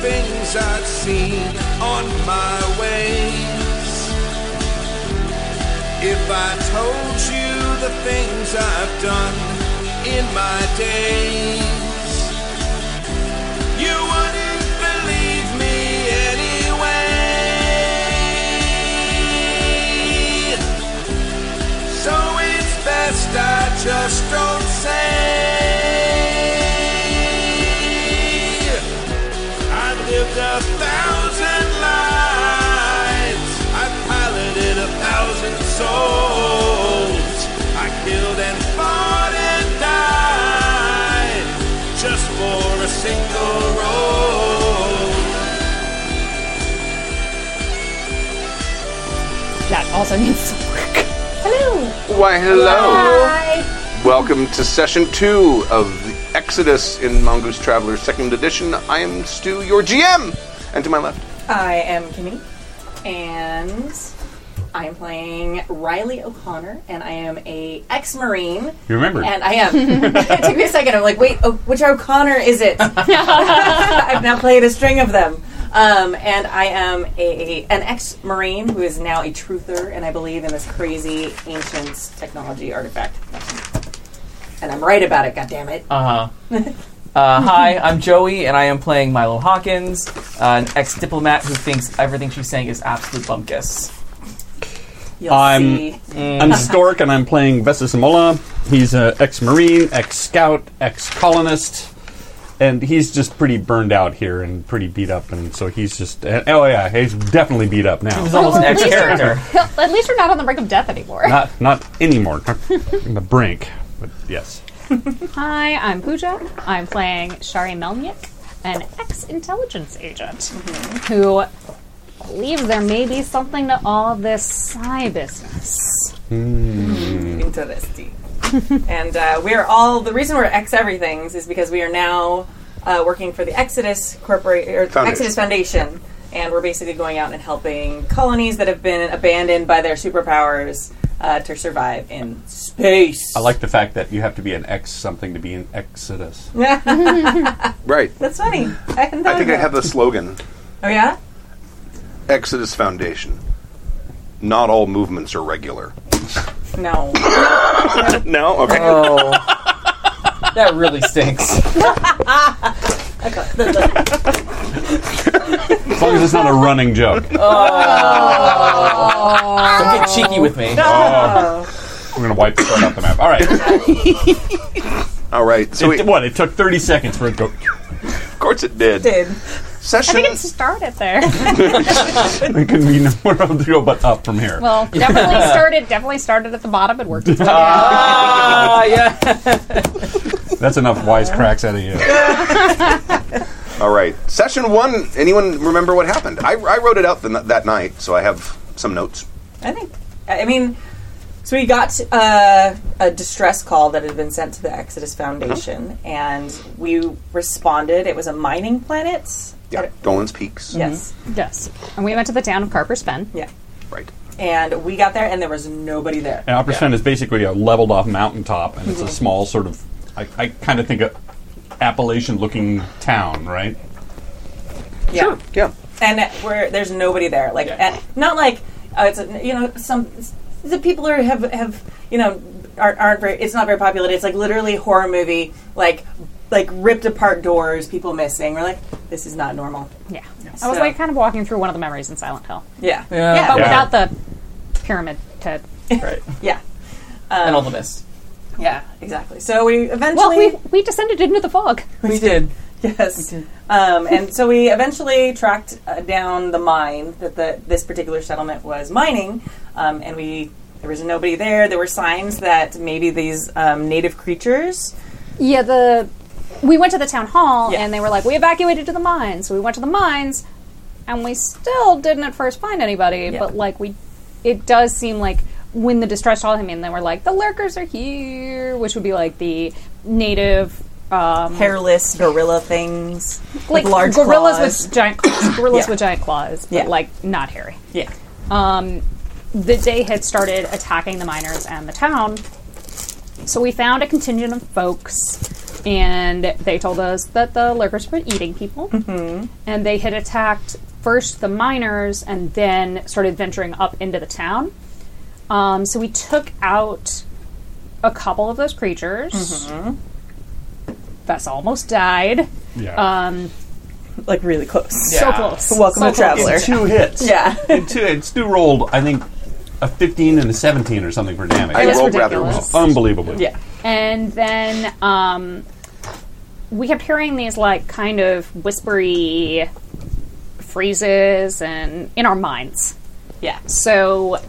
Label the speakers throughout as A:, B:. A: things I'd seen on my ways. If I told you the things I've done in my days, you wouldn't believe me anyway. So it's best I just don't say. I lived a thousand lives. I piloted a thousand souls. I killed and fought and died just for a single role.
B: That also needs to work. Hello.
C: Why, hello.
B: Hi.
C: Welcome to session two of the Exodus in Mongoose Traveler Second Edition. I am Stu, your GM, and to my left,
D: I am Kimmy, and I'm playing Riley O'Connor, and I am a ex-marine.
E: You remember?
D: And I am. it took me a second. I'm like, wait, oh, which O'Connor is it? I've now played a string of them. Um, and I am a an ex-marine who is now a truther, and I believe in this crazy ancient technology artifact. And I'm right about it. God damn it!
F: Uh-huh. Uh, hi, I'm Joey, and I am playing Milo Hawkins, uh, an ex-diplomat who thinks everything she's saying is absolute bunkus.
D: You'll see.
E: I'm- I'm Stork, and I'm playing Bessus Mola. He's an ex-marine, ex-scout, ex-colonist, and he's just pretty burned out here and pretty beat up. And so he's just and- oh yeah, he's definitely beat up
F: He's almost
E: now.
F: an
B: Well, at least-
F: ex-character.
B: At least you're not on the brink of death anymore.
E: Not not anymore. Not on the brink, but yes.
B: Hi, I'm Pooja. I'm playing Shari Melnick, an ex intelligence agent who believes there may be something to all this psi business.
D: Interesting. and uh, we're all the reason we're X everything's is because we are now uh, working for the Exodus Corporate or
C: Foundation.
D: Exodus Foundation, and we're basically going out and helping colonies that have been abandoned by their superpowers uh, to survive in space.
E: I like the fact that you have to be an ex something to be an Exodus.
C: right?
D: That's funny. I hadn't thought
C: I think I
D: of
C: have
D: that.
C: the slogan:
D: Oh yeah.
C: Exodus Foundation. Not all movements are regular.
D: No.
C: No, okay.
F: Oh, that really stinks.
E: As long as it's not a running joke.
F: Don't get cheeky with me.
E: I'm gonna wipe this right off the map. All right.
C: all right. So,
E: It-
C: we-
E: what? It took 30 seconds for it to go.
C: of course, it did.
D: Did.
B: I
C: Session.
B: think it started there.
E: It couldn't be nowhere else to go but up from here.
B: well, definitely started. Definitely started at the bottom and worked its way down.
F: Ah, yeah.
E: That's enough wisecracks out of you.
C: All right. Session one. Anyone remember what happened? I, I wrote it out the, n- that night, so I have some notes.
D: I think. I I mean, so we got uh, a distress call that had been sent to the Exodus Foundation,
C: Mm-hmm.
D: and we responded. It was a mining planet.
C: Yeah. Dolan's Peaks.
D: Yes.
B: Yes, and we went to the town of Carper's Bend.
D: Mm-hmm. Yeah.
C: Right.
D: And we got there, and there was nobody there.
E: And Opera Sun is basically a leveled off mountaintop, and it's a small sort of, I, I kind of think a Appalachian looking town, right?
D: Yeah.
C: Yeah.
D: And uh, we're, there's nobody there. Like,
E: Yeah.
D: and not like uh, it's a, you know some it's- the people are have have you know aren't, aren't very. It's not very populated. It's like literally horror movie like. Like ripped apart doors, people missing. We're like, this is not normal.
B: Yeah, I was
D: So-
B: like kind of walking through one of the memories in Silent Hill,
D: Yeah,
F: Yeah.
B: but
E: Yeah.
B: without the pyramid to
F: Right.
D: yeah.
F: and all the mist.
D: Yeah, exactly. So we
B: Well,
D: eventually
B: we, we descended into the fog.
F: We did.
D: yes, um, and so we eventually tracked uh, down the mine that the this particular settlement was mining, um, and we there was nobody there. There were signs that maybe these um, native creatures.
B: Yeah, the we went to the town hall
D: Yeah.
B: and they were like, we evacuated to the mines. So we went to the mines, and we still didn't at first find anybody. But like we, it does seem like when the distress call came in, they were like, the lurkers are here, which would be like the native. Um,
D: Hairless gorilla things, with
B: like
D: large
B: gorillas
D: claws.
B: with giant claws, gorillas
D: Yeah.
B: with giant claws, but
D: Yeah.
B: like not hairy.
D: yeah,
B: um, the day had started attacking the miners and the town. So we found a contingent of folks and they told us that the lurkers were eating people,
D: Mm-hmm.
B: and they had attacked first the miners and then started venturing up into the town. Um, so we took out a couple of those creatures.
D: Mm-hmm.
B: Vess almost died.
E: Yeah.
B: Um,
D: like really close.
B: So
F: Yeah.
B: close.
D: Welcome
B: so
D: to Traveler.
E: two hits.
D: Yeah.
E: In two, it's two rolled. I think a 15 and a 17 or something for damage.
C: I
B: That's
C: rolled rather uh, well.
B: ridiculous.
E: Unbelievably.
D: Yeah.
B: And then um, we kept hearing these like kind of whispery phrases and in our minds.
D: Yeah.
B: So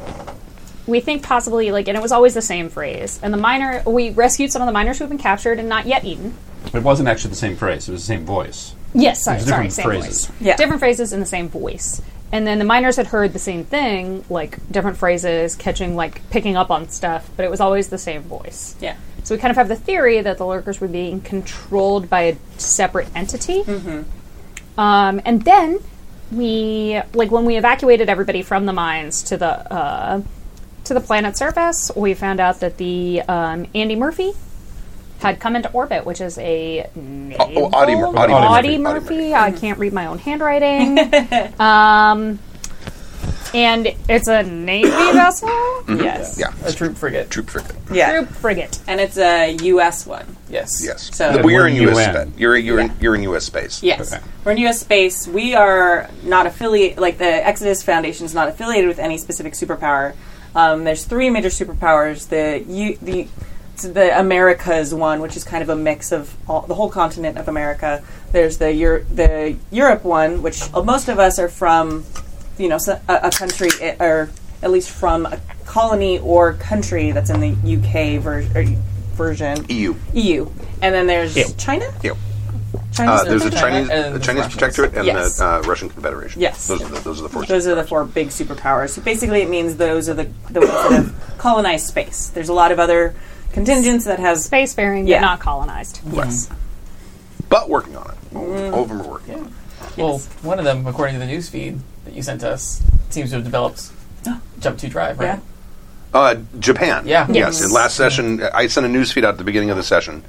B: we think possibly like, and it was always the same phrase. And the miner, we rescued some of the miners who've been captured and not yet eaten.
E: It wasn't actually the same phrase. It was the same voice.
B: Yes, sorry,
E: There's
B: sorry,
E: different
B: same
E: phrases.
B: voice.
D: Yeah.
B: Different phrases in the same voice. And then the miners had heard the same thing, like different phrases, catching, like picking up on stuff, but it was always the same voice.
D: Yeah.
B: So we kind of have the theory that the lurkers were being controlled by a separate entity.
D: Mm-hmm.
B: Um, and then we, like, when we evacuated everybody from the mines to the uh, to the planet's surface, we found out that the um, Andy Murphy had come into orbit, which is a naval,
C: oh, Audie Mur- Audie
B: Audie
E: Murphy.
C: Audie
B: Murphy.
C: Murphy. Mm-hmm.
B: I can't read my own handwriting. um, and it's a navy vessel,
C: Mm.
D: Yes.
C: Yeah,
F: A troop frigate.
C: troop frigate.
D: Yeah.
B: troop frigate.
D: And it's a U.S. one.
F: Yes.
C: Yes.
D: So-
C: But we're
E: We're
C: in
E: in
C: U.S.
E: UN.
C: spa- You're you're in, you're in U.S. space.
D: Yes.
E: Okay.
D: We're in U.S. space. We are not affiliated, like the Exodus Foundation is not affiliated with any specific superpower. Um, there's three major superpowers. The U, the it's the Americas one, which is kind of a mix of all, the whole continent of America. There's the Euro, the Europe one, which uh, most of us are from, you know, so- a, a country i- or at least from a colony or country that's in the UK ver- or version.
C: EU.
D: EU. And then there's China.
C: Ew.
D: China's
C: E Uh, there's a
D: the-
C: Chinese
F: and
C: a
F: the
C: Chinese
F: Russians.
C: protectorate and
D: Yes.
C: the uh, Russian Confederation.
D: Yes.
C: Those are the, those are the four.
D: Those are the four big superpowers. So basically, it means those are the, the ones that have colonized space. There's a lot of other contingents that has
B: Spacefaring,
D: Yeah.
B: but not colonized.
D: yes,
C: but working on it. All of them are working. on it.
F: Well, one of them, according to the news feed that you sent us, seems to have developed Jump to Drive, right?
C: Uh, Japan.
F: Yeah.
C: Yes.
B: Yes.
C: In last session, I sent a news feed out at the beginning of the session,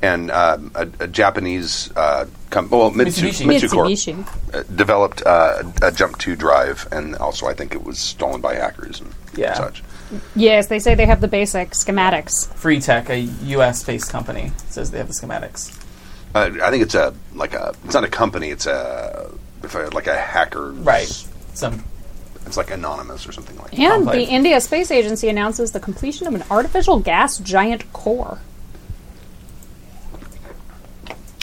C: and um, a, a Japanese uh, com- well, Mitsu,
F: Mitsubishi.
C: Mitsu Corp, uh, developed uh, a jump to drive, and also I think it was stolen by hackers and
F: Yeah.
C: such.
B: Yes, they say they have the basic schematics.
F: Free Tech, a U.S. based company, says they have the schematics.
C: Uh, I think it's a like a it's not a company. It's a if I, like a hacker.
F: Right. Some
C: It's like anonymous or something like that.
B: And the
F: Complex.
B: India Space Agency announces the completion of an artificial gas giant core.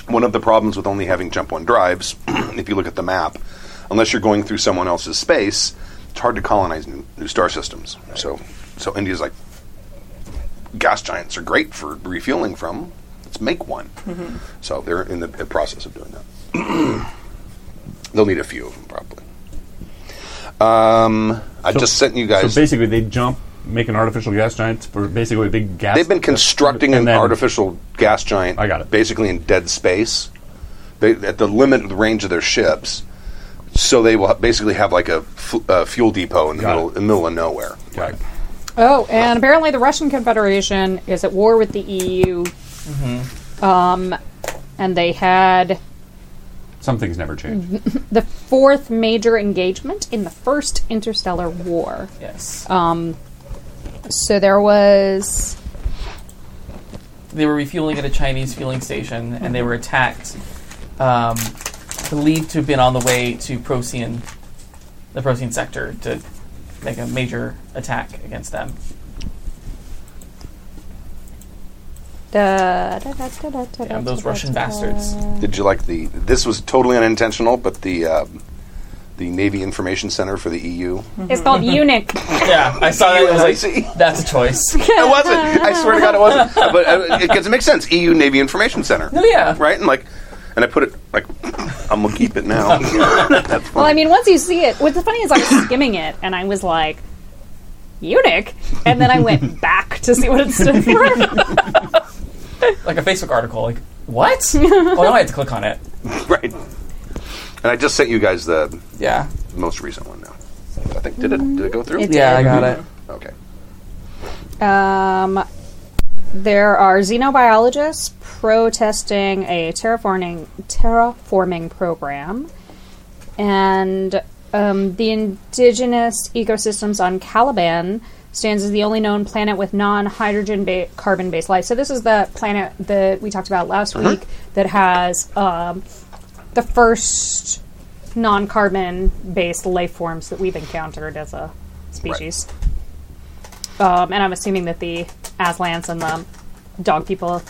C: One of the problems with only having jump one drives, if you look at the map, unless you're going through someone else's space, it's hard to colonize new, new star systems. So, so India's like, gas giants are great for refueling from. Let's make one. So they're in the p- process of doing that. They'll need a few of them probably. Um, I
E: So-
C: just sent you
E: So
C: guys.
E: basically, they jump, make an artificial gas giant for basically a big gas.
C: They've been constructing
E: and
C: an
E: then-
C: artificial gas giant.
E: I got it.
C: Basically in dead space, they, at the limit of the range of their ships, so they will ha- basically have like a fu- uh, fuel depot in the
E: Got
C: middle,
E: it.
C: in the middle of nowhere.
E: Right.
B: Oh, and apparently the Russian Confederation is at war with the EU.
C: Mm-hmm.
B: Um, and they had
E: Some things never change.
B: the fourth major engagement in the first interstellar war.
F: yes.
B: So there was.
F: they were refueling at a Chinese fueling station, and they were attacked, um, believed to have been on the way to Procyon, the Procyon sector, to make a major attack against them.
B: Da, da, da, da, da, da,
F: Yeah,
B: da,
F: those
B: da,
F: Russian
B: da, da.
F: bastards.
C: Did you like the? This was totally unintentional, but the um, the Navy Information Center for the E EU.
B: It's called eunuch.
F: Yeah, I saw that. and I was
C: I see.
F: like, that's a choice.
C: It wasn't. I swear to God, it wasn't. But uh, it, 'cause it makes sense. EU Navy Information Center.
F: No, yeah.
C: Right, and like, and I put it like, I'm gonna keep it now. That's
B: Well, I
C: funny.
B: mean, once you see it, what's funny is I was skimming it and I was like, eunuch? And then I went back to see what it stood for.
F: Like a Facebook article. Like, what? oh, no, I had to click on it.
C: right. And I just sent you guys the
F: Yeah.
C: most recent one now. I think did it did it go through?
B: It did. Yeah, I
F: got it.
C: Okay.
B: um, There are xenobiologists protesting a terraforming terraforming program, and um, the indigenous ecosystems on Caliban stands as the only known planet with non-hydrogen ba- carbon-based life. So this is the planet that we talked about last
C: Uh-huh.
B: week that has um, the first non-carbon-based life forms that we've encountered as a species. Um, and I'm assuming that the Aslans and the dog people.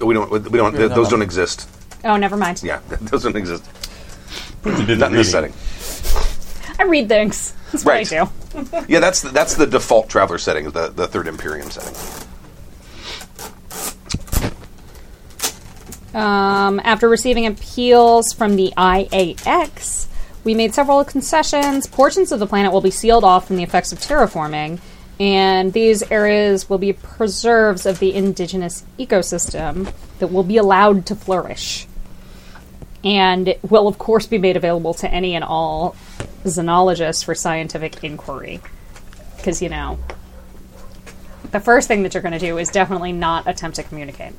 C: We don't. We don't.
F: Yeah, no,
C: those
F: no.
C: don't exist.
B: Oh, never mind.
C: Yeah, those don't exist.
E: You did
C: Not in
G: Mm.
C: this
E: reading.
C: setting.
B: I read things. That's what
C: Right.
B: I do.
C: Yeah, that's the, that's the default traveler setting, the the third Imperium setting.
B: Um, after receiving appeals from the IAX, we made several concessions. Portions of the planet will be sealed off from the effects of terraforming, and these areas will be preserves of the indigenous ecosystem that will be allowed to flourish. And it will, of course, be made available to any and all xenologists for scientific inquiry. Because, you know, the first thing that you're going to do is definitely not attempt to communicate.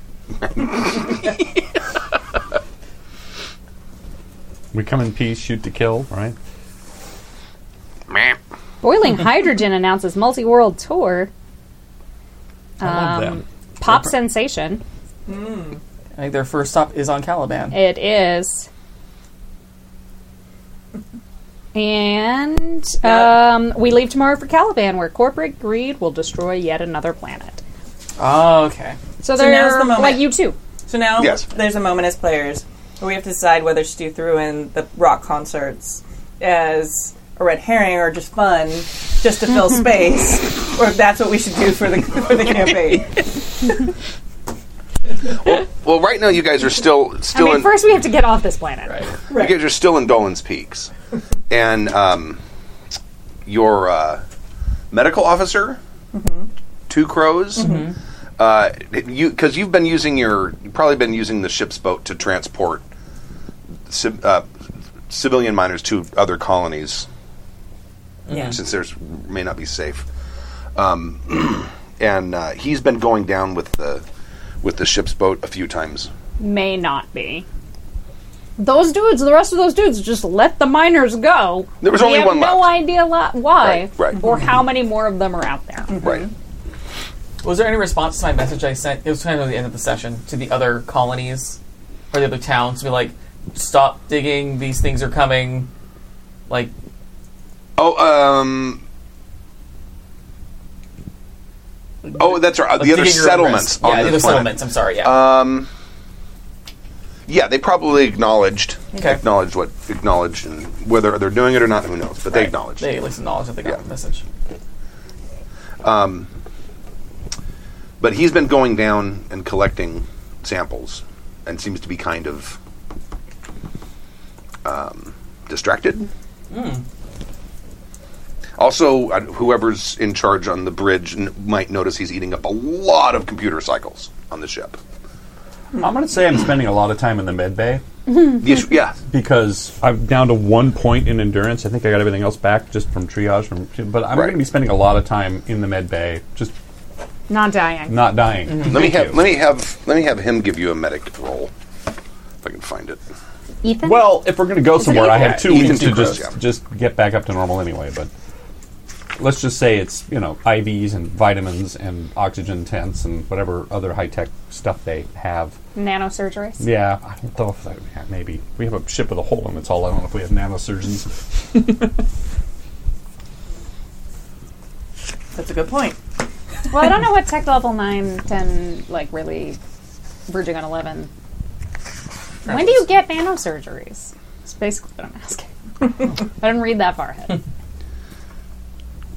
E: We come in peace, shoot to kill, right?
C: Meh.
B: Boiling Hydrogen announces multi world tour.
E: I love
B: Um,
E: them.
B: Pop sensation.
F: I think their first stop is on Caliban.
B: It is. And um, we leave tomorrow for Caliban, where corporate greed will destroy yet another planet.
F: Oh, okay.
B: So,
D: So
B: they're
D: now's the moment.
B: like you too.
D: So now
C: Yes.
D: there's a moment as players where we have to decide whether Stu threw in the rock concerts as a red herring or just fun, just to fill space, or if that's what we should do for the for the campaign.
C: Well, right now you guys are still
B: I
C: still
B: mean,
C: in
B: first we have to get off this planet.
C: you guys are still in Dolan's Peaks, and um, your uh, medical officer, two crows. Uh, you because you've been using your you've probably been using the ship's boat to transport civ- uh, civilian miners to other colonies
D: Yeah.
C: since there's may not be safe. Um, and uh, he's been going down with the with the ship's boat a few times.
B: May not be. Those dudes, the rest of those dudes, just let the miners go.
C: There was
B: we
C: only
B: have
C: one
B: no
C: left.
B: idea lo- why
C: Right, right.
B: or how many more of them are out there.
C: Right.
F: Was there any response to my message I sent? It was kind of at the end of the session to the other colonies or the other towns to be like, stop digging, these things are coming. Like,
C: Oh, um. Oh, that's right.
F: like
C: the other
F: digging your own
C: settlements.
F: rest.
C: On
F: Yeah, the
C: this
F: other
C: planet.
F: settlements. I'm sorry. Yeah.
C: Um. Yeah, they probably acknowledged.
F: Okay.
C: Acknowledged what acknowledged, and whether they're doing it or not, who knows? But they
F: Right.
C: acknowledged.
F: They at least acknowledged that they got
C: Yeah.
F: the message.
C: but he's been going down and collecting samples, and seems to be kind of um, distracted.
F: Hmm.
C: Also, uh, whoever's in charge on the bridge n- might notice he's eating up a lot of computer cycles on the ship.
E: I'm going to say I'm spending a lot of time in the med bay
C: The issue- yeah,
E: because I'm down to one point in endurance. I think I got everything else back just from triage. From, but I'm
C: Right.
E: going to be spending a lot of time in the med bay, just
B: Not dying.
E: not dying.
C: let me
E: Thank
C: have
E: you.
C: let me have let me have him give you a medic roll if I can find it.
B: Ethan?
E: Well, if we're going to go somewhere, I have two
C: Ethan
E: weeks to
C: Tucros,
E: just
C: yeah.
E: just get back up to normal anyway. But let's just say it's you know IVs and vitamins and oxygen tents and whatever other high tech stuff they have.
B: nanosurgeries.
E: Yeah, I don't know if that yeah, maybe we have a ship with a hole in its hull. I don't know if we have nanosurgeons.
D: That's a good point.
B: Well, I don't know what tech level 9, 10, like really verging on 11. When do you get nanosurgeries? It's basically what I'm asking. I didn't read that far ahead.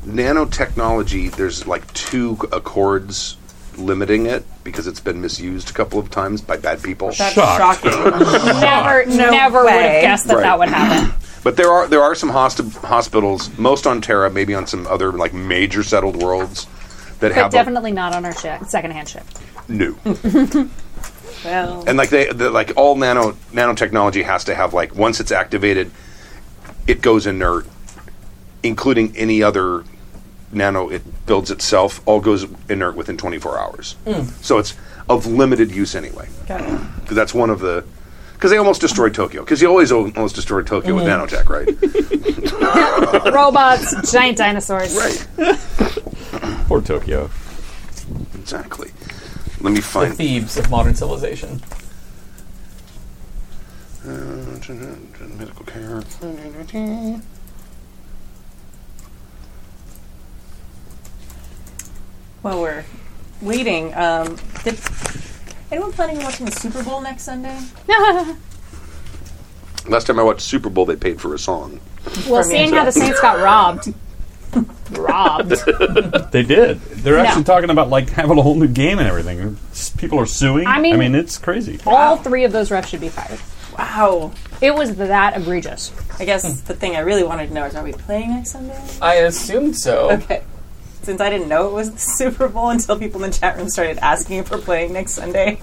C: Nanotechnology. There's like two accords limiting it because it's been misused a couple of times by bad people.
D: That's
E: Shocked.
D: shocking.
B: never, never would
D: way.
B: have guessed that
C: Right.
B: that would happen.
C: But there are there are some hosti- hospitals, most on Terra, maybe on some other like major settled worlds that
B: But
C: have
B: definitely not on our ship, secondhand ship.
C: a, new
D: well,
C: and like they the, like all nano nanotechnology has to have like once it's activated, it goes inert, including any other nano it builds itself all goes inert within 24 hours. So it's of limited use anyway. Because that's one of the because they almost destroyed Tokyo. Because you always al- almost destroy Tokyo with nanotech, right?
B: Robots, giant dinosaurs.
C: right.
G: Poor Tokyo.
C: Exactly. Let me
F: The
C: find.
F: Thebes of modern civilization.
C: Medical care.
D: While we're waiting, um, did anyone planning on watching the Super Bowl next Sunday?
C: Last time I watched Super Bowl, they paid for a song.
B: Well, seeing how the Saints got robbed. robbed.
G: They did. They're actually
B: No.
G: talking about like having a whole new game and everything. S- People are suing.
B: I mean-
G: it's crazy.
B: All three of those refs should be fired.
D: Wow.
B: It was that egregious.
D: I guess
F: Hmm.
D: the thing I really wanted to know is are we playing next Sunday?
F: I assumed so.
D: Okay. Since I didn't know it was the Super Bowl until people in the chat room started asking if we're playing next Sunday.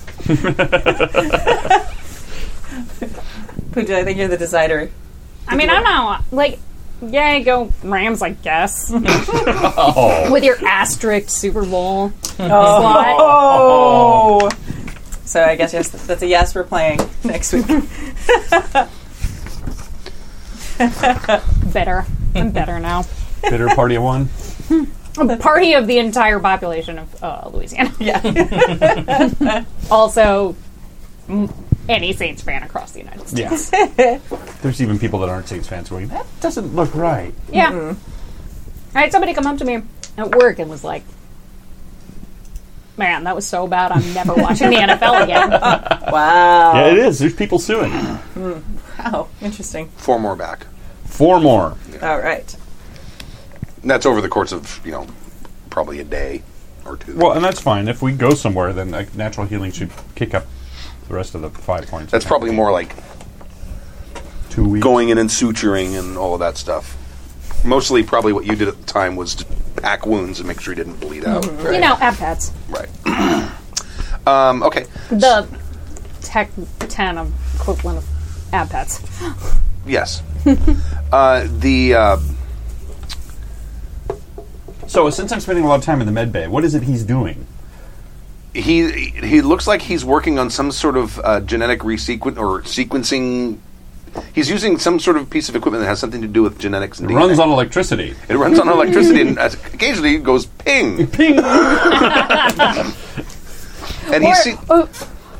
D: Pooja, I think you're the decider.
B: I mean, I'm not like, yay, go Rams, I guess. With your asterisk Super Bowl. slot.
D: Oh! So I guess yes, that's a yes, we're playing next week.
B: Better. I'm better now.
G: Bitter party of one.
B: A party of the entire population of uh, Louisiana.
D: yeah.
B: Also, m- any Saints fan across the United States.
G: Yeah. There's even people that aren't Saints fans going. That doesn't look right.
B: Yeah. I had somebody come up to me at work and was like, Man, that was so bad. I'm never watching the NFL again.
D: Wow.
G: Yeah, it is. There's people suing.
D: Wow. Interesting.
C: Four more back.
G: Four more.
D: All right.
C: And that's over the course of you know probably a day or two.
G: Well, and that's fine. If we go somewhere, then like, natural healing should kick up the rest of the five points.
C: that's probably more like
G: two weeks.
C: going in and suturing and all of that stuff. Mostly, probably what you did at the time was to pack wounds and make sure you didn't bleed out.
B: you know, F-hats.
C: Right. um, okay.
B: The tech 10 of equivalent of ab pets.
C: Yes. uh, the uh,
G: So since I'm spending a lot of time in the med bay, what is it he's doing?
C: he he looks like he's working on some sort of uh, genetic resequen or sequencing. He's using some sort of piece of equipment that has something to do with genetics. And
G: It
C: DNA.
G: runs on electricity.
C: It runs on electricity, and uh, occasionally it goes ping.
G: Ping.
C: And
B: Or,
C: he's see-
B: oh,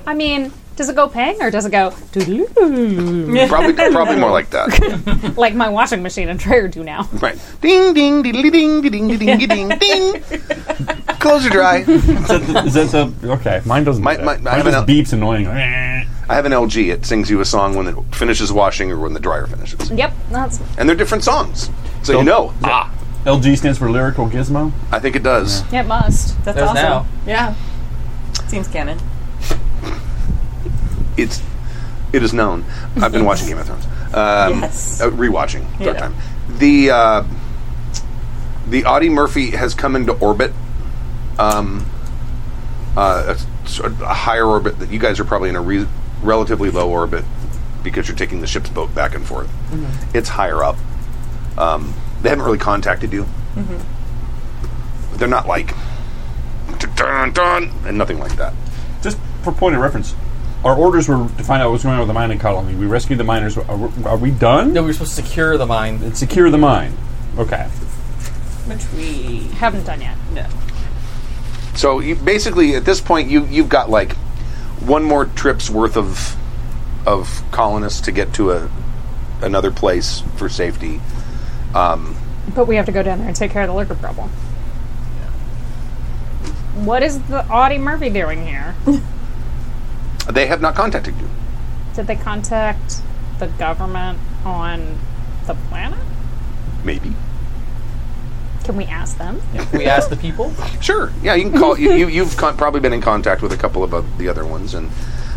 B: I mean, does it go pang or does it go doo-doo-doo-doo,
C: probably probably more like that,
B: like my washing machine and dryer do now?
C: right? Ding ding ding ding ding ding ding ding ding. Clothes are dry.
G: Is that the, is that the okay? Mine doesn't.
C: My-
G: do
C: my-
G: that.
C: I have
G: mine just
C: an-
G: beeps annoying.
C: I have an LG. It sings you a song when it finishes washing or when the dryer finishes,
B: Yep, that's
C: and they're different songs, so you know. Ah,
G: LG stands for lyrical gizmo.
C: I think it does.
B: it must.
D: That's
F: There's
D: awesome.
F: now.
D: Yeah. Seems canon.
C: it's it is known. I've been watching Game of Thrones. Um,
D: Yes.
C: uh, rewatching third
D: Yeah.
C: time. The uh, the Audie Murphy has come into orbit. Um, uh, a, sort of a higher orbit that you guys are probably in a re- relatively low orbit because you're taking the ship's boat back and forth. It's higher up. Um, they haven't really contacted you. They're not like dun, dun, and nothing like that.
G: Just for point of reference, our orders were to find out what was going on with the mining colony. We rescued the miners. Are, we- are we done?
F: No, we were supposed to secure the mine.
G: And secure the mine. Okay.
D: Which we
B: Haven't done yet.
D: no.
C: So you, basically, at this point, you you've got like one more trip's worth of of colonists to get to a another place for safety.
B: But we have to go down there and take care of the liquor problem. What is the Audie Murphy doing here?
C: They have not contacted you.
B: Did they contact the government on the planet?
C: Maybe.
B: Can we ask them?
F: We asked the people.
C: Sure. Yeah, you can call. you, you you've con- probably been in contact with a couple of uh, the other ones, and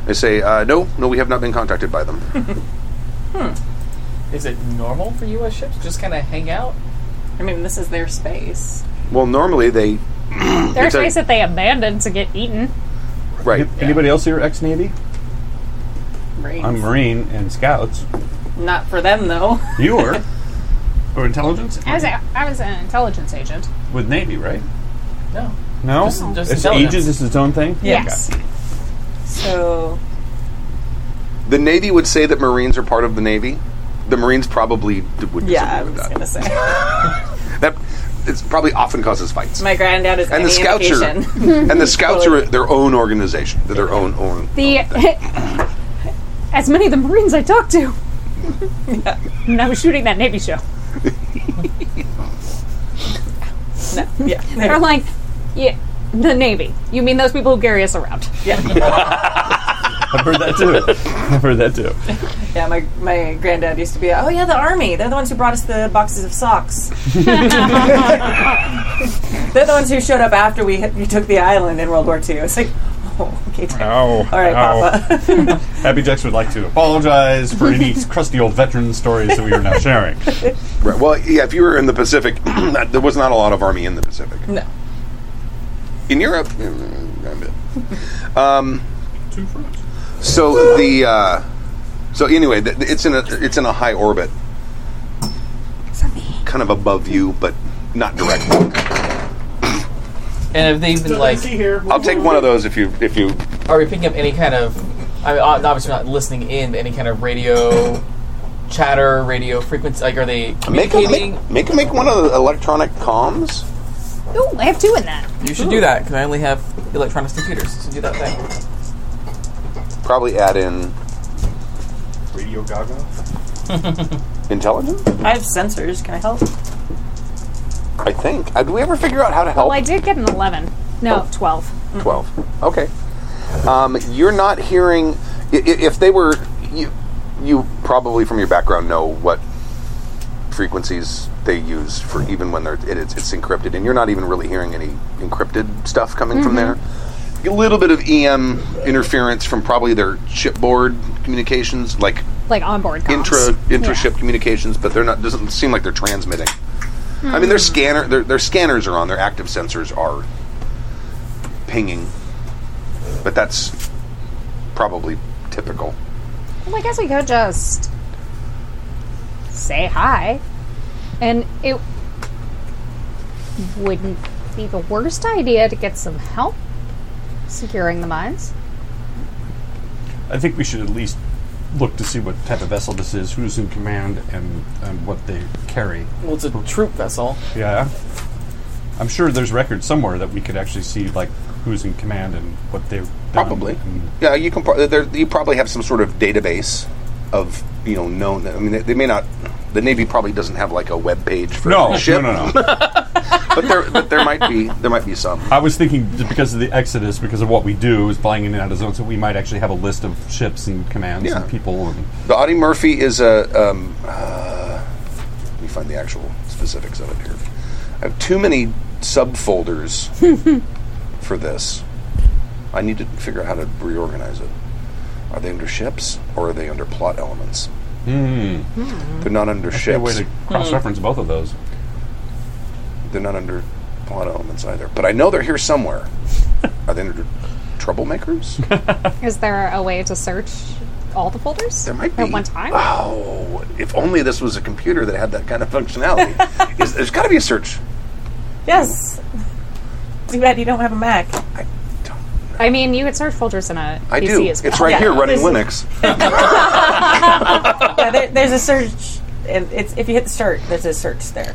C: they say uh, no, no, we have not been contacted by them.
F: Is it normal for U.S. ships to just kind of hang out?
D: I mean, this is their space.
C: well, normally they
B: There's
C: It's a-
B: space that they abandoned to get eaten.
C: right.
G: Anybody else here ex Navy?
D: Marines.
G: I'm Marine and Scouts.
D: Not for them though.
G: You were. or intelligence?
B: I was a, I was an intelligence agent.
E: with Navy, right?
F: No.
E: No,
F: Just- just
E: it's
F: intelligence.
E: ages. It's its own thing.
B: Yes.
D: So
C: The Navy would say that Marines are part of the Navy. The Marines probably d- would disagree
D: yeah, I
C: with
D: was
C: that.
D: gonna say
C: That it's probably often causes fights.
D: my granddad is
C: and the
D: any
C: Scouts are,
D: indication.
C: and the Scouts are their own organization. They're their own own.
B: Oh, The as many of the Marines I talked to. when I was shooting that Navy show.
D: yeah,
B: They're like, yeah, the Navy. You mean those people who carry us around?
E: I've heard that too. I've heard that too.
D: yeah. My my granddad used to be. Oh yeah, the army. They're the ones who brought us the boxes of socks. They're the ones who showed up after we, hit- we took the island in World War II. It's like, oh, okay, Dad.
E: Oh,
D: all right, Papa.
E: Happy Jacks would like to apologize for any crusty old veteran stories that we are now sharing.
C: Right. Well, yeah. If you were in the Pacific, that, there was not a lot of army in the Pacific.
D: No.
C: In Europe, eh, a bit. Um, So the uh, so anyway, th- th- it's in a it's in a high orbit, kind of above you, but not directly.
F: And if they've been like,
C: I'll take one of those if you if you
F: are we picking up any kind of? I mean, ob- obviously not listening in, but any kind of radio chatter, radio frequency. Like, are they
C: make a,
F: communicating?
C: make make make one of the electronic comms.
B: Ooh, I have two in that.
F: you should do that because I only have electronics computers. So do that thing.
C: Probably add in
E: Radio Gaga.
C: intelligence.
D: I have sensors. Can I help?
C: I think. Uh, did we ever figure out how to help?
B: Well, I did get an eleven. No, twelve.
C: 12. Okay. Um, you're not hearing. i- i- If they were. You, you probably, from your background, know what frequencies they use for even when they're it, it's, it's encrypted, and you're not even really hearing any encrypted stuff coming from
B: Mm-hmm.
C: there. A little bit of EM interference from probably their shipboard communications, like
B: Like onboard comms.
C: intra intra
B: Yeah.
C: ship communications, but they're not. Doesn't seem like they're transmitting. I
E: Hmm.
C: mean, their scanner, their, their scanners are on. Their active sensors are pinging, but that's probably typical.
B: Well, I guess we could just say hi, and it wouldn't be the worst idea to get some help securing the mines.
E: I think we should at least look to see what type of vessel this is, who's in command, and, and what they carry.
F: Well, it's a troop vessel.
E: Yeah. I'm sure there's records somewhere that we could actually see, like, who's in command and what they've done.
C: Probably.
E: And
C: Yeah, you can. pro- there- You probably have some sort of database of you know known. I mean, they, they may not. The Navy probably doesn't have like a web page for
E: no,
C: every ship,
E: no, no, no.
C: but there, but there might be there might be some.
E: I was thinking just because of the exodus, because of what we do, is flying in and out of zones, that we might actually have a list of ships and commands
C: Yeah.
E: and people. And
C: The Audie Murphy is a. Um, uh, let me find the actual specifics of it here. I have too many subfolders for this. I need to figure out how to reorganize it. Are they under ships or are they under plot elements?
B: Hmm.
C: They're not under
E: Hmm. a way
C: ships.
E: to cross-reference both of those.
C: They're not under plot elements either. But I know they're here somewhere. Are they under troublemakers?
B: Is there a way to search all the folders
C: There might be.
B: at one time?
C: Oh, if only this was a computer that had that kind of functionality. Is, there's got to be a search.
D: Yes. Too bad you don't have a Mac.
C: I don't
B: I mean, you could search folders in a
C: I
B: PC
C: do.
B: as well.
C: It's right
D: Yeah.
C: here running
D: This-
C: Linux.
D: Yeah, there, there's a search, and it's if you hit the start, there's a search there.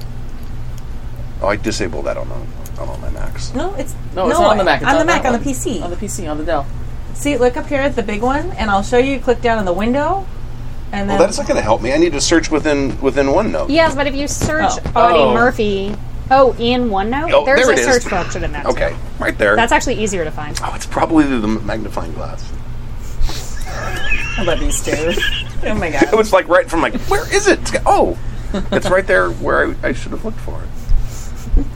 C: Oh, I disabled that on the, on all my Macs.
D: No, it's
F: No, it's not on the Mac. It's
D: on the
F: that
D: Mac, on the
F: one.
D: PC.
F: On the PC, on the Dell.
D: See, look up here at the big one, and I'll show you. Click down on the window, and then
C: Well, that's not going to help me. I need to search within within OneNote.
B: Yes, but if you search
D: Oh.
B: Audie
F: Oh.
B: Murphy, oh, in OneNote,
C: Oh,
B: there's
C: there
B: a
C: it is.
B: search function in that. too.
C: Okay, right there.
B: That's actually easier to find.
C: oh, it's probably the magnifying glass.
D: I love these two. oh my
C: It
D: god!
C: was like right from like, where is it? It's got- Oh, it's right there where I, I should have looked for it.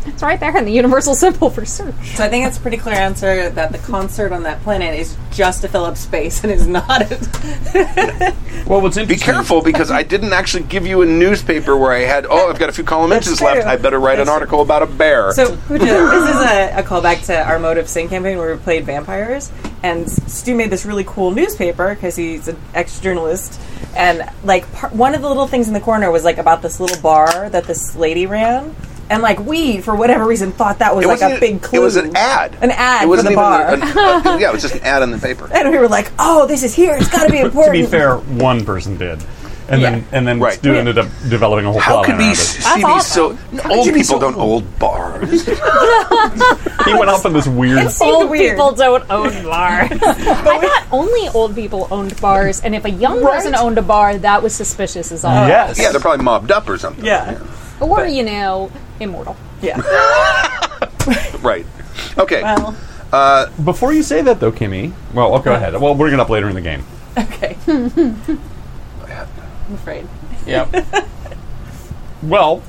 B: It's right there in the universal symbol for search.
D: So I think it's a pretty clear answer that the concert on that planet is just to fill up space and is not. A
E: Well, what's
C: Be
E: interesting?
C: careful because I didn't actually give you a newspaper where I had. Oh, I've got a few column inches
D: true.
C: left. I better write an article about a bear.
D: So, Pooja, this is a, a callback to our Mode of Sin campaign where we played vampires. And Stu made this really cool newspaper because he's an ex journalist. And, like, par- one of the little things in the corner was, like, about this little bar that this lady ran. And and like we for whatever reason thought that was like
C: wasn't
D: a
C: even-
D: big clue.
C: It was an ad.
D: An ad
C: It
D: for
C: wasn't
D: the
C: even
D: bar.
C: an- uh, yeah, it was just an ad in the paper.
D: and we were like, "Oh, this is here. It's got to be
G: to
D: important."
G: be fair, one person did, and then and then
C: Right.
G: Stu ended up developing a whole
C: How
G: plot
C: could
G: line
C: we
G: out
C: s-
G: of
C: see these so
B: awesome.
C: old
D: you be
C: people
D: so
C: don't old bars?
G: it. He went off on this weird.
D: It's- seemed
B: Old
D: weird.
B: people don't own bars. I thought only old people owned bars, and if a young person owned a bar, that was suspicious as all.
G: Yes.
C: yeah, they're probably mobbed up or something.
D: yeah,
B: Or you know, immortal.
D: yeah.
C: Right. Okay.
D: Well,
G: Before you say that though, Kimmy. Well, I'll go ahead. Well, we're gonna up later in the game.
D: okay. I'm afraid.
F: Yep.
G: Well,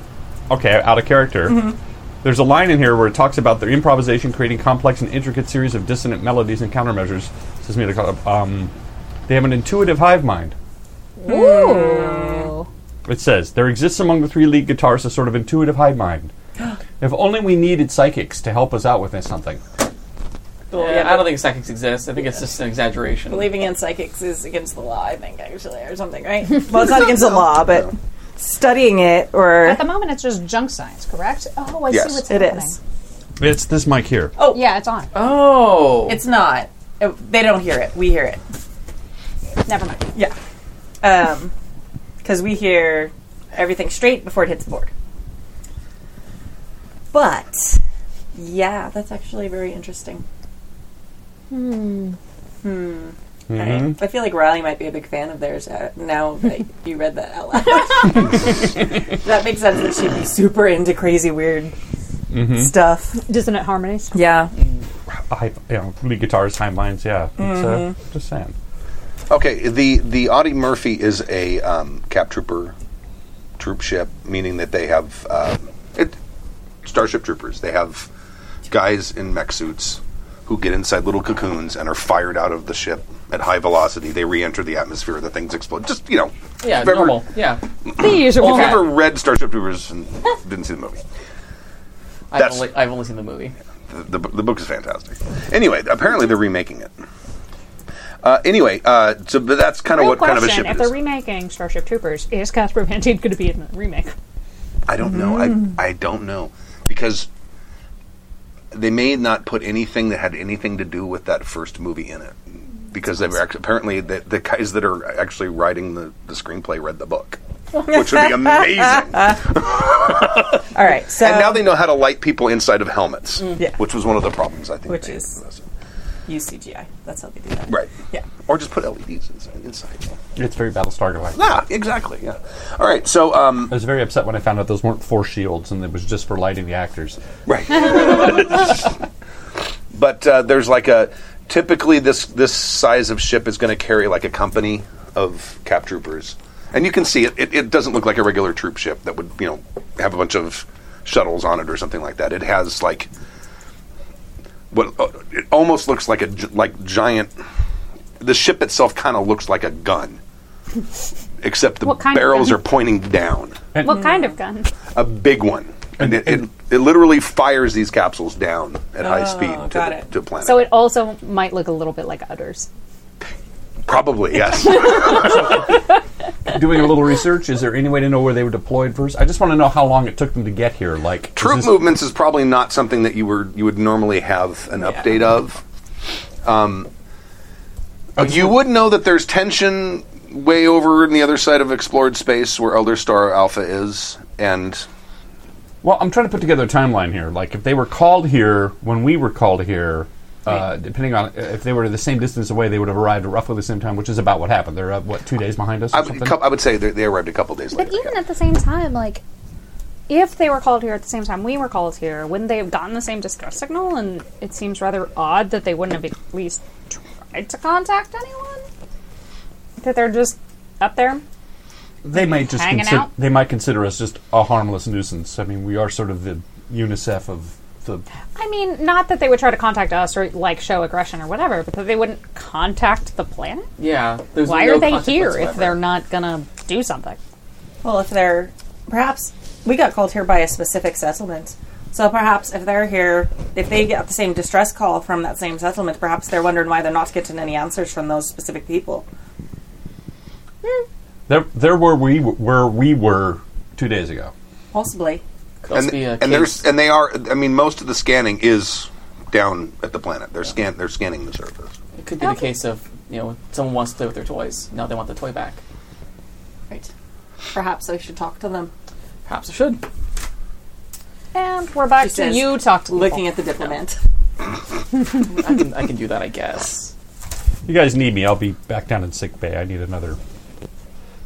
G: okay, out of character. There's a line in here where it talks about their improvisation creating complex and intricate series of dissonant melodies and countermeasures. This is me to call it, um, they have an intuitive hive mind.
B: Ooh.
G: It says there exists among the three lead guitarists a sort of intuitive hive mind. if only we needed psychics to help us out with this something.
D: Well,
F: yeah, I don't think psychics exist. I think it's just an exaggeration.
D: believing in psychics is against the law, I think, actually, or something, right? well, it's not against the law, but studying it or
B: At the moment, it's just junk science, correct? Oh, I
C: Yes.
B: see what's
D: it
B: happening.
D: is.
G: It's this mic here.
B: Yeah, it's on.
F: oh,
D: It's not. It- they don't hear it. We hear it.
B: Never mind.
D: Yeah. Um, because we hear everything straight before it hits the board. But yeah, that's actually very interesting. Hmm. Hmm.
C: Mm-hmm.
D: Right. I feel like Riley might be a big fan of theirs uh, now that you read that out loud. that makes sense that she'd be super into crazy, weird
C: Mm-hmm.
D: stuff.
B: Dissonant harmonies.
D: Yeah.
G: Hive, you know, lead guitarist hive minds. Yeah, it's, uh, just saying.
C: Okay. The the Audie Murphy is a um, cap trooper troop ship, meaning that they have um, it starship troopers. They have guys in mech suits who get inside little cocoons and are fired out of the ship at high velocity. They re-enter the atmosphere. The things explode. Just you know.
F: yeah,
C: if you ever-
F: normal. Yeah,
B: The usual.
C: If you
F: Okay.
C: ever read Starship Troopers and didn't see the movie,
F: I've
C: That's-
F: only, I've only seen the movie.
C: the, the, the book is fantastic. Anyway, apparently they're remaking it. Uh, anyway, uh, so but that's kind of
B: Real
C: what
B: question:
C: kind of a ship
B: If
C: it
B: they're
C: is.
B: remaking Starship Troopers, is Casper Van Dien going to be in the remake?
C: I don't know.
B: Mm.
C: I I don't know because they may not put anything that had anything to do with that first movie in it because they were act- apparently the, the guys that are actually writing the, the screenplay read the book, which would be amazing.
D: All right. So
C: and now they know how to light people inside of helmets,
B: Mm.
D: Yeah.
C: which was one of the problems I think.
D: Which
C: they-
D: is- use CGI. That's how they do that.
C: right.
D: Yeah.
C: Or just put LEDs inside. inside.
G: It's very Battlestar Galactica.
C: Yeah, exactly. Yeah. All right. So, um,
G: I was very upset when I found out those weren't four shields and it was just for lighting the actors.
C: right. but uh, there's like a typically this this size of ship is going to carry like a company of cap troopers, and you can see it, it. It doesn't look like a regular troop ship that would you know have a bunch of shuttles on it or something like that. It has like what uh, it almost looks like a gi- like giant. The ship itself kind of looks like a gun, except the
B: What kind of
C: barrels
B: gun?
C: are pointing down.
B: What kind of gun?
C: a big one, and it, it, it literally fires these capsules down at high speed to,
D: got
C: the,
D: it.
C: to planet.
B: So it also might look a little bit like udders.
C: probably yes.
G: Doing a little research, is there any way to know where they were deployed first? I just want to know how long it took them to get here. Like is
C: Troop
G: this-
C: movements is probably not something that you were you would normally have an update of. Um, you would know that there's tension way over in the other side of explored space where Elder Star Alpha is, and
G: Well, I'm trying to put together a timeline here. Like if they were called here when we were called here. Uh, depending on if they were the same distance away, they would have arrived at roughly the same time, which is about what happened. They're uh, what two days behind us. Or
C: I, would
G: something?
C: cou- I would say they they arrived a couple days later.
B: But even
C: yeah.
B: at the same time, like, if they were called here at the same time we were called here, wouldn't they have gotten the same distress signal? And it seems rather odd that they wouldn't have at least tried to contact anyone. That they're just up there.
G: they might just
B: Hanging
G: consider
B: out?
G: they might consider us just a harmless nuisance. I mean, we are sort of the UNICEF of the
B: I mean, not that they would try to contact us or like show aggression or whatever, but that they wouldn't contact the planet.
F: Yeah, there's
B: Why
F: no
B: are they
F: contact
B: here if
F: whatsoever.
B: they're not gonna do something?
D: Well, if they're perhaps we got called here by a specific settlement, so perhaps if they're here, if they get the same distress call from that same settlement, perhaps they're wondering why they're not getting any answers from those specific people.
G: There, there were we where we were two days ago.
D: Possibly,
F: Must
C: and,
F: be a
C: and there's
F: case.
C: and they are. I mean, most of the scanning is down at the planet. They're scan. They're scanning the surface.
F: It could be the case of you know someone wants to play with their toys. Now they want the toy back.
D: Right. Perhaps I should talk to them.
F: Perhaps I should.
B: And we're back
D: She
B: to
D: says,
B: you talk to people.
D: Looking at the diplomat.
F: I can I can do that. I guess.
E: You guys need me. I'll be back down in sick bay. I need another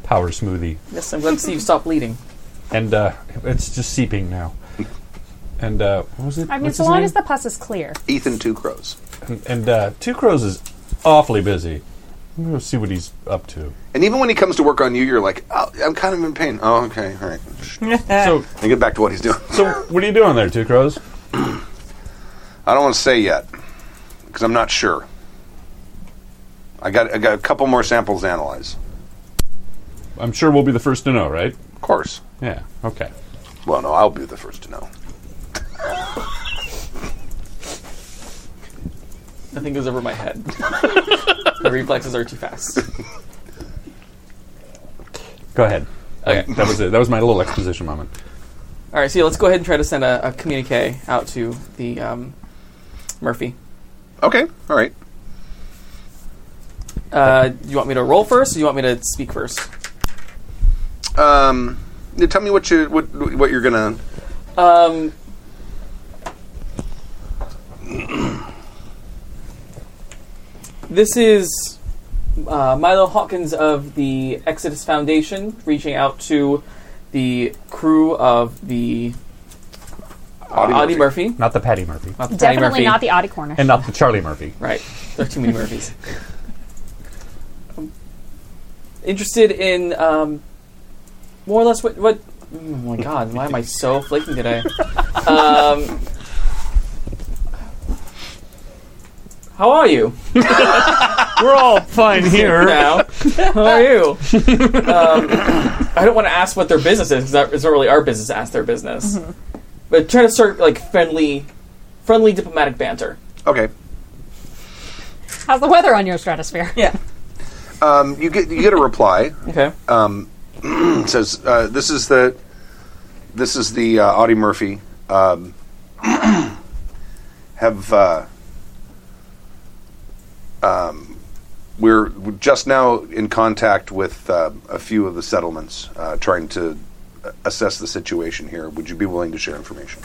E: power smoothie.
F: Yes, I'm glad to see you stop bleeding.
E: And uh, it's just seeping now. And uh, what was it?
B: I mean,
E: What's
B: so
E: his
B: long
E: name?
B: as the pus is clear.
C: Ethan Two Crows.
E: And, and uh, Two Crows is awfully busy. I'm going to see what he's up to.
C: And even when he comes to work on you, you're like, oh, I'm kind of in pain. Oh, okay, all right.
B: Uh.
E: So,
C: And get back to what he's doing.
E: so what are you doing there, Two Crows?
C: I don't want to say yet because I'm not sure. I got I got a couple more samples to analyze.
E: I'm sure we'll be the first to know, right?
C: Of course.
E: Yeah. Okay.
C: Well, no, I'll be the first to know.
F: Nothing goes over my head. the reflexes are too fast.
E: Go ahead.
F: Okay.
E: That was it. That was my little exposition moment.
F: All right, so yeah, let's go ahead and try to send a, a communique out to the um, Murphy.
C: Okay, all right.
F: Uh, do you want me to roll first, or do you want me to speak first?
C: Um, yeah, tell me what you what what you're gonna.
F: Um, this is uh, Milo Hawkins of the Exodus Foundation reaching out to the crew of the
C: Audie
F: Audie, Murphy.
E: Not the Patty Murphy.
F: not the Patty
B: Definitely
F: Murphy.
B: not the Audi corner.
E: And not the Charlie Murphy.
F: Right. There are too many Murphys. Um, interested in um, more or less what, what. Oh my god, why am I so flaking today? Um, how are you
E: We're all fine here.
F: now? How are you? Um, I don't want to ask what their business is because it's not really our business to ask their business. But try to start like friendly, friendly diplomatic banter.
C: Okay.
B: How's the weather on your stratosphere?
D: yeah.
C: Um, you get you get a reply.
F: Okay.
C: It says uh, this is the this is the uh, Audie Murphy. Um, have uh, um, we're we're just now in contact with uh, a few of the settlements, uh, trying to assess the situation here. Would you be willing to share information?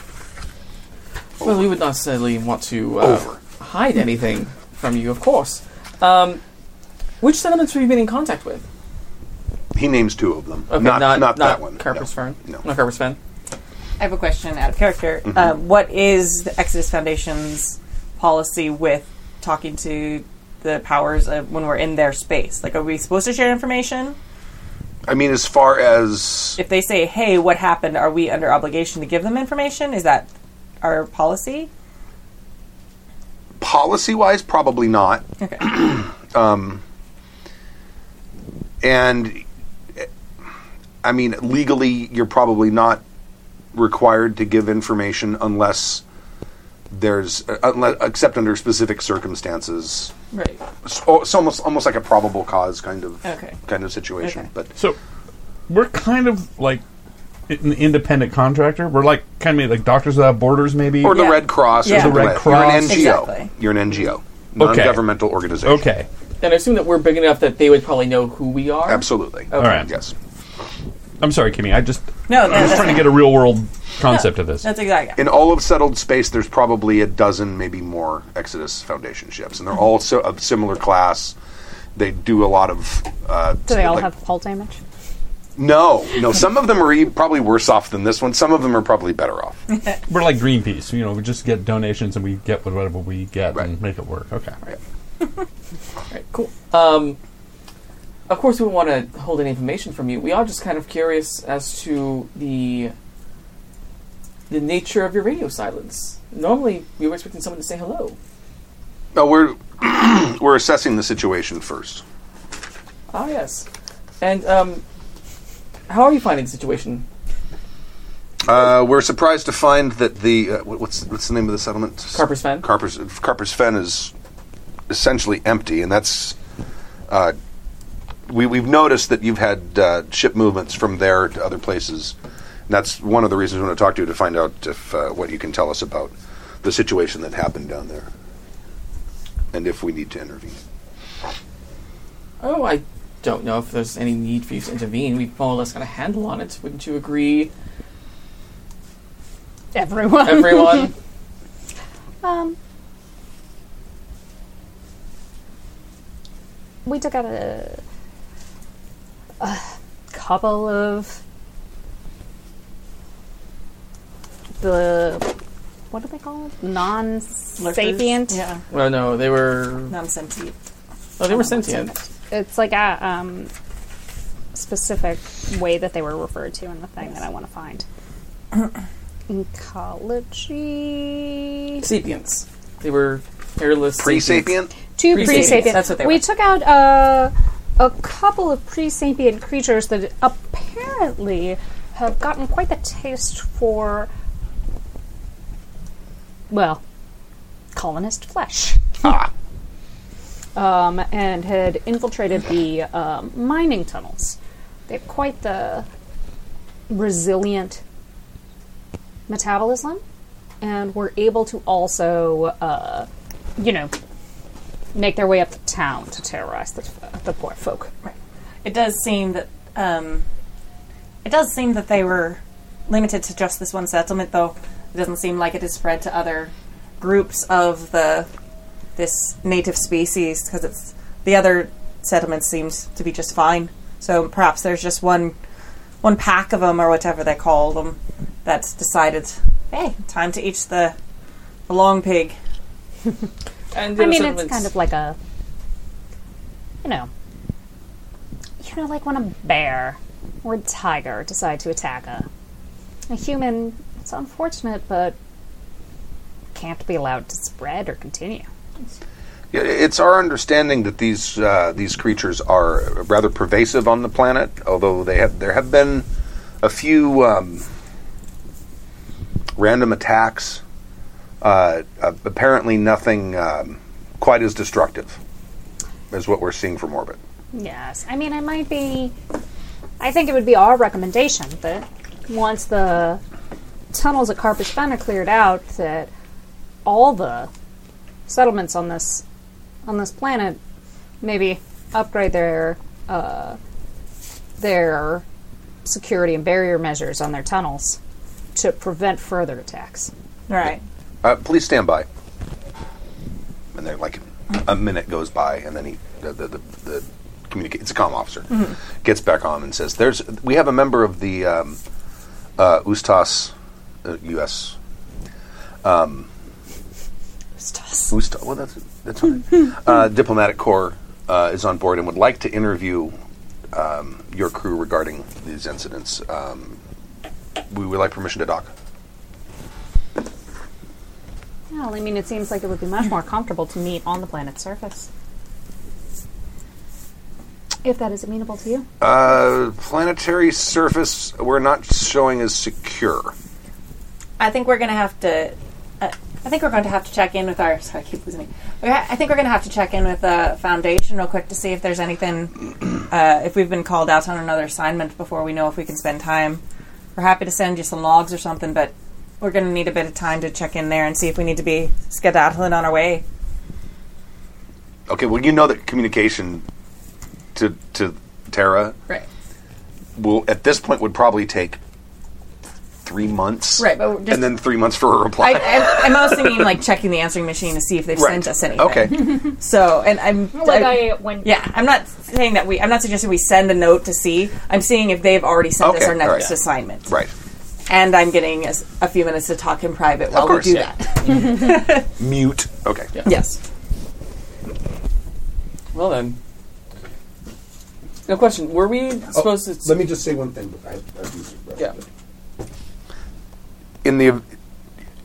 F: Well, we would not necessarily want to uh, hide anything from you, of course. Um, which settlements have you been in contact with?
C: He names two of them.
F: Okay,
C: not, not that one.
F: Carpus Fern.
C: No.
F: Not Carpus Fern.
D: I have a question out of character. Uh, what is the Exodus Foundation's policy with talking to the powers of when we're in their space? Like, are we supposed to share information?
C: I mean, as far as
D: If they say, "Hey, what happened?" Are we under obligation to give them information? Is that our policy?
C: policy wise, probably not. Um,
D: Okay.
C: and eh, I mean legally you're probably not required to give information unless there's uh, unless, except under specific circumstances
D: right.
C: it's, al- it's almost almost like a probable cause kind of
D: Okay.
C: kind of situation
D: Okay.
C: but
E: So we're kind of like an independent contractor. We're like kind of like Doctors Without Borders, maybe.
C: or the
D: Yeah.
C: Red Cross
D: Yeah.
C: or
D: The
E: Red
C: you're
E: Cross.
C: an NGO
D: Exactly.
C: you're an NGO non-governmental organization
E: okay.
F: And I assume that we're big enough that they would probably know who we are.
C: absolutely
E: All right.
C: yes
E: I'm sorry, Kimmy. I just
D: No,
E: I'm
D: that,
E: just trying to
D: that's,
E: get a real world concept of this.
D: that's exactly.
C: in all of settled space, there's probably a dozen, maybe more Exodus Foundation ships, and they're all so, of similar class. They do a lot of. Uh,
B: Do they all
C: like-
B: have hull damage?
C: No, no. Some of them are e- probably worse off than this one. Some of them are probably better off.
E: We're like Greenpeace. You know, we just get donations and we get whatever we get
C: Right.
E: and make it work. Okay.
F: Right, cool. Um, of course, we don't want to hold any information from you. We are just kind of curious as to the the nature of your radio silence. Normally, we were expecting someone to say hello.
C: No, we're we're assessing the situation first.
F: Ah, yes. And um, how are you finding the situation?
C: Uh, we're surprised to find that the uh, wh- what's what's the name of the settlement?
F: Carpers Fen.
C: Carpers Carpers Fen is essentially empty, and that's uh, we we've noticed that you've had uh, ship movements from there to other places, And that's one of the reasons we want to talk to you to find out if uh, what you can tell us about the situation that happened down there, and if we need to intervene.
F: Oh, I don't know if there's any need for you to intervene. We've more or less got a handle on it. Wouldn't you agree,
B: Everyone.
F: everyone?
B: Um, we took out a, a couple of the what do they call it? Non-sapient.
D: Yeah.
F: well, no, they were.
D: Non sentient.
F: No, they were sentient.
B: It's like a um, specific way that they were referred to in the thing that I want to find. Ecology.
F: Sapients. They were hairless.
C: Pre-sapient.
B: two
F: Pre-sapient.
B: pre-sapient.
D: That's what they
B: we
D: were.
B: took out uh, a couple of pre-sapient creatures that apparently have gotten quite the taste for, well, colonist flesh.
D: Ah.
B: Um, and had infiltrated the um, mining tunnels. They have quite the resilient metabolism, and were able to also, uh, you know, make their way up to town to terrorize the, the poor folk.
D: It does seem that um, it does seem that they were limited to just this one settlement, though. It doesn't seem like it is spread to other groups of the this native species because it's the other settlement seems to be just fine. So perhaps there's just one one pack of them or whatever they call them that's decided. Hey, time to eat the, the long pig.
F: And
B: I mean, it's kind of like a, you know, you know, like when a bear or a tiger decide to attack a, a human. It's unfortunate, but can't be allowed to spread or continue.
C: Yeah, It's our understanding that these uh, these creatures are rather pervasive on the planet, although they have there have been a few um, random attacks. Uh, uh, apparently, nothing um, quite as destructive as what we're seeing from orbit.
B: Yes, I mean, I might be. I think it would be our recommendation that once the tunnels at Carpus Fen are cleared out, that all the settlements on this on this planet maybe upgrade their uh, their security and barrier measures on their tunnels to prevent further attacks.
D: All right.
C: Uh, please stand by. And then, like, a minute goes by, and then he, the, the, the, the communicate, it's a comm officer, gets back on and says, "There's, we have a member of the um, uh, Ustas, uh, U.S. Ustas. Well, that's that's fine. uh, diplomatic corps uh, is on board and would like to interview um, your crew regarding these incidents. Um, we would like permission to dock."
B: Well, I mean, it seems like it would be much more comfortable to meet on the planet's surface. If that is amenable to you.
C: Uh, planetary surface, we're not showing as secure.
D: I think we're going to have to. Uh, I think we're going to have to check in with our. Sorry, I keep losing. me. We're ha- I think we're going to have to check in with the foundation real quick to see if there's anything. Uh, if we've been called out on another assignment before we know if we can spend time. We're happy to send you some logs or something, but we're going to need a bit of time to check in there and see if we need to be skedaddling on our way.
C: Okay, well, you know that communication to to Terra
F: right,
C: will at this point would probably take three months,
D: Right, but we're just-
C: and then three months for a reply.
D: I, I, I mostly mean like checking the answering machine to see if they've
C: Right.
D: sent us anything.
C: okay,
D: So, and I'm
B: Like I, when
D: Yeah, I'm not saying that we. I'm not suggesting we send a note to see. I'm seeing if they've already sent us
C: Okay,
D: our next
C: alright.
D: assignment,
C: right.
D: and I'm getting a, s- a few minutes to talk in private while
C: course,
D: we do
F: yeah.
D: that.
C: Mute. Okay.
D: yes.
F: well then. No question. Were we supposed to?
H: Oh, Let me just say one thing. I, I've used it, right?
F: Yeah.
C: In the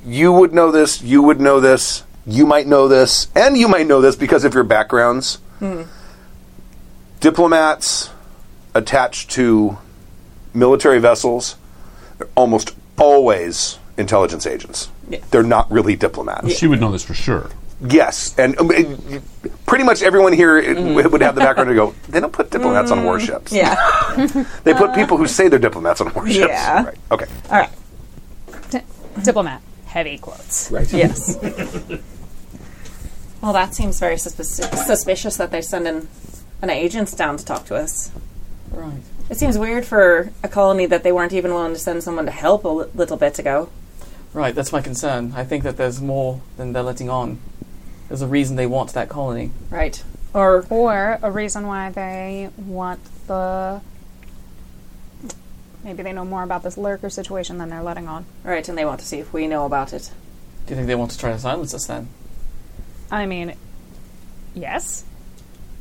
C: you would know this, you would know this, you might know this, and you might know this because of your backgrounds.
G: Hmm.
C: Diplomats attached to military vessels are almost always intelligence agents.
D: Yeah.
C: They're not really diplomats.
E: She would know this for sure.
C: Yes, and um, it- pretty much everyone here it- would have the background to go. They don't put diplomats on warships.
G: Mm-hmm. Yeah. Uh-huh.
C: They put people who say they're diplomats on warships.
G: Yeah.
C: Right. Okay.
G: All right.
B: Diplomat. Heavy quotes.
H: Right.
G: Yes.
D: Well, that seems very suspicious, suspicious that they're sending an agents down to talk to us.
F: Right.
D: It seems weird for a colony that they weren't even willing to send someone to help a li- little bit ago.
F: Right, that's my concern. I think that there's more than they're letting on. There's a reason they want that colony.
D: Right. Or
B: Or a reason why they want the. Maybe they know more about this lurker situation than they're letting on.
D: right, and they want to see if we know about it.
F: Do you think they want to try to silence us then?
B: I mean, yes.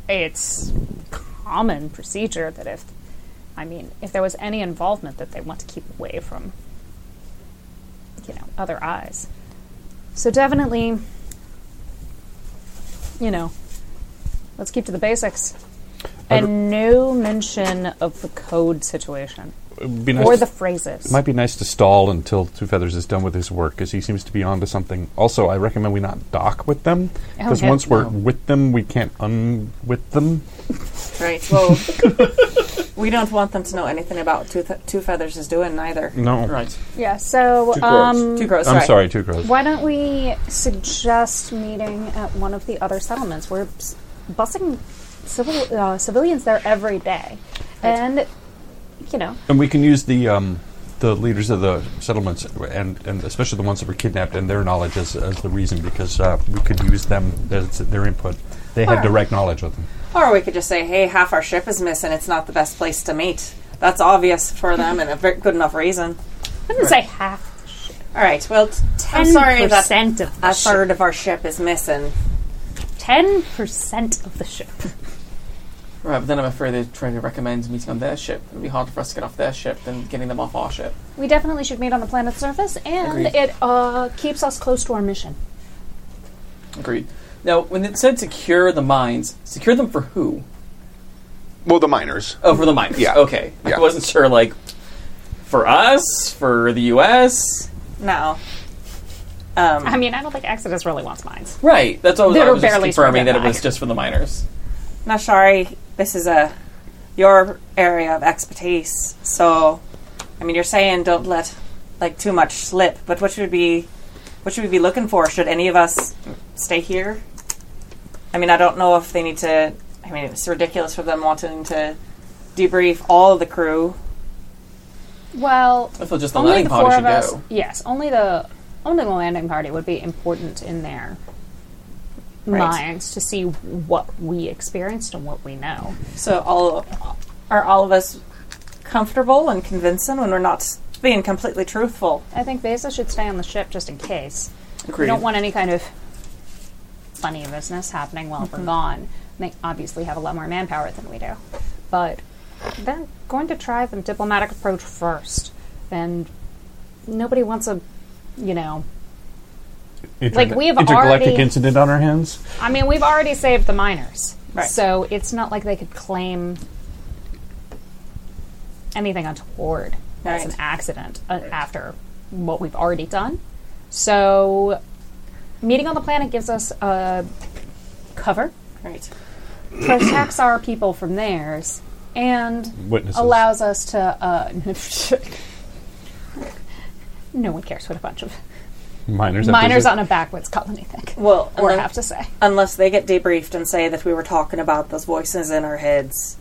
B: It's common procedure that if. I mean, if there was any involvement that they want to keep away from, you know, other eyes. So definitely, you know, let's keep to the basics. And no mention of the code situation
E: Be nice
B: or
E: to-
B: the phrases.
E: It might be nice to stall until Two Feathers is done with his work, because he seems to be onto something. Also, I recommend we not dock with them, because
B: Okay.
E: once we're
F: No.
E: with them, we can't unwith them.
D: Right. Well, we don't want them to know anything about Two, Th- Two Feathers is doing either.
C: Mm.
E: No,
F: Right.
B: yeah, so
H: Two crows.
B: um,
D: Two Crows.
E: I'm
D: right.
E: sorry, Two Crows.
B: Why don't we suggest meeting at one of the other settlements? We're s- busing civil uh, civilians there every day, and you know,
E: And we can use the um, the leaders of the settlements, and, and especially the ones that were kidnapped, and their knowledge as, as the reason, because uh, we could use them as their input. They had
D: Alright.
E: direct knowledge of them.
D: Or we could just say, "Hey, half our ship is missing. It's not the best place to meet." That's obvious for them and a ver- good enough reason.
B: I wouldn't say half.
D: All right. Well, t- I'm
B: Ten
D: sorry that
B: percent of the
D: a
B: ship.
D: third of our ship is missing.
B: Ten percent of the ship.
F: Right, but then I'm afraid they're trying to recommend meeting on their ship. It'd be harder for us to get off their ship than getting them off our ship.
B: We definitely should meet on the planet's surface, and
F: Agreed.
B: it uh, keeps us close to our mission.
F: Agreed. Now, when it said secure the mines, secure them for who?
C: Well, the miners.
F: Oh, for the miners.
C: Yeah.
F: Okay.
C: Yeah.
F: I wasn't sure, like, for us, for the U.S.
D: No. Um,
B: I mean, I don't think Exodus really wants mines.
F: Right. That's all.
B: They
F: I
B: were
F: was just
B: barely
F: confirming that it
B: scraping
F: was
B: by.
F: just for the miners.
D: Nashari, this is a your area of expertise. So, I mean, you're saying don't let like too much slip. But what should we be what should we be looking for? Should any of us stay here? I mean, I don't know if they need to. I mean, it's ridiculous for them wanting to debrief all of the crew.
B: Well,
F: I thought just the landing party should go.
B: Yes, only the only the landing party would be important in their minds to see what we experienced and what we know.
D: So, all are all of us comfortable and convincing when we're not being completely truthful?
B: I think Vesa should stay on the ship just in case.
F: Agreed.
B: We don't want any kind of funny business happening while we're gone. And they obviously have a lot more manpower than we do, but they're going to try the diplomatic approach first, and nobody wants a, you know, Like, we have
E: intergalactic
B: already-
E: incident on our hands.
B: I mean, we've already saved the miners,
D: Right.
B: so it's not like they could claim anything untoward as
D: Right.
B: an accident uh, after what we've already done. So, meeting on the planet gives us a cover,
D: Right.
B: protects our people from theirs, and
E: Witnesses.
B: allows us to. Uh, no one cares what a bunch of
E: miners. have
B: miners
E: visit-
B: on a backwards colony think,
D: Well,
B: or
D: unless-
B: have to say.
D: unless they get debriefed and say that we were talking about those voices in our heads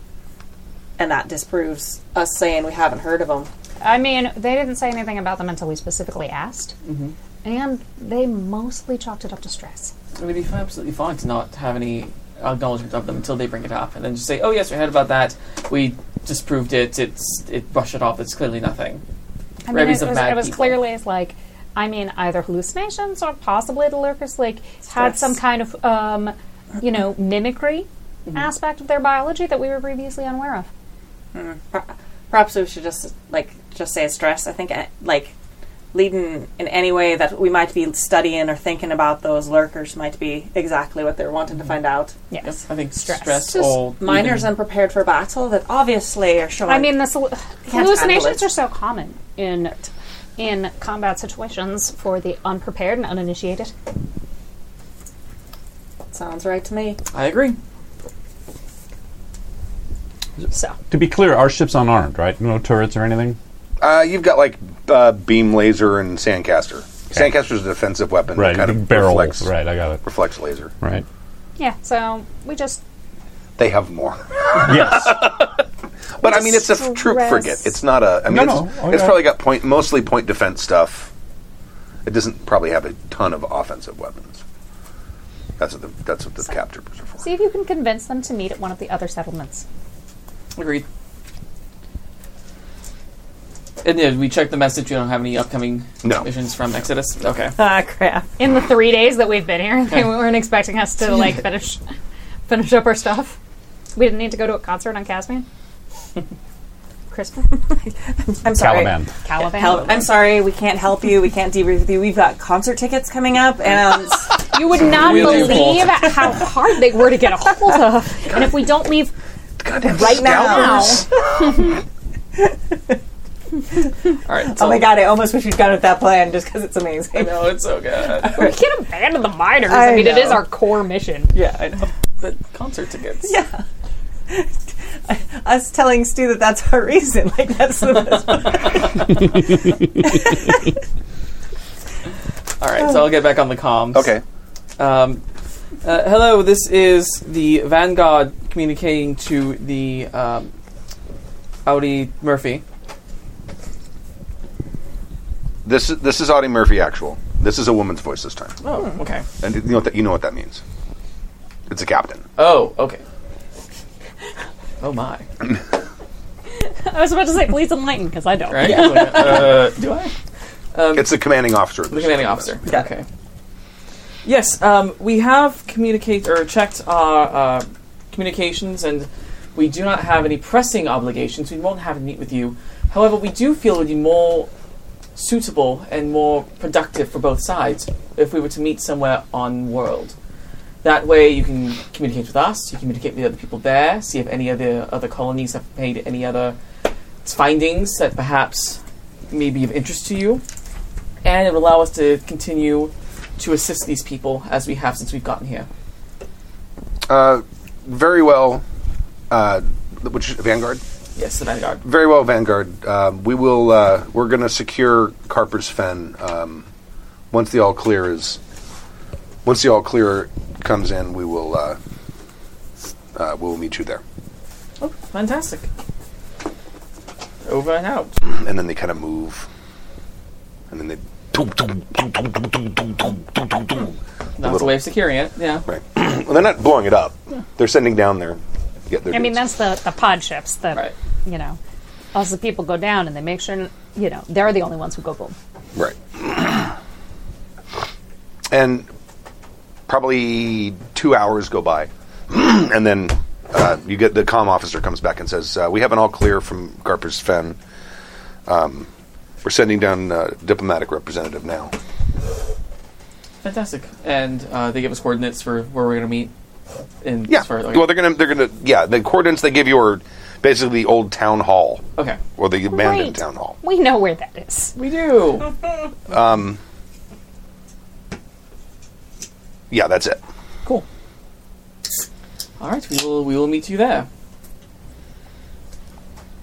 D: and that disproves us saying we haven't heard of them
B: I mean, they didn't say anything about them until we specifically asked.
D: Mm-hmm.
B: And they mostly chalked it up to stress.
F: It would be f- absolutely fine to not have any acknowledgement of them until they bring it up, and then just say, "Oh yes, we heard about that. We disproved it. It's it brushed it off. It's clearly nothing."
B: I mean,
F: Rabies
B: it
F: of
B: was,
F: mad
B: it was
F: people.
B: clearly it's like, I mean, either hallucinations or possibly the lurkers like had
D: Stress.
B: some kind of, um, you know, mimicry
D: Mm-hmm.
B: aspect of their biology that we were previously unaware of.
D: perhaps we should just like just say stress i think eh, like leading in any way that we might be studying or thinking about those lurkers might be exactly what they're wanting to find out
F: Yep,
B: Mm-hmm. Yes.
F: I think stress,
D: just
F: or
D: miners
F: even-
D: unprepared for battle that obviously are showing
B: I mean, the sol-
D: handle
B: hallucinations
D: it.
B: are so common in in combat situations for the unprepared and uninitiated.
D: Sounds right to me.
F: I agree.
B: So
E: To be clear, our ship's unarmed, right? No turrets or anything.
C: Uh, you've got like uh, beam laser and sandcaster. Sandcaster's a defensive weapon. that
E: Right,
C: kind
E: you
C: of
E: barrel.
C: reflects,
E: Right, I got it.
C: reflects laser.
E: Right.
B: yeah, so we just
C: They have more.
E: Yes.
C: But I mean, it's a f- troop
B: Stress.
C: frigate. It's not a. I mean,
E: No,
C: it's,
E: no. Oh,
C: it's
E: yeah.
C: probably got point mostly point defense stuff. It doesn't probably have a ton of offensive weapons. That's what the that's what the cap troopers are for.
B: see if you can convince them to meet at one of the other settlements.
F: Agreed. And yeah, we checked the message. You don't have any upcoming
C: No.
F: missions from Exodus. Okay.
D: Ah, crap.
B: In the three days that we've been here, they weren't expecting us to like finish finish up our stuff. We didn't need to go to a concert on Caspian. Crispin,
D: I'm sorry.
E: Caliban.
B: Caliban.
D: Help. I'm sorry, we can't help you. We can't debrief with you. We've got concert tickets coming up, and
B: You would not
F: really
B: believe how hard they were to get a hold of. And if we don't leave
C: Goddamn
D: Right now.
C: scoundrels.
F: All right.
D: oh my god, I almost wish we'd gone with that plan just because it's amazing.
F: No, it's so good.
B: We can't abandon the miners. I,
D: I
B: mean, it
D: know.
B: is our core mission.
F: yeah, I know. But concert tickets. Yeah.
D: Us telling Stu that that's our reason, like that's the best.
F: All right. So I'll get back on the comms.
C: Okay.
F: Um, uh, hello, this is the Vanguard communicating to the um, Audi Murphy.
C: This is- this is Audie Murphy. Actual. This is a woman's voice this time,
F: Oh, okay.
C: and you know what that you know what that means. It's a captain.
F: Oh, okay. Oh my!
B: I was about to say, please enlighten, because I don't.
F: Right? Uh, do I?
C: It's the commanding officer. of
F: Um, The
C: this
F: commanding
C: ship.
F: officer. Okay. Yes, um, we have communicate or checked our uh, communications, and we do not have any pressing obligations. We won't have to meet with you. However, we do feel it would be more suitable and more productive for both sides if we were to meet somewhere on world. That way, you can communicate with us. You communicate with the other people there. See if any other other colonies have made any other findings that perhaps may be of interest to you and it will allow us to continue to assist these people as we have since we've gotten here.
C: Uh, very well. Uh, which Vanguard.
F: Yes, the Vanguard.
C: Very well, Vanguard. Um, we will. Uh, we're going to secure Carper's Fen um, once the all clear is. Once the all clear comes in, we will. Uh, uh, we'll meet you there,
F: Oh, fantastic. Over and out.
C: and then they kind of move, and then they.
F: That's a way of securing it. Yeah.
C: Right. well, they're not blowing it up. They're sending down their. Yeah, their
B: I mean,
C: dudes.
B: that's the, the pod ships that,
F: Right.
B: you know, us the people go down and they make sure, you know, they're the only ones who go boom.
C: Right. and probably two hours go by, and then uh, you get the comm officer comes back and says, uh, "We have an all clear from Garper's Fen. Um, we're sending down a diplomatic representative now."
F: Fantastic. And uh, they give us coordinates for where we're going to meet. In
C: Yeah.
F: as far as- okay.
C: Well, they're gonna they're gonna yeah the coordinates they give you are basically the old town hall
F: okay.
C: or the abandoned
B: Great.
C: town hall.
B: We know where that is.
F: We do.
C: Yeah, that's it.
F: cool. All right. We will. We will meet you there.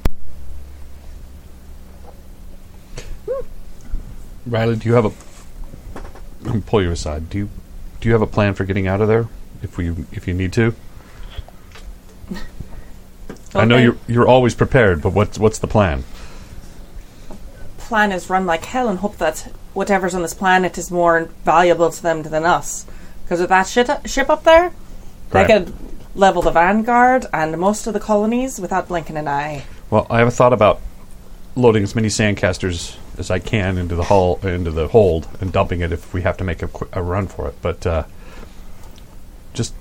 E: Riley, do you have a? I'm gonna pull you aside. Do you do you have a plan for getting out of there if we if you need to? I know
F: Okay.
E: you're you're always prepared, but what's what's the plan?
D: plan is run like hell and hope that whatever's on this planet is more valuable to them than us. Because with that shit, ship up there, they
E: Right.
D: could level the Vanguard and most of the colonies without blinking an eye.
E: Well, I have a thought about loading as many sandcasters as I can into the hull into the hold and dumping it if we have to make a, qu- a run for it. But uh, just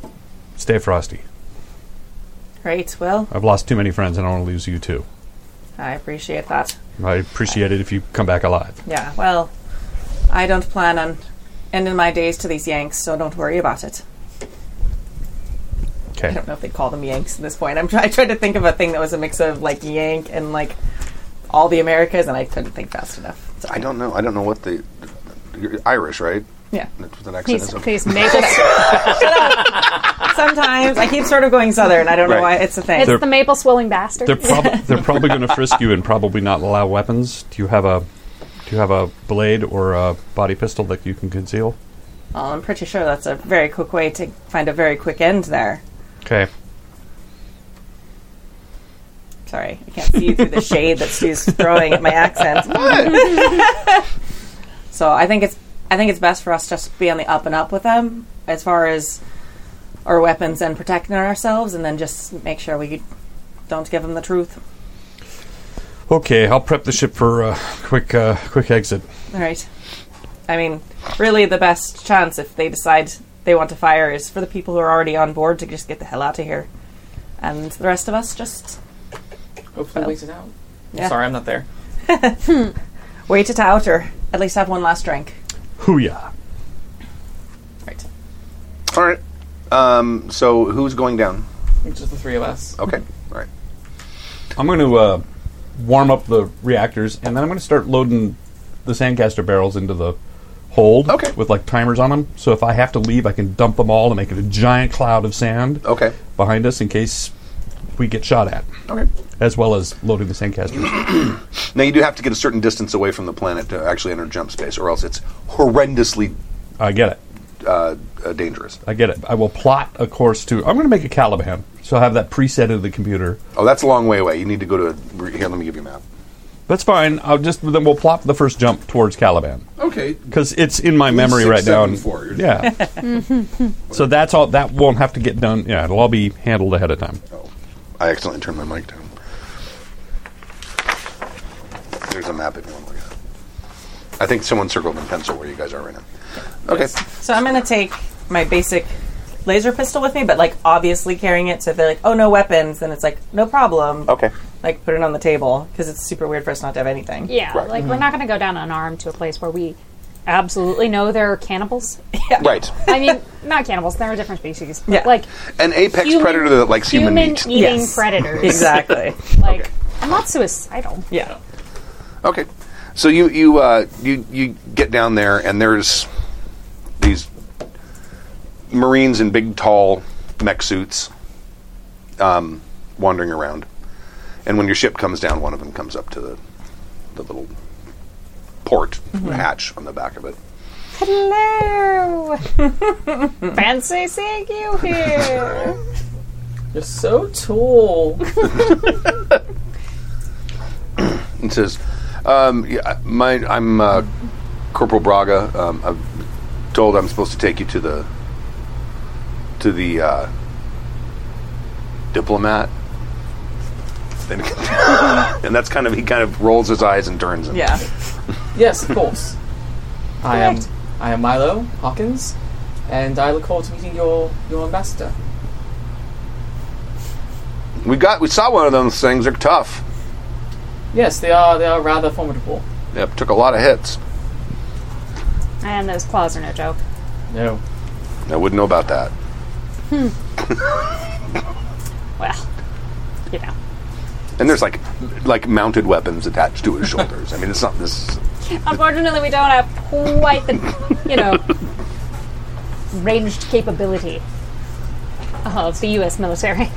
E: stay frosty.
D: Great, well,
E: I've lost too many friends, and I don't want to lose you too.
D: I appreciate that.
E: I appreciate it if you come back alive.
D: Yeah, well, I don't plan on ending my days to these Yanks, so don't worry about it. I
E: Okay.
D: don't know if they call them Yanks at this point. I'm try- I tried to think of a thing that was a mix of like Yank and like all the Americas, and I couldn't think fast enough. So
C: I don't know. I don't know what the. You're Irish, right?
B: Yeah.
C: That's what an accent
B: He's,
C: is. Okay.
B: he's maple.
D: Sometimes I keep sort of going southern. I don't know why
C: Right.
D: it's a thing.
B: it's
G: They're-
B: the maple swilling bastard.
G: They're, prob- they're probably going to frisk you and probably not allow weapons. Do you have a Do you have a blade or a body pistol that you can conceal?
D: well, Oh, I'm pretty sure that's a very quick way to find a very quick end there.
G: Okay.
D: Sorry, I can't see you through the shade that Stu's throwing at my accent. so I think it's I think it's best for us just to be on the up and up with them as far as our weapons and protecting ourselves, and then just make sure we don't give them the truth.
G: Okay, I'll prep the ship for a quick uh, quick exit.
D: All right. I mean, really, the best chance if they decide they want to fire is for the people who are already on board to just get the hell out of here, and the rest of us just
F: Hopefully, wait it out.
D: Yeah.
F: Sorry, I'm not there.
D: wait it out, or at least have one last drink.
G: Hooyah!
D: Right.
C: All right. Um, so who's going down?
F: It's just the three of us.
C: Okay. All right.
G: I'm going to uh, warm up the reactors, and then I'm going to start loading the sandcaster barrels into the hold
C: Okay.
G: with like timers on them. So if I have to leave, I can dump them all and make it a giant cloud of sand
C: Okay.
G: behind us in case we get shot at,
C: Okay.
G: as well as loading the sandcasters.
C: Now you do have to get a certain distance away from the planet to actually enter jump space, or else it's horrendously
G: I get it.
C: uh, uh, dangerous.
G: I get it. I will plot a course to. I'm going to make a Caliban, so I have that preset in the computer.
C: Oh, that's a long way away. You need to go to a, here. Let me give you a map.
G: That's fine. I'll just then we'll plop the first jump towards Caliban.
I: Okay.
G: because it's in my memory
I: six,
G: right now.
I: seven,
G: and-
I: four. You're-
G: Yeah. so that's all. That won't have to get done. Yeah, it'll all be handled ahead of time.
C: Oh, I accidentally turned my mic down. There's a map if you want to look at it. I think someone circled in pencil where you guys are right now. Okay.
D: So I'm gonna take my basic laser pistol with me, but like obviously carrying it. So if they're like, "Oh, no weapons," then it's like, "No problem."
C: Okay.
D: Like put it on the table because it's super weird for us not to have anything.
B: yeah,
C: Right.
B: like we're not going to go down unarmed to a place where we absolutely know there are cannibals.
C: Right.
B: I mean, not cannibals; they're a different species. But
D: Yeah.
B: like
C: An apex
B: human-
C: predator that likes human, meat.
B: eating
D: Yes.
B: predators.
D: Exactly.
B: Like, I'm not suicidal.
D: yeah.
C: Okay. So you you uh, you you get down there and there's these marines in big tall mech suits um, wandering around, and when your ship comes down, one of them comes up to the the little port hatch on the back of it.
B: Hello. Fancy seeing you here.
F: You're so tall.
C: and says, um, yeah, my, I'm uh, Corporal Braga. Um, I'm told I'm supposed to take you to the to the uh, diplomat." And, and that's kind of he kind of rolls his eyes and turns. And,
D: Yeah.
F: yes, of course. I am. I am Milo Hawkins, and I look forward to meeting your your ambassador.
C: we got we saw one of those things. They're tough.
F: Yes, they are. They are rather formidable.
C: Yep, took a lot of hits.
B: and those claws are no joke.
F: No.
C: I wouldn't know about that.
B: Well, you know.
C: And there's like like mounted weapons attached to his shoulders. I mean, it's not this.
B: Unfortunately, we don't have quite the, you know, ranged capability of the U.S. military.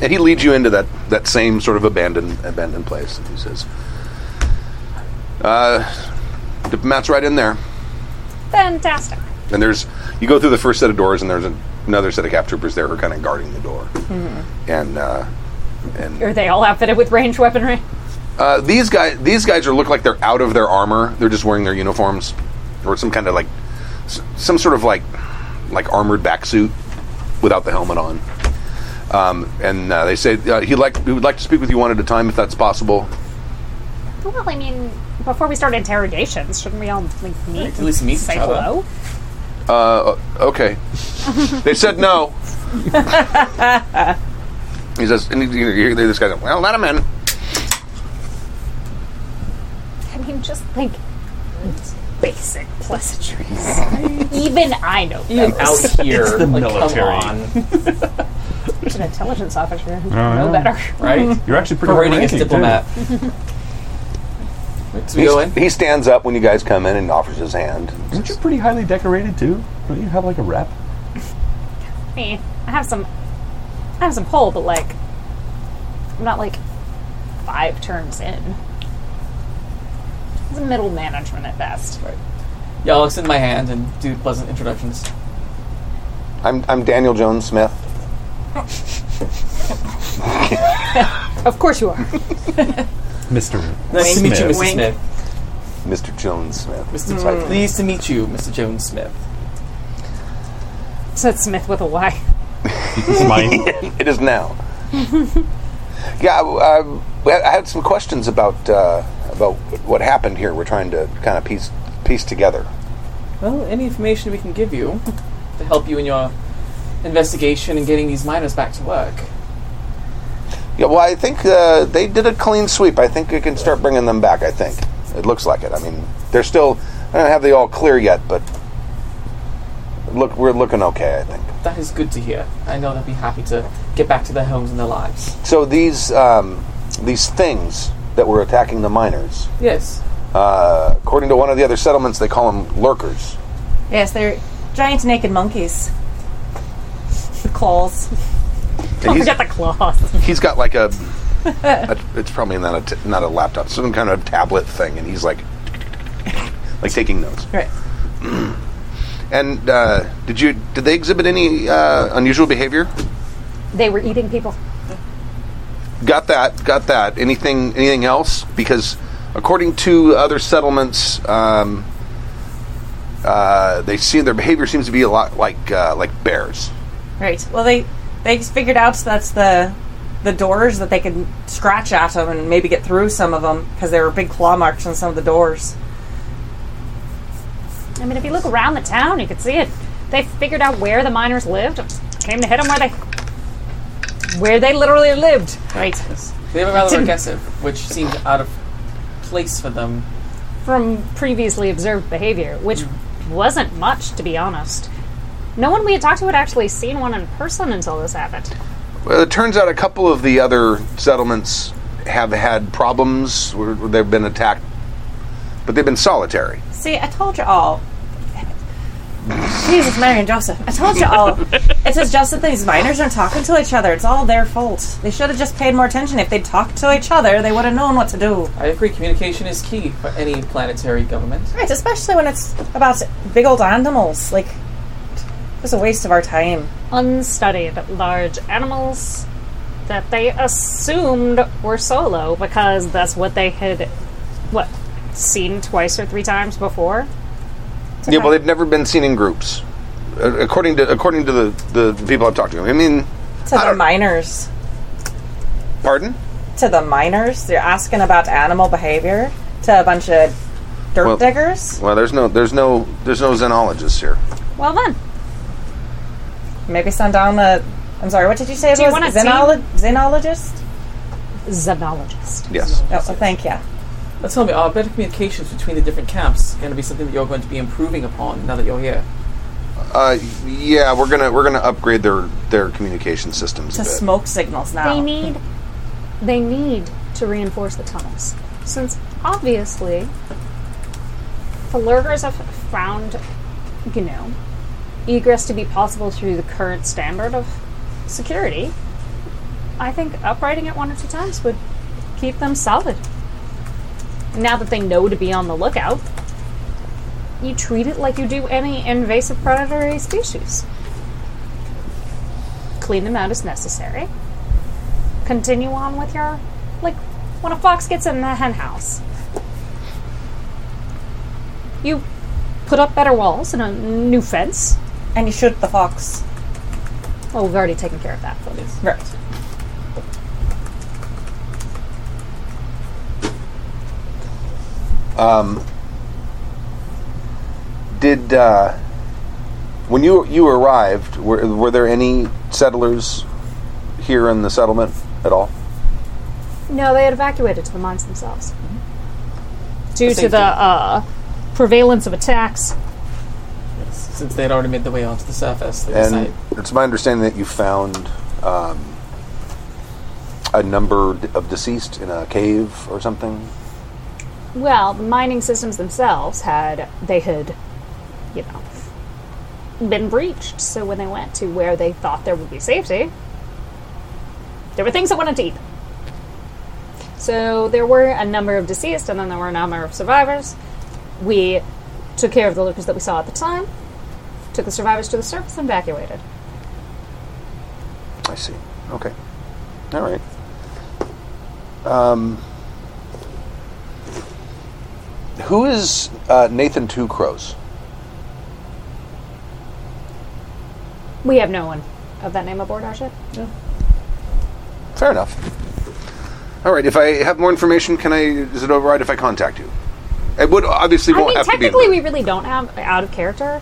C: And he leads you into that, that same sort of abandoned abandoned place. And he says, uh, "Diplomat's right in there."
B: Fantastic.
C: And there's you go through the first set of doors, and there's an, another set of cap troopers there who are kind of guarding the door. And uh,
B: Are they all outfitted with ranged weaponry?
C: uh, these guys these guys are look like they're out of their armor. They're just wearing their uniforms or some kind of like s- some sort of like like armored back suit without the helmet on. Um, and uh, they say uh, he like he would like to speak with you one at a time if that's possible.
B: Well, I mean, before we start interrogations, shouldn't we all like meet?
F: at least meet
B: and say
F: each other.
B: hello.
C: okay. they said no. he says, and you, you hear this guy, well, let him in.
B: I mean, just like basic pleasantries. Even I know that.
F: Even out here,
G: It's the
F: like,
G: military.
F: Come on,
B: As an intelligence officer, know better.
F: right?
G: You're actually pretty
F: Parading
G: good
F: as
G: ranking, too.
F: diplomat. So we
C: He,
F: go in.
C: he stands up when you guys come in and offers his hand.
E: Aren't you pretty highly decorated too? Don't you have like a rep?
B: Eh, I have some, I have some pull, but like, I'm not like five turns in. It's middle management at best.
F: Yeah, I'll extend my hand and do pleasant introductions.
C: I'm, I'm Daniel Jones Smith.
B: Of course you are.
E: Mister.
F: Nice to meet you, Mr.
D: Wink.
F: Smith.
C: Mr. Jones Smith.
F: Mr. Smith. Pleased to meet you, Mr. Jones Smith.
B: Said Smith with a Y.
C: It is now. yeah, I, I- I had some questions about uh, about what happened here. We're trying to kind of piece piece together.
F: Well, any information we can give you to help you in your investigation and getting these miners back to work.
C: Yeah, well, I think uh, they did a clean sweep. I think we can start bringing them back. I think it looks like it. I mean, they're still. I don't have the all clear yet, but look, we're looking okay. I think.
F: That is good to hear. I know they'll be happy to get back to their homes and their lives.
C: So these um, these things that were attacking the miners,
F: Yes.
C: uh, according to one of the other settlements, they call them lurkers.
D: Yes, they're giant naked monkeys. The claws.
C: And
B: Don't
C: he's-
B: forget the claws.
C: he's got like a, a it's probably not a t- not a laptop some kind of tablet thing and he's like like taking notes
D: Right.
C: and uh, did you did they exhibit any uh, unusual behavior
B: They were eating people.
C: got that got that anything anything else because according to other settlements um, uh, they see their behavior seems to be a lot like uh, like bears
D: Right. Well, they they figured out that's the the doors that they could scratch at them and maybe get through some of them because there were big claw marks on some of the doors.
B: I mean, if you look around the town, you could see it. They figured out where the miners lived. Came to hit them where they, where they literally lived.
D: Right.
F: They were rather aggressive, which seemed out of place for them.
B: from previously observed behavior, which wasn't much, to be honest. No one we had talked to had actually seen one in person until this happened.
C: Well, it turns out a couple of the other settlements have had problems where where they've been attacked, but they've been solitary.
D: See, I told you all. Jesus, Mary and Joseph. I told you all. It's just just that these miners aren't talking to each other. It's all their fault. They should have just paid more attention. If they'd talked to each other, they would have known what to do.
F: I agree, communication is key for any planetary government.
D: Right, especially when it's about big old animals. Like, it was a waste of our time.
B: Unstudied large animals that they assumed were solo because that's what they had, what, seen twice or three times before?
C: Yeah, well, they've never been seen in groups, uh, according to according to the, the people I've talked to. I mean,
D: To
C: I
D: the
C: don't-
D: miners.
C: pardon?
D: To the miners. They're asking about animal behavior to a bunch of dirt
C: Well-
D: diggers.
C: Well, there's no there's no there's no xenologists here.
B: Well, then,
D: Maybe send down the. I'm sorry, what did you say? It
B: Do you
D: was
B: want a
D: Xenolo- xenologist?
B: xenologist.
C: Yes.
D: Oh, well, thank you.
F: Now tell me, are better communications between the different camps going to be something that you're going to be improving upon now that you're here?
C: Uh, yeah, we're gonna we're gonna upgrade their their communication systems a
D: to
C: bit.
D: smoke signals now.
B: They need they need to reinforce the tunnels. Since obviously the lurkers have found, you know, egress to be possible through the current standard of security, I think upgrading it one or two times would keep them solid. Now that they know to be on the lookout, you treat it like you do any invasive predatory species. Clean them out as necessary continue on with your like when a fox gets in the hen house you put up better walls and a new fence
D: and you shoot the fox.
B: well we've already taken care of that but
D: Right.
C: Did uh, when you you arrived, were were there any settlers here in the settlement at all?
B: no they had evacuated to the mines themselves due to
F: Safety.
B: the uh, prevalence of attacks
F: Since they had already made their way onto the surface, they
C: And
F: decided.
C: it's my understanding that you found um, a number d- of deceased in a cave or something.
B: well, the mining systems themselves had they had, you know, been breached. So when they went to where they thought there would be safety, there were things that wanted to eat them. So there were a number of deceased, and then there were a number of survivors. We took care of the lookers that we saw at the time, took the survivors to the surface, and evacuated.
C: I see. Okay. All right. Um, who is uh, Nathan Two Crows?
B: We have no one of that name aboard our ship.
C: Fair enough. All right. If I have more information, can I? Is it override if I contact you? It would obviously
B: I
C: won't
B: mean,
C: have to be.
B: technically, we really don't have out of character.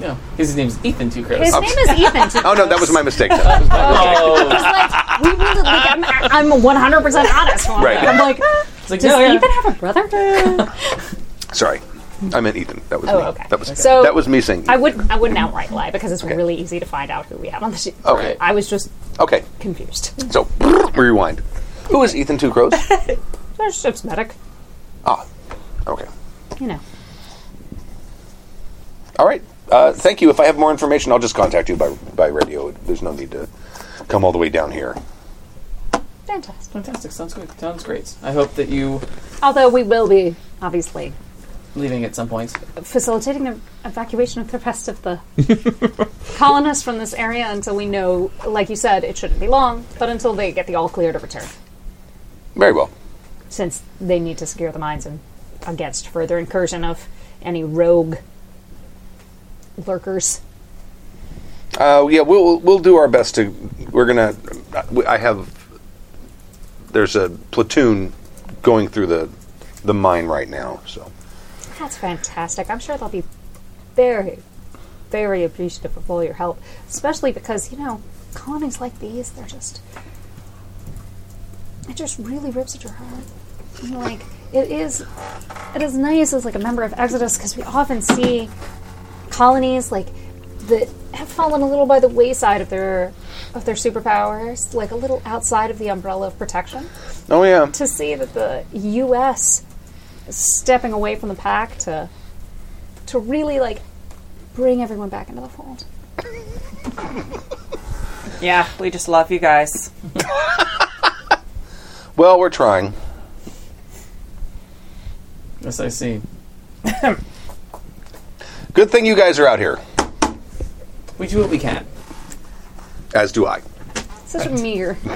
F: No, his name is Ethan Two Crows.
B: His name is Ethan. too.
C: Oh no, that was my mistake. That was my mistake.
F: Oh,
B: Like, we really, like, I'm, I'm 100% honest.
C: Right.
B: I'm like,
F: it's like,
B: does
F: no, yeah.
B: Ethan have a brother?
C: Sorry, I meant Ethan. That was
B: Oh,
C: me.
B: okay.
C: That was
B: So-
C: that was me saying.
B: I
C: Ethan.
B: wouldn't. I wouldn't outright lie because it's really easy to find out who we have on the ship.
C: Okay.
B: I was just
C: Okay.
B: confused.
C: So rewind. Who is Ethan Two Crows?
B: Our ship's medic.
C: ah. Okay.
B: You know.
C: All right. Uh, thank you. If I have more information, I'll just contact you by by radio. There's no need to come all the way down here.
B: Fantastic.
F: Fantastic. Sounds good. Sounds great. I hope that you
B: Although we will be obviously
F: leaving at some point.
B: facilitating the evacuation of the rest of the colonists from this area until we know, like you said, it shouldn't be long, but until they get the all clear to return,
C: Very well.
B: since they need to secure the mines and against further incursion of any rogue lurkers.
C: Uh, yeah, we'll we'll do our best to. We're gonna. I have. There's a platoon going through the the mine right now. So
B: That's fantastic. I'm sure they'll be very, very appreciative of all your help, especially because, you know, colonies like these, they're just. It just really rips at your heart. And, like, it is. It is nice as, like, a member of Exodus because we often see colonies, like, that have fallen a little by the wayside of their of their superpowers, like a little outside of the umbrella of protection
C: oh yeah,
B: to see that the U.S. is stepping away from the pack to to really like bring everyone back into the fold.
D: Yeah, we just love you guys.
C: well we're trying.
F: Yes, I see.
C: Good thing you guys are out here.
F: We do what we can.
C: As do I.
B: Such a meager.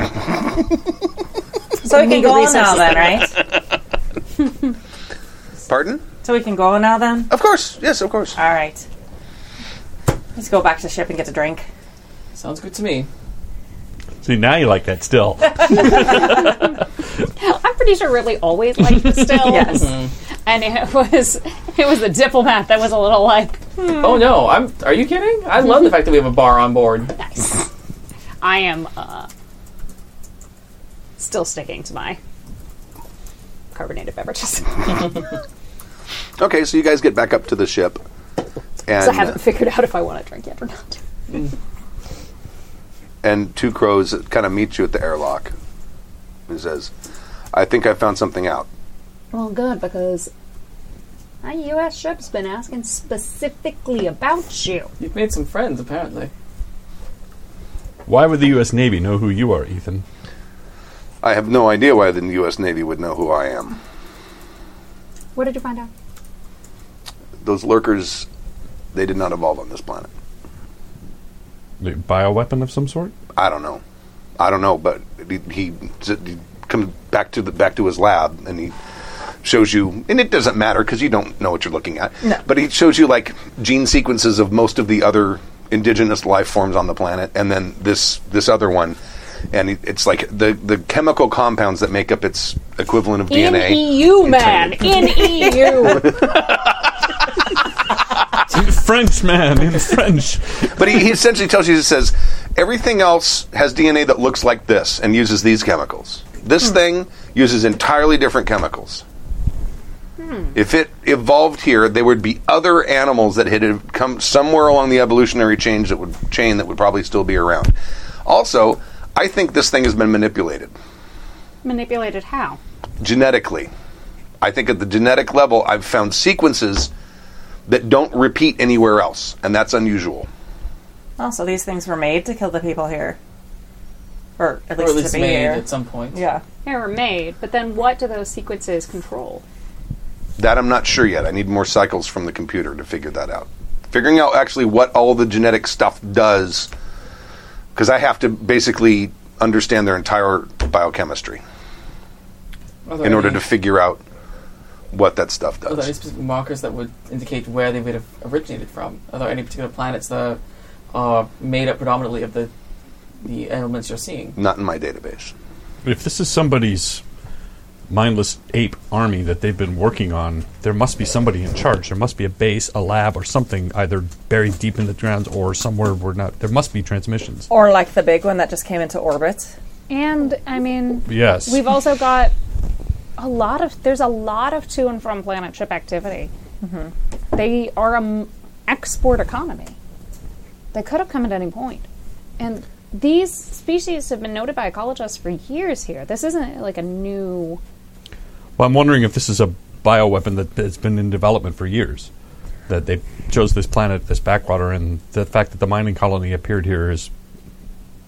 D: So we can
B: Meager
D: go on now,
B: resources
D: then, right?
C: Pardon?
D: So we can go on now, then.
C: Of course. Yes, of course.
D: All right. Let's go back to the ship and get a drink.
F: Sounds good to me.
E: See, now you like that still.
B: I'm pretty sure Ridley always liked the still.
D: Yes.
B: And it was it was the diplomat that was a little like
F: Oh no! I'm. Are you kidding? I love the fact that we have a bar on board.
B: nice. I am uh, still sticking to my carbonated beverages.
C: Okay, so you guys get back up to the ship, and
B: I haven't figured out if I want to drink yet or not.
C: and two crows kind of meet you at the airlock. He says, "I think I found something out."
B: Well, good, because my U.S. ship's been asking specifically about you.
F: You've made some friends, apparently.
E: Why would the U.S. Navy know who you are, Ethan?
C: I have no idea why the U.S. Navy would know who I am.
B: What did you find out?
C: Those lurkers, they did not evolve on this planet.
E: A bioweapon of some sort?
C: I don't know. I don't know, but he, he, he comes back to the back to his lab and he shows you, and it doesn't matter because you don't know what you're looking at. No. But he shows you like gene sequences of most of the other indigenous life forms on the planet, and then this this other one, and he, it's like the the chemical compounds that make up its equivalent of DNA.
B: In EU, man. In E EU.
E: French man in French.
C: But he, he essentially tells you, he says, everything else has DNA that looks like this and uses these chemicals. This thing uses entirely different chemicals. If it evolved here, there would be other animals that had come somewhere along the evolutionary change that would chain that would probably still be around. Also, I think this thing has been manipulated
B: Manipulated how?
C: genetically. I think at the genetic level, I've found sequences that don't repeat anywhere else, and that's unusual.
D: Oh, so these things were made to kill the people here, or at
F: or
D: least
F: at least
D: to be
F: made
D: here.
F: at some point.
D: yeah.
B: They were made, but then what do those sequences control?
C: That I'm not sure yet. I need more cycles from the computer to figure that out. Figuring out actually what all the genetic stuff does, because I have to basically understand their entire biochemistry
F: Are there
C: in order
F: any-
C: to figure out what that stuff
F: Are there any
C: does.
F: specific markers that would indicate where they would have originated from? Are there any particular planets that are made up predominantly of the the elements you're seeing?
C: Not in my database.
G: But if this is somebody's mindless ape army that they've been working on, there must be somebody in charge. There must be a base, a lab, or something either buried deep in the ground or somewhere we're not. There must be transmissions.
D: Or like the big one that just came into orbit.
B: And I mean,
G: Yes.
B: we've also got a lot of there's a lot of to and from planet ship activity. They are an export economy. They could have come at any point, and these species have been noted by ecologists for years here. This isn't like a new.
G: well, I'm wondering if this is a bioweapon that, that's been in development for years. That they chose this planet, this backwater, and the fact that the mining colony appeared here is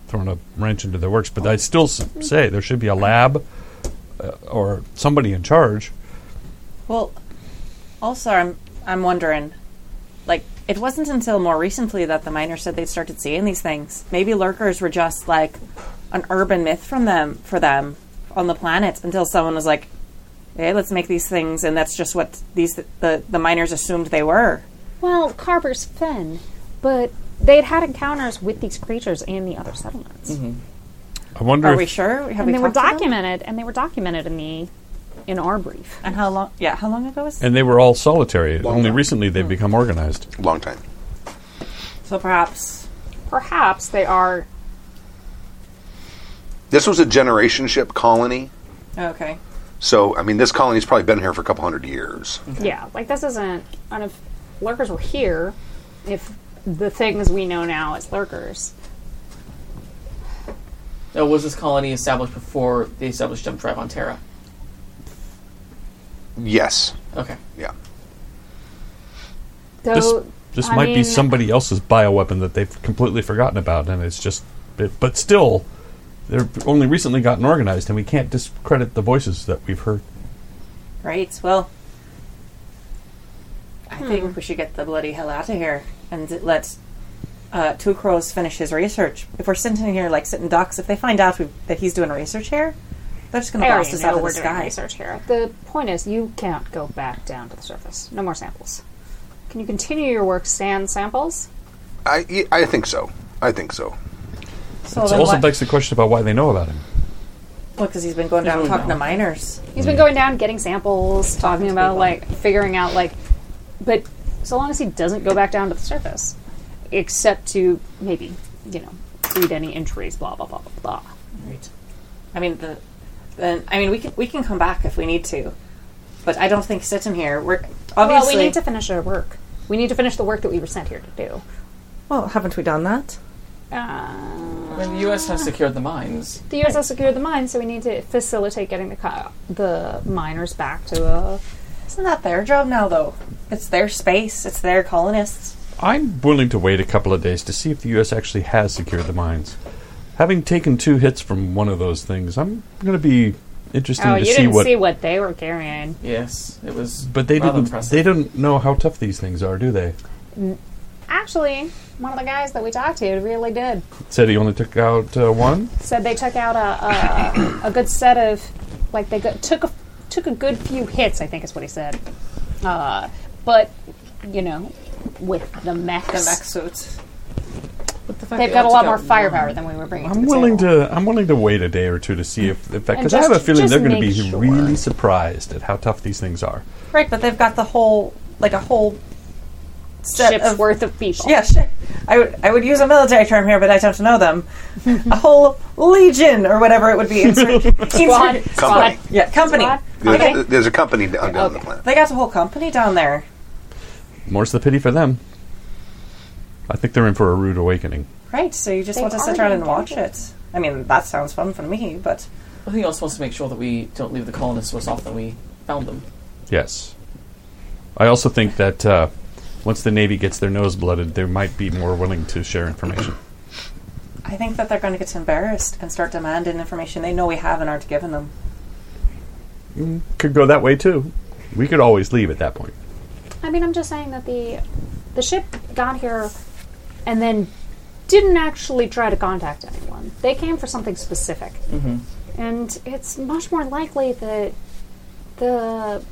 G: thrown a wrench into their works. But I still s- say there should be a lab uh, or somebody in charge.
D: Well, also, I'm I'm wondering, like, it wasn't until more recently that the miners said they started seeing these things. Maybe lurkers were just like an urban myth from them for them on the planet until someone was like, "Hey, let's make these things," and that's just what these the the miners assumed they were.
B: Well, Carver's Fen, but they'd had encounters with these creatures and the other settlements.
G: Mm-hmm. I wonder
D: Are
G: if
D: we sure? Have we
B: and they were
D: talked to them?
B: documented, and they were documented in the in our brief.
D: And how long? Yeah, how long ago was?
G: And they were all solitary. Only
C: time.
G: recently
B: Hmm.
G: they've become organized.
C: Long time.
D: so perhaps
B: Perhaps they are
C: This was a generation ship colony.
D: oh, okay.
C: So, I mean, this colony's probably been here for a couple hundred years.
B: Yeah, like this isn't. And if lurkers were here, if the things we know now as lurkers,
F: Or was this colony established before they established Jump Drive on Terra?
C: Yes.
F: Okay.
C: Yeah.
B: though
G: This this
B: I
G: might be
B: mean-
G: somebody else's bioweapon that they've completely forgotten about, and it's just. It, but still, they're only recently gotten organized, and we can't discredit the voices that we've heard.
D: Great. Well, I
B: Hmm.
D: think we should get the bloody hell out of here and let uh, Two Crows finish his research. If we're sitting here like sitting ducks, if they find out we that he's doing research here, they're just going to
B: I
D: blast
B: already
D: us out
B: know
D: of the
B: we're doing
D: sky.
B: research here. The point is, you can't go back down to the surface. No more samples. Can you continue your work, sans samples?
C: I, y- I think so. I think so.
D: So
G: It
D: then
G: also
D: what?
G: begs the question about why they know about him.
D: Well, because he's been going down
F: There's really
D: talking
F: no-
D: to miners.
B: He's been going down, getting samples, talking about like figuring out like, but so long as he doesn't go back down to the surface, except to maybe you know treat any injuries, blah blah blah blah blah.
D: Right. I mean, the, then I mean we can we can come back if we need to, but I don't think sitting here we're obviously.
B: Well, we need to finish our work. We need to finish the work that we were sent here to do.
D: well haven't we done that?
B: Uh,
F: When the U.S. has secured the mines,
B: the U.S. has secured the mine, so we need to facilitate getting the co- the miners back to uh, a.
D: Isn't that their job now though? It's their space. It's their colonists.
G: I'm willing to wait a couple of days to see if the U.S. actually has secured the mines. Having taken two hits from one of those things, I'm going to be interested
B: Oh,
G: to
B: you
G: see
B: didn't
G: what.
B: see what they were carrying.
F: yes, it was.
G: but they
F: rather
G: didn't.
F: Impressive.
G: They didn't know how tough these things are, do they?
B: Actually, one of the guys that we talked to really did.
G: Said he only took out uh, one.
B: said they took out a a, a good set of like they go, took a took a good few hits. I think is what he said. Uh, but you know, with the mechs,
D: The mech suits.
F: But the fact
B: they've
F: they
B: got a
F: all
B: lot
F: took
B: more
F: out
B: firepower
F: one-
B: than we were bringing. to
G: I'm
B: the
G: willing
B: table.
G: to I'm willing to wait a day or two to see if if that
B: And
G: because I have a
B: just-
G: feeling
B: just
G: they're going to
B: make
G: be
B: sure.
G: really surprised at how tough these things are.
D: Right, but they've got the whole like a whole set
B: ships
D: of
B: worth of people.
D: yeah. Sh- I would I would use a military term here, but I don't know them. a whole legion or whatever it would be. Insert,
B: Squad,
D: insert,
B: squad.
C: Company.
D: yeah, company.
B: Squad.
C: There's,
D: Okay.
C: there's a company down, down on the planet.
D: They got a whole company down there.
G: More's the pity for them. I think they're in for a rude awakening.
D: Right, so you just
B: They've
D: want to sit
B: already
D: around and watch
B: encountered.
D: it. I mean, that sounds fun for me, but
F: I think also wants to make sure that we don't leave the colonists worse off than we found them.
G: Yes. I also think that uh, once the Navy gets their nose blooded, they might be more willing to share information.
D: I think that they're going to get embarrassed and start demanding information they know we have and aren't giving them.
G: Could go that way too. We could always leave at that point.
B: I mean, I'm just saying that the the ship got here and then didn't actually try to contact anyone. They came for something specific, and it's much more likely that the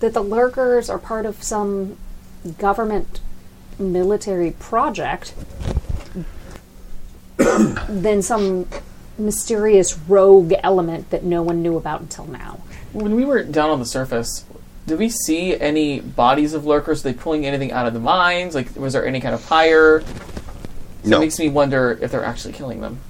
B: that the lurkers are part of some government military project than some mysterious rogue element that no one knew about until now.
F: When we were down on the surface, did we see any bodies of lurkers? Were they pulling anything out of the mines? Like, was there any kind of fire? So
C: No.
F: It makes me wonder if they're actually killing them.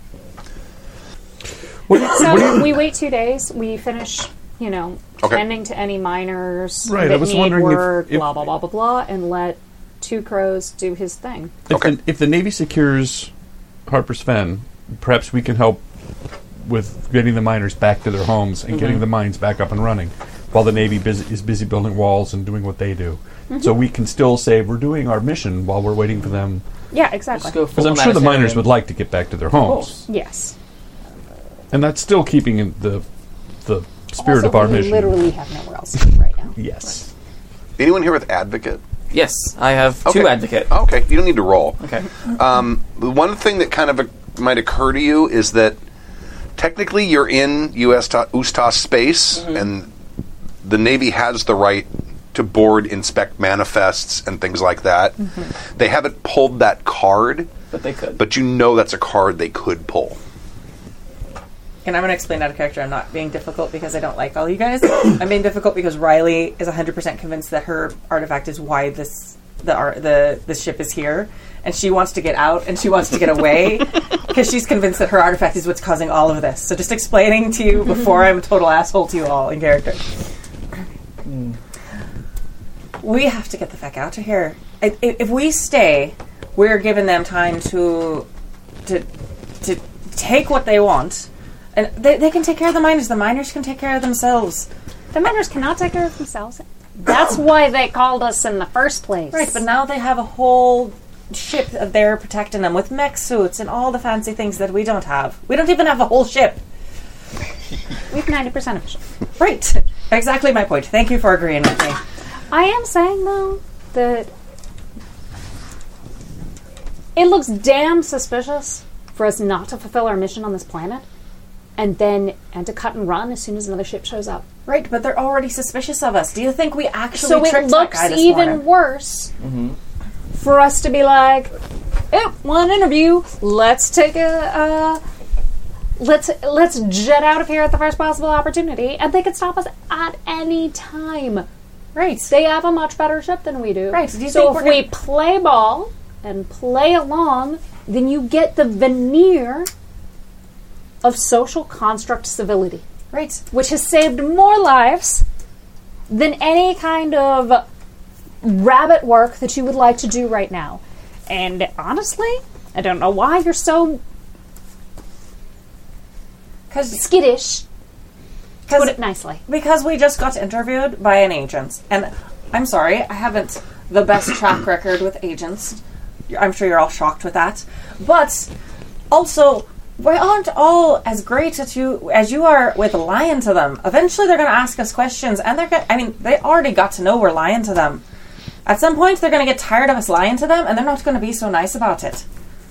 B: So we wait two days. We finish, you know,
C: Okay.
B: tending to any minors
G: Right, I
B: that
G: was
B: need
G: wondering if-
B: work,
G: if-
B: blah blah blah blah blah, and let two crows do his thing.
G: If,
C: Okay.
G: the, if the Navy secures Harper's Fen, perhaps we can help with getting the miners back to their homes and
B: Mm-hmm.
G: getting the mines back up and running while the Navy busy, is busy building walls and doing what they do.
B: Mm-hmm.
G: So we can still say we're doing our mission while we're waiting for them.
B: Yeah,
F: Just
B: exactly.
F: go
G: Because
F: full Oh,
G: I'm sure the miners
F: humanitarian.
G: would like to get back to their
F: Of
G: homes.
F: course.
B: Yes.
G: And that's still keeping in the, the spirit
B: also,
G: of our
B: we
G: mission.
B: literally have nowhere else to go right now.
G: Yes.
C: Anyone here with advocate?
F: Yes, I have
C: Okay. Oh.
F: two advocate.
C: Okay, you don't need to roll.
F: Okay.
C: Um, the one thing that kind of uh, might occur to you is that technically you're in U.S. Ta- USTAS space,
F: Mm-hmm.
C: and the Navy has the right to board, inspect manifests, and things like that. They haven't pulled that card,
F: Mm-hmm. But they could.
C: but you know that's a card they could pull.
D: And I'm going to explain out of character. I'm not being difficult because I don't like all you guys. I'm being difficult because Riley is 100% convinced that her artifact is why this the ar- the the ship is here, and she wants to get out and she wants to get away because she's convinced that her artifact is what's causing all of this. So just explaining to you before I'm a total asshole to you all in character. We have to get the fuck out of here. I- i- If we stay, we're giving them time to to to take what they want, and they, they can take care of the miners. The miners can take care of themselves.
B: The miners cannot take care of themselves. That's why they called us in the first place.
D: Right, but now they have a whole ship there protecting them with mech suits and all the fancy things that we don't have. We don't even have a whole ship.
B: we've ninety percent of it.
D: Right. Exactly my point. Thank you for agreeing with me.
B: I am saying though that it looks damn suspicious for us not to fulfill our mission on this planet, and then and to cut and run as soon as another ship shows up.
D: Right, but they're already suspicious of us. Do you think we actually
B: so it
D: tricked that
B: looks
D: guy this
B: even
D: morning?
B: worse for us to be like, eh, one interview. Let's take a uh, let's let's jet out of here at the first possible opportunity, and they could stop us at any time. Right? They have a much better ship than we do.
D: Right, do you
B: so
D: think
B: if
D: we're
B: we play ball and play along, then you get the veneer of social construct civility
D: Right.
B: which has saved more lives than any kind of rabbit work that you would like to do right now. And honestly, I don't know why you're so
D: Because
B: skittish. Put it nicely.
D: because we just got interviewed by an agent, and I'm sorry, I haven't the best track record with agents. You're- I'm sure you're all shocked with that, but also we aren't all as great at you as you are with lying to them. Eventually, they're going to ask us questions, and they're going. I mean, they already got to know we're lying to them. At some point, they're going to get tired of us lying to them, and they're not going to be so nice about it.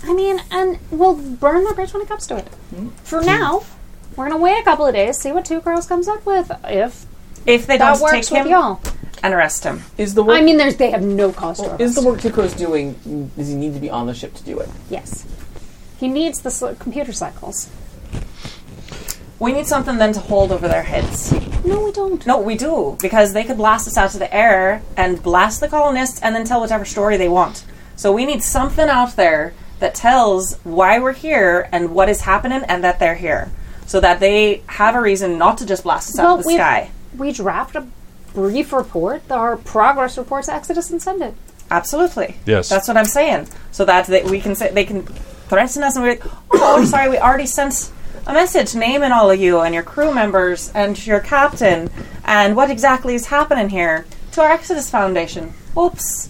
B: I mean, and we'll burn the bridge when it comes to it. For now, we're gonna wait a couple of days, see what Two Girls comes up with. If
D: If they
B: that
D: don't take
B: works with
D: him
B: y'all,
D: and arrest him,
F: Is the work
B: I mean, there's they have no cost to us.
F: is the work Tuko's doing? Does he need to be on the ship to do it?
B: Yes, he needs the s- computer cycles.
D: we need something then to hold over their heads.
B: No, we don't.
D: No, we do because they could blast us out to the air and blast the colonists and then tell whatever story they want. So we need something out there that tells why we're here and what is happening and that they're here, so that they have a reason not to just blast us out of the
B: we
D: sky.
B: we draft a brief report, our progress reports, Exodus, and send it.
D: Absolutely.
G: Yes.
D: That's what I'm saying. So that they, we can say they can threaten us and we're like, oh, I'm sorry, we already sent a message naming all of you and your crew members and your captain and what exactly is happening here to our Exodus Foundation. Oops.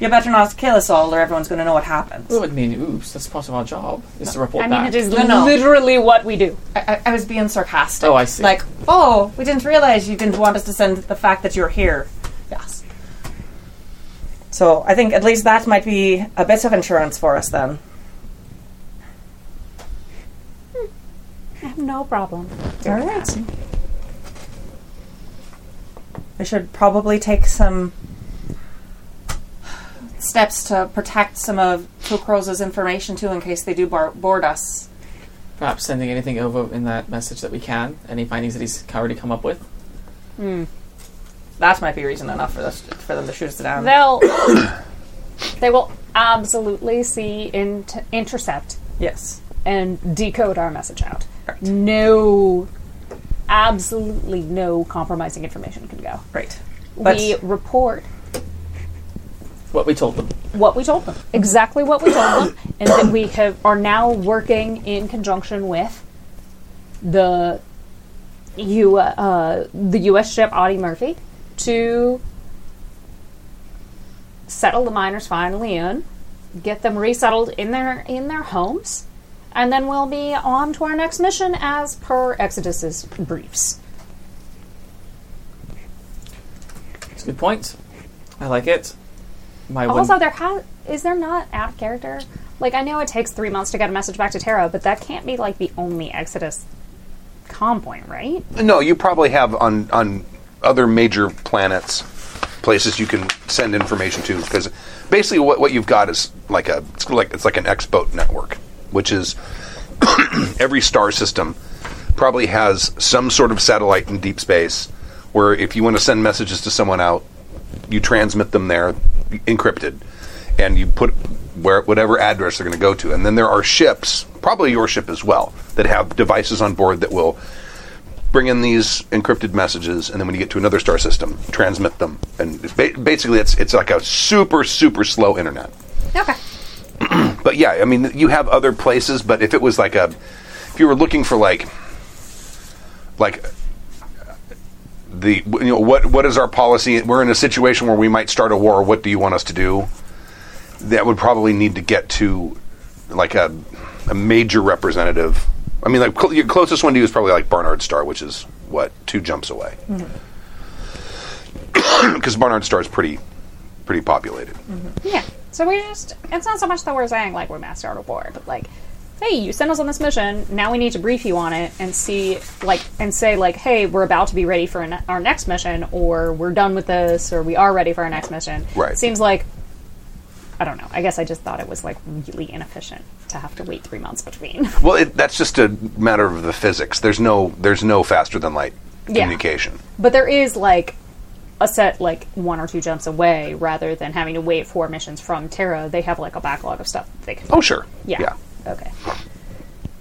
D: You better not kill us all, or everyone's going to know what happened.
F: That would mean, oops, that's part of our job, is to report
B: I mean,
F: back.
B: it is
D: No, no.
B: literally what we do.
D: I, I was being sarcastic.
F: Oh, I see.
D: Like, oh, we didn't realize you didn't want us to send the fact that you're here. Yes. So I think at least that might be a bit of insurance for us then.
B: I have no problem.
D: All right. We should probably take some steps to protect some of Tokroza's information too, in case they do bar- board us.
F: Perhaps sending anything over in that message that we can, any findings that he's already come up with.
D: That might be reason enough for us for them to shoot us down.
B: They'll they will absolutely see in intercept
D: yes.
B: and decode our message out. No, absolutely no compromising information can go.
D: Right. But
B: we report
F: What we told them.
B: what we told them, exactly what we told them, and then we have are now working in conjunction with the U uh, the U.S. ship Audie Murphy to settle the miners finally in, get them resettled in their in their homes, and then we'll be on to our next mission as per Exodus's briefs.
F: It's a good point. I like it. My one-
B: Also, there ha- is there not out of character? Like, I know it takes three months to get a message back to Terra, but that can't be like the only Exodus com point, right?
C: No, you probably have on on other major planets places you can send information to because basically what, what you've got is like a it's like it's like an exboat network, which is every star system probably has some sort of satellite in deep space where if you want to send messages to someone out, you transmit them there encrypted and you put where whatever address they're going to go to. And then there are ships, probably your ship as well, that have devices on board that will bring in these encrypted messages, and then when you get to another star system, transmit them. And it's ba- basically, it's it's like a super super slow internet.
B: Okay.
C: But yeah, I mean, you have other places, but if it was like a, if you were looking for like, like the you know what what is our policy? We're in a situation where we might start a war. What do you want us to do? That would probably need to get to like a a major representative. I mean, like cl- your closest one to you is probably like Barnard Star, which is what two jumps away.
B: Mm-hmm.
C: Because Barnard Star is pretty pretty populated. Mm-hmm.
B: Yeah. So we just, it's not so much that we're saying, like, we're master out of war, but like, hey, you sent us on this mission, now we need to brief you on it and see, like, and say, like, hey, we're about to be ready for an, our next mission, or we're done with this, or we are ready for our next mission.
C: Right.
B: Seems like, I don't know. I guess I just thought it was, like, really inefficient to have to wait three months between.
C: Well, it, that's just a matter of the physics. There's no there's no faster than light
B: Yeah.
C: communication.
B: But there is like a set like one or two jumps away rather than having to wait for missions from Terra. They have like a backlog of stuff that they can.
C: Oh, sure.
B: yeah. Okay.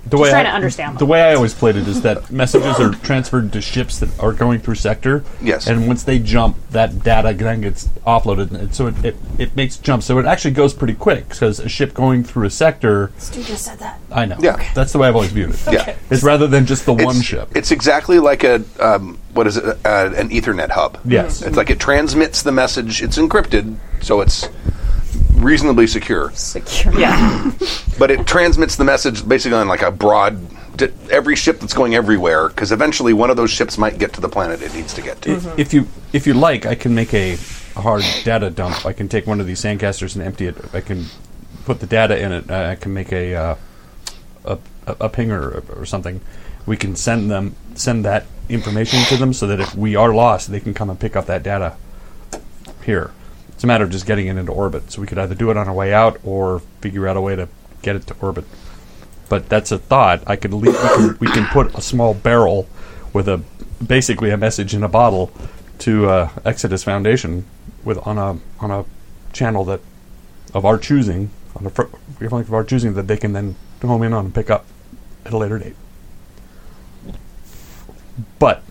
G: the way
B: trying
G: I,
B: to understand
G: The
B: them.
G: way I always played it is that messages are transferred to ships that are going through sector.
C: Yes.
G: And once they jump, that data then gets offloaded, and so it, it, it makes jumps. So it actually goes pretty quick because a ship going through a sector.
D: Stu just said that.
G: I know.
C: Yeah.
G: That's the way I've always viewed it.
C: Yeah.
G: It's rather than just the one
C: It's-
G: ship.
C: It's exactly like a um, what is it? Uh, an Ethernet hub.
G: Yes.
C: It's like it transmits the message. It's encrypted, so it's reasonably secure.
B: Secure.
D: Yeah.
C: But it transmits the message basically on like a broad to every ship that's going everywhere because eventually one of those ships might get to the planet it needs to get to.
B: Mm-hmm.
G: If you if you like, I can make a hard data dump. I can take one of these sandcasters and empty it. I can put the data in it. I I can make a uh, a, a a pinger or, or something. We can send them send that information to them so that if we are lost, they can come and pick up that data here. It's a matter of just getting it into orbit. So we could either do it on our way out or figure out a way to get it to orbit. But that's a thought. I could leave. we, can, we can put a small barrel with a basically a message in a bottle to uh, Exodus Foundation with on a on a channel that of our choosing on a fr- wavelength of our choosing that they can then home in on and pick up at a later date. But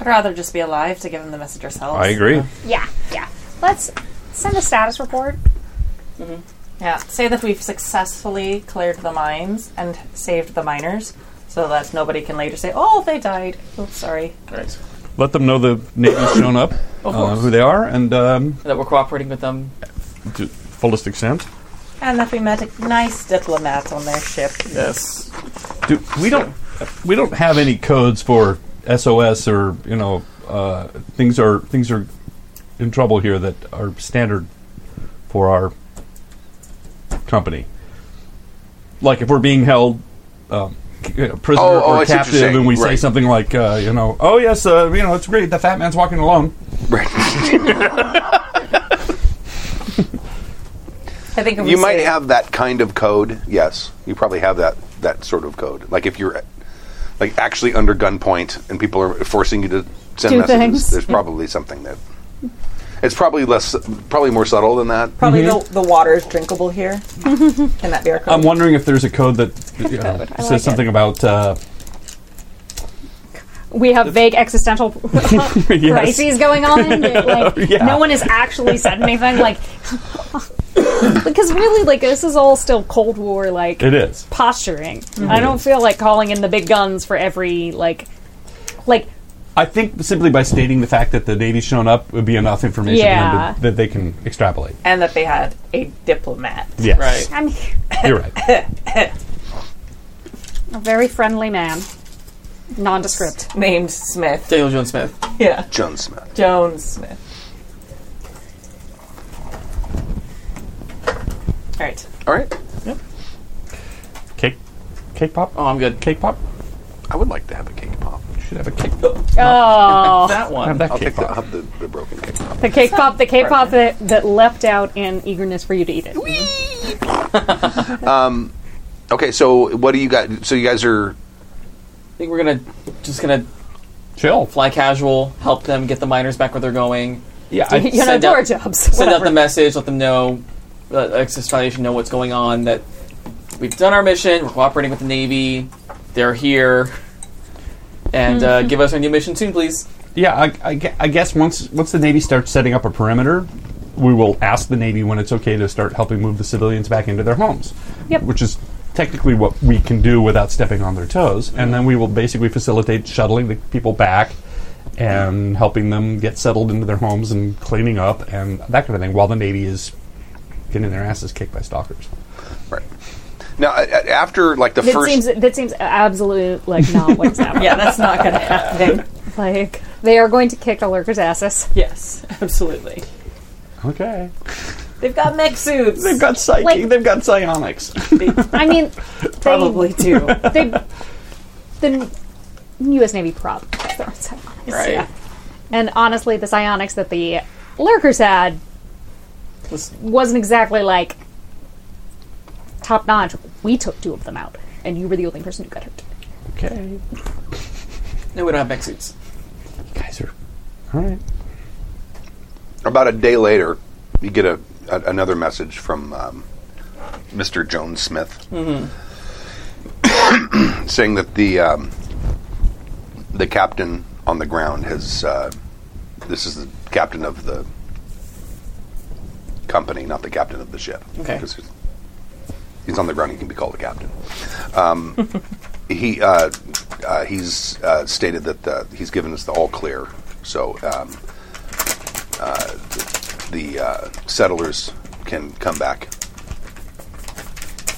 D: I'd rather just be alive to give them the message ourselves.
G: I agree.
B: Yeah. Yeah. Let's send a status report.
D: Yeah. Say that we've successfully cleared the mines and saved the miners. so that nobody can later say, "Oh, they died." Oops, sorry.
F: Right.
G: Let them know the Navy's shown up, uh,
F: course.
G: who they are, and um,
F: That we're cooperating with them.
G: to fullest extent.
D: And that we met a nice diplomat on their ship.
F: Yes.
G: Do, we don't we don't have any codes for SOS or you know uh, things are things are in trouble here that are standard for our company. Like if we're being held um, c- uh, prisoner
C: Oh, oh, I
G: or
C: see what you're
G: captive,
C: saying.
G: and we say
C: Right.
G: something like uh, you know, oh yes, uh, you know it's great the fat man's walking alone.
D: I think if we
C: You might
D: say-
C: have that kind of code. Yes, you probably have that that sort of code. Like if you're like actually under gunpoint and people are forcing you to send
B: Do
C: messages,
B: things.
C: there's probably something that it's probably less, probably more subtle than that.
D: probably the, the water is drinkable here. can that be our code?
G: Mm-hmm. I'm wondering if there's a code that you know,
B: Code, I
G: says
B: like it.
G: something about uh,
B: we have vague existential crises going on. that, like,
G: Oh, Yeah.
B: No one has actually said anything. Like, because really, like this is all still Cold War like
G: it is. Mm-hmm.
B: posturing. I don't feel like calling in the big guns for every like, like
G: I think simply by stating the fact that the Navy's shown up would be enough information for
B: Yeah.
G: them to, that they can extrapolate.
D: and that they had a diplomat.
G: Yes.
F: Right.
B: I'm
G: You're right.
B: a very friendly man, nondescript.
D: Named Smith.
F: Daniel Jones Smith.
D: Yeah.
C: John Smith.
D: Jones Smith. All right.
C: All right,
G: cake, cake pop,
F: Oh, I'm good.
G: cake pop.
C: I would like to have a cake pop.
G: You should have a cake.
B: Oh,
F: That one.
G: Have that
C: I'll
G: cake
C: take the,
G: pop.
C: have the, the broken cake pop.
B: the cake pop, the cake pop that, that leapt out in eagerness for you to eat it.
C: Um, Okay, so what do you got? So you guys are
F: I think we're gonna just gonna
G: Chill.
F: fly casual, help them get the miners back where they're going,
G: Yeah.
B: you
G: I,
B: know,
F: send out-
B: door jobs.
F: send out
B: whatever.
F: the message, let them know, let Access Foundation know what's going on. That we've done our mission, we're cooperating with the Navy, they're here, and uh, give us our new mission soon, please.
G: yeah. I, I gue- I guess once once the Navy starts setting up a perimeter, we will ask the Navy when it's okay to start helping move the civilians back into their homes.
B: Yep.
G: Which is technically what we can do without stepping on their toes, and then we will basically facilitate shuttling the people back. And helping them get settled into their homes and cleaning up and that kind of thing, while the Navy is getting their asses kicked by stalkers.
C: right now. a- a- After like the
B: That
C: first,
B: seems that seems absolutely like not what's happening.
D: Yeah, that's not going to happen.
B: Like they are going to kick the lurker's asses.
D: yes, absolutely.
G: Okay.
D: They've got mech suits.
G: They've got psychic.
B: Like-
G: they've got psionics.
B: I mean, they,
D: Probably do.
B: they the n- U.S. Navy prop. their own psionics.
F: Right.
B: And honestly, the psionics that the lurkers had
F: Was-
B: wasn't exactly like top notch. We took two of them out, and you were the only person who got hurt.
G: okay.
F: No, we don't have mech suits.
G: You guys are all right.
C: about a day later, you get a, a another message from um, Mr. Jones Smith saying that the um, the captain on the ground has uh, this is the captain of the company, not the captain of the ship.
F: Okay.
C: 'Cause he's- He's on the ground. He can be called a captain. Um, he uh, uh, he's uh, stated that uh he's given us the all clear. So um, uh, the uh, settlers can come back.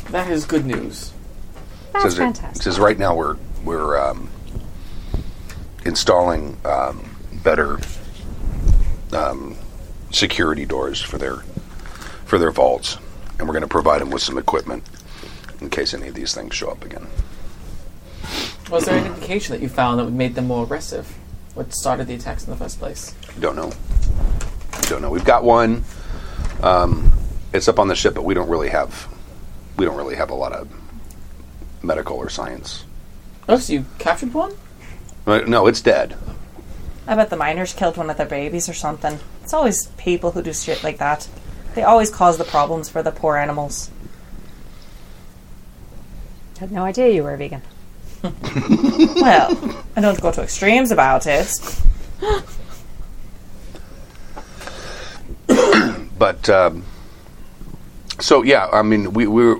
F: That is good news.
B: That's
C: says, it-
B: fantastic.
C: says right now we're we're um, installing um, better um, security doors for their for their vaults, and we're going to provide them with some equipment in case any of these things show up again.
F: Was there any indication that you found that would make them more aggressive? What started the attacks in the first place?
C: Don't know. Don't know. We've got one. Um, it's up on the ship, but we don't really have we don't really have a lot of medical or science.
F: Oh, so you captured one?
C: Uh, No, it's dead.
D: I bet the miners killed one of their babies or something. It's always people who do shit like that. They always cause the problems for the poor animals.
B: I had no idea you were a vegan.
D: Well, I don't go to extremes about it.
C: but um, so yeah, I mean, we we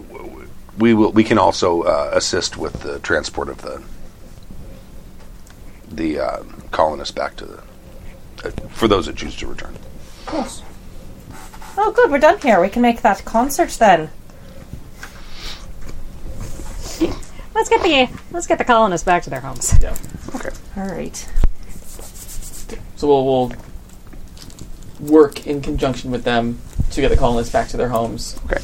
C: we will. We can also uh, assist with the transport of the the uh, colonists back to the uh, for those that choose to return.
D: Oh, good. We're done here. We can make that concert then.
B: Let's get the let's get the colonists back to their homes.
F: Yeah.
C: Okay.
D: All right.
F: So we'll, we'll work in conjunction with them to get the colonists back to their homes,
C: Okay.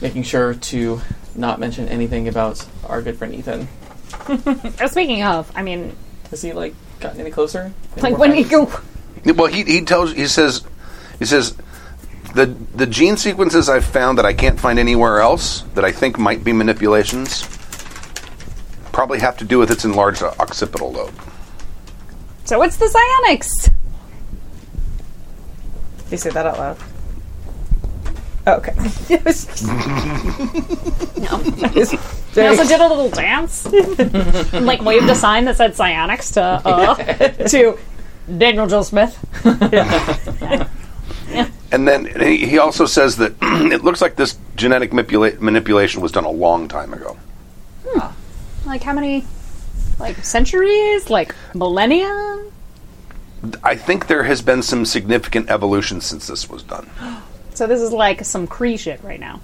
F: making sure to not mention anything about our good friend Ethan.
B: Uh, Speaking of, I mean,
F: Has he like gotten any closer? Any
B: like
F: more
B: when he
F: facts?
B: go,
C: Well, he, he tells he says he says the the gene sequences I've found that I can't find anywhere else that I think might be manipulations probably have to do with its enlarged occipital lobe.
B: so it's the psionics.
D: Did you say that out loud? Oh, okay. It was-
B: They also did a little dance, and, like waved a sign that said psionics to uh, to Daniel Joel Smith.
C: And then he he also says that it looks like this genetic manipula- manipulation was done a long time ago.
B: Like how many like centuries, like millennia?
C: I think there has been some significant evolution since this was done.
B: So this is like some Cree shit right now.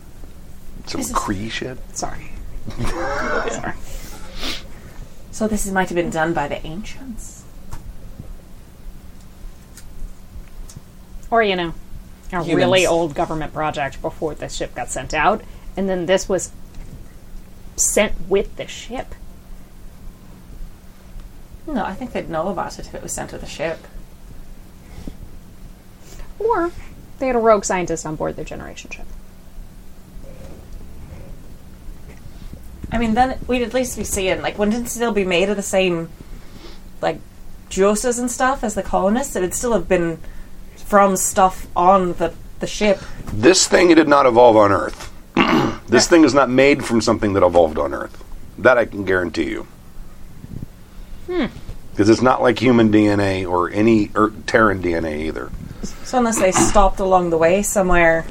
C: Some Cree shit.
B: Sorry. Sorry.
J: So this might have been done by the ancients.
B: Or you know, a really
F: Humans.
B: old government project before the ship got sent out, and then this was sent with the ship.
J: No, I think they'd know about it if it was sent to the ship.
B: Or they had a rogue scientist on board their generation ship.
D: I mean, then we'd at least be seeing, like, wouldn't it still be made of the same, like, juices and stuff as the colonists? It would still have been from stuff on the, the ship.
C: This thing did not evolve on Earth. this thing is not made from something that evolved on Earth. That I can guarantee you. Because it's not like human DNA or any er- Terran DNA either.
D: So unless they stopped along the way somewhere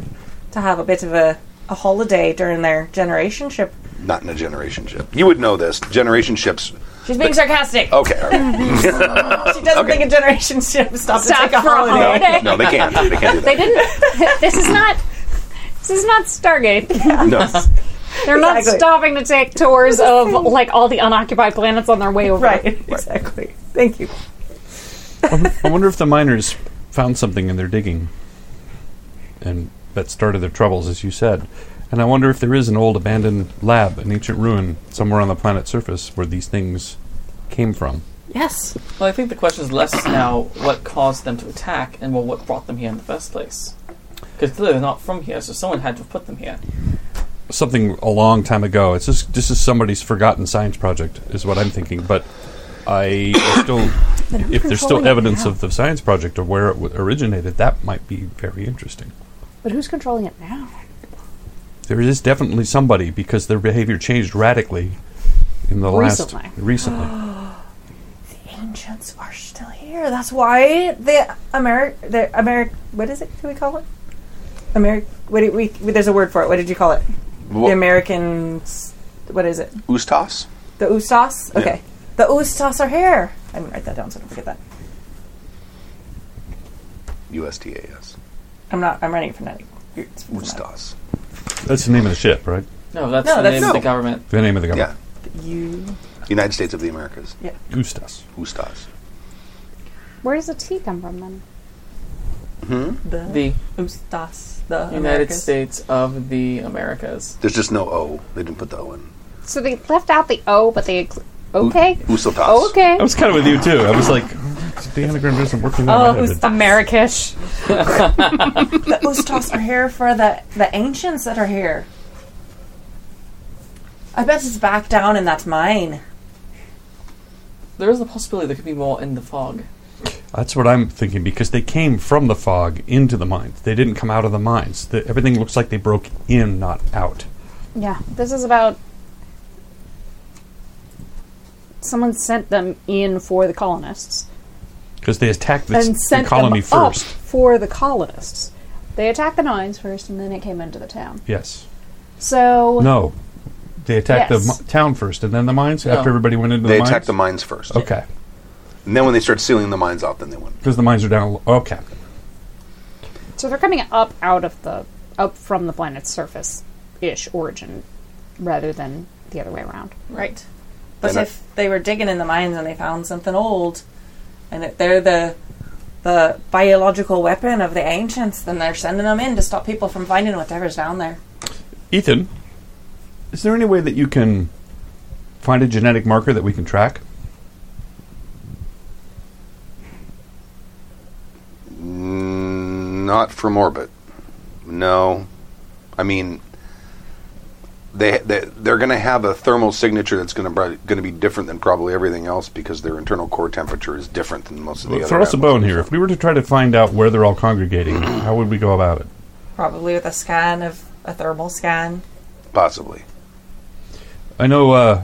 D: to have a bit of a, a holiday during their generation ship.
C: Not in a generation ship. You would know this. Generation ships.
D: She's being sarcastic.
C: Okay. all right.
D: she doesn't
C: okay.
D: think a generation ship stopped
B: Stop
D: to take a
B: for a
D: holiday.
B: holiday.
C: no, no, they can't. They can't do that.
B: They didn't. this is not. This is not Stargate.
C: No.
B: They're not
D: Exactly.
B: stopping to take tours of like all the unoccupied planets on their way over.
D: Right, exactly. Thank you.
G: I wonder if the miners found something in their digging, and that started their troubles, as you said. And I wonder if there is an old abandoned lab, an ancient ruin somewhere on the planet's surface where these things came from.
B: Yes.
F: Well, I think the question is less now what caused them to attack and well what brought them here in the first place. Because clearly they're not from here, so someone had to have put them here.
G: Something a long time ago. It's just this is somebody's forgotten science project, is what I'm thinking. But I still, if
B: controlling
G: there's still
B: it
G: evidence
B: now?
G: of the science project or where it w- originated, that might be very interesting.
B: But who's controlling it now?
G: There is definitely somebody because their behavior changed radically in the
B: Recently.
G: last recently.
D: Ancients are still here. That's why the Ameri the Ameri what is it? Do we call it? Ameri what did we there's a word for it. What did you call it? The Americans what is it?
C: Ustas?
D: The Ustas? Okay. The Ustas are here. I didn't write that down so I don't forget that.
C: U-S-T-A-S.
D: I'm not I'm running from that. It's from that.
C: Ustas.
G: That's the name of the ship, right?
F: No, that's
D: No,
F: the
D: that's-
F: name of the
D: no.
F: government.
G: The name of the
C: Yeah.
G: government.
D: You
C: United States of the Americas.
G: Gustas.
C: Ustas.
B: Where does the tea come from then?
D: the,
F: The
D: Ustas the
F: United
D: Americans.
F: States of the Americas.
C: There's just no O. They didn't put the O in.
B: So they left out the O, but they inclu- okay,
C: Usatas.
B: okay.
G: I was kind of with you too. I was like, the anagram doesn't work in that.
D: Oh,
G: way,
D: who's
G: but
B: Americish.
D: The Ustas are here for the the ancients that are here. I bet it's back down in that mine.
F: There is a possibility there could be more in the fog.
G: That's what I'm thinking because they came from the fog into the mines. They didn't come out of the mines. The, everything looks like they broke in, not out.
B: Yeah, this is about. Someone sent them in for the colonists
G: Because they attacked the, s-
B: and
G: the
B: sent
G: colony
B: them up
G: first.
B: for the colonists. They attacked the mines first, and then it came into the town.
G: Yes.
B: So
G: No, they attacked
B: Yes.
G: the m- town first, and then the mines.
F: No.
G: After everybody went into
C: They
G: the mines.
C: attack the mines first.
G: Okay,
C: And then when they start sealing the mines off, then they win.
G: because the mines are down. l- Okay,
B: So they're coming up out of the up from the planet's surface ish origin rather than the other way around.
D: Right. But
C: And I-
D: if they were digging in the mines and they found something old, and if they're the the biological weapon of the ancients, then they're sending them in to stop people from finding whatever's down there.
G: Ethan, is there any way that you can find a genetic marker that we can track?
C: Mm, Not from orbit. No, I mean, they, they they're going to have a thermal signature that's going to going to be different than probably everything else because their internal core temperature is different than most of the
G: Well,
C: other.
G: throw us a
C: animals.
G: bone here. If we were to try to find out where they're all congregating, how would we go about it?
D: Probably with a scan of a thermal scan.
C: possibly.
G: I know uh,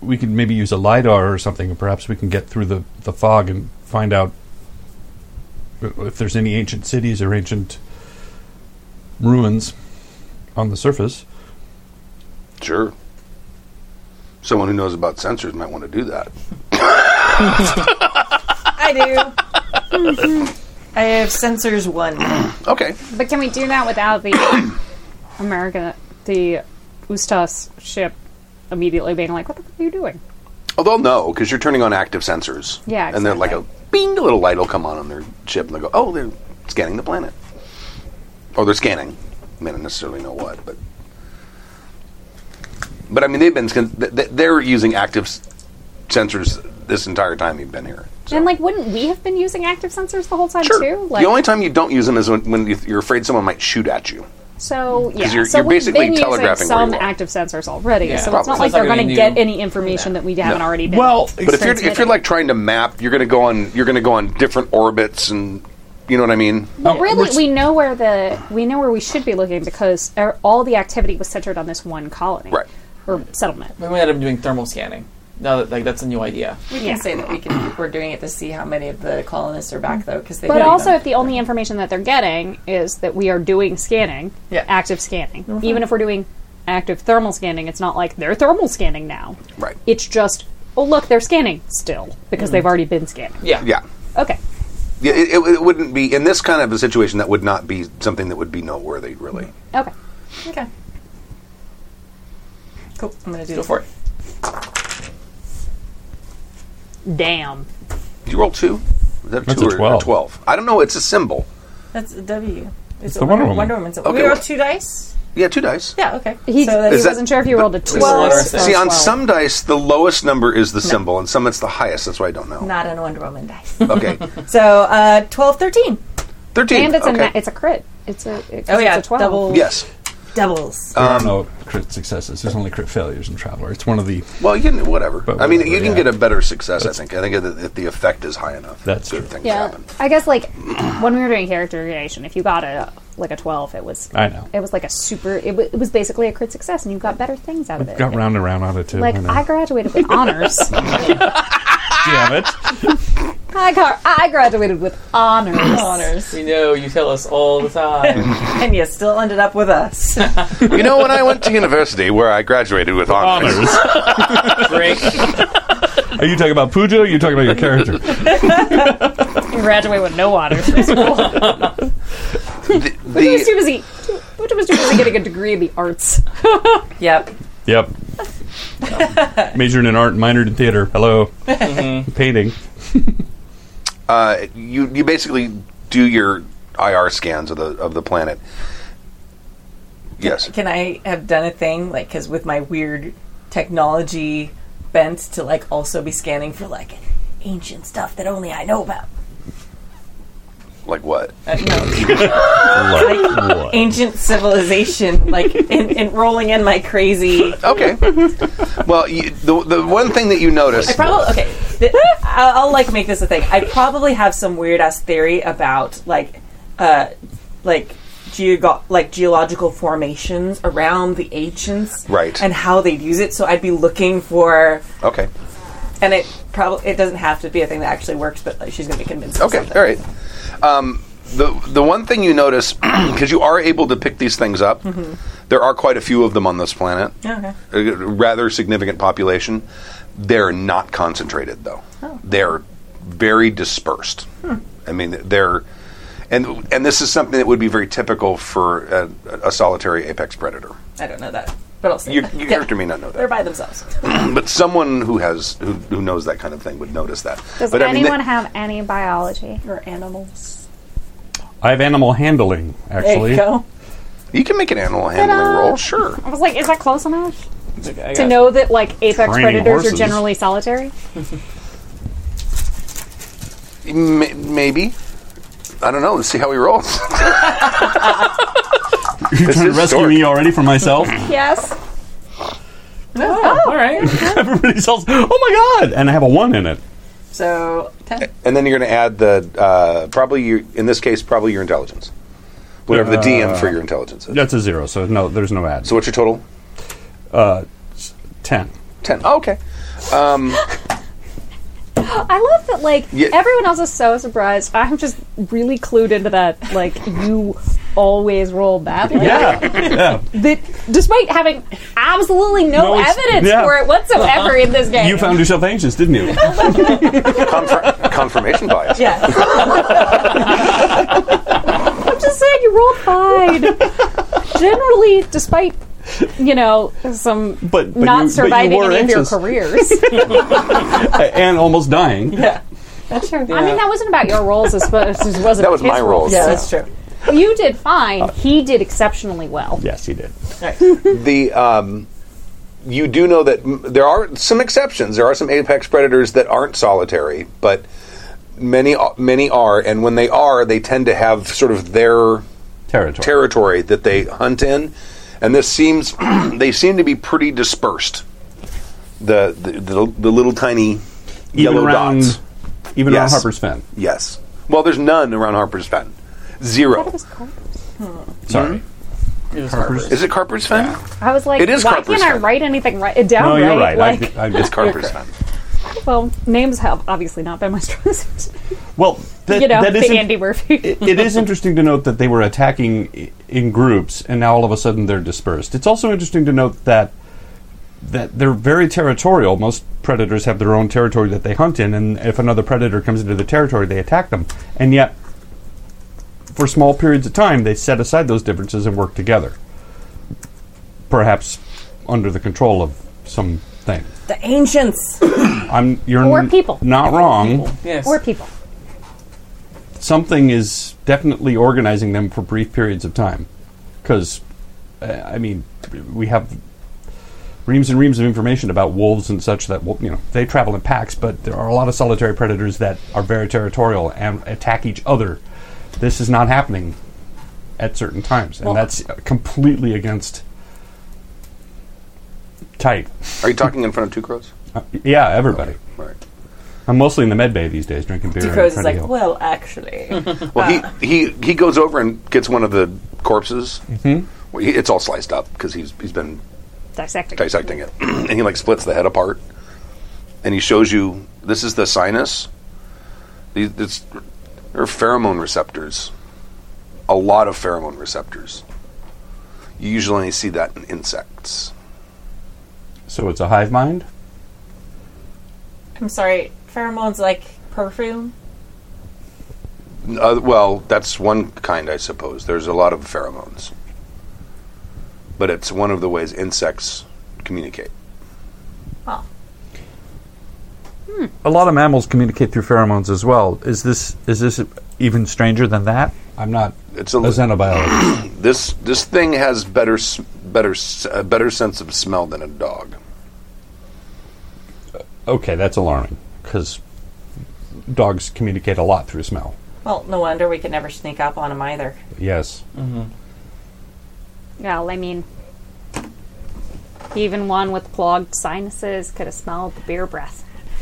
G: we could maybe use a lidar or something, and perhaps we can get through the, the fog and find out i- if there's any ancient cities or ancient ruins on the surface.
C: Sure. Someone who knows about sensors might want to do that.
D: I do. I have sensors one.
C: Okay.
B: But can we do that without the America the Ustas ship immediately being like, What the fuck are you doing?
C: Oh, they'll know because you're turning on active sensors.
B: Yeah,
C: And then like a bing, a little light will come on on their ship, and they'll go, "Oh, they're scanning the planet." Or they're scanning. They don't necessarily know what, but but I mean, they've been scan- th- th- they're using active s- sensors this entire time you've been here. So.
B: And like wouldn't we have been using active sensors the whole time
C: sure.
B: too? Like
C: the only time you don't use them is when, when you- you're afraid someone might shoot at you.
B: so yeah,
C: you're-
B: so
C: you're
B: we've
C: basically
B: been using
C: telegraphing where
B: some
C: you are.
B: active sensors already.
F: Yeah.
B: so it's
C: Probably.
B: not
C: So
B: like
F: it's not
B: they're
F: gonna
B: gonna
F: be
B: get
F: new.
B: any information that we haven't already been.
G: Well,
C: But if you're if you're
B: transmitting.
C: like trying to map, you're going to go on you're going to go on different orbits, and you know what I mean.
B: Well, really,
G: we're-
B: we know where the we know where we should be looking because our, all the activity was centered on this one colony,
C: Right.
B: Or settlement.
F: Maybe we end up doing thermal scanning. Now that like that's a new idea.
K: We
B: Yeah.
K: can say that we can. We're doing it to see how many of the colonists are back, though, because they.
B: But
K: didn't
B: also,
K: know.
B: if the only information that they're getting is that we are doing scanning,
K: Yeah.
B: active scanning,
D: Mm-hmm.
B: even if we're doing active thermal scanning, it's not like they're thermal scanning now.
C: Right.
B: It's just oh look, they're scanning still because they've already been scanning.
F: Yeah.
C: Mm-hmm. Yeah.
B: Okay.
C: Yeah, it, it, it wouldn't be in this kind of a situation. That would not be something that would be noteworthy, really.
B: Okay.
K: okay.
D: Cool. I'm gonna do
F: Go
D: this.
F: for it.
B: Damn.
C: Did you roll two? Is that
G: That's
C: two
G: a
C: or- or
G: 12.
C: twelve? I don't know. It's a symbol.
D: That's a W. It's
G: the Wonder Woman.
D: Woman's a-
C: Okay,
D: We rolled
C: well-
D: two dice.
C: Yeah, two dice.
D: Yeah. Okay.
B: He,
D: that's-
B: he
C: Is that-
B: wasn't sure if you rolled a
C: the
B: twelve.
F: letter
B: or
F: says-
C: See, on
B: 12.
C: some dice, the lowest number is the symbol, and some it's the highest. That's why I don't know.
D: Not an Wonder Woman dice.
C: Okay,
D: So uh, 12, 13.
C: thirteen.
B: and it's
C: okay.
B: a na- it's a crit. It's a it,
D: Oh, yeah,
B: it's a twelve.
D: double-
C: yes. Oh.
D: Doubles.
G: There are no crit successes. There's only crit failures in Traveler. It's one of the.
C: Well, you can whatever.
G: But
C: I mean,
G: whatever,
C: you can
G: yeah.
C: get a better success. I think. I think if, if the effect is high enough,
G: That's
C: good
G: true.
C: Things
B: Yeah,
C: happen.
B: I guess like when we were doing character creation, if you got a like a twelve, it was
G: I know.
B: it was like a super. It, w- it was basically a crit success, and you got better things out of it.
G: Got round and round on it too.
B: Like
G: I know.
B: I graduated with honors.
G: Damn it!
B: I got I graduated with honors.
F: We know you tell us all the time.
D: And you still ended up with us.
C: you know, when I went to university, where I graduated with honors,
G: Honors.
F: Drink.
G: Are you talking about Pujo? Or are you talking about your character?
B: Graduate with no honors from school.
C: the,
B: He was too
C: the,
B: busy. too- Which was too busy getting a degree in the arts.
D: yep.
G: Yep. Majored in art and minored in theater. Hello.
F: Mm-hmm.
G: Painting.
C: uh, you you basically do your IR scans of the of the planet. Yes.
D: Can I have done a thing, like, because with my weird technology bent to, like, also be scanning for, like, ancient stuff that only I know about?
C: Like what?
D: Uh, no,
G: Like what?
D: ancient civilization, like, in, in rolling in my crazy.
C: Okay. well, you, the the one thing that you notice.
D: I probably okay. Th- I'll, I'll like make this a thing. I probably have some weird ass theory about like, uh, like geog like geological formations around the ancients,
C: Right.
D: And how they'd use it. So I'd be looking for,
C: okay.
D: and it probably it doesn't have to be a thing that actually works, but like, she's gonna be convinced. of
C: Okay.
D: something.
C: All right.
D: Mm-hmm.
C: Um, the the one thing you notice because you are able to pick these things up There are quite a few of them on this planet.
L: Okay.
C: A rather significant population. They're not concentrated though.
B: Oh.
C: They're very dispersed.
B: Hmm.
C: I mean, they're and and this is something that would be very typical for a, a solitary apex predator.
L: I don't know that, but I'll say
C: Your,
L: it.
C: your
L: Yeah.
C: character may not know
L: They're
C: that,
L: by themselves.
C: but someone who has who, who knows that kind of thing would notice that.
B: Does
C: but
B: anyone
C: I mean,
B: have any biology?
L: or animals.
E: I have animal handling,
L: There
E: actually.
L: you go.
C: they- you can make an animal handling
B: Ta-da!
C: roll, sure.
B: I was like, is that close enough
F: It's okay, I
B: to
F: got-
B: know that like apex
E: Training
B: predators are
E: horses.
B: generally solitary?
C: M- maybe. I don't know. Let's see how he rolls.
E: You're
C: This
E: trying to
C: is
E: rescue
C: dark.
E: me already from myself?
B: Yes.
F: Oh, all right.
E: Everybody's else, oh my god! And I have a one in it.
L: So ten.
C: and then you're going to add the uh, probably your, in this case probably your intelligence, whatever the DM for your intelligence is.
E: That's a zero, so no, there's no ad.
C: So what's your total?
E: ten.
C: Ten. Oh, okay.
B: I love that, like,
C: Yeah.
B: everyone else is so surprised. I'm just really clued into that, like, you always roll badly.
E: Yeah, yeah.
B: That despite having absolutely no,
E: No, it's-
B: evidence
E: yeah.
B: for it whatsoever in this game.
E: You found yourself anxious, didn't you?
C: Confir- confirmation bias.
L: Yeah.
B: I'm just saying, you rolled fine. Generally, despite, you know, some
E: But- but
B: not
E: you- but you
B: surviving
E: were
B: any
E: anxious.
B: of your careers.
E: and almost dying.
L: yeah.
D: That's true.
B: I mean, that wasn't about your rolls. As well, as it wasn't
C: That was
B: his
C: my rolls.
L: Yeah, that's true.
B: You did fine. He did exceptionally well.
E: Yes, he did.
C: the um, you do know that m- there are some exceptions. There are some apex predators that aren't solitary, but many a- many are, and when they are, they tend to have sort of their
E: Territory.
C: territory that they hunt in, and this seems they seem to be pretty dispersed. The the, the, the little tiny
E: even
C: yellow
E: around,
C: dots.
E: even
C: Yes.
E: around Harper's Fen.
C: Yes. Well, there's none around Harper's Fen. Zero.
E: Sorry.
F: It was Harper's.
C: Is it Harper's Fen?
B: I was like,
C: It is
B: why
C: Carper's
B: can't I
C: Fen.
B: write anything right it down?
E: No, you're right. I-
B: Like,
E: I,
C: It's Harper's Fen.
B: well, names have obviously not been my strong suit.
E: well, that,
B: you know,
E: that
B: the
E: isn't-
B: Andy Murphy.
E: it is interesting to note that they were attacking i- in groups, and now all of a sudden they're dispersed. It's also interesting to note that that they're very territorial. Most predators have their own territory that they hunt in, and if another predator comes into the territory, they attack them. And yet, for small periods of time, they set aside those differences and work together, perhaps under the control of some thing.
L: The ancients.
E: I'm you're
B: Or
E: n-
B: people.
E: not wrong
F: Yes.
B: or people.
E: something is definitely organizing them for brief periods of time. Because, uh, I mean, we have reams and reams of information about wolves and such that, well, you know, they travel in packs, but there are a lot of solitary predators that are very territorial and attack each other. This is not happening at certain times, and that's completely against type.
C: Are you talking in front of two crows?
E: Uh, yeah, everybody.
C: Right.
E: I'm mostly in the med bay these days, drinking beer. and
L: Ducros is
E: trying to
L: like,
E: heal.
L: well, actually,
D: uh,
C: Well, he, he he goes over and gets one of the corpses. Mm-hmm. Well, he, it's all sliced up because he's he's been
B: Dissecting.
C: dissecting it, and he like splits the head apart, and he shows you this is the sinus. These it's, there are pheromone receptors, a lot of pheromone receptors. You usually only see that in insects.
E: so it's a hive mind?
L: I'm sorry. Pheromones like perfume.
C: Uh, well, that's one kind, I suppose. There's a lot of pheromones, but it's one of the ways insects communicate.
G: A lot of mammals communicate through pheromones as well. Is this is this even stranger than that?
E: I'm not
C: It's a
E: a xenobiologist.
C: This this thing has better s- better s- a better sense of smell than a dog.
E: Okay, that's alarming because dogs communicate a lot through smell.
L: Well, no wonder we could never sneak up on them either.
E: Yes.
B: Well, I mean, even one with clogged sinuses could have smelled the beer breath.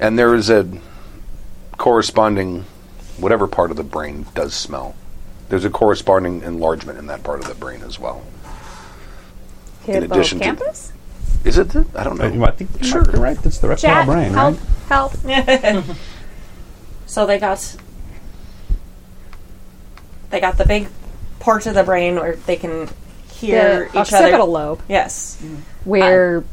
C: And there is a corresponding whatever part of the brain does smell. There's a corresponding enlargement in that part of the brain as well.
B: Hippocampus?
C: addition to- Is it? The, I don't
E: I,
C: know.
E: I think sure. you're right. That's the reptile
B: Chat,
E: brain,
B: help,
E: right?
B: help.
D: So they got they got the big parts of the brain where they can
B: the
D: hear each other.
B: occipital lobe,
D: Yes.
C: Mm.
B: where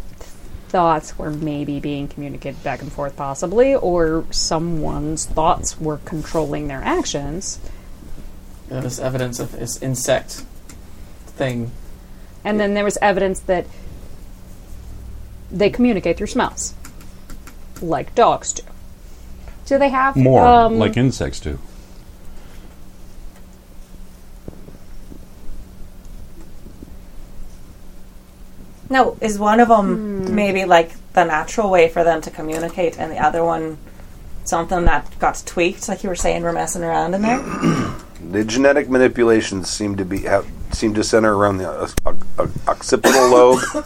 B: thoughts were maybe being communicated back and forth, possibly, or someone's thoughts were controlling their actions.
F: Uh, this evidence of this insect thing.
B: And then there was evidence that they communicate through smells, like dogs do. Do they have
E: More
B: um,
E: like insects do.
D: No, is one of them
C: Hmm.
D: maybe like the natural way for them to communicate, and the other one something that got tweaked, like you were saying, we're messing around in there.
C: The genetic manipulations seem to be have, seem to center around the uh, oc- oc- occipital lobe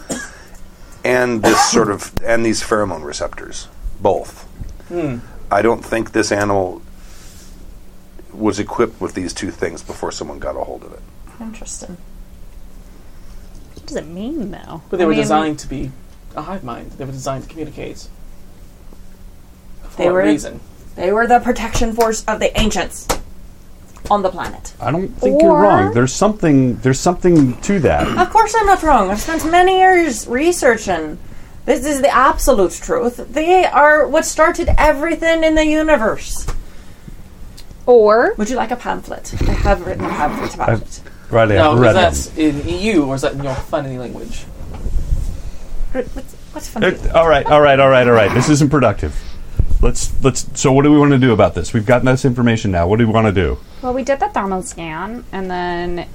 C: and this sort of and these pheromone receptors, both. I don't think this animal was equipped with these two things before someone got a hold of it.
D: Interesting.
B: What does it mean, though?
F: But they were
B: I mean,
F: designed to be a hive mind. They were designed to communicate. For
D: They
F: what
D: were-
F: reason?
D: They were the protection force of the ancients on the planet.
E: I don't think you're
B: Or-
E: wrong. There's something. There's something to that.
D: Of course, I'm not wrong. I've spent many years researching. This is the absolute truth. They are what started everything in the universe.
B: Or
D: Would you like a pamphlet? I have written a pamphlet about
E: I've-
D: it.
E: Riley,
F: No,
E: I've
F: because
E: read
F: that's in EU, or is that in your funny language?
D: What's, what's funny?
E: it. All right, all right, all right, all right. This isn't productive. Let's let's. So, what do we want to do about this? We've gotten this information now. What do we want to do?
B: well, we did the thermal scan, and then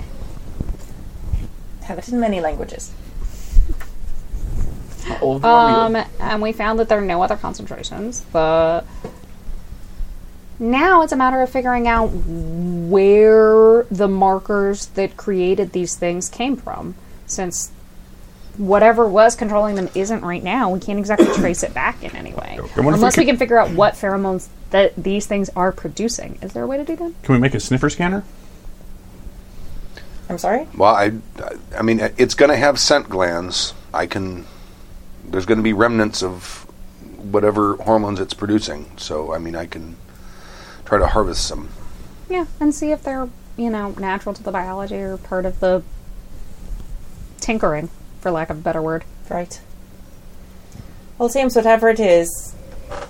D: have it in many languages.
F: How old were
B: Um,
F: you?
B: and we found that there are no other concentrations. The now it's a matter of figuring out where the markers that created these things came from, since whatever was controlling them isn't right now. We can't exactly trace it back in any way,
E: I wonder if
B: unless
E: we
B: we, can figure out what pheromones that these things are producing. Is there a way to do that?
E: Can we make a sniffer scanner?
D: I'm sorry?
C: Well, I, I mean, it's going to have scent glands. I can. There's going to be remnants of whatever hormones it's producing. So, I mean, I can try to harvest some.
B: Yeah, and see if they're you know natural to the biology or part of the tinkering, for lack of a better word.
D: Right. Well, it seems whatever it is,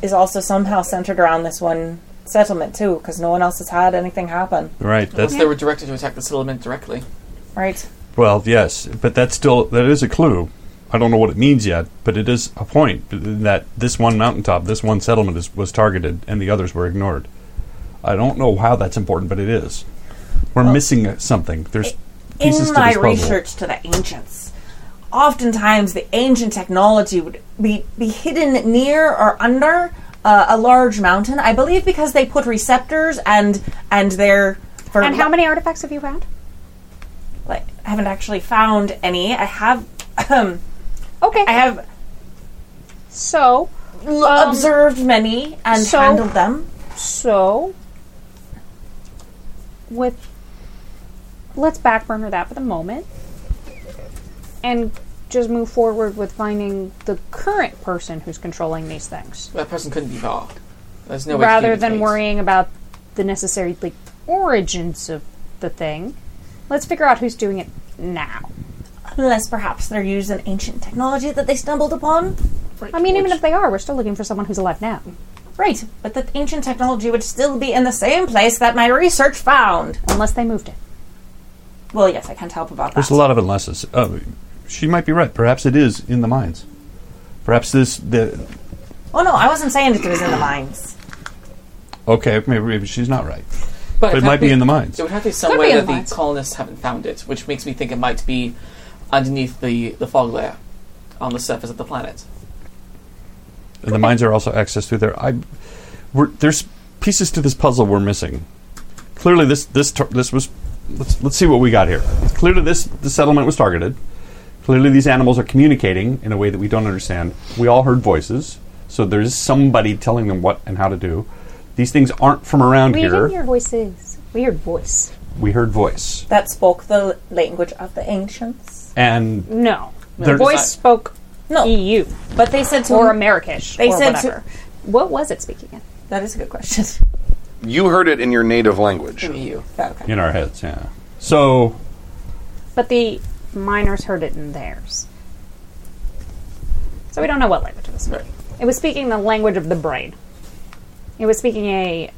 D: is also somehow centered around this one settlement, too, because no one else has had anything happen.
E: Right. That's
F: Unless they were directed to attack the settlement directly.
D: Right?
E: well, yes, but that's still that is a clue. I don't know what it means yet, but it is a point that this one mountaintop, this one settlement is, was targeted, and the others were ignored. I don't know how that's important, but it is. We're missing something. There's pieces
D: in
E: to
D: my
E: this puzzle.
D: research to the ancients, oftentimes the ancient technology would be, be hidden near or under uh, a large mountain. I believe because they put receptors and and their for
B: And how many artifacts have you found?
D: Like, I haven't actually found any. I have.
B: Okay.
D: I have
B: so
D: l-
B: Um,
D: observed many and
B: so-
D: handled them.
B: so with let's backburner that for the moment and just move forward with finding the current person who's controlling these things
F: That person couldn't be Vaal. There's no way to
B: rather than
F: communicate.
B: worrying about the necessary like, origins of the thing. Let's figure out who's doing it now.
D: Unless perhaps they're using ancient technology that they stumbled upon.
B: I mean, even if they are, we're still looking for someone who's alive now.
D: Right, but the ancient technology would still be in the same place that my research found.
B: Unless they moved it.
D: Well, yes, I can't help about that.
E: There's a lot of unlesses. Uh, she might be right. Perhaps it is in the mines. Perhaps this the
D: Oh no, I wasn't saying it was in the mines.
E: okay. Maybe, maybe she's not right. But it
F: had
E: might
F: to
E: be in the mines.
F: It would have to be some
B: Could
F: way
B: be in
F: that
B: the
F: the
B: mines.
F: colonists haven't found it, which makes me think it might be underneath the, the fog layer on the surface of the planet.
E: And the mines are also accessed through there. I we're, there's pieces to this puzzle we're missing. Clearly, this this tar- this was. Let's let's see what we got here. Clearly, this the settlement was targeted. Clearly, these animals are communicating in a way that we don't understand. We all heard voices, so there's somebody telling them what and how to do. These things aren't from around
B: We
E: here.
B: didn't hear voices. Weird voice.
E: We heard voice.
D: That spoke the language of the ancients.
E: and
B: No.
E: They're-
B: The voice spoke
D: No.
B: EU
D: But they said to
B: E. or Americish
D: They
B: or
D: said to-
B: whatever. what was it speaking in?
D: That is a good question.
C: You heard it in your native language.
F: Maybe you.
D: Okay.
E: in our heads. Yeah. So
B: But the miners heard it in theirs. So we don't know what language it was speaking. It was speaking the language of the brain. It was speaking a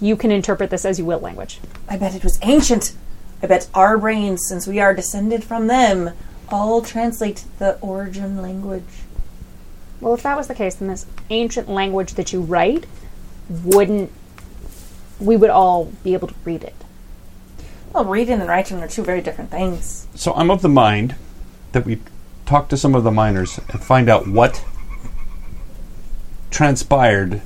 B: you can interpret this as you will language.
L: I bet it was ancient. I bet our brains, since we are descended from them, all translate to the origin language.
B: Well, if that was the case, then this ancient language that you write wouldn't. We would all be able to read it.
L: Well, reading and writing are two very different things.
E: so I'm of the mind that we talk to some of the miners and find out what transpired,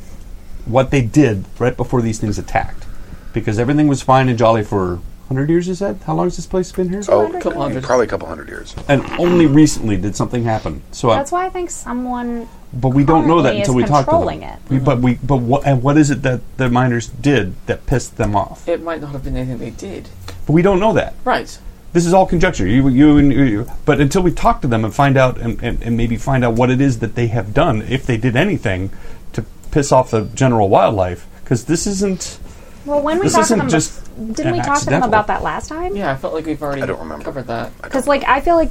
E: what they did right before these things attacked, because everything was fine and jolly for. 100 years, you said? How long has this place been here?
C: Oh,
F: Couple hundred.
C: probably a couple hundred years.
E: And only recently did something happen. So I-
B: That's why I think someone.
E: Oh. But we don't know that
B: currently
E: until
B: is
E: we talk to them.
B: controlling it.
E: We- But we, but what, and what is it that the miners did that pissed them off?
F: It might not have been anything they did.
E: But we don't know that.
F: Right.
E: This is all conjecture. You, you, and you but until we talk to them and find out, and, and, and maybe find out what it is that they have done, if they did anything to piss off the general wildlife, because this isn't.
B: Well, when we
E: This
B: talked to
E: isn't
B: them,
E: just
B: bef-
E: an
B: didn't we talk to them
E: accidental.
B: about that last time?
F: Yeah, I felt like we've already
C: I don't remember.
F: covered that.
B: Because, like, I feel like.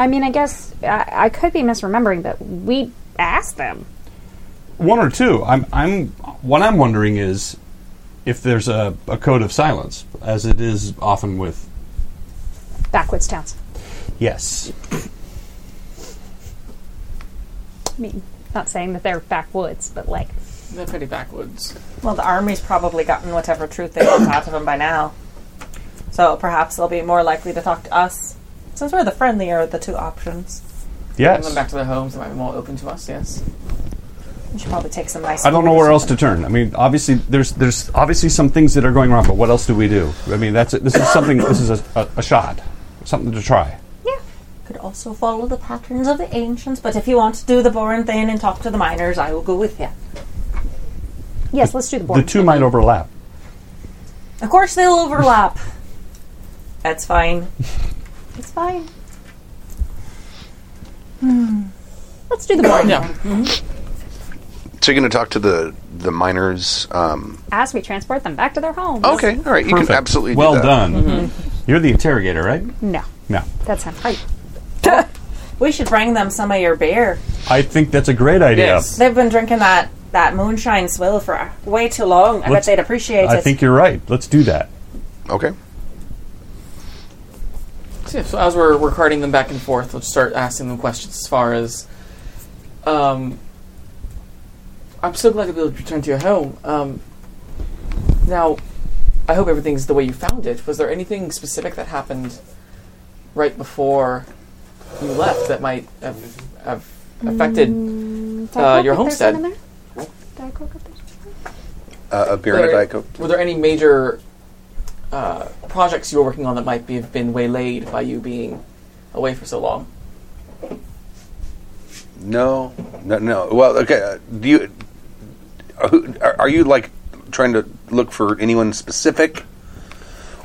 B: I mean, I guess I, I could be misremembering, but we asked them.
E: one or two. I'm, I'm. What I'm wondering is if there's a, a code of silence, as it is often with
B: Backwoods towns.
E: yes.
B: I mean, not saying that they're backwoods, but like.
F: They're pretty backwoods.
L: Well, the army's probably gotten whatever truth they want out of them by now. So perhaps they'll be more likely to talk to us, since we're the friendlier of the two options.
F: Bring
E: Yes.
F: them back to their homes. They might be more open to us. Yes.
L: We should probably take some nice.
E: I don't know where else to turn. I mean, obviously, there's there's obviously some things that are going wrong, but what else do we do? I mean, that's this is something. This is a, a, a shot, something to try.
L: Could also follow the patterns of the ancients, but if you want to do the boring thing and talk to the miners, I will go with you.
B: Yes, let's do the board.
E: The two might overlap.
L: Of course, they'll overlap. That's fine.
B: It's fine. Hmm. Let's do the board.
F: Yeah.
C: So you're going to talk to the the miners. Um,
B: As we transport them back to their homes.
C: Oh, okay, all right. You can absolutely. do Mm-hmm.
E: well
C: that.
E: done. You're the interrogator, right?
B: No,
E: No,
B: that's not right.
L: We should bring them some of your beer.
E: I think that's a great idea.
F: Yes.
L: They've been drinking that, that moonshine swill for way too long. I
E: Let's-
L: bet they'd appreciate
E: I
L: it.
E: think you're right. Let's do that.
C: Okay.
F: So, yeah, so as we're, we're carting them back and forth, we'll start asking them questions as far as. Um, I'm so glad to be able to return to your home. Um, now, I hope everything's the way you found it. Was there anything specific that happened right before you left that might have, have affected?
B: Did Mm,
F: Uh,
B: I
F: your
B: cook
F: homestead.
B: there's some in there? Did I cook up there?
C: Uh, a beer and a
F: There-
C: Diet Coke.
F: Were there any major uh, projects you were working on that might be, have been waylaid by you being away for so long?
C: No, no, no. Well, okay. Uh, do you are, who- are are you like trying to look for anyone specific,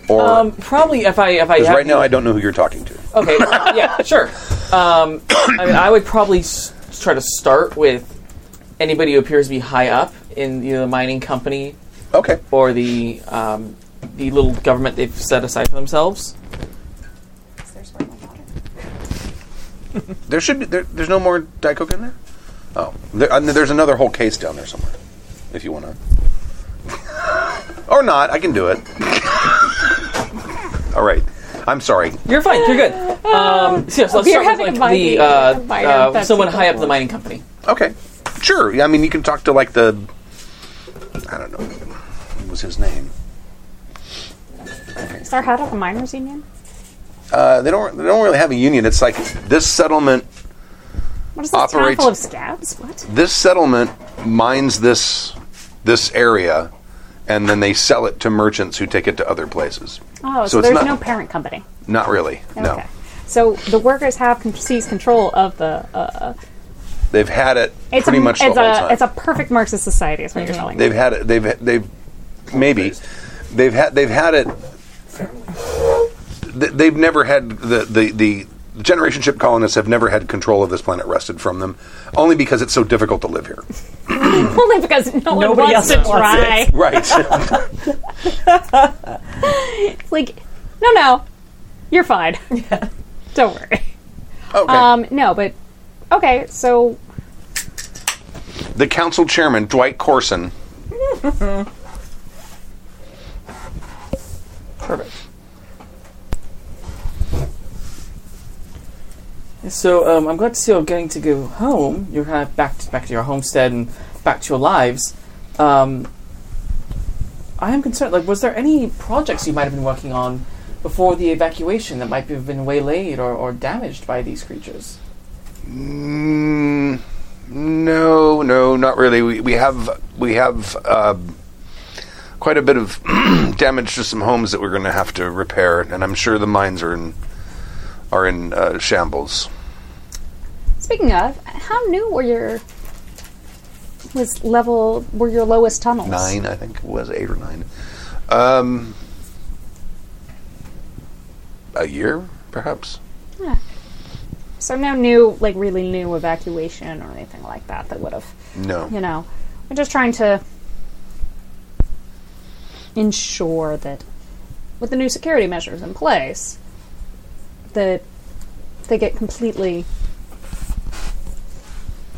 C: or
F: Um, Oh. probably if I if I
C: because
F: have
C: right now
F: to-
C: I don't know who you're talking to.
F: Okay, yeah, sure. Um, I mean, I would probably s- try to start with anybody who appears to be high up in either the mining company
C: Okay.
F: or the um, the little government they've set aside for themselves.
C: There should be. There, there's no more Diet Coke in there. Oh, there, uh, there's another whole case down there somewhere. If you want to, or not, I can do it. All right. I'm sorry.
F: You're fine. You're good. Um, so yeah, so let's
B: Uh, You're
F: start with
B: having
F: like,
B: a mining-
F: the uh,
B: a minor
F: uh,
B: Pepsi
F: someone high up in the
B: Cola.
F: mining company.
C: Okay. Sure. Yeah, I mean, you can talk to like the. I don't know. What was his name?
B: Is there head of the miners union?
C: Uh, they don't. They don't really have a union. It's like this settlement.
B: What is this town
C: Operates-
B: full of scouts? What?
C: This settlement mines this this area, and then they sell it to merchants who take it to other places.
B: Oh, so,
C: it's
B: there's
C: not,
B: no parent company.
C: Not really. No.
B: Okay. So the workers have con- seized control of the. Uh,
C: They've had it
B: it's
C: pretty
B: a,
C: much the
B: it's
C: whole
B: a
C: time. Mm-hmm.
B: it's a perfect Marxist society is what you're telling me.
C: they've had it. They've they've maybe they've had they've had it. th- They've never had the the the The generation ship colonists have never had control of this planet wrested from them, only because it's so difficult to live here.
B: Only because no one
L: Nobody
B: wants
L: else
B: to
L: wants
B: try.
C: Right.
B: It's like, no, no, you're fine. Don't worry.
C: okay.
B: Um, no, but okay. So
C: the council chairman, Dwight Corson,
F: So um, I'm glad to see you're going to go home. You're kind of back to, back to your homestead and back to your lives. Um, I am concerned. Like, was there any projects you might have been working on before the evacuation that might have been waylaid or, or damaged by these creatures?
C: Mm, no, no, not really. We, we have we have uh, quite a bit of damage to some homes that we're going to have to repair, and I'm sure the mines are in are in uh, shambles.
B: speaking of, how new were your was level were your lowest tunnels?
C: Nine, I think it was eight or nine. Um, a year, perhaps.
B: So no new, like really new evacuation or anything like that that would have,
C: No.
B: you know, we're just trying to ensure that with the new security measures in place, that they get completely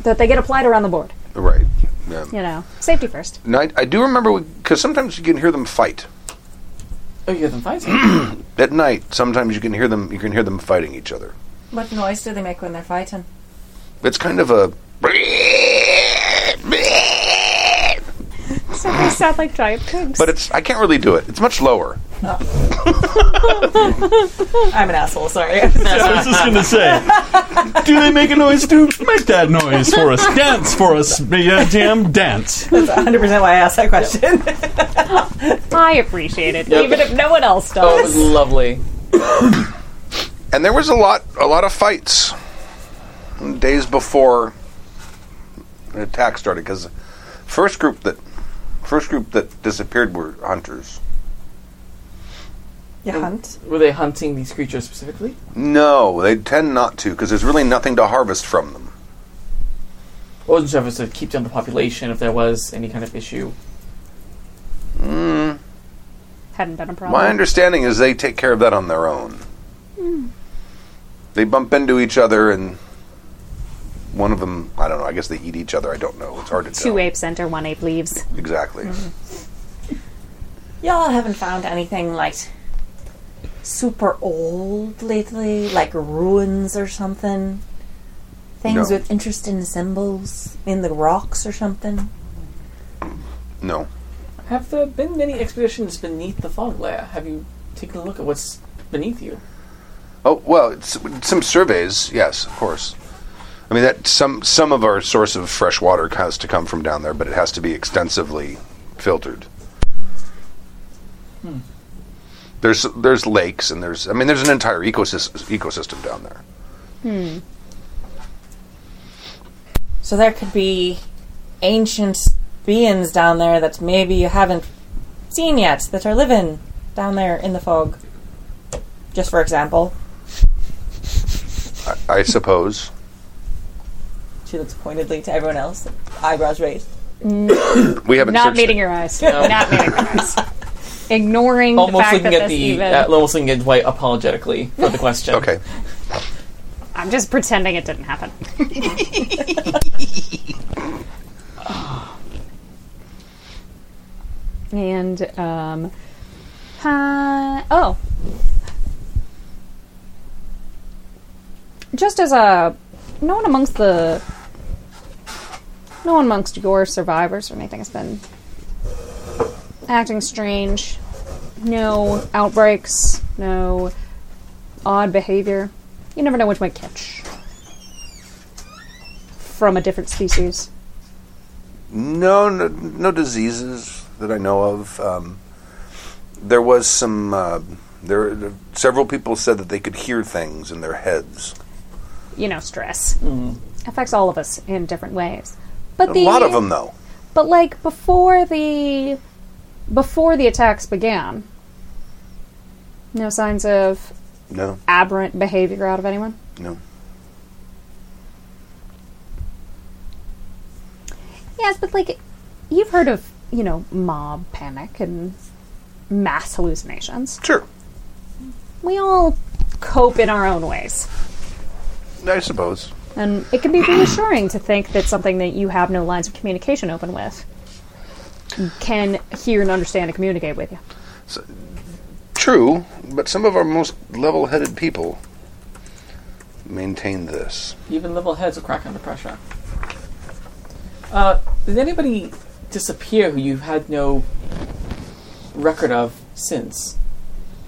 B: that they get applied around the board.
C: Right. Yeah.
B: You know, safety first.
C: And I, I do remember because sometimes you can hear them fight
F: Oh, you hear them fighting.
C: at night. Sometimes you can hear them. You can hear them fighting each other.
L: What noise do they make when they're fighting?
C: It's kind of a.
B: So they sound like giant pigs.
C: But it's I can't really do it. It's much lower.
L: I'm an asshole. Sorry.
G: I was just gonna say, do they make a noise too? Make that noise for us. Dance for us. Yeah, jam dance.
L: That's 100 percent why I asked that question.
B: I appreciate it,
F: Yep.
B: even if no one else
F: oh, it
B: does.
F: was lovely.
C: And there was a lot a lot of fights days before the attack started because first group that first group that disappeared were hunters.
L: you hunt.
F: Were they hunting these creatures specifically?
C: No, they tend not to because there's really nothing to harvest from them.
F: I wasn't sure if it was to keep down the population, if there was any kind of issue.
B: Hadn't been a problem.
C: My understanding is they take care of that on their own. They bump into each other and one of them, I don't know, I guess they eat each other. I don't know. It's hard to tell.
B: Two apes enter, one ape leaves.
C: Exactly.
L: Y'all haven't found anything like super old lately, like ruins or something. Things
C: No.
L: with interesting symbols in the rocks or something.
C: No.
F: Have there been many expeditions beneath the fog layer? Have you taken a look at what's beneath you?
C: Oh well, it's, some surveys, yes, of course. I mean that some some of our source of fresh water has to come from down there, but it has to be extensively filtered. There's there's lakes and there's I mean there's an entire ecosystem ecosystem down there.
L: So there could be ancient beings down there that maybe you haven't seen yet that are living down there in the fog. Just for example.
C: I suppose.
L: She looks pointedly to everyone else, eyebrows raised.
C: We haven't
B: Not
C: searched
B: meeting
C: it.
B: your eyes. Not meeting your eyes. Ignoring the
F: Almost
B: fact that
F: looking
B: this
F: at the
B: even.
F: uh, almost looking at Dwight apologetically for the question.
C: Okay.
B: I'm just pretending it didn't happen. and um, uh, oh, just as a no one amongst the no one amongst your survivors or anything has been acting strange. No outbreaks. No odd behavior. You never know which might catch from a different species.
C: No, no, no diseases that I know of. Um, there was some. Uh, there, several people said that they could hear things in their heads.
B: You know, stress affects all of us in different ways. But
C: A
B: the,
C: lot of them, though.
B: But like before the before the attacks began, no signs of
C: No,
B: aberrant behavior out of anyone.
C: No.
B: Yes, but like you've heard of, you know, mob panic and mass hallucinations.
C: Sure.
B: We all cope in our own ways.
C: I suppose.
B: And it can be reassuring to think that something that you have no lines of communication open with can hear and understand and communicate with you.
C: True, but some of our most level headed people maintain this.
F: Even level heads will crack under pressure. Uh, did anybody disappear who you've had no record of since?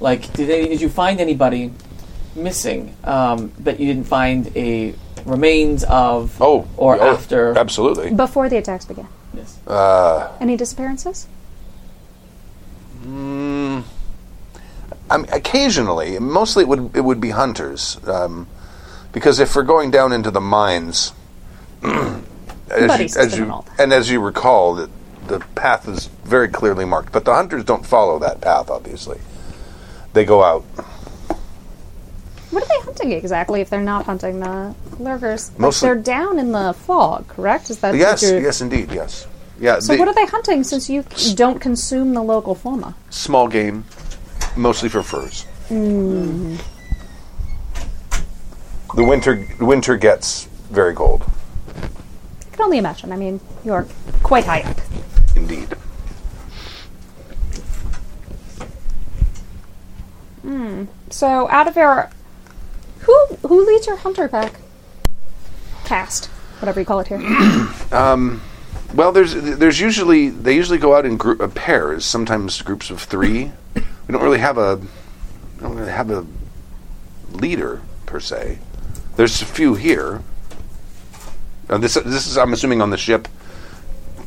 F: Like, did, any, did you find anybody missing um, that you didn't find a remains of
C: Oh.
F: or
C: oh,
F: after?
C: Absolutely.
B: Before the attacks began.
F: Yes.
B: Any disappearances?
C: I mean, occasionally, mostly it would it would be hunters, um, because if we're going down into the mines, as
B: Buddy's
C: you, as
B: been
C: you
B: involved.
C: and as you recall, the, the path is very clearly marked. But the hunters don't follow that path. Obviously, they go out.
B: What are they hunting exactly if they're not hunting the lurkers? Like,
C: Mostly-
B: they're down in the fog, correct? Is that what
C: Yes,
B: you're-
C: yes, indeed, yes, yeah.
B: So what are they hunting since you c- don't consume the local fauna?
C: Small game, mostly for furs.
B: Hmm.
C: The winter winter gets very cold,
B: I can only imagine. I mean, you're quite high up.
C: indeed.
B: So out of your who who leads your hunter pack? Cast, whatever you call it here.
C: Well, there's there's usually they usually go out in group uh, pairs, sometimes groups of three. we don't really have a we don't really have a leader per se. There's a few here. Uh, this this is I'm assuming on the ship,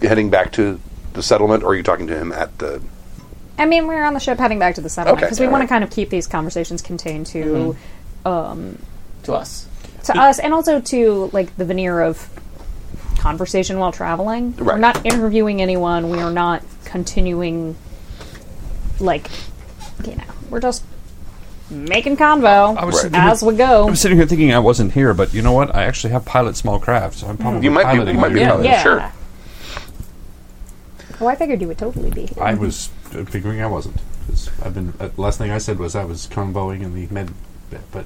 C: heading back to the settlement, or are you talking to him at the?
B: I mean, we're on the ship heading back to the settlement
C: Okay,
B: because we want to
C: alright. Mm-hmm.
B: kind of keep these conversations contained to
F: To us.
B: to us and also to like the veneer of conversation while traveling. We're
C: Right.
B: not interviewing anyone. We are not continuing like you know. We're just making convo
E: I was sitting here-
B: as we go.
E: I was sitting here thinking I wasn't here, but you know what? I actually have pilot small craft, so I'm probably
C: You might be.
E: piloting
C: You might be.
E: one.
C: probably-
B: Yeah.
C: Sure.
B: Oh, I figured you would totally be here.
E: I was uh, figuring I wasn't. 'cause I've been. Uh, last thing I said was I was convoying in the med, bit, but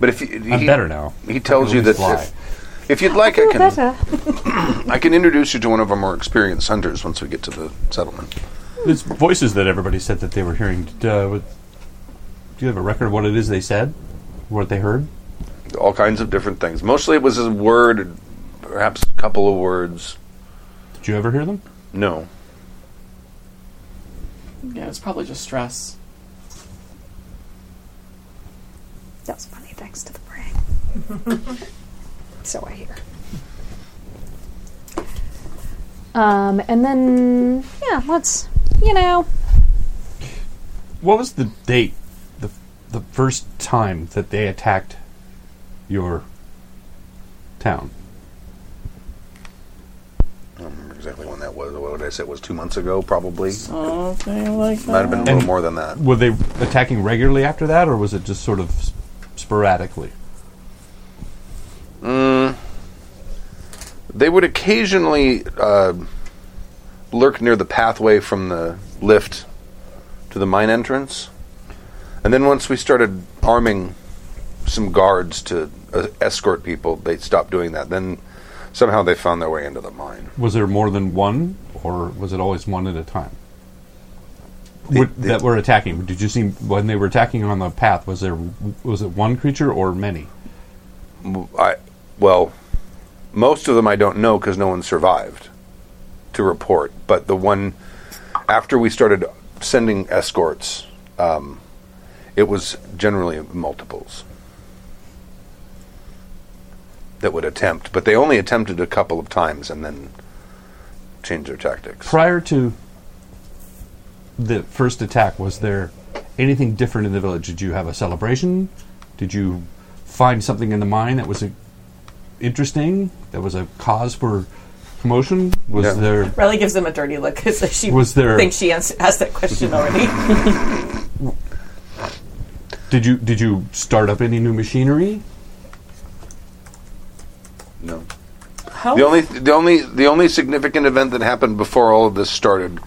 C: But if you,
E: I'm
C: he-
E: better now.
C: He tells
E: At
C: you
E: least
C: that
E: fly.
C: if, if you'd like, I
B: Feel
C: can
B: better.
C: I can introduce you to one of our more experienced hunters once we get to the settlement.
E: It's voices that everybody said that they were hearing. D- Uh, what- do you have a record of what it is they said? What they heard?
C: all kinds of different things. Mostly it was a word, perhaps a couple of words.
E: Did you ever hear them?
C: No. uh,
F: Yeah, it's probably just stress.
B: That was funny, thanks to the brain. so I hear. Um, and then yeah, let's you know
E: What was the date? The the first time that they attacked your town.
C: I don't remember exactly when that was. What would I say? It was two months ago, probably.
F: Something Oh, like that.
C: Might have been a little
E: And-
C: more than that.
E: Were they attacking regularly after that, or was it just sort of s- sporadically?
C: They would occasionally uh, lurk near the pathway from the lift to the mine entrance. And then once we started arming some guards to uh, escort people, they stopped doing that. Then somehow they found their way into the mine.
E: Was there more than one, or was it always one at a time? Would,
C: the-
E: that were attacking. Did you see when they were attacking on the path? Was there was it one creature or many?
C: I well, most of them I don't know because no one survived to report. But the one after we started sending escorts, um, it was generally multiples that would attempt, but they only attempted a couple of times and then changed their tactics.
E: Prior to the first attack, was there anything different in the village? Did you have a celebration? Did you find something in the mine that was uh, interesting? That was a cause for commotion? Was
C: Yeah.
E: there
D: Riley gives him a dirty look because she
E: Was there-
D: thinks she ans- asked that question already.
E: Did you did you start up any new machinery?
C: No.
F: How?
C: The only the only the only significant event that happened before all of this started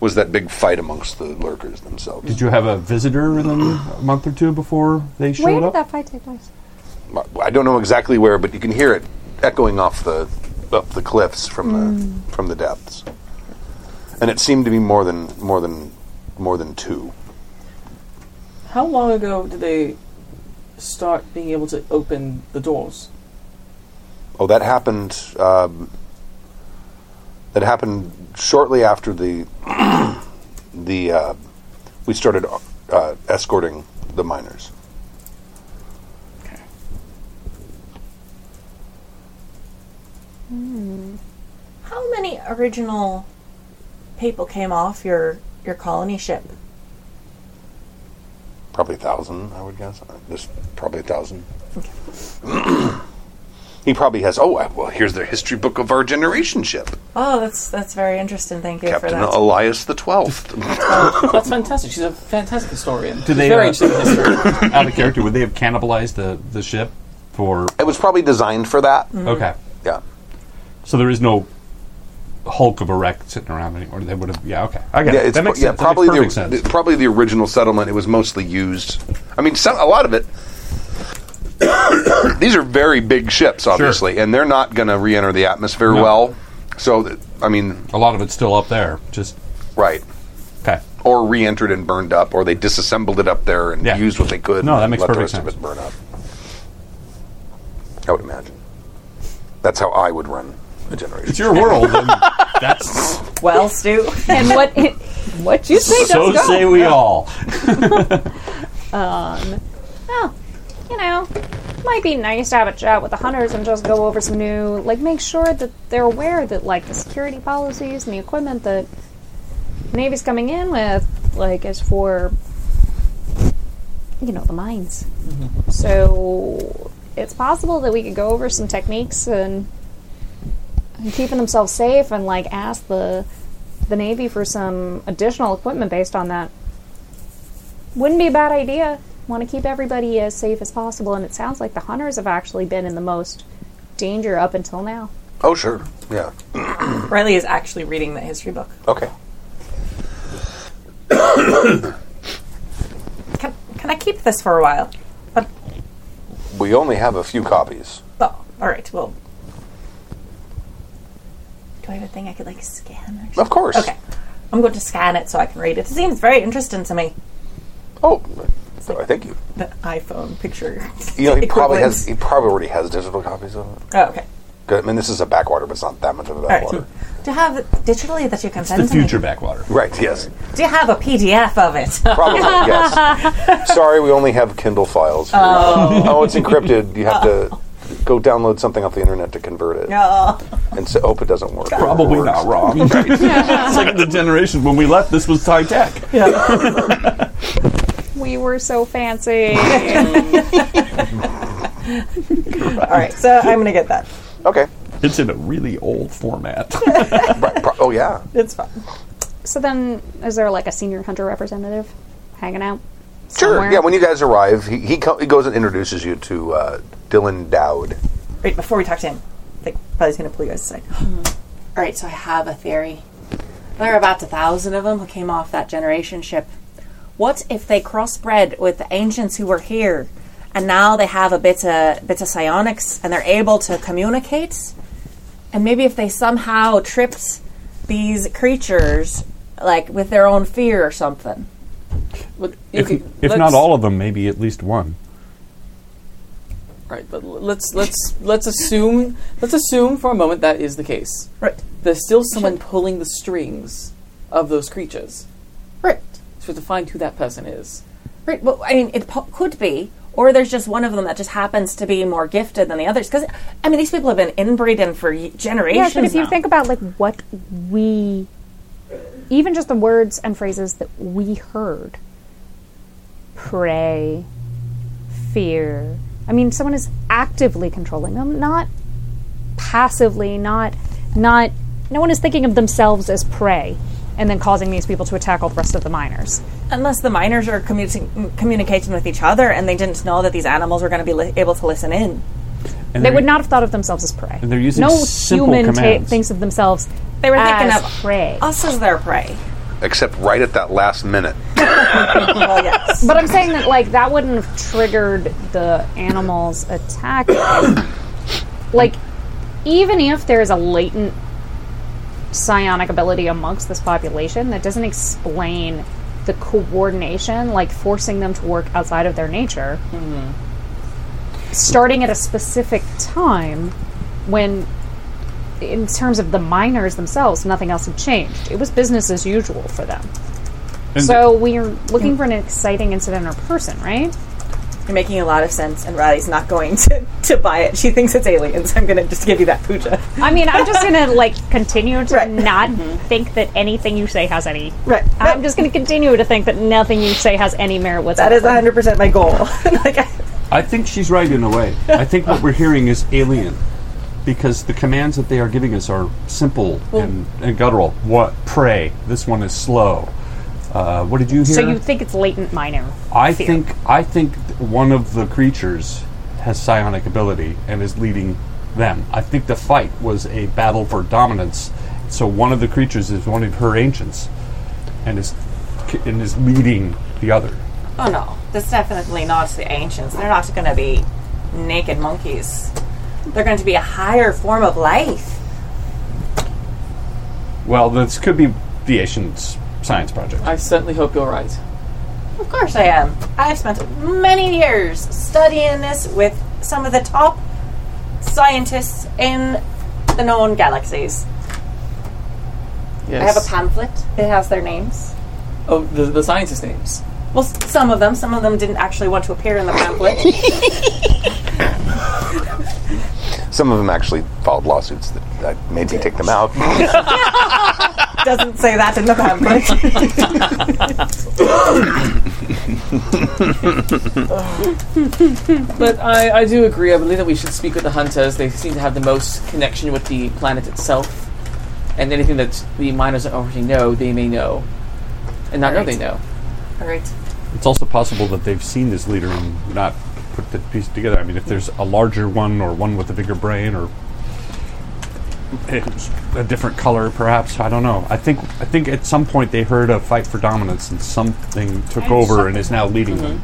C: was that big fight amongst the lurkers themselves.
E: Did you have a visitor in a month or two before they showed
B: Where did
E: up?
B: that fight take place?
C: I don't know exactly where, but you can hear it echoing off the up the cliffs from the from the depths. And it seemed to be more than more than more than two.
F: How long ago did they start being able to open the doors?
C: Oh, that happened. Um, that happened shortly after the the uh, we started uh, escorting the miners.
L: How many original people came off your your colony ship?
C: Probably a thousand, I would guess. Uh, There's probably a thousand. he probably has. Oh, uh, well, here's the history book of our generation ship,
L: Oh, that's that's very interesting. Thank you for
C: Captain
L: that.
C: Elias the Twelfth.
F: That's fantastic. She's a fantastic historian. She's
E: they,
F: very
E: uh,
F: interested in history.
E: Out of character, would they have cannibalized the, the ship for?
C: it was probably designed for that.
E: Okay,
C: Yeah.
E: so there is no hulk of a wreck sitting around anymore. They would have. Yeah, okay, I get
C: Yeah,
E: it.
C: it's
E: that makes
C: pro- yeah,
E: sense.
C: probably
E: that makes
C: the,
E: perfect sense.
C: the- probably the original settlement. It was mostly used. I mean, some, a lot of it. these are very big ships, obviously, and they're not going to re-enter the atmosphere
E: No.
C: well. So, th- I mean,
E: a lot of it's still up there. Just
C: right?
E: okay.
C: Or re-entered and burned up, or they disassembled it up there and
E: Yeah.
C: used what they could.
E: No, that
C: and
E: makes
C: let
E: perfect
C: the rest of it
E: sense.
C: burn up. I would imagine. That's how I would run a generation.
E: It's your world. and that's
L: Well, Stu,
B: And what what you say
E: so
B: does go.
E: say we all.
B: oh, you know, might be nice to have a chat with the hunters and just go over some new, like, make sure that they're aware that, like, the security policies and the equipment that Navy's coming in with, like, is for, you know, the mines. So it's possible that we could go over some techniques and, and keeping themselves safe and, like, ask the the Navy for some additional equipment based on that wouldn't be a bad idea. Want to keep everybody as safe as possible, and it sounds like the hunters have actually been in the most danger up until now.
C: Oh, sure. Yeah.
L: Riley is actually reading that history book.
C: Okay.
L: Can, can I keep this for a while? But
C: We only have a few copies.
L: oh, all right. Well, do I have a thing I could like scan? Or
C: Of course.
L: Okay, I'm going to scan it so I can read it. It seems very interesting to me.
C: Oh, I thank you.
L: The iPhone picture.
C: You know, he probably
L: equivalent.
C: has. He probably already has digital copies of it.
L: Oh, okay.
C: 'Cause, I mean, this is a backwater, but it's not that much of a
L: All right.
C: backwater.
L: Do you have it digitally that you can send
E: The
L: to me?
E: future backwater.
C: Right. Yes.
L: Do you have a PDF of it?
C: Probably. yes. Sorry, we only have Kindle files. Oh. it's encrypted. You have to go download something off the internet to convert it.
L: No.
C: And so, hope it doesn't work.
E: Probably
C: It
E: not
C: works.
E: wrong. it's like the generation when we left. This was high tech.
B: We were so fancy.
L: All right. So I'm going to get that.
C: Okay.
E: It's in a really old format.
C: Right, pro- oh yeah.
L: It's fine.
B: so then, is there like a senior hunter representative hanging out?
C: Sure.
B: somewhere?
C: Yeah. When you guys arrive, he he, co- he goes and introduces you to uh, Dylan Dowd.
L: Wait, before we talk to him, like, Riley's going to pull you guys aside.
D: Hmm. All right, so I have a theory. There are about a thousand of them who came off that generation ship. What if they crossbred with the ancients who were here, and now they have a bit of bit of psionics, and they're able to communicate? And maybe if they somehow tripped these creatures, like with their own fear or something.
F: But you
E: if
F: could-
E: if not
F: let's-
E: all of them, maybe at least one.
F: Right, but l- let's let's let's assume let's assume for a moment that is the case.
L: Right.
F: There's still someone pulling the strings of those creatures.
D: Right.
F: So we have to find who that person is.
D: Right. Well, I mean, it po- could be, or there's just one of them that just happens to be more gifted than the others. Because I mean, these people have been inbreeding for y-
B: Yeah,
D: generations.
B: but if you
D: now.
B: think about like what we, even just the words and phrases that we heard, pray, fear. I mean, someone is actively controlling them, not passively, not not. No one is thinking of themselves as prey, and then causing these people to attack all the rest of the miners.
L: Unless the miners are commuting, communicating with each other and they didn't know that these animals were going to be li- able to listen in.
E: And
B: They
E: they're-
B: would not have thought of themselves as prey.
E: And they're using
B: no
E: simple
B: human ta-
E: commands.
B: thinks of themselves
L: They were thinking
B: as
L: of
B: prey.
L: us as their prey.
C: Except right at that last minute.
L: Well, yes.
B: But I'm saying that like that wouldn't have triggered the animal's attack. like even if there is a latent psionic ability amongst this population, that doesn't explain the coordination, like forcing them to work outside of their nature, starting at a specific time when. In terms of the miners themselves, nothing else had changed. It was business as usual for them.
E: and
B: So we're looking for an exciting incident or person, right?
L: You're making a lot of sense, and Riley's not going to, to buy it. She thinks it's aliens. I'm going to just give you that puja.
B: I mean, I'm just gonna like continue to
L: Right. Mm-hmm.
B: not think that anything you say has any.
L: Right.
B: I'm just gonna continue to think that nothing you say has any merit
L: That
B: whatsoever.
L: is 100% my goal. like, I,
E: I think she's right in a way. I think what we're hearing is alien. Because the commands that they are giving us are simple and, and guttural. What? Pray. This one is slow. Uh, what did you hear?
B: so you think it's latent minor?
E: I
B: fear.
E: think I think th- one of the creatures has psionic ability and is leading them. I think the fight was a battle for dominance. So one of the creatures is one of her ancients, and is c- and is leading the other.
L: oh no, that's definitely not the ancients. They're not going to be naked monkeys. They're going to be a higher form of life.
E: Well, this could be the ancients' science project.
F: I certainly hope you're right.
L: Of course I am. I've spent many years studying this with some of the top scientists in the known galaxies.
F: Yes.
L: I have a pamphlet. It has their names.
F: Oh, the, the scientist names.
L: Well, s- some of them. Some of them didn't actually want to appear in the pamphlet.
C: Some of them actually filed lawsuits that, that made me take them out.
L: Doesn't say that in the pamphlet.
F: But I, I do agree. I believe that we should speak with the hunters. They seem to have the most connection with the planet itself. And anything that the miners already know, they may know. And not know they know.
L: All right.
E: It's also possible that they've seen this leader and not put the piece together. I mean, if there's a larger one or one with a bigger brain or it's a different color, perhaps I don't know. I think I think at some point they heard a fight for dominance and something took over and is now leading them.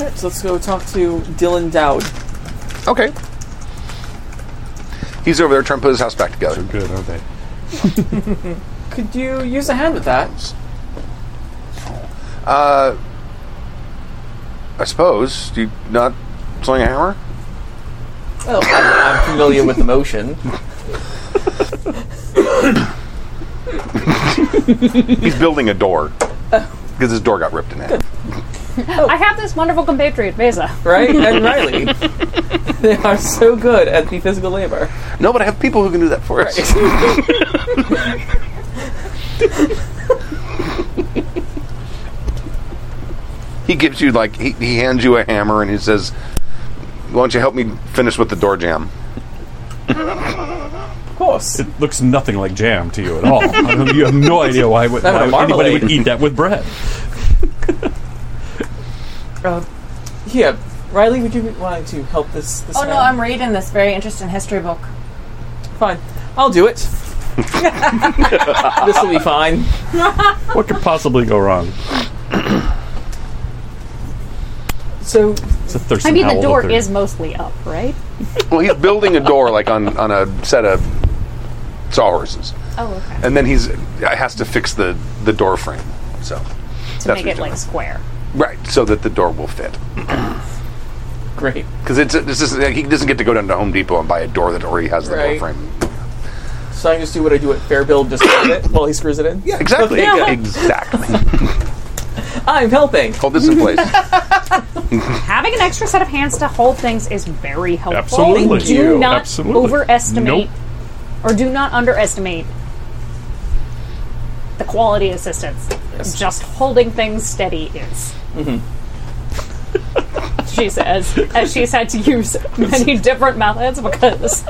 F: Alright, so let's go talk to Dylan Dowd.
C: okay. He's over there trying to put his house back
E: They're
B: Mm-hmm.
C: together.
E: good, aren't they?
F: Could you use a hand with that?
C: I suppose. Do you not sling a hammer?
F: Well, I'm, I'm familiar with the motion.
C: He's building a door. Because his door got ripped in half.
L: Oh.
B: I have this wonderful compatriot Vesa.
F: Right? And Riley. they are so good at the physical labor.
C: No, but I have people who can do that for us. he gives you like he, he hands you a hammer and he says, "Why don't you help me finish with the door jam?"
F: Of course.
E: It looks nothing like jam to you at all. I don't- you have no idea why, would-
F: Not a
E: why anybody
F: marmalade.
E: would eat that with bread.
F: Uh, here, Riley, would you want to help this? this
L: Oh no,
F: man?
L: I'm reading this very interesting history book.
F: fine. I'll do it. this will be fine.
E: What could possibly go wrong?
F: So
E: It's a Thurston
B: I mean, the
E: Howell
B: door
E: III.
B: is mostly up, right?
C: Well, he's building a door like on on a set of sawhorses,
B: Oh, okay.
C: and then he's uh, has to fix the the door frame. So
B: To
C: that's
B: make it
C: what
B: like
C: he's
B: square.
C: doing. right, so that the door will fit.
F: great.
C: Because it's this is like, he doesn't get to go down to Home Depot and buy a door that already has the
F: Right.
C: door frame.
F: So I can just do what I do at Fairbuild, just hold it while he screws it in.
C: Yeah, exactly,
F: Okay, good.
C: exactly.
F: I'm helping.
C: Hold this in place.
B: Having an extra set of hands to hold things is very helpful. Do
E: Absolutely. Thank you.
B: not
E: Absolutely.
B: overestimate
E: Nope.
B: or do not underestimate the quality of assistance. Just holding things steady is.
E: Mm-hmm.
B: she says, as she's had to use many different methods because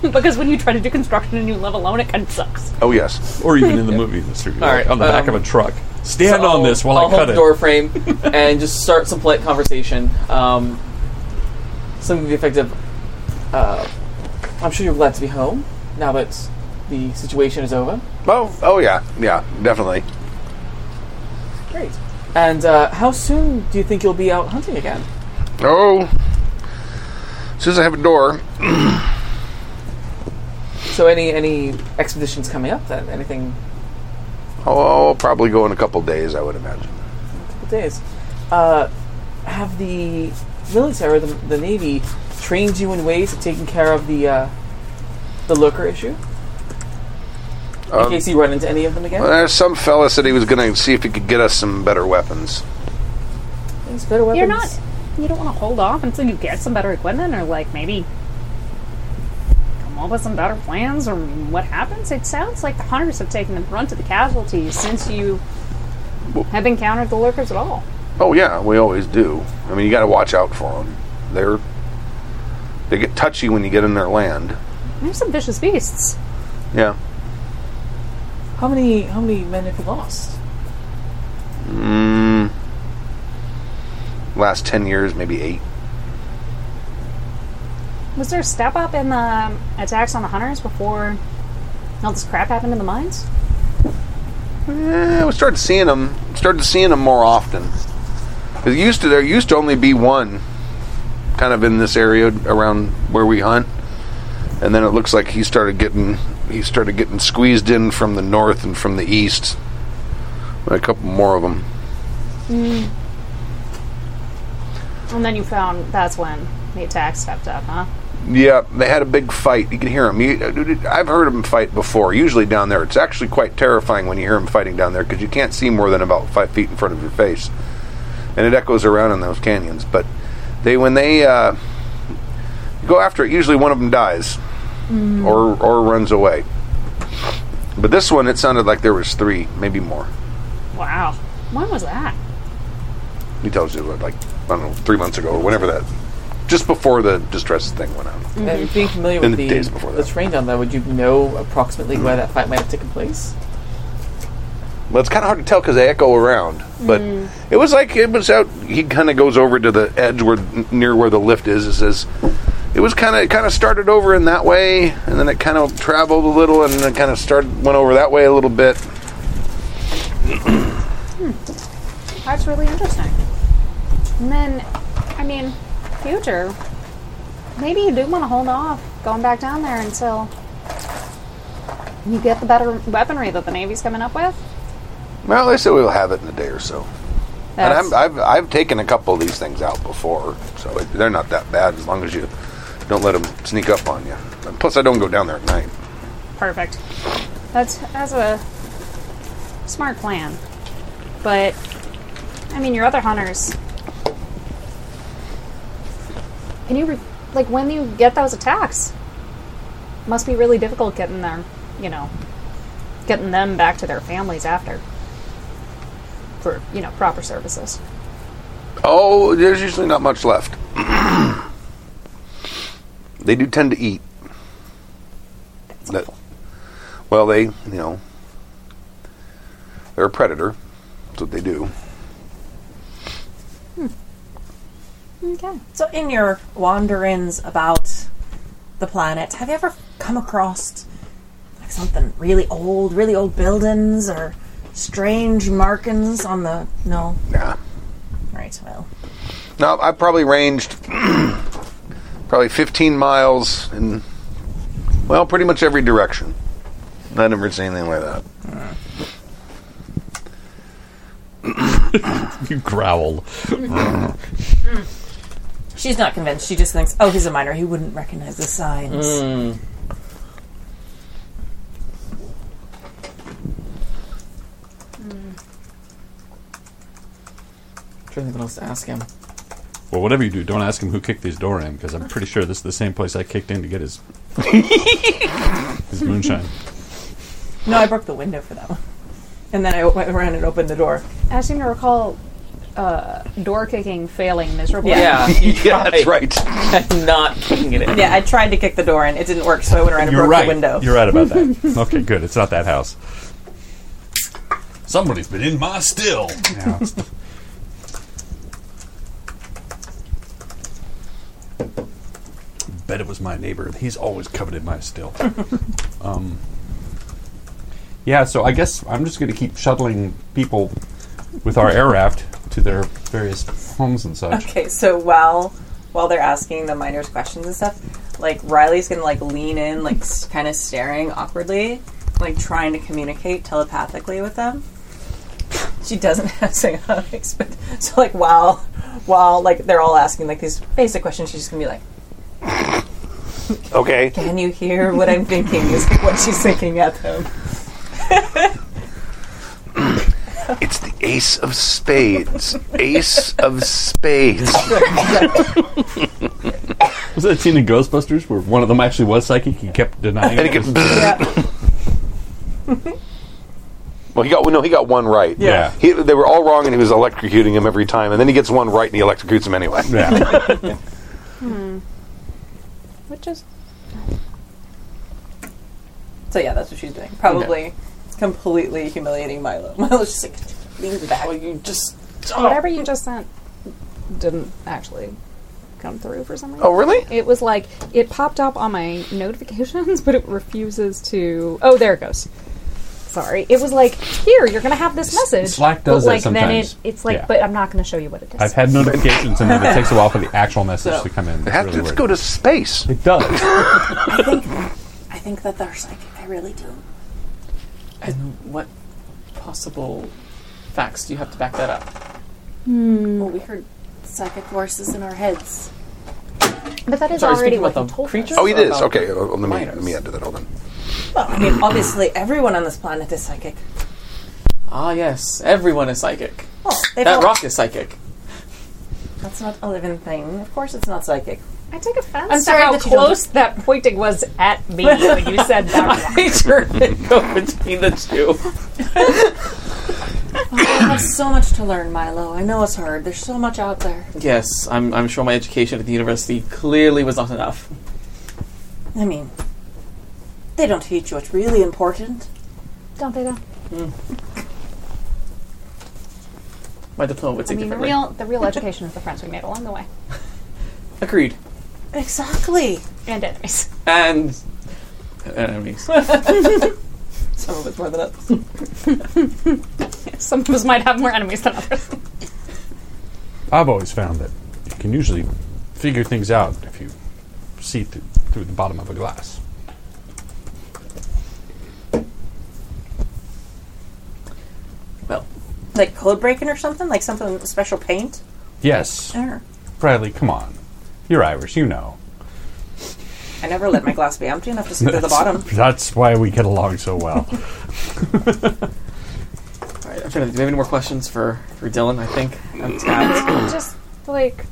B: because when you try to do construction and you live alone, it kind of sucks.
C: Oh yes.
G: or even in the movie industry,
F: All right,
G: on the back
F: um,
G: of a truck. Stand
F: So
G: on
F: I'll-
G: this while
F: I'll
G: I
F: hold
G: cut
F: the
G: it.
F: door frame and just start some polite conversation. Um, something to the effect of, uh, "I'm sure you're glad to be home now that the situation is over."
C: Oh, oh yeah, yeah, definitely.
F: Great. And uh, how soon do you think you'll be out hunting again?
C: Oh, as soon as I have a door,
F: So any any expeditions coming up then? Anything?
C: oh, I'll probably go in a couple days. I would imagine.
F: Couple days. Uh, have the military, the, the navy, trained you in ways of taking care of the uh, the lurker issue? In
C: Um,
F: case you run into any of them again.
C: well, there's Uh, some fella said he was going to see if he could get us some better weapons.
F: It's better weapons.
B: You're not. You don't want to hold off until you get some better equipment, or like maybe come up with some better plans, or what happens. It sounds like the hunters have taken the brunt of the casualties since you have encountered the lurkers at all.
C: Oh yeah, we always do. I mean, you got to watch out for them. They're they get touchy when you get in their land.
B: There's some vicious beasts.
C: Yeah,
F: How many how many men have you lost?
C: mm, last ten years, maybe eight.
B: Was there a step up in the um, attacks on the hunters before all this crap happened in the mines?
C: Eh, we started seeing them. Started seeing them more often. 'Cause it used to there used to only be one, kind of in this area around where we hunt, and then it looks like he started getting he started getting squeezed in from the north and from the east. A couple more of them.
B: And then you found that's when the attacks stepped up, huh?
C: Yeah, they had a big fight. You can hear them. You, I've heard them fight before. Usually down there, it's actually quite terrifying when you hear them fighting down there because you can't see more than about five feet in front of your face, and it echoes around in those canyons. But they, when they uh, go after it, usually one of them dies or or runs away. But this one, it sounded like there was three, maybe more.
B: Wow. When was that?
C: He tells you like I don't know, three months ago or whenever that, just before the distress thing went out.
B: Mm-hmm.
F: And being familiar
C: In
F: with
C: the
F: the,
C: days before
F: the
C: that.
F: terrain down there, would you know approximately where that fight might have taken place?
C: Well, it's kind of hard to tell because they echo around. But it was like it was out. He kind of goes over to the edge where n- near where the lift is. It says it was kind of it kind of started over in that way, and then it kind of traveled a little, and then kind of started went over that way a little bit.
B: That's really interesting. And then, I mean, future. Maybe you do want to hold off going back down there until you get the better weaponry that the Navy's coming up with.
C: Well, they said we'll have it in a day or so. And
B: That's-
C: I'm, I've I've taken a couple of these things out before, so it, they're not that bad as long as you don't let them sneak up on you. And plus, I don't go down there at night.
B: Perfect. That's that's a smart plan. But I mean, your other hunters. Can you re- like when you get those attacks? Must be really difficult getting them, you know, getting them back to their families after for you know proper services.
C: Oh, there's usually not much left. they do tend to eat. That- well, they, you know, they're a predator. That's what they do.
B: Okay.
L: So, in your wanderings about the planet, have you ever come across like something really old, really old buildings or strange markings on the? No,
C: Yeah.
L: right. Well,
C: No, I probably ranged probably 15 miles in, well, pretty much every direction. I never seen anything like that.
G: You growl.
L: she's not convinced. She just thinks, "Oh, he's a miner. He wouldn't recognize the signs."
G: Mm.
F: I'm trying to think what else to ask him.
G: Well, whatever you do, don't ask him who kicked his door in because I'm pretty sure this is the same place I kicked in to get his his moonshine.
L: No, I broke the window for that one, and then I o- went around and opened the door.
B: I seem to recall uh, door kicking failing miserably.
F: Yeah, you
C: Yeah, that's
F: tried.
C: right.
F: not kicking it. In.
L: Yeah, I tried to kick the door in. It didn't work, so I went around and
G: You're
L: broke
G: right.
L: the window.
G: You're right about that. okay, good. It's not that house. Somebody's been in my still.
E: Yeah.
G: Bet it was my neighbor. He's always coveted my still.
E: yeah, so I guess I'm just going to keep shuttling people with our air raft to their various homes and such.
D: Okay, so while while they're asking the miners questions and stuff, like Riley's gonna like lean in, like s- kind of staring awkwardly, like trying to communicate telepathically with them. She doesn't have psionics, but so like while while like they're all asking like these basic questions, she's just gonna be like,
C: Okay.
D: "Can you hear what I'm thinking?" Is what she's thinking at them.
C: It's the ace of spades. Ace of spades.
E: Was that scene in Ghostbusters where one of them actually was psychic? He kept denying
C: And
E: it.
C: it gets. well, he got well, no, he got one right.
E: Yeah.
C: He, they were all wrong, and he was electrocuting him every time. And then he gets one right, and he electrocutes him anyway.
E: yeah.
B: Which is
D: So yeah, that's what she's doing. Probably completely humiliating Milo. Milo's just like leans back.
F: Well, you just
C: Oh.
B: whatever you just sent didn't actually come through for some reason.
C: Oh, really?
B: It was like it popped up on my notifications, but it refuses to. Oh, there it goes. Sorry, it was like here you're gonna have this message.
E: Slack
B: but
E: does that
B: like then it
E: sometimes.
B: it's like,
E: Yeah.
B: but I'm not gonna show you what it is.
E: I've had notifications and then it takes a while for the actual message
D: So-
E: to come in.
C: It has,
E: It's really
C: let's
E: weird.
C: go to space.
E: It does.
D: I think that they're psychic. I really do.
F: and what possible facts do you have to back that up? Mm.
M: Well, we heard psychic voices in our heads.
B: but that is
F: Sorry,
B: already
F: speaking
B: what
F: about
B: he
F: the
B: told
F: creature?
B: us.
C: Oh, it is.
F: About
C: Okay, uh, let me
F: minors.
C: let me add to that. Hold on.
D: Well, I mean, obviously everyone on this planet is psychic.
F: Ah, yes, everyone is psychic.
D: Well, they've
F: That
B: Oh.
D: all-
F: rock is psychic.
D: That's not a living thing. Of course, it's not psychic.
B: I take offense.
D: I'm
B: to
D: sorry
B: how
D: that you don't-
B: close that pointing was at me when you said that.
F: I turned and go between the two.
D: I have so much to learn, Milo. I know it's hard. There's so much out there.
F: Yes, I'm, I'm sure my education at the university clearly was not enough.
D: I mean, they don't teach you what's really important.
B: Don't they? Though?
F: My diploma would
B: I
F: say
B: mean, the
F: differently.
B: real the real education is the friends we made along the way
F: Agreed.
D: Exactly.
B: and enemies.
F: And enemies.
D: Some of it's more than others.
B: Some of us might have more enemies than others.
G: I've always found that you can usually figure things out if you see through, through the bottom of a glass.
F: well,
D: Like code breaking or something? Like something with special paint?
G: Yes,
D: Sure.
G: Bradley, come on. You're Irish, you know.
D: I never let my glass be empty enough to see to the bottom.
G: That's why we get along so well.
F: all right, I'm trying to, do we have any more questions for, for Dylan? I think I'm tapped. Uh,
B: Just like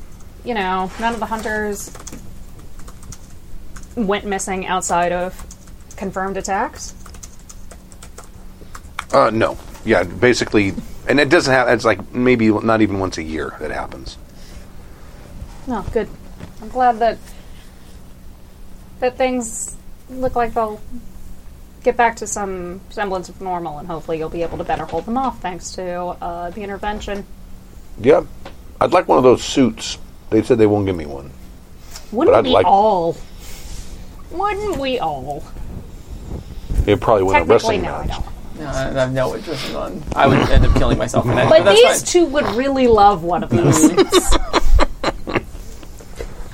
B: you know, none of the hunters went missing outside of confirmed attacks.
C: Uh, no. Yeah, basically, and it doesn't have. It's like maybe not even once a year that happens.
B: No, good. I'm glad that that things look like they'll get back to some semblance of normal, and hopefully you'll be able to better hold them off thanks to uh, the intervention.
C: Yeah, I'd like one of those suits. They said they won't give me one.
B: Wouldn't
C: I'd
B: we
C: like-
B: all? Wouldn't we all?
C: They probably win a
B: Technically,
C: wrestling
B: no, I
C: match.
B: don't.
F: No, I I have no interest in on. I would end up killing myself in that.
B: But
F: that's
B: these
F: fine.
B: two would really love one of those.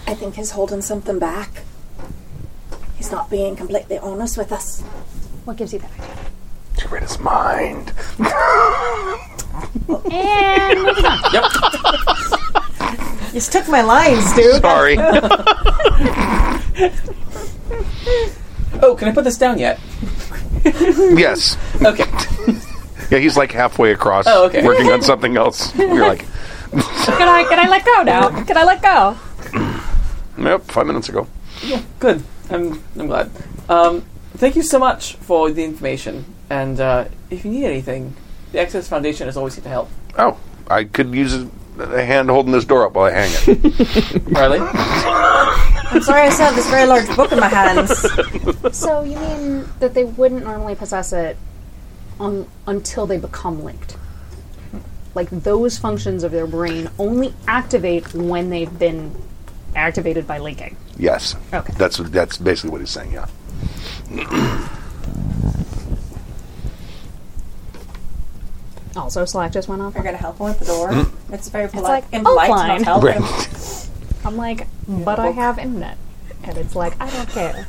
M: I think he's holding something back. He's not being completely honest with us.
B: what gives you that idea?
C: Get rid of his mind.
B: And moving on.
D: You took my lines, dude.
C: Sorry.
F: Oh, can I put this down yet?
C: yes.
F: Okay.
C: Yeah, he's like halfway across,
F: Oh, okay.
C: working on something else. We're like,
B: Can I can I let go now? Can I let go?
C: nope, five minutes ago.
F: Good. I'm, I'm glad. Um, thank you so much for the information. And uh, if you need anything, the Access Foundation is always here to help.
C: Oh, I could use a, a hand holding this door up while I hang it.
F: Riley?
D: I'm sorry I still have this very large book in my hands.
B: So you mean that they wouldn't normally possess it un- until they become linked. Like those functions of their brain only activate when they've been activated by linking.
C: Yes.
B: Okay.
C: That's that's basically what he's saying. Yeah.
B: Also, Slack just went off.
D: You're gonna help him with the door. It's very polite.
B: like,
D: and polite,
B: oh,
D: not
B: fine.
D: help.
C: Right.
B: I'm like, but I have internet, and it's like I don't care.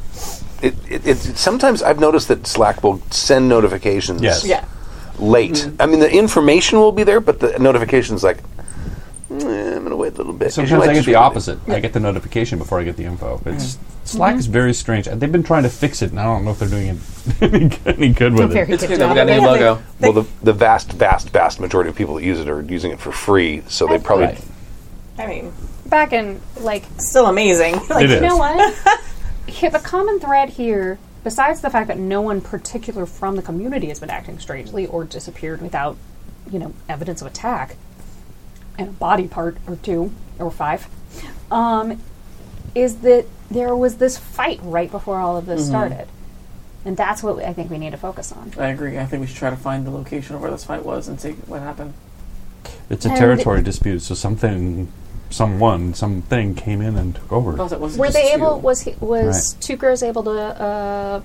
C: It, it, it sometimes I've noticed that Slack will send notifications.
E: Yes.
D: Yeah.
C: Late. I mean, the information will be there, but the notifications like. "Eh, I'm gonna wait a little bit. 'Cause you
E: Sometimes
C: might
E: I get
C: just
E: the
C: read it.
E: opposite. I get the notification before I get the info. It's Slack is very strange. They've been trying to fix it, and I don't know if they're doing it any, good- any good with
B: Very
E: it.
F: It's
B: good
F: good that we
B: job.
F: got a new logo.
C: Well, the, the vast, vast, vast majority of people that use it are using it for free, so they probably
E: Right.
D: I mean,
B: Back in like
D: still amazing. like,
B: You
E: It
B: know
E: is.
B: what? Here- the common thread here, besides the fact that no one particular from the community has been acting strangely or disappeared without, you know, evidence of attack, and a body part or two or five, um, is that there was this fight right before all of this
E: Mm-hmm.
B: started, and that's what I think we need to focus on.
F: I agree. I think we should try to find the location of where this fight was and see what happened.
E: It's a
B: And-
E: territory dispute, so something, someone, something came in and took over.
F: Plus, it wasn't
B: Were
F: just
B: they
F: two.
B: able? Was he, was Tuker's able to uh,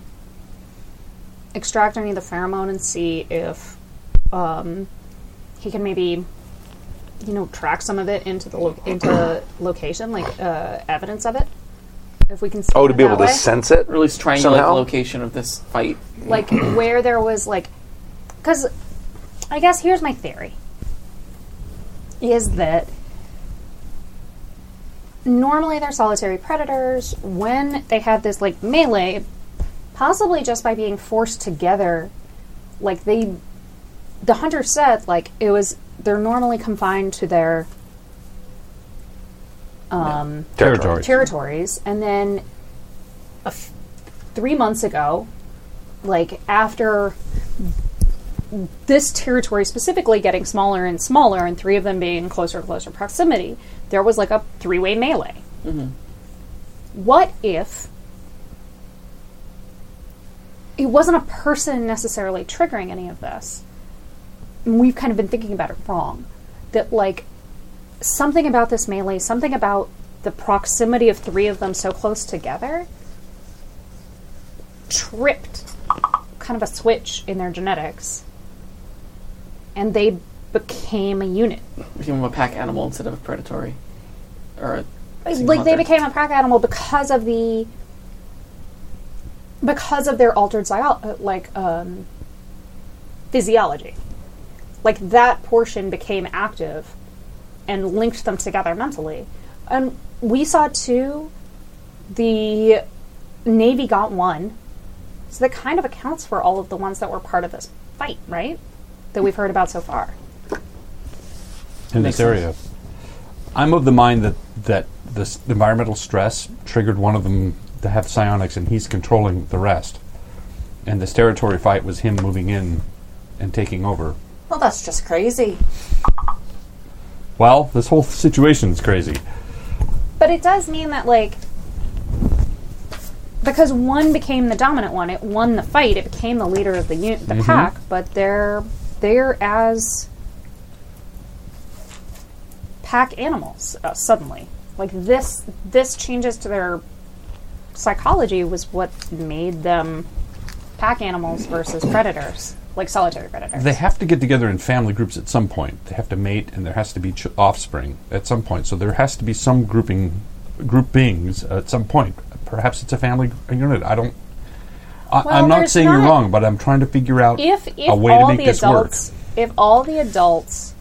B: extract any of the pheromone and see if um, he can maybe, you know, track some of it into the lo- into location, like uh, evidence of it? If we can.
C: oh to be able
B: that way?
C: to sense it.
F: Or at least triangulate
C: Somehow?
F: the location of this fight.
B: like where there was like because i guess here's my theory is that normally they're solitary predators when they had this like melee possibly just by being forced together like they the hunter said like it was they're normally confined to their um
E: Territory.
B: territories, and then a f- three months ago, like after this territory specifically getting smaller and smaller, and three of them being in closer and closer proximity, there was like a three-way melee. What if it wasn't a person necessarily triggering any of this? And we've kind of been thinking about it wrong. That like something about this melee, something about the proximity of three of them so close together tripped kind of a switch in their genetics and they became a unit.
F: Became a pack animal instead of a predatory. Or a single
B: like they
F: hunter.
B: became a pack animal because of the because of their altered zio- uh, like um, physiology like that portion became active and linked them together mentally and we saw too the navy got one so that kind of accounts for all of the ones that were part of this fight right that we've heard about so far
E: in this
F: Makes
E: area. I'm of the mind that that this environmental stress triggered one of them to have psionics, and he's controlling the rest. And this territory fight was him moving in and taking over.
L: Well, that's just crazy.
E: Well, this whole situation is crazy.
B: But it does mean that, like, because one became the dominant one, it won the fight. It became the leader of the unit, the pack. But they're they're as pack animals uh, suddenly. Like this, this changes to their psychology was what made them pack animals versus predators, like solitary predators.
E: They have to get together in family groups at some point. They have to mate, and there has to be ch- offspring at some point. So there has to be some grouping, groupings at some point. Perhaps it's a family g- unit. I don't. I,
B: Well,
E: I'm not
B: there's
E: saying you're
B: not-
E: wrong, but I'm trying to figure out
B: if if
E: a way
B: all
E: to make
B: the
E: this
B: adults if all the adults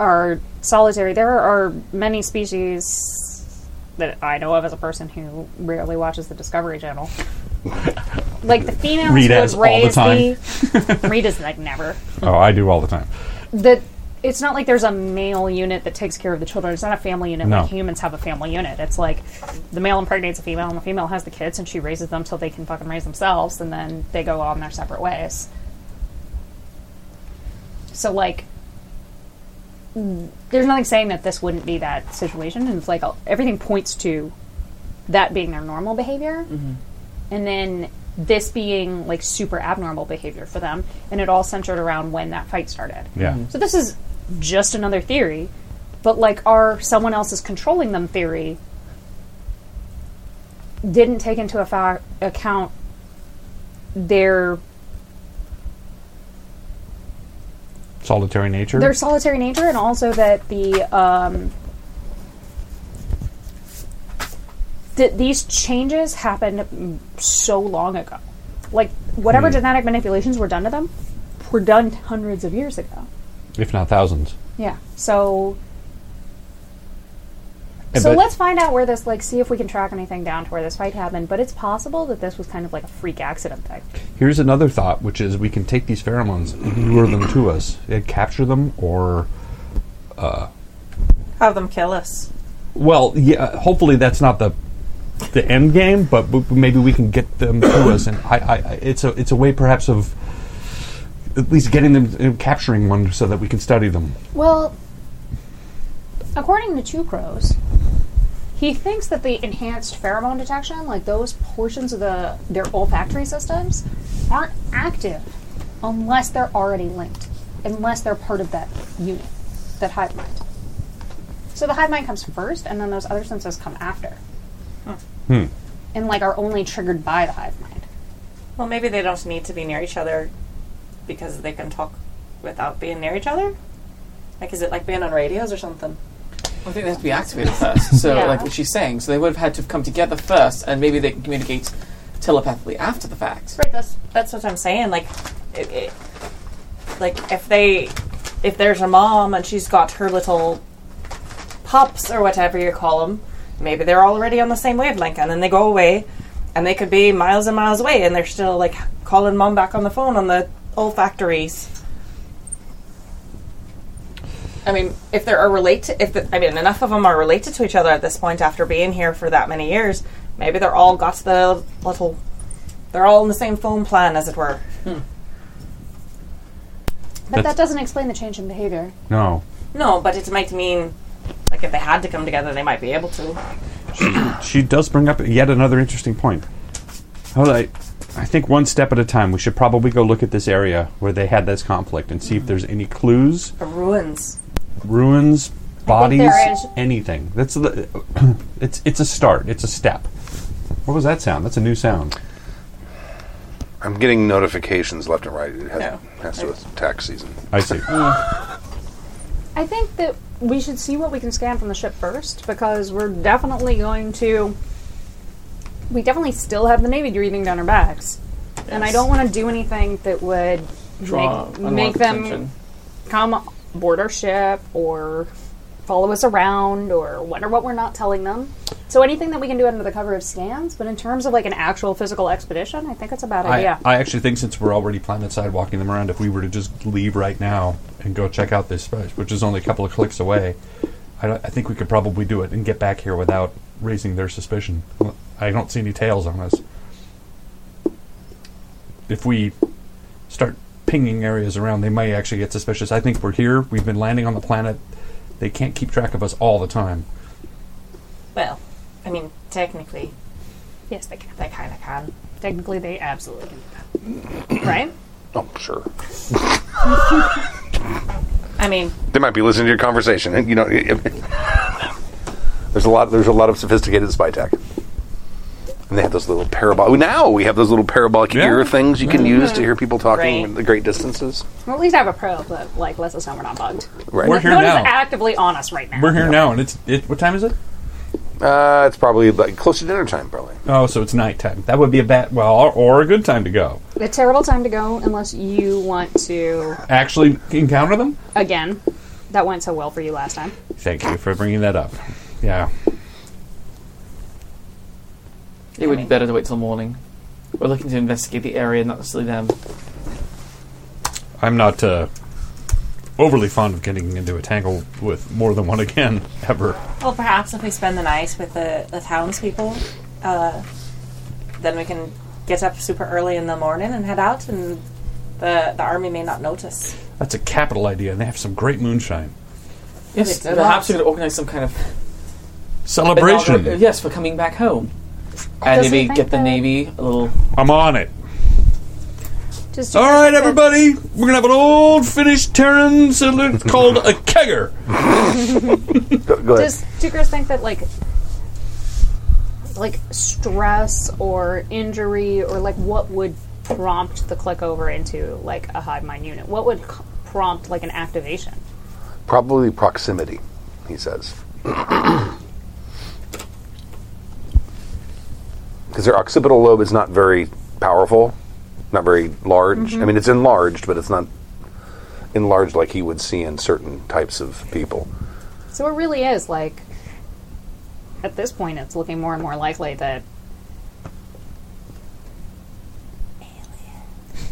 B: are solitary there are many species that I know of as a person who rarely watches the Discovery Channel. like the females
E: Reed
B: would
E: has all the
B: raise
E: time.
B: the Reed is like never.
E: work. Oh, I do all the time.
B: That it's not like there's a male unit that takes care of the children. It's not a family unit
E: No.
B: like humans have a family unit. It's like the male impregnates a female and the female has the kids and she raises them till they can fucking raise themselves and then they go on their separate ways. So like n- there's nothing saying that this wouldn't be that situation and it's like uh, everything points to that being their normal behavior. And then this being like super abnormal behavior for them, and it all centered around when that fight started.
E: Yeah.
B: So this is just another theory, but like our someone else is controlling them theory didn't take into affa- account their
E: Solitary nature.
B: their solitary nature, and also that the um, that these changes happened mm, so long ago. Like whatever genetic manipulations were done to them were done hundreds of years ago.
E: if not thousands.
B: Yeah. So
E: Yeah,
B: so
E: but-
B: let's find out where this like see if we can track anything down to where this fight happened. But it's possible that this was kind of like a freak accident thing.
E: Here's another thought, which is we can take these pheromones and lure them to us, eh, capture them, or
D: Have them kill us.
E: well, yeah. Hopefully, that's not the the end game, but w- maybe we can get them to us, and I, I, I- it's a it's a way perhaps of at least getting them, uh, capturing one, so that we can study them.
B: Well, according to Two Crows, he thinks that the enhanced pheromone detection, like those portions of the their olfactory systems, aren't active unless they're already linked, unless they're part of that unit, that hive mind. So the hive mind comes first, and then those other senses come after. And like are only triggered by the hive mind.
D: Well, maybe they don't need to be near each other because they can talk without being near each other. Like, is it like being on radios or something?
F: I think they have to be activated first. So,
B: Yeah.
F: like what she's saying, so they would have had to have come together first, and maybe they can communicate telepathically after the fact.
D: Right. That's that's what I'm saying. Like, it, it, like if they if there's a mom and she's got her little pups or whatever you call them, maybe they're already on the same wavelength, and then they go away, and they could be miles and miles away, and they're still like calling mom back on the phone on the olfactories. I mean, if there are related, if the, I mean, enough of them are related to each other at this point after being here for that many years, maybe they're all got the little, they're all in the same phone plan, as it were.
B: But
E: That's-
B: that doesn't explain the change in behavior.
E: No,
D: No, but it might mean, like, if they had to come together, they might be able to.
E: she does bring up yet another interesting point. All right. I think one step at a time. We should probably go look at this area where they had this conflict and see if there's any clues,
D: The ruins.
E: ruins, bodies,
B: there is.
E: anything. That's the, it's it's a start. It's a step. What was that sound? That's a new sound.
C: I'm getting notifications left and right. It has,
D: No.
C: has to do with tax season.
E: I see.
B: I think that we should see what we can scan from the ship first because we're definitely going to. We definitely still have the Navy breathing down our backs. And I don't want to do anything that would
F: Draw
B: make,
F: unwanted
B: make them
F: attention.
B: come board our ship or follow us around or wonder what we're not telling them. So anything that we can do under the cover of scans, but in terms of like an actual physical expedition, I think it's a bad idea.
E: I, I actually think since we're already planning side walking them around, if we were to just leave right now and go check out this space, which is only a couple of clicks away, I, don't- I think we could probably do it and get back here without raising their suspicion. I don't see any tails on us. If we start pinging areas around, they may actually get suspicious. I think we're here. We've been landing on the planet. They can't keep track of us all the time.
D: Well, I mean, technically,
B: yes, they can.
D: they kind of can.
B: Technically, they absolutely can do that. right?
C: Oh, sure.
D: I mean,
C: They might be listening to your conversation. and, You know, there's a lot. There's a lot of sophisticated spy tech. And they have those little parabolic. oh, Now we have those little parabolic
E: Yeah.
C: ear things you can use to hear people talking
D: Right.
C: at the great distances.
B: Well, at least I have a probe that like lets us know we're not bugged.
C: Right.
E: We're here
B: no
E: now.
B: one is actively on us right now.
E: We're here now, and it's it, what time is it?
C: Uh, it's probably like close to dinner time, probably.
E: Oh, so it's nighttime. That would be a bad, well, or, or a good time to go.
B: a terrible time to go unless you want to
E: actually encounter them?
B: again. That went so well for you last time.
E: Thank you for bringing that up. Yeah.
F: It would be better to wait till morning. We're looking to investigate the area, not necessarily them.
E: I'm not uh, overly fond of getting into a tangle with more than one again, ever.
D: well, perhaps if we spend the night with the, the townspeople, uh, then we can get up super early in the morning and head out, and the, the army may not notice.
E: That's a capital idea, and they have some great moonshine.
F: Yes,
D: They do
F: perhaps
D: not.
F: we could organize some kind of uh,
E: Celebration!
F: Yes, for coming back home. and
M: Doesn't
F: maybe
M: think
F: get the
M: that-
F: navy a little.
G: I'm on it.
B: Just
G: All right, everybody, we're gonna have an old Finnish Terran salute called a kegger.
C: Go, go ahead.
B: Does Tukers think that like like stress or injury or like what would prompt the click over into like a hive mind unit? What would c- prompt like an activation?
C: Probably proximity, he says. Because their occipital lobe is not very powerful, not very large. I mean, it's enlarged, but it's not enlarged like he would see in certain types of people.
B: So it really is like at this point it's looking more and more likely that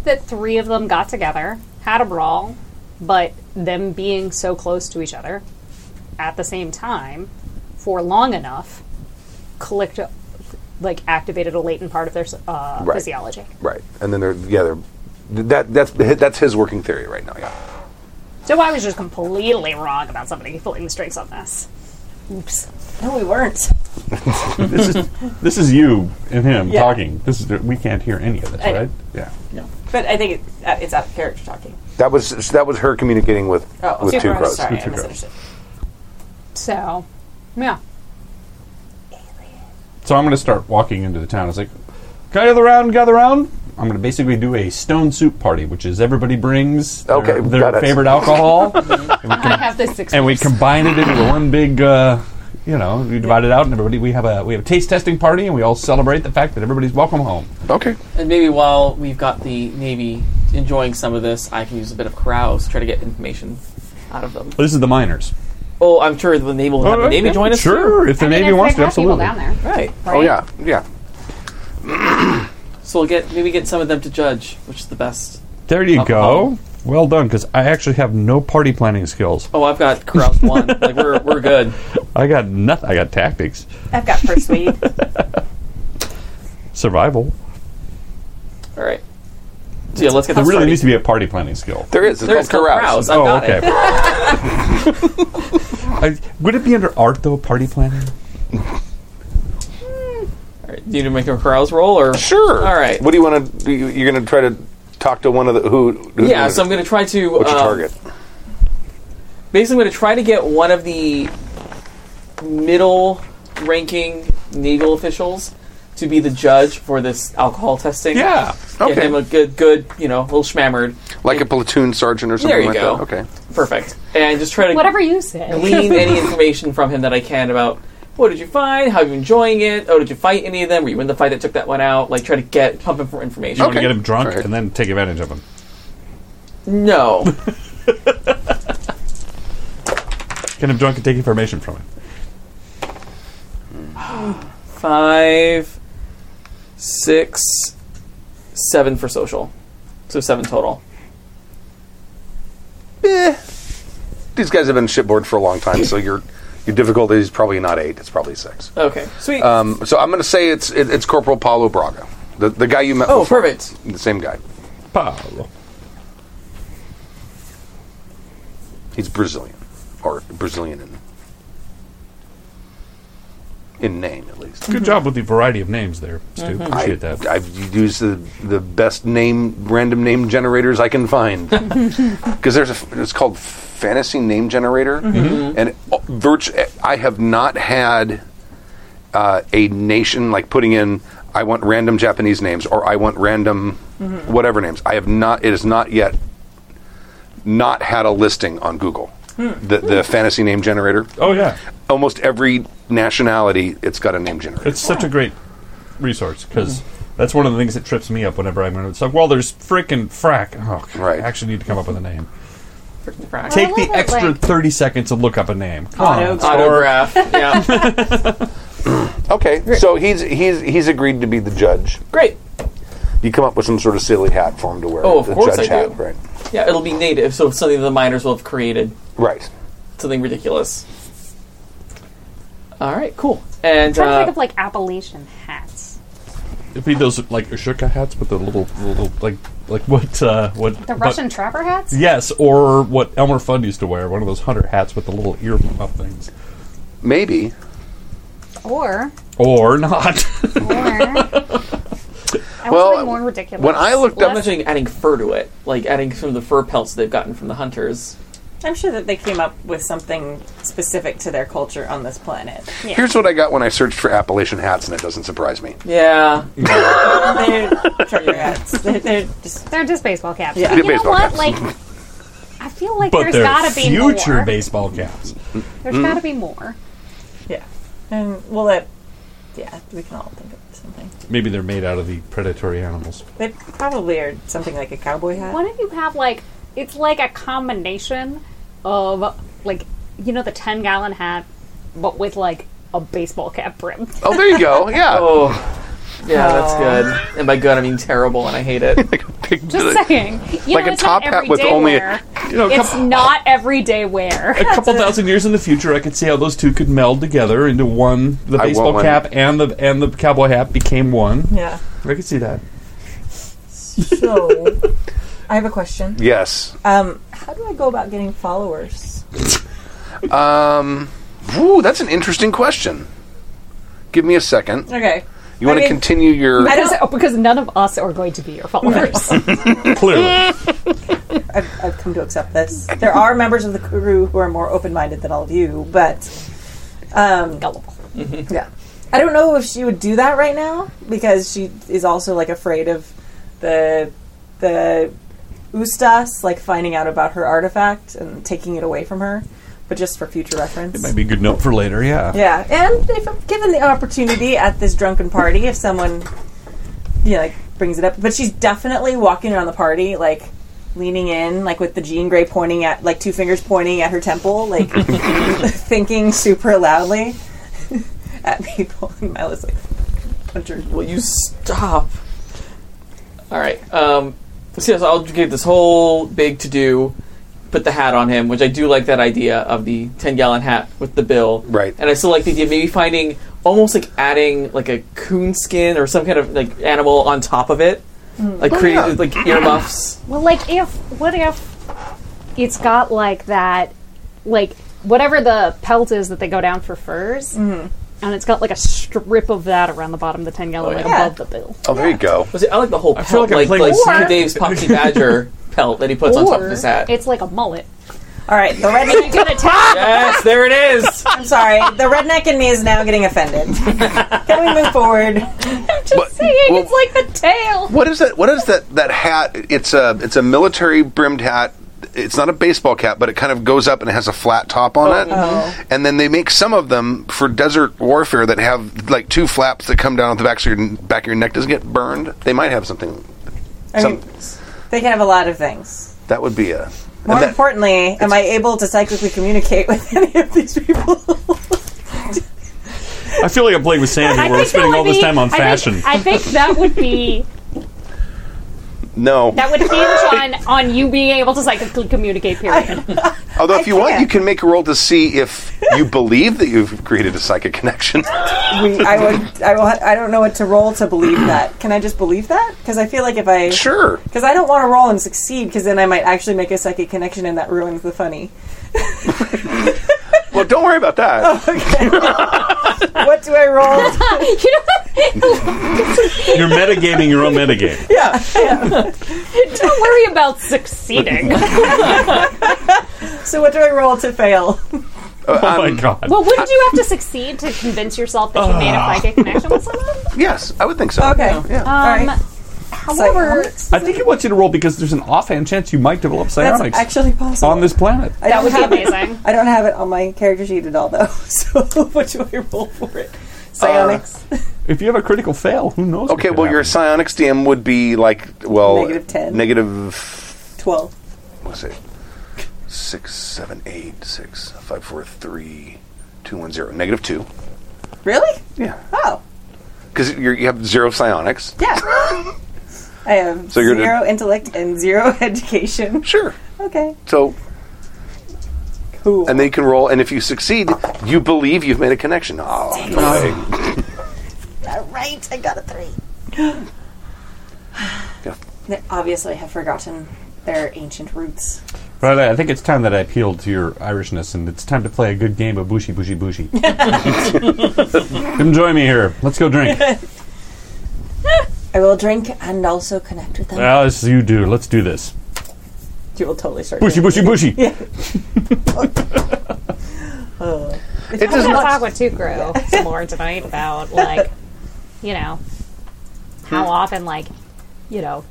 B: that three of them got together, had a brawl, but them being so close to each other at the same time for long enough clicked like activated a latent part of their uh,
C: Right.
B: physiology.
C: Right. And then they're, yeah, they're, that, that's, that's his working theory right now, yeah.
B: So I was just completely wrong about somebody pulling the strings on this. Oops.
D: No, we weren't.
E: this is this is you and him
D: Yeah.
E: talking. This is we can't hear any of this,
D: I-
E: right? Yeah.
D: But I think it, uh, it's out of character talking.
C: That was that was her communicating with
D: Oh,
C: with
D: super.
C: two crows.
D: Sorry, I
E: Two crows.
D: misunderstood.
B: So, yeah.
E: So I'm going to start walking into the town. It's like, gather round, gather round. I'm going to basically do a stone soup party, which is everybody brings their,
C: Okay,
E: their
C: got it.
E: favorite alcohol,
B: I have this
E: and we combine it into one big. Uh, you know, we divide it out, and everybody we have a we have a taste testing party, and we all celebrate the fact that everybody's welcome home.
C: Okay.
F: And maybe while we've got the navy enjoying some of this, I can use a bit of carouse, try to get information out of them.
E: This is the miners.
F: Oh, I'm sure the navy will have the navy join us.
E: Sure, if the
B: I mean,
E: navy
B: if
E: wants
B: they
E: to,
B: have people
E: absolutely.
B: down there.
F: too. right?
B: Right?
C: Oh yeah, yeah.
F: So we'll get maybe get some of them to judge, which is the best.
G: There you
F: Alcohol.
G: go. Well done, because I actually have no party planning skills.
F: Oh, I've got carouse one. Like we're we're good.
G: I got nothing. I got tactics,
D: I've got persuade.
G: survival.
F: All right. So yeah, let's get
E: There
F: this
E: really
F: party.
E: needs to be a party planning skill.
C: There is. It's
F: There's
C: called carouse.
F: carouse. I've
G: oh,
F: got
G: okay.
F: it.
G: I- would it be under art though? Party planning.
F: All right. Do you need to make a carouse roll or
C: Sure.
F: All right.
C: What do you want to? You, you're going to try to talk to one of the who? who
F: yeah, so I'm going to try to.
C: What's your
F: um,
C: target?
F: Basically, I'm going to try to get one of the middle-ranking naval officials to be the judge for this alcohol testing.
G: Yeah.
F: Get
C: Okay.
F: him a good, good, you know, little schmammered.
C: Like a platoon sergeant or something
F: There you
C: like
F: go.
C: that. Okay.
F: Perfect. And just try to
B: Whatever you say.
F: glean any information from him that I can about what did you find, how are you enjoying it, oh, did you fight any of them, were you in the fight that took that one out? Like, try to get pump him for information.
G: Want to
C: Okay.
G: get him drunk
C: Alright.
G: and then take advantage of him.
F: No.
G: Get him drunk and take information from him.
F: five, six, seven for social. So seven total.
C: Eh. These guys have been shipboard for a long time, so your your difficulty is probably not eight. It's probably six.
F: Okay, sweet.
C: Um, so I'm going to say it's it, it's Corporal Paulo Braga, the the guy you met.
F: oh,
C: before.
F: perfect.
C: The same guy.
G: Paolo.
C: He's Brazilian, or Brazilian in in name at least.
G: Good job with the variety of names there, Stu. Appreciate
C: I,
G: that.
C: I've used the, the best name, random name generators I can find. Because there's a, f- it's called Fantasy Name Generator, and uh, virtu- I have not had uh, a nation like putting in I want random Japanese names or I want random whatever names. I have not. It has not yet not had a listing on Google. The, the fantasy name generator.
G: oh yeah,
C: Almost every nationality, it's got a name generator.
G: it's such a great resource because that's one of the things that trips me up whenever I'm. It's like, well, there's frickin' frack. Oh, God,
C: Right.
G: I actually need to come up with a name.
F: Frickin' frack.
G: Take
B: love
G: the
B: it,
G: extra
B: like-
G: thirty seconds to look up a name. Come on.
D: Autograph.
F: Autograph. yeah.
C: Okay, so he's he's he's agreed to be the judge.
F: Great.
C: You come up with some sort of silly hat for him to wear.
F: Oh, of
C: the
F: course
C: judge
F: I
C: hat,
F: do.
C: right?
F: Yeah, it'll be native, so something the miners will have created.
C: Right.
F: Something ridiculous. All right, cool. And
B: Trying to think
F: uh,
B: of like Appalachian hats.
G: It'd be those like Ashoka hats with the little, little like like what uh, what
B: The
G: but-
B: Russian trapper hats?
G: Yes, or what Elmer Fudd used to wear, one of those hunter hats with the little ear up things.
C: Maybe
B: Or
E: Or not.
B: I
F: Well,
B: want something more ridiculous.
F: Well, I'm
B: Less-
F: mentioning adding fur to it, like adding some of the fur pelts they've gotten from the hunters.
D: I'm sure that they came up with something specific to their culture on this planet. Yeah.
C: Here's what I got when I searched for Appalachian hats, and it doesn't surprise me.
F: Yeah.
D: they're trucker hats. They're, they're just
B: They're just baseball caps.
C: Yeah.
B: But You
C: They're
B: know
C: baseball
B: what?
C: caps.
B: Like, I feel like
E: but
B: there's
E: they're
B: got to be
E: future
B: more.
E: baseball caps.
B: There's
C: Hmm?
B: got to be more.
D: yeah. And well, it, yeah, we can all think of something.
E: Maybe they're made out of the predatory animals.
D: They probably are something like a cowboy hat.
B: Why don't you have like it's like a combination of like you know the ten gallon hat, but with like a baseball cap brim.
C: Oh, there you go. Yeah.
F: Oh, yeah, that's good. And by good, I mean terrible, and I hate it.
B: Just saying, you
C: Like
B: know,
C: a
B: it's
C: top
B: not
C: hat with
B: everyday
C: only a-
B: wear.
E: you know, a
B: it's
E: couple-
B: not everyday wear.
E: A couple thousand years in the future, I could see how those two could meld together into one. The
C: I want
E: baseball
C: one.
E: cap and the and the cowboy hat became one.
D: Yeah.
E: I could see that.
D: So, I have a question.
C: Yes.
D: Um, how do I go about getting followers?
C: Um, woo, that's an interesting question. Give me a second.
D: Okay.
C: You want
D: I
C: to
D: mean-
C: continue your?
B: That is- oh, because none of us are going to be your followers.
E: Clearly,
D: I've, I've come to accept this. There are members of the crew who are more open-minded than all of you, but um,
B: Gullible.
D: yeah, I don't know if she would do that right now because she is also like afraid of the the Ustas like finding out about her artifact and taking it away from her. But just for future reference,
E: might be a good note for later. Yeah.
D: Yeah, and if I'm given the opportunity at this drunken party, if someone, you know, like brings it up, but she's definitely walking around the party like leaning in, like with the Jean Grey pointing at, like two fingers pointing at her temple, like thinking super loudly at people. And Milo's like, Hunter,
F: Will you stop? All right. Um, so yes, I'll give this whole big to do. Put the hat on him, which I do like that idea of the ten gallon hat with the bill.
C: Right.
F: And I still like the idea of maybe finding almost like adding like a coon skin or some kind of like animal on top of it,
B: Hmm.
E: Oh,
F: like create
C: yeah.
F: like earmuffs.
B: Well, like if what if it's got like that, like whatever the pelt is that they go down for furs, and it's got like a strip of that around the bottom of the ten gallon, like
D: Yeah.
B: above the bill.
C: oh, there you go.
F: But see, I like the whole
E: feel
F: pelt,
E: like I'm
F: like like,
E: playing with
F: Steve
E: Or-
F: Dave's Popsy Badger pelt that he puts on top of his hat.
B: it's like a mullet.
D: all right, the redneck.
B: Get a tap.
F: Yes, there it is.
D: I'm sorry, the redneck in me is now getting offended. Can we move forward?
C: But- well,
B: it's like the tail.
C: What is that? What is that? That hat? It's a it's a military brimmed hat. It's not a baseball cap, but it kind of goes up and it has a flat top on
D: Oh,
C: it. And then they make some of them for desert warfare that have like two flaps that come down at the back, so your back of your neck doesn't get burned. They might have something.
D: I
C: some,
D: mean, they can have a lot of things.
C: that would be a.
D: More
C: and that-
D: importantly, am I able to psychically communicate with any of these people?
E: I feel like I'm playing with Sandy. We're spending all this time on fashion.
B: I think, that would be
C: no.
B: that would hinge on on you being able to psychically communicate. Period.
C: Although, if you want,
D: can't.
C: you can make a roll to see if you believe that you've created a psychic connection.
D: We, I would, I will, I don't know what to roll to believe that. Can I just believe that? Because I feel like if I,
C: sure.
D: because I don't want to roll and succeed, because then I might actually make a psychic connection, and that ruins the funny.
C: Well, don't worry about that.
D: What do I roll?
B: you know,
E: You're metagaming your own metagame.
D: yeah,
B: don't worry about succeeding.
D: So what do I roll to fail?
E: Oh my god.
B: well, wouldn't you have to succeed to convince yourself that you made a psychic connection with someone?
C: Yes, I would think so.
D: Okay.
C: Yeah.
B: Um,
D: right.
B: However,
E: I think he wants you to roll because there's an offhand chance you might develop
D: That's
E: psionics
D: actually possible.
E: on this planet.
D: I
B: that
D: don't
B: would be
D: have it.
B: amazing.
D: I don't have it on my character sheet at all, though. So what do I roll for it? Psionics
E: If you have a critical fail, who knows? what
C: Okay,
E: could
C: well, your
E: happen.
C: psionics DM would be like, well,
D: Negative 10.
C: Negative,
D: twelve.
C: what's it? Six, seven, eight, six, five, four, three, two, one, zero. Negative two.
D: Really?
C: Yeah.
D: Oh.
C: Because you have zero psionics.
D: Yeah. I have
C: So you're
D: zero intellect and zero education.
C: Sure.
D: Okay.
C: So,
D: Cool.
C: and then you can roll, and if you succeed, you believe you've made a connection. Oh, no way.
D: All right, I got a three.
C: Yeah.
D: They obviously have forgotten their ancient roots.
E: But I, I think it's time that I appealed to your Irishness, and it's time to play a good game of bushy, bushy, bushy. Come join me here. Let's go drink.
M: I will drink and also connect with them.
E: well, this is you do. Let's do this.
D: You will totally start.
E: Bushy,
D: doing
E: bushy, bushy.
B: It does not talk with Tukro some more tonight about like, you know,
D: Hmm.
B: how often like, you know,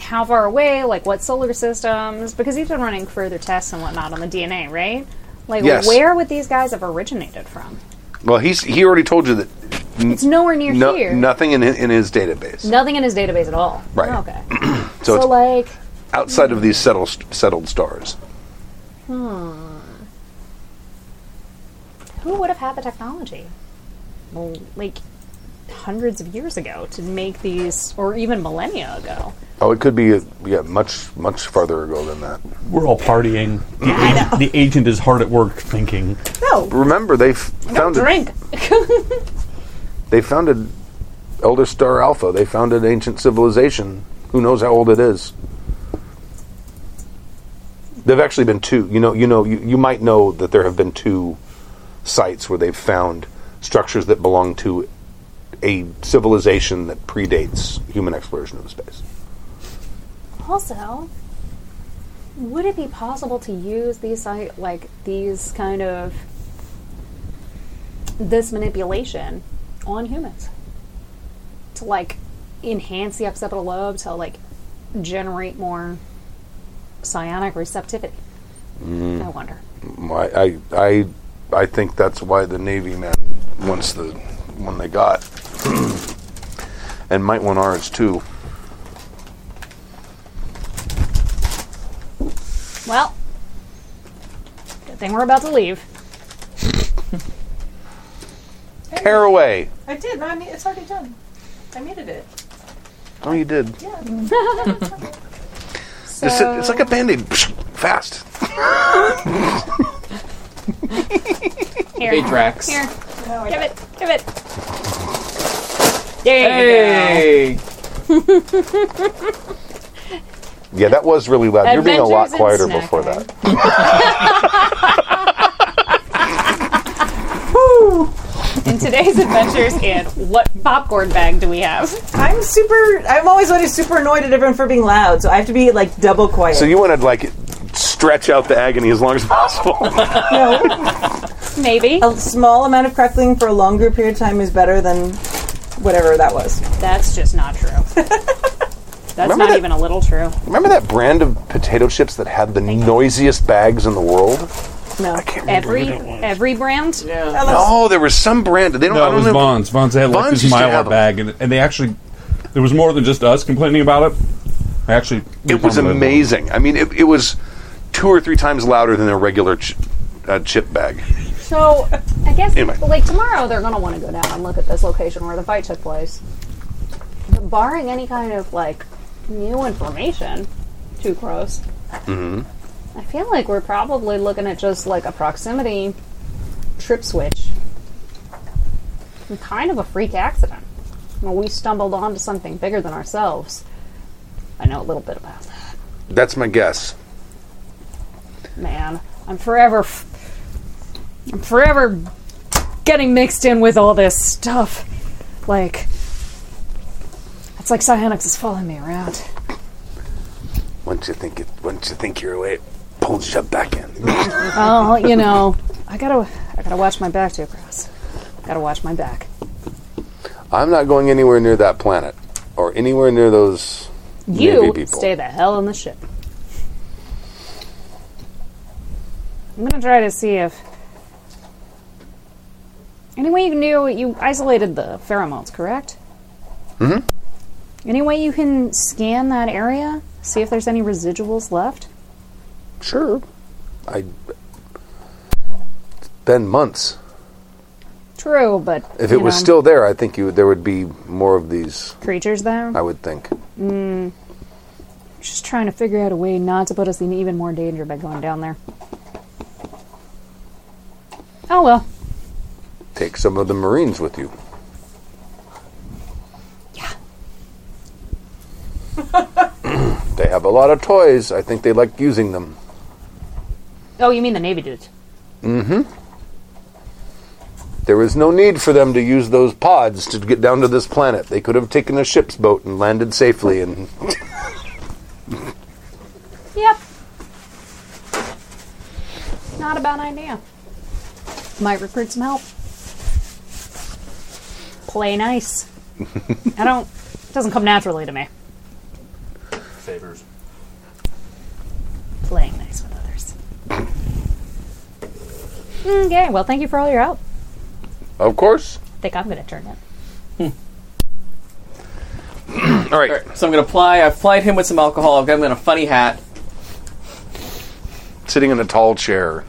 B: how far away, like what solar systems, because he's been running further tests and whatnot on the DNA, right? Like,
C: Yes.
B: where would these guys have originated from?
C: Well, he's he already told you that
B: It's nowhere near
C: no,
B: here.
C: nothing in hi- in his database.
B: Nothing in his database at all. Oh,
C: Right.
B: Okay. so
C: So, it's
B: like,
C: outside of these settled settled stars.
B: who would have had the technology well, like hundreds of years ago to make these or even millennia ago
C: Oh, it could be uh yeah, much much farther ago than that.
E: We're all partying. The, agent, the agent is hard at work thinking.
C: Remember, they f- founded
M: Drink.
C: they founded Elder Star Alpha. They founded ancient civilization. Who knows how old it is? There've actually been two. You know, you know, you, you might know that there have been two sites where they've found structures that belong to a civilization that predates human exploration of space.
B: also would it be possible to use these si- like these kind of this manipulation on humans to like enhance the occipital lobe to like generate more psionic receptivity i wonder
C: I, I, I, I think that's why the Navy men wants the one they got, and might want ours too.
B: Well, good thing we're about to leave.
C: Tear away.
D: I did. No, I mean, it's already done. I muted it.
C: Oh, you did.
B: So,
C: It's, it's like a band-aid. Fast.
B: here,
F: Hey, Drax.
B: here, give it, give it. There you
F: Hey!
C: Yeah, that was really loud. You're being a lot
B: Adventures in
C: quieter
B: snack
C: before
B: mode.
C: that.
B: go. In today's adventures, in what popcorn bag do we have?
D: I'm super. I'm always already super annoyed at everyone for being loud, so I have to be like double quiet.
C: So you wanted like stretch out the agony as long as possible.
D: know,
B: Maybe
D: a small amount of crackling for a longer period of time is better than whatever that was.
B: that's just not true. That's not
C: that-
B: even a little true.
C: Remember that brand of potato chips that had the noisiest bags in the world?
D: No,
B: Every every brand,
C: No, there was some brand. They don't. I
G: No,
C: don't
G: it was
C: know-
G: Vons. Vons had like
C: Vons
G: this
C: used to have
G: Mylar
C: 'em.
G: bag, and, and they actually there was more than just us complaining about it. I actually,
C: It was amazing. I mean, it, it was two or three times louder than a regular ch- uh, chip bag.
B: so I guess
C: Anyway.
B: like tomorrow they're gonna want to go down and look at this location where the fight took place. But barring any kind of like new information, too gross. I feel like we're probably looking at just like a proximity trip switch. And kind of a freak accident. Where we stumbled onto something bigger than ourselves. I know a little bit about that.
C: That's my guess.
B: Man, I'm forever. F- I'm forever getting mixed in with all this stuff. Like. It's like Psyonix is following me around.
C: Once you think it, once you think you're away, it pulls you back in.
B: Oh, you know, I gotta, I gotta watch my back too, Cross. Gotta watch my back.
C: I'm not going anywhere near that planet, or anywhere near those. Navy
B: You
C: people.
B: stay the hell in the ship. I'm gonna try to see if any way you knew you isolated the pheromones, correct?
C: Hmm?
B: Mm-hmm. Any way you can scan that area, see if there's any residuals left?
C: Sure, I. It's been months.
B: True, but
C: If
B: you
C: it was
B: know,
C: still there, I think you there would be more of these.
B: creatures there,
C: I would think.
B: just trying to figure out a way not to put us in even more danger by going down there. Oh well.
C: Take some of the Marines with you. have a lot of toys. I think they like using them.
B: Oh, you mean the Navy dudes?
C: Mm-hmm. There was no need for them to use those pods to get down to this planet. They could have taken a ship's boat and landed safely and
B: Yep. Not a bad idea. Might recruit some help. Play nice. I don't. It doesn't come naturally to me.
E: Favors.
B: Playing nice with others. Okay. Well, thank you for all your help.
C: Of course.
B: I think I'm gonna turn in.
C: All right.
F: So I'm going to apply. I've plied him with some alcohol. I've got him in a funny hat.
C: sitting in a tall chair.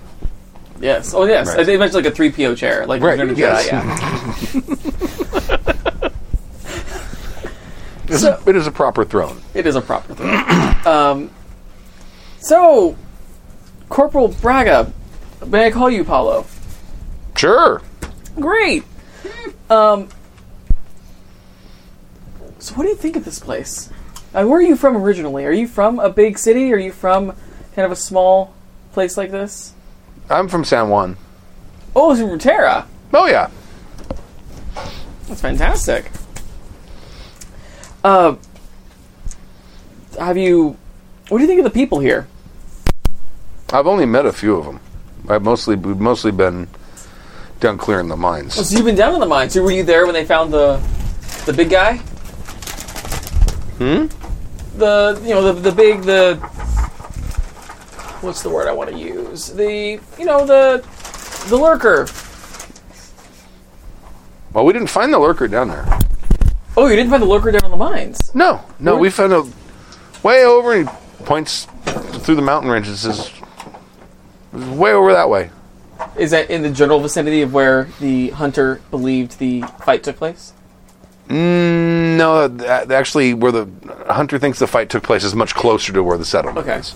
F: Yes. Oh, yes.
C: Right.
F: I think Eventually, like a three PO chair, like
C: Right,
F: Return of the
C: yes.
F: Jedi, yeah.
C: It is, a, it is a proper throne.
F: It is a proper throne. um, so, Corporal Braga, may I call you Paulo?
C: Sure.
F: Great. Um, so, what do you think of this place? Uh, where are you from originally? Are you from a big city? Are you from kind of a small place like this?
C: I'm from San Juan.
F: Oh, it's from Terra.
C: Oh yeah.
F: That's fantastic. Uh, have you? What do you think of the people here?
C: I've only met a few of them. I've mostly we've mostly been down clearing the mines.
F: Oh, so you've been down in the mines. So were you there when they found the the big guy?
C: Hmm.
F: The you know the the big the what's the word I want to use? The you know the the lurker.
C: Well, we didn't find the lurker down there.
F: Oh, you didn't find the lurker down in the mines.
C: No, no, we found a way over. And he points through the mountain range and says, "Way over that way."
F: Is that in the general vicinity of where the hunter believed the fight took place?
C: Mm, no, that, actually, where the hunter thinks the fight took place is much closer to where the settlement
F: Okay.
C: is.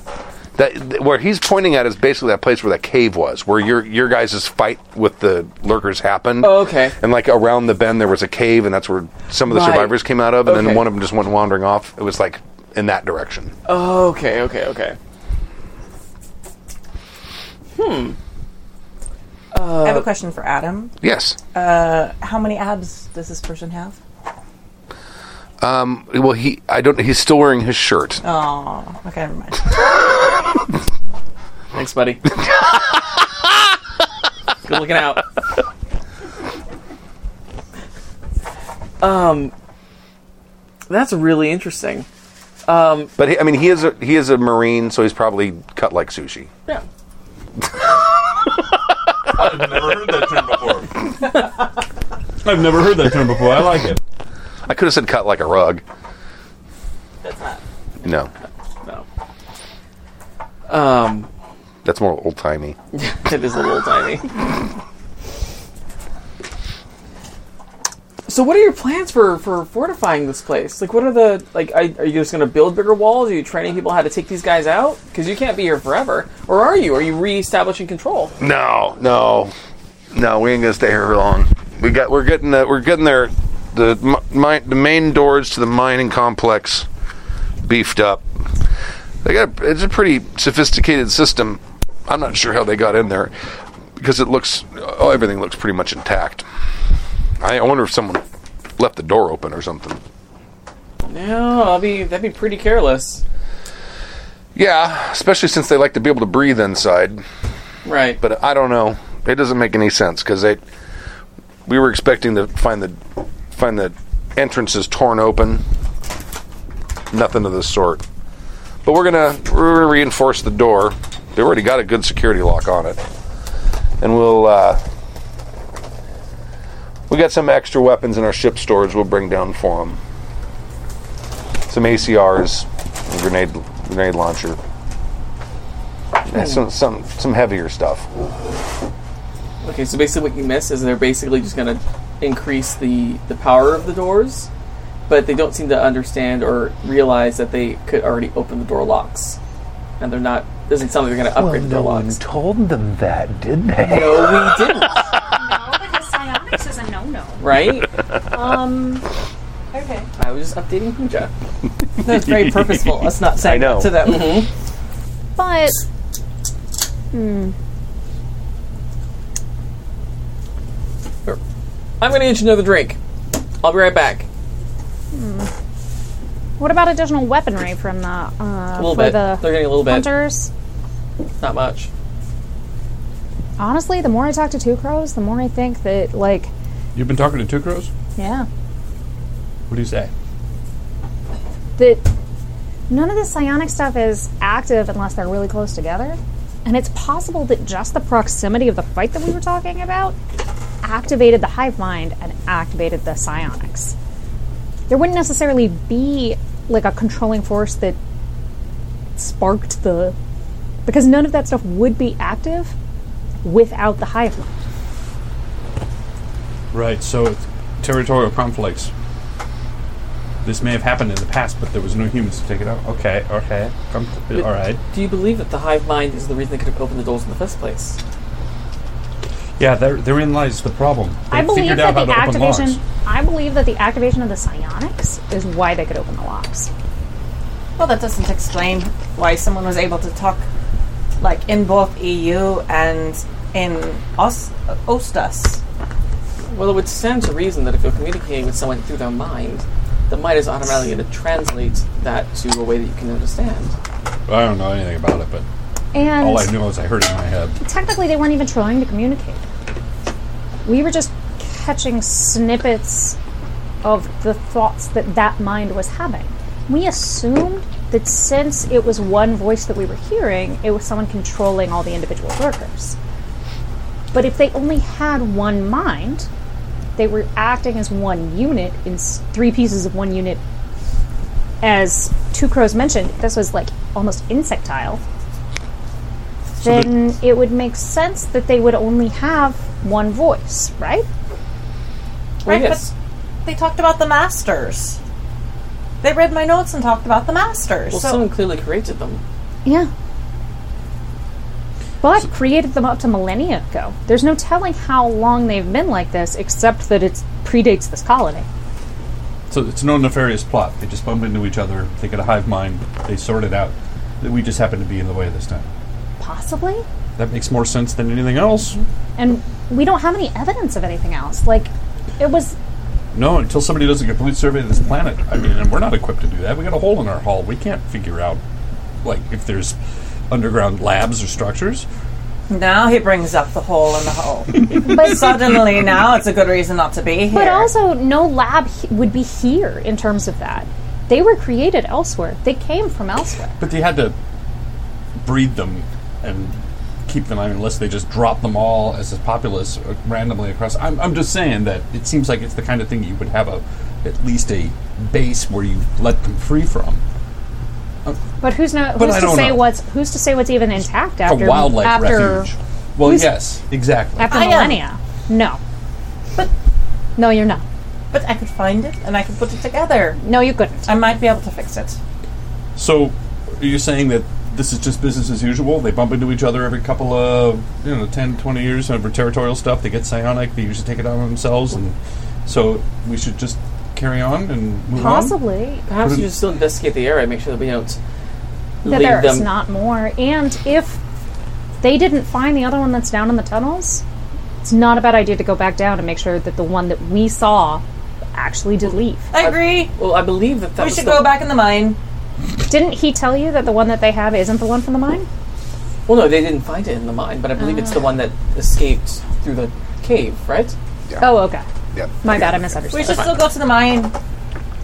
C: That th- where he's pointing at is basically that place where that cave was, where your your guys' fight with the lurkers happened.
F: Oh, okay.
C: And like around the bend, there was a cave, and that's where some of the
F: Right.
C: survivors came out of, and
F: Okay.
C: then one of them just went wandering off. It was like in that direction.
F: Oh, okay, okay, okay. Hmm.
D: I have a question for Adam.
C: Yes.
D: Uh, how many abs does this person have?
C: Um, well, he I don't. He's still wearing his shirt.
D: Oh, okay, never mind.
F: Thanks, buddy. Good looking out. Um, that's really interesting. Um,
C: But he, I mean, he is a he is a marine, so he's probably cut like sushi.
F: yeah.
E: I've never heard that term before. I've never heard that term before. I like it.
C: I could have said cut like a rug.
F: That's not.
C: No,
F: No. Um,
C: that's more old timey.
F: it is a little tiny. So, what are your plans for for fortifying this place? Like, what are the like? I, are you just going to build bigger walls? Are you training people how to take these guys out? Because you can't be here forever, or are you? Are you reestablishing control?
C: No, no, no. We ain't gonna stay here for long. We got we're getting the, we're getting there. The mi- mi- the main doors to the mining complex beefed up. They got it's a pretty sophisticated system. I'm not sure how they got in there because it looks oh everything looks pretty much intact. I, I wonder if someone left the door open or something.
F: No, that'd be that'd be pretty careless,
C: Yeah, especially since they like to be able to breathe inside.
F: right?
C: but I don't know. It doesn't make any sense because they we were expecting to find the find the entrances torn open. Nothing of the sort. But we're gonna we're gonna reinforce the door. They already got a good security lock on it, and we'll uh, we got some extra weapons in our ship storage. We'll bring down for them some ACRs, a grenade grenade launcher, and some some some heavier stuff.
F: Okay, so basically what you miss is they're basically just going to increase the, the power of the doors, but they don't seem to understand or realize that they could already open the door locks. And they're not, doesn't sound like they're going to upgrade the door locks.
N: told them that, did they?
F: No, we didn't,
B: No, because psionics is a no-no.
F: right?
B: Um.
D: okay.
F: I was just updating Pooja. That's very purposeful. Us not saying
O: I know.
F: that to them. Mm-hmm.
B: But hmm.
F: I'm going to eat another drink. I'll be right back.
B: Hmm. What about additional weaponry from the uh,
F: A little
B: for
F: bit.
B: the
F: They're getting a little bit.
B: hunters?
F: Not much.
B: Honestly, the more I talk to Two Crows, the more I think that like
G: You've been talking to Two Crows?
B: yeah,
G: What do you say?
B: that none of the psionic stuff is active unless they're really close together. And it's possible that just the proximity of the fight that we were talking about activated the hive mind and activated the psionics. There wouldn't necessarily be like a controlling force that sparked the because none of that stuff would be active without the hive mind.
G: Right, so it's territorial conflicts. This may have happened in the past, but there was no humans to take it out. Okay, okay. Com-
F: But
G: all right.
F: Do you believe that the hive mind is the reason they could have opened the doors in the first place?
G: Yeah, there, therein lies the problem. They
B: I believe
G: figured out
B: that the
G: how to open locks.
B: activation I believe that the activation of the psionics is why they could open the locks.
L: Well, that doesn't explain why someone was able to talk, like in both EU and in Os- Ostas.
F: Well, it would stand to reason that if you're communicating with someone through their mind, the mind is automatically going to translate that to a way that you can understand.
G: I don't know anything about it, but
B: And
G: all I knew was I heard it in my head.
B: technically they weren't even trying to communicate. We were just catching snippets of the thoughts that that mind was having. We assumed that since it was one voice that we were hearing, it was someone controlling all the individual lurkers. But if they only had one mind, they were acting as one unit in s- three pieces of one unit. As Two Crows mentioned, this was like almost insectile
G: So
B: then it would make sense that they would only have one voice, right?
L: Right, but they talked about the masters. They read my notes and talked about the masters.
F: Well,
L: so
F: someone clearly created them.
B: Yeah. But created them up to millennia ago. There's no telling how long they've been like this, except that it predates this colony.
G: So it's no nefarious plot. They just bump into each other. They get a hive mind. They sort it out. That we just happen to be in the way this time.
B: Possibly?
G: That makes more sense than anything else.
B: And we don't have any evidence of anything else. Like, it was.
G: No, until somebody does a complete survey of this planet. I mean, and we're not equipped to do that. We got a hole in our hull. We can't figure out, like, if there's underground labs or structures.
L: now he brings up the hole in the hole. but suddenly now it's a good reason not to be here.
B: But also, no lab he- would be here in terms of that. They were created elsewhere, they came from elsewhere.
G: But they had to breed them and keep them. I mean, unless they just drop them all as a populace uh, randomly across. I'm, I'm just saying that it seems like it's the kind of thing you would have a at least a base where you let them free from.
B: But who's not?
G: But
B: Who's
G: I
B: to
G: don't
B: say
G: know.
B: what's? Who's to say what's even intact after
G: a wildlife
B: after
G: refuge. Well,
B: who's-
G: yes, exactly.
B: after millennia? No, but no, you're not.
L: But I could find it and I could put it together.
B: No, you couldn't.
L: I might be able to fix it.
G: So, are you saying that this is just business as usual? They bump into each other every couple of, you know, 10, 20 years over territorial stuff. They get psionic. They usually take it on themselves. And so we should just carry on and move on?
B: Possibly.
F: Perhaps you should still investigate the area, make sure that we don't
B: that
F: leave
B: there's
F: them.
B: not more. And if they didn't find the other one that's down in the tunnels, it's not a bad idea to go back down and make sure that the one that we saw actually did leave.
L: I agree.
F: Well, I believe that that
L: we
F: was
L: should
F: the-
L: go back in the mine.
B: Didn't he tell you that the one that they have isn't the one from the mine?
F: Well, no, they didn't find it in the mine, but I believe
L: Ah.
F: it's the one that escaped through the cave, right?
B: Oh, okay.
C: Yep.
B: My bad, I
L: We
B: misunderstood.
L: should still go to the mine.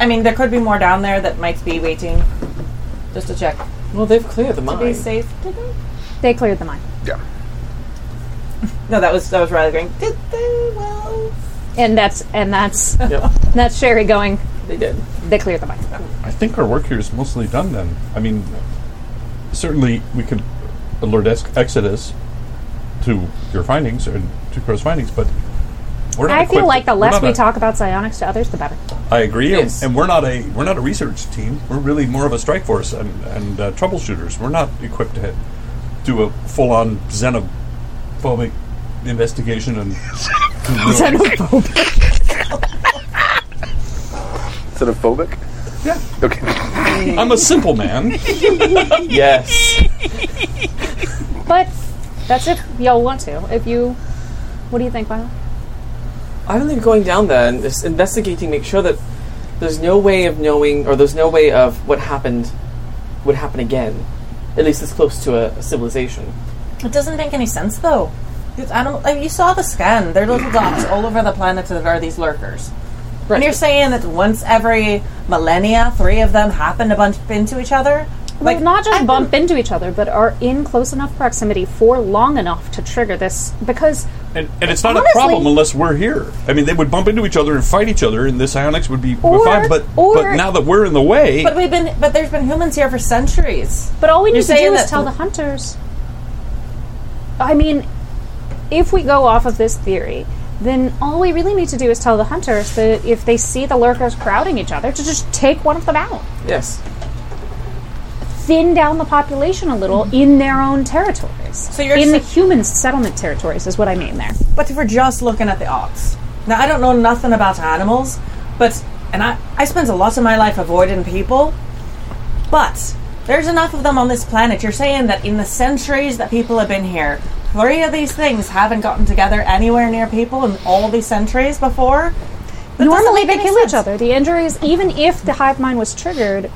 L: I mean, there could be more down there that might be waiting. Just to check.
F: Well, they've cleared the
L: To be
F: mine.
L: safe, did they?
B: They cleared the mine.
C: Yeah.
L: No, that was that was Riley going. Did they?
B: And that's and that's
F: Yep.
B: that's Sherry going.
F: They did.
B: They cleared the mine.
G: I think our work here is mostly done then. I mean, certainly we could alert ex- Exodus to your findings and to Crow's findings, but we're not
B: I feel
G: equipped-
B: like the
G: we're
B: less
G: not
B: we
G: a-
B: talk about psionics to others, the better.
G: I agree, and- and we're not a we're not a research team. We're really more of a strike force and and uh, troubleshooters. We're not equipped to do a full on xenophobic investigation and
C: Xenophobic.
G: Yeah.
C: Okay.
G: I'm a simple oh, man.
F: yes.
B: But that's if y'all want to. If you, what do you think, Violet?
F: I believe going down there and just investigating, make sure that there's no way of knowing, or there's no way of what happened would happen again. At least it's close to a, a civilization.
L: It doesn't make any sense though. These animal, like, you saw the scan. There are little dots all over the planet that are these lurkers. And you're saying that once every millennia, three of them happen to bump into each other.
B: Like not just bump into each other, but are in close enough proximity for long enough to trigger this. Because
G: And, and it's not
B: Honestly-
G: a problem unless we're here. I mean, they would bump into each other and fight each other, and this Ionix would be
L: Or-
G: fine. But
L: or-
G: but now that we're in the way,
L: But we've been, but there's been humans here for centuries.
B: But all we
L: You're
B: need to
L: saying
B: do is
L: that-
B: tell the hunters. I mean, if we go off of this theory, then all we really need to do is tell the hunters that if they see the lurkers crowding each other, to just take one of them out,
F: Yes.
B: thin down the population a little in their own territories. So
L: Mm-hmm. you're
B: in
L: sa-
B: the human settlement territories, is what I mean there.
L: But if we're just looking at the ox, now I don't know nothing about animals, but and I I spent a lot of my life avoiding people, but there's enough of them on this planet. You're saying that in the centuries that people have been here, three of these things haven't gotten together anywhere near people in all these centuries before.
B: Normally, they kill each other. The injuries, even if the hive mind was triggered,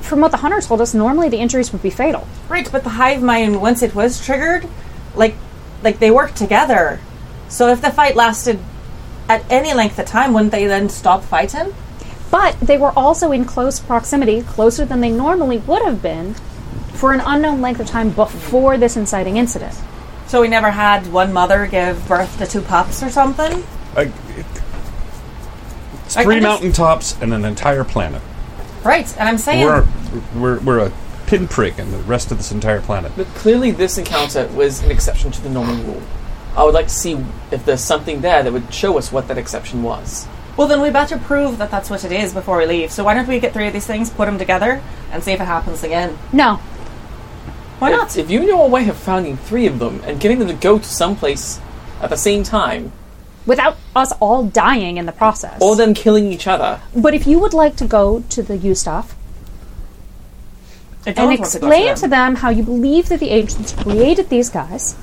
B: from what the hunter told us, normally the injuries would be fatal.
L: Right, but the hive mind once it was triggered, like like they worked together. So if the fight lasted at any length of time, wouldn't they then stop fighting?
B: But they were also in close proximity, closer than they normally would have been, for an unknown length of time before this inciting incident.
L: So we never had one mother give birth to two pups or something?
G: I- it's
L: I- I
G: three
L: just-
G: mountaintops and an entire planet.
L: Right, and I'm saying
G: We're, we're we're a pinprick in the rest of this entire planet.
F: But clearly, this encounter was an exception to the normal rule. I would like to see if there's something there that would show us what that exception was.
L: Well, then we better prove that that's what it is before we leave. So why don't we get three of these things, put them together, and see if it happens again?
B: No.
L: Why
F: If-
L: not?
F: If you know a way of finding three of them and getting them to go to someplace at the same time,
B: Without us all dying in the process.
F: or them killing each other,
B: But if you would like to go to the Ustav and explain to them how you believe that the ancients created these guys,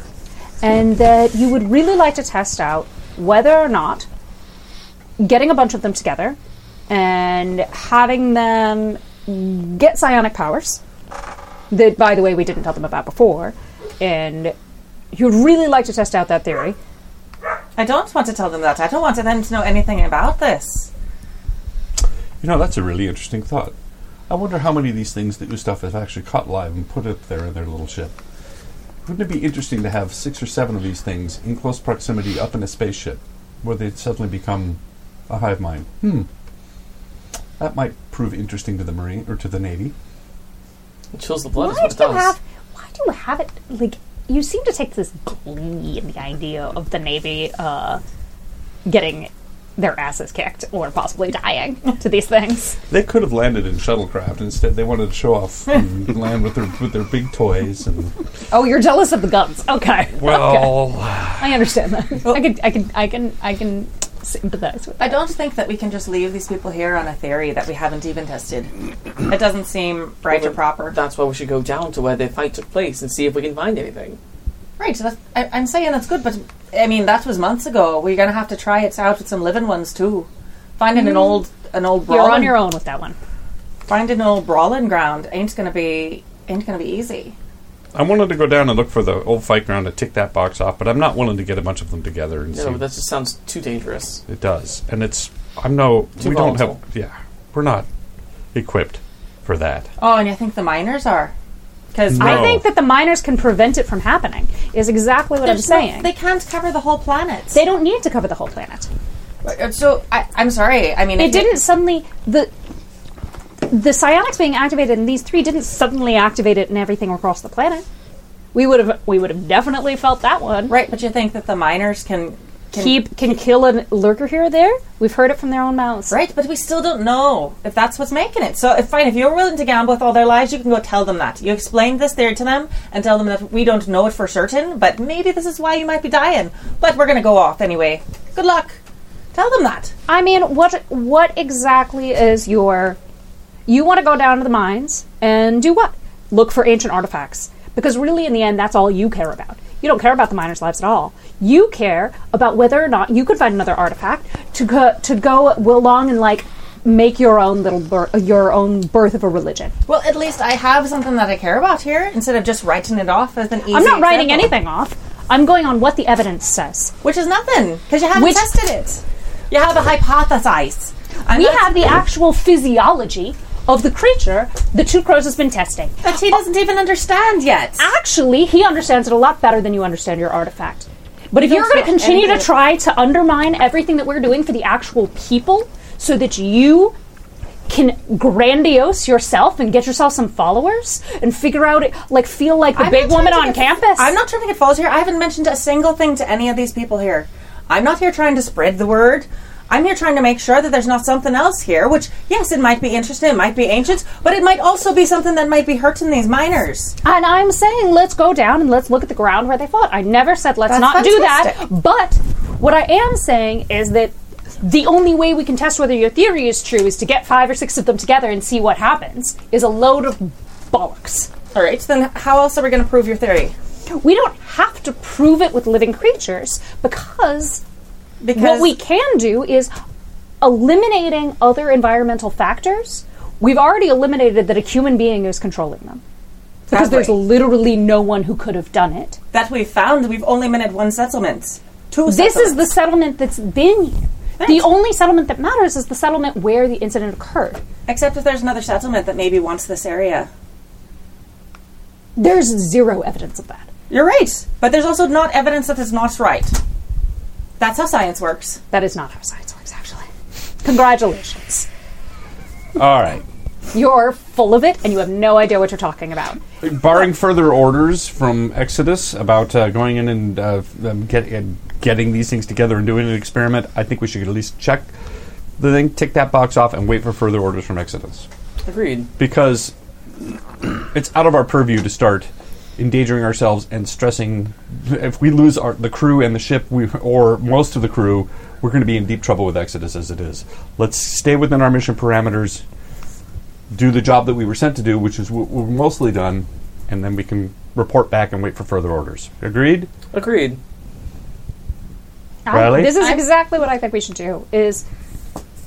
B: and that you would really like to test out whether or not getting a bunch of them together and having them get psionic powers that, by the way, we didn't tell them about before, and you'd really like to test out that theory.
L: I don't want to tell them that. I don't want them to know anything about this.
G: You know, that's a really interesting thought. I wonder how many of these things that Ustav has actually caught live and put up there in their little ship. Wouldn't it be interesting to have six or seven of these things in close proximity up in a spaceship where they'd suddenly become a hive mind? Hmm. That might prove interesting to the Marine or to the Navy.
F: it chills the blood is
B: why
F: what
B: do
F: it
B: you
F: does.
B: have? Why do you have it? Like you seem to take this glee in the idea of the Navy uh, getting their asses kicked or possibly dying to these things.
G: They could have landed in shuttlecraft. Instead, they wanted to show off and land with their with their big toys and
B: Oh, you're jealous of the guns. Okay. Okay.
G: well.
B: I understand that. I can, I can, I can, I can sympathize with.
L: I don't think that we can just leave these people here on a theory that we haven't even tested. It doesn't seem right or proper.
F: That's why we should go down to where the fight took place and see if we can find anything.
L: Right, so that's, I, I'm saying that's good, but I mean that was months ago. We're gonna have to try it out with some living ones too. Finding an
B: Mm.
L: old an old
B: You're
L: brawling,
B: on your own with that one.
L: Finding an old brawling ground ain't gonna be ain't gonna be easy.
G: I wanted to go down and look for the old fight ground to tick that box off, but I'm not willing to get a bunch of them together and
F: No,
G: see.
F: that just sounds too dangerous.
G: It does, and it's I'm no
F: Too
G: we
F: volatile.
G: don't have yeah we're not equipped for that.
L: Oh, and I think the miners are because
B: I think that the miners can prevent it from happening. Is exactly what I'm saying.
L: they can't cover the whole planet.
B: They don't need to cover the whole planet.
L: uh, So I, I'm sorry. I mean,
B: it
L: if you-
B: didn't suddenly the the psionics being activated in these three didn't suddenly activate it in everything across the planet. We would have we would have definitely felt that one.
L: Right, but you think that the miners can, can-
B: keep can kill a lurker here or there? We've heard it from their own mouths.
L: Right, but we still don't know if that's what's making it. So, if fine, if you're willing to gamble with all their lives, you can go tell them that. You explain this theory to them and tell them that we don't know it for certain, but maybe this is why you might be dying. But we're going to go off anyway. Good luck. Tell them that.
B: I mean, what what exactly is your? You want to go down to the mines and do what? Look for ancient artifacts because really, in the end, that's all you care about. You don't care about the miners' lives at all. You care about whether or not you could find another artifact to go, to go along and like make your own little bir- your own birth of a religion.
L: Well, at least I have something that I care about here instead of just writing it off as an easy.
B: I'm not writing
L: example.
B: anything off. I'm going on what the evidence says,
L: which is nothing because you haven't
B: Which-
L: tested it. You have a hypothesis. And
B: we
L: that's-
B: have the actual physiology of the creature the two crows has been testing
L: that he doesn't even understand yet.
B: Actually, he understands it a lot better than you understand your artifact. But
L: You
B: if you're
L: don't
B: going to
L: know
B: continue to
L: anything.
B: try to undermine everything that we're doing for the actual people, so that you can grandiose yourself and get yourself some followers and figure out, like, feel like the
L: I'm
B: big
L: not trying
B: woman
L: to
B: on
L: get-
B: campus.
L: I'm not trying to get falls here. I haven't mentioned a single thing to any of these people here. I'm not here trying to spread the word. I'm here trying to make sure that there's not something else here, which, yes, it might be interesting, it might be ancient, but it might also be something that might be hurting these miners.
B: And I'm saying let's go down and let's look at the ground where they fought. I never said let's
L: That's
B: not do that.
L: fantastic.
B: But what I am saying is that the only way we can test whether your theory is true is to get five or six of them together and see what happens is a load of bollocks.
L: All right, then how else are we going to prove your theory?
B: We don't have to prove it with living creatures because,
L: Because-
B: what we can do is eliminating other environmental factors. We've already eliminated that a human being is controlling them because there's
L: Exactly.
B: literally no one who could have done it.
L: That we've found, we've only minted one settlement. Two
B: This is the
L: settlements.
B: settlement that's been here. The only settlement that matters is the settlement where the incident occurred.
L: Except if there's another settlement that maybe wants this area.
B: There's zero evidence of that.
L: You're right, but there's also not evidence that it's not right. That's how science works.
B: That is not how science works, actually. Congratulations.
E: All right.
B: You're full of it and you have no idea what you're talking about.
E: Barring further orders from Exodus about uh, going in and uh, f- um, get, uh, getting these things together and doing an experiment, I think we should at least check the thing, tick that box off, and wait for further orders from Exodus.
F: Agreed.
E: Because it's out of our purview to start endangering ourselves and stressing. If we lose our, the crew and the ship, we, or most of the crew, we're going to be in deep trouble with Exodus as it is. Let's stay within our mission parameters do the job that we were sent to do, which is what we're mostly done, and then we can report back and wait for further orders. Agreed?
F: Agreed.
B: I-
E: Riley?
B: Ah, This is
E: I'm-
B: exactly what I think we should do is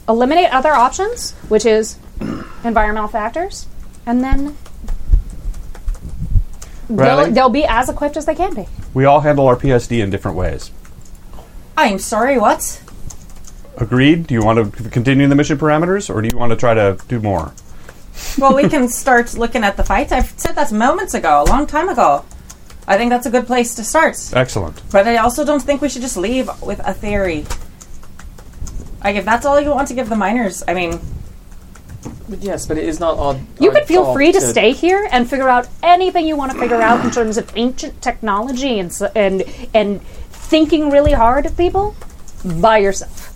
B: eliminate other options, which is environmental factors, and then
E: Riley?
B: they'll, they'll be as equipped as they can be.
E: We all handle our PSD in different ways.
L: I'm sorry, what?
E: Agreed? Do you want to c- continue the mission parameters, or do you want to try to do more?
L: well, we can start looking at the fight. I've said that moments ago, a long time ago. I think that's a good place to start.
E: Excellent.
L: But I also don't think we should just leave with a theory. Like, if that's all you want to give the miners, I mean,
F: But yes, but it is not all.
B: You
F: our
B: could feel
F: fault
B: free to stay here and figure out anything you want to figure out in terms of ancient technology and s- and and thinking really hard at people by yourself.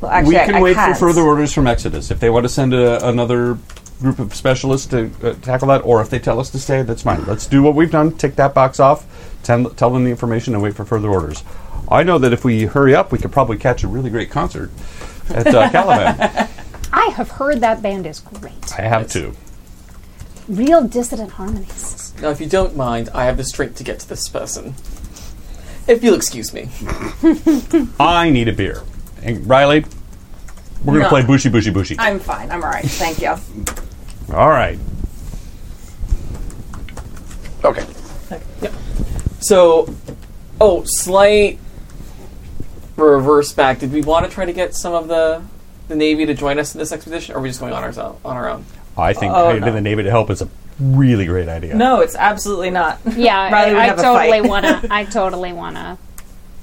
L: well,
E: we can wait for further orders from Exodus. If they want to send a, another group of specialists to uh, tackle that, or if they tell us to stay, that's fine. Let's do what we've done, tick that box off, tell, tell them the information, and wait for further orders. I know that if we hurry up, we could probably catch a really great concert at uh, Caliban.
B: I have heard that band is great.
E: I have to.
B: Real dissident harmonies.
F: Now, if you don't mind, I have the strength to get to this person. If you'll excuse me.
E: I need a beer. And Riley, we're going to
L: No.
E: play Bushy Bushy Bushy.
L: I'm fine. I'm all right. Thank you.
E: All right.
C: Okay.
F: So, oh, slight reverse back. Did we want to try to get some of the the Navy to join us in this expedition, or are we just going on ourselves on our own?
E: I think
F: Oh,
E: having
F: no.
E: the Navy to help is a really great idea.
L: No, it's absolutely not.
B: Yeah,
L: Riley would
B: I, I
L: have a
B: totally
L: fight.
B: wanna. I totally wanna.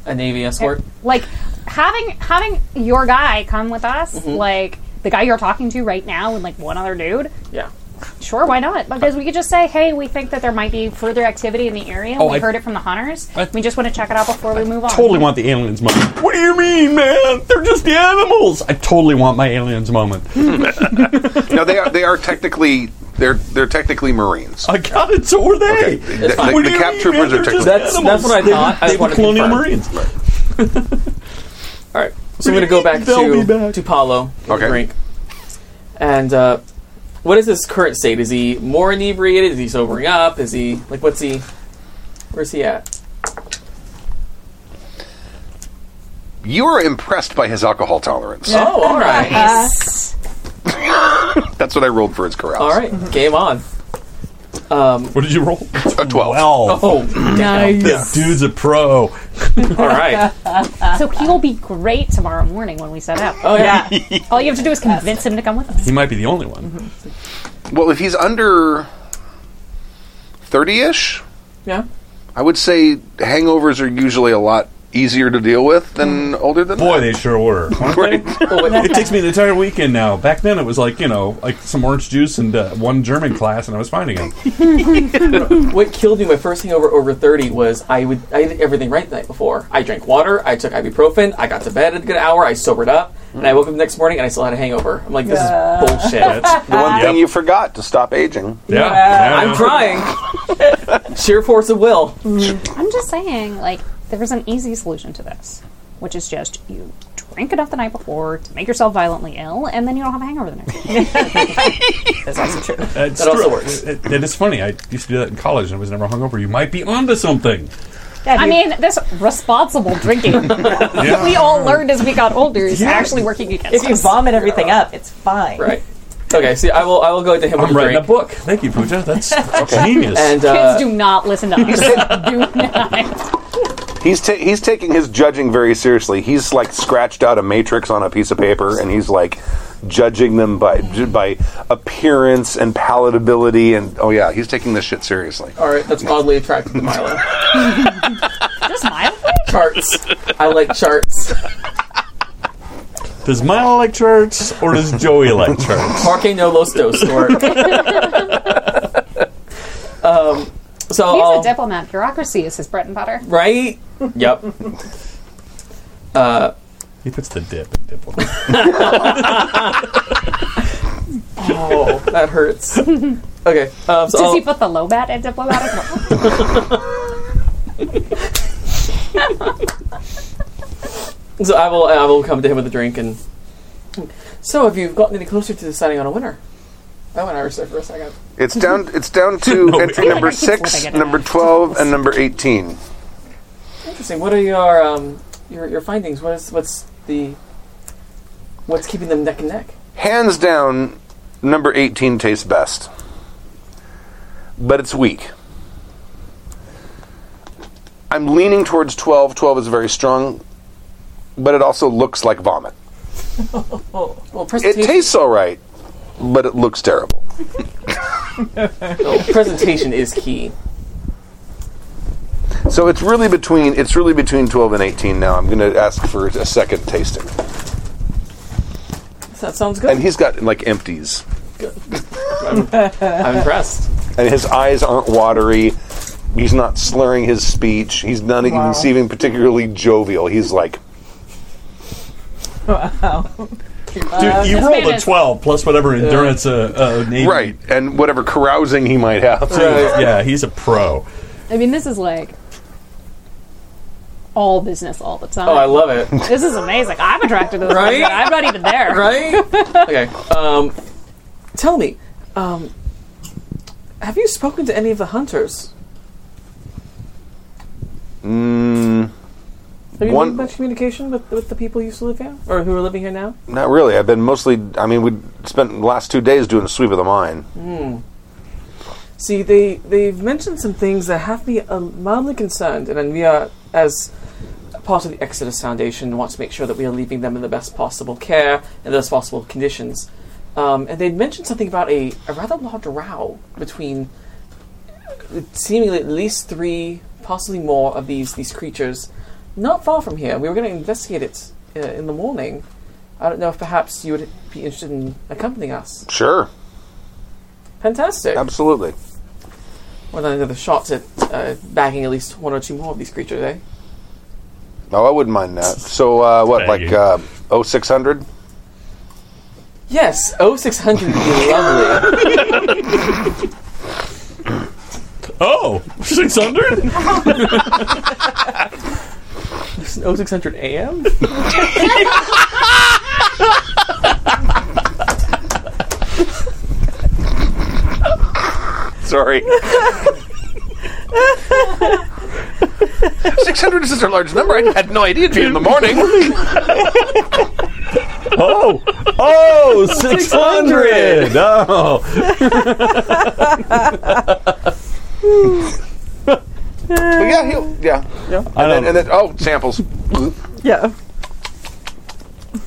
F: A Navy escort.
B: Like having having your guy come with us,
L: Mm-hmm.
B: like the guy you're talking to right now, and like one other dude.
F: Yeah.
B: Sure, why not? Because we could just say, "Hey, we think that there might be further activity in the area.
E: Oh,
B: we
E: I-
B: heard it from the hunters. we just want to check it out before we move on."
E: totally want the aliens moment. What do you mean, man? They're just animals. I totally want my aliens moment.
C: Hmm. no, they are they are technically they're they're technically Marines.
E: I got it. So are they?
C: Okay. The, the, the cap troopers are technically
F: That's, that's what I thought. I just wanted to
E: colonial
F: confirm.
E: marines.
F: All right. So I'm going to go back
A: They'll be
F: to to Paulo.
A: Okay.
F: Drink. And uh, what is his current state? Is he more inebriated? Is he sobering up? Is he like what's he? Where's he at?
C: You are impressed by his alcohol tolerance.
F: Oh, all right.
C: That's what I rolled for his corral.
F: All right, game on. Um,
G: what did you roll?
C: A twelve.
F: Oh,
B: Nice.
G: This dude's a pro.
F: All right.
B: so he will be great tomorrow morning when we set out.
F: Oh, yeah.
B: All you have to do is convince him to come with us.
G: He might be the only one.
F: Mm-hmm.
C: Well, if he's under thirty-ish,
F: Yeah.
C: I would say hangovers are usually a lot easier to deal with
F: Hmm.
C: than older than.
G: Boy, they sure were.
C: Right.
G: it takes me an entire weekend now. Back then, it was like you know, like some orange juice and uh, one German class, and I was fine again.
F: what killed me my first hangover over 30 was I would I did everything right the night before. I drank water, I took ibuprofen, I got to bed at a good hour, I sobered up, and I woke up the next morning and I still had a hangover. I'm like, this
A: Yeah.
F: is bullshit.
A: That's
C: the one thing you forgot to stop aging.
A: Yeah.
C: Yeah.
F: I'm trying. Sheer force of will.
B: I'm just saying, like, there's an easy solution to this, which is just you drink enough the night before to make yourself violently ill, and then you don't have a hangover the next day.
F: That's also true.
G: It's
F: That also
G: true.
F: works.
G: It- it- it is funny. I used to do that in college, and I was never hungover. You might be onto something.
B: I mean, this responsible drinking that we all learned as we got older is actually working against
L: If you
B: us.
L: vomit everything up, it's fine.
F: Right. Okay, see, I will I will go to him
G: I'm
F: with
G: writing
F: drink.
G: a book. Thank you, Pooja. That's genius.
F: And
B: Kids
F: uh,
B: do not listen to us. do not.
C: He's ta- he's taking his judging very seriously. He's like scratched out a matrix on a piece of paper, and he's like judging them by ju- by appearance and palatability. And oh yeah, he's taking this shit seriously.
F: all right, that's oddly attracted to Milo.
B: Just Milo?
F: charts. I like charts.
G: Does Milo like charts or does Joey like charts?
F: Parque no los dos work. um, so
B: He's
F: I'll-
B: a diplomat. Bureaucracy is his bread and butter.
F: right? Yep. Uh,
G: he puts the dip in diplomat.
F: oh, that hurts. Okay, um, so
B: Does
F: I'll-
B: he put the low bat in diplomat as well?
F: So I will. I will come to him with a drink and. So have you gotten any closer to deciding on a winner? I went Irish there for a second.
C: It's down it's down to
F: No, I
C: entry
F: feel
C: number
F: like I keep
C: six,
F: slipping it.
C: number twelve, and number eighteen.
F: Interesting. What are your um, your, your findings? What is what's the what's keeping them neck and neck?
C: Hands down, number 18 tastes best. But it's weak. I'm leaning towards 12. 12 is very strong, but it also looks like vomit.
F: well,
C: It
F: presentation.
C: tastes all right, but it looks terrible.
F: well, presentation is key.
C: So it's really between it's really between 12 and 18 now. I'm going to ask for a second tasting.
F: That sounds good.
C: And he's got like empties.
F: I'm, I'm impressed.
C: and his eyes aren't watery. He's not slurring his speech. He's not
F: Wow.
C: even seeming particularly jovial. He's like,
L: Wow.
F: Uh,
G: Dude, you rolled a 12 plus whatever endurance uh, uh, Navy.
C: Right, and whatever carousing he might have.
B: Right.
G: Yeah, he's a pro.
B: I mean, this is like all business all the time.
F: Oh, I love it.
B: This is amazing. I'm attracted to this.
F: Right?
B: person. I'm not even there.
F: Right? okay. Um, tell me, um, have you spoken to any of the hunters?
C: mm,
F: Have you
C: One-
F: made much communication with, with the people who used to live here, or who are living here now?
C: not really. I've been mostly. I mean, we spent the last two days doing a sweep of the mine.
F: Hmm. See, they they've mentioned some things that have me uh, mildly concerned, and then we are as part of the Exodus Foundation want to make sure that we are leaving them in the best possible care and the best possible conditions. Um, and they'd mentioned something about a, a rather large row between uh, seemingly at least three, possibly more of these these creatures, not far from here. We were going to investigate it uh, in the morning. I don't know if perhaps you would be interested in accompanying us.
C: Sure,
F: Fantastic.
C: absolutely.
F: Well, then another shot at uh, bagging at least one or two more of these creatures, eh?
C: No, Oh, I wouldn't mind that. So, uh, what, like uh, 0600?
F: Yes, 0600 would be lovely.
G: Oh, 600?
F: 0600 AM?
C: Sorry. 600 is such a large number. I had no idea it'd be in the morning.
E: oh, oh, 600. Oh.
C: Well, yeah, he'll, yeah, yeah. And,
E: I
C: then,
E: don't-
C: and then, oh, samples.
L: Yeah.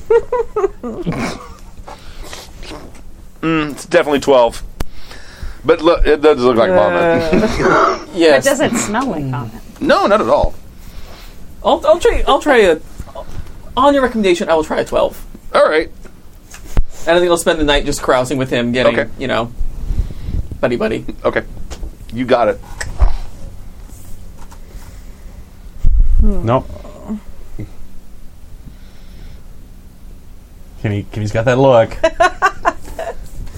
C: Mm, it's definitely twelve. But look, it does look like vomit.
F: Yes.
B: But does it smell like vomit?
C: no, not at all.
F: I'll, I'll try. I'll try a. On your recommendation, I will try a twelve.
C: All right.
F: And I think I'll spend the night just carousing with him, getting you know, buddy buddy.
C: Okay, you got it.
E: no.
F: Oh.
E: Kenny, Kenny's got that look.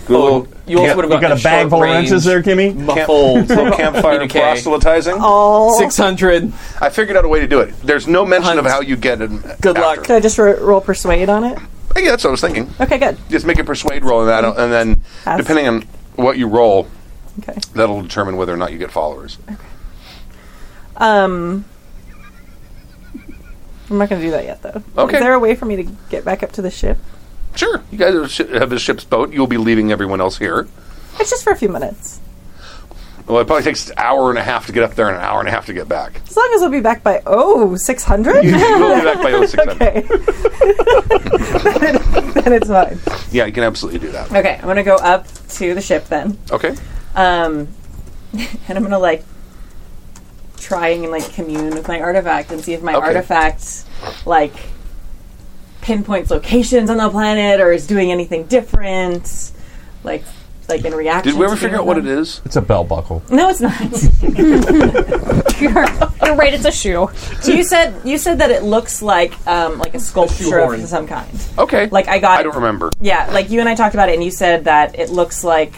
E: Oh,
C: Good.
F: You also would have
E: you got a bag full of wrenches there, Kimmy.
F: Muffled
C: campfire
F: communique.
C: proselytizing.
L: Oh.
F: 600.
C: I figured out a way to do it. There's no mention of how you get it. Good
L: Can I just ro- roll persuade on it?
C: Yeah, that's what I was thinking.
L: Okay, good.
C: Just make a persuade roll on that, and then
L: Pass.
C: depending on what you roll, that'll determine whether or not you get followers.
L: Um, I'm not going to do that yet, though.
C: Okay.
L: Is there a way for me to get back up to the ship?
C: Sure, you guys are shi- have a ship's boat. You'll be leaving everyone else here.
L: It's just for a few minutes.
C: Well, it probably takes an hour and a half to get up there and an hour and a half to get back.
L: As long as we'll be back by, oh, 600?
C: You will be back by 0600.
L: okay. then, it, then it's fine.
C: Yeah, you can absolutely do that.
L: Okay, I'm going to go up to the ship then.
C: Okay.
L: Um, and I'm gonna like try and like commune with my artifact and see if my
P: Okay.
L: artifact like pinpoints locations on the planet or is doing anything different, like like in reaction.
C: Did we ever
L: to
C: figure out what it is?
E: It's a bell buckle.
L: No, it's not.
B: You're right. It's a shoe.
L: you said you said that it looks like um, like a sculpture
C: shoehorn.
L: of some kind.
C: Okay.
L: Like I got.
C: I don't remember.
L: Yeah, like you and I talked about it, and you said that it looks like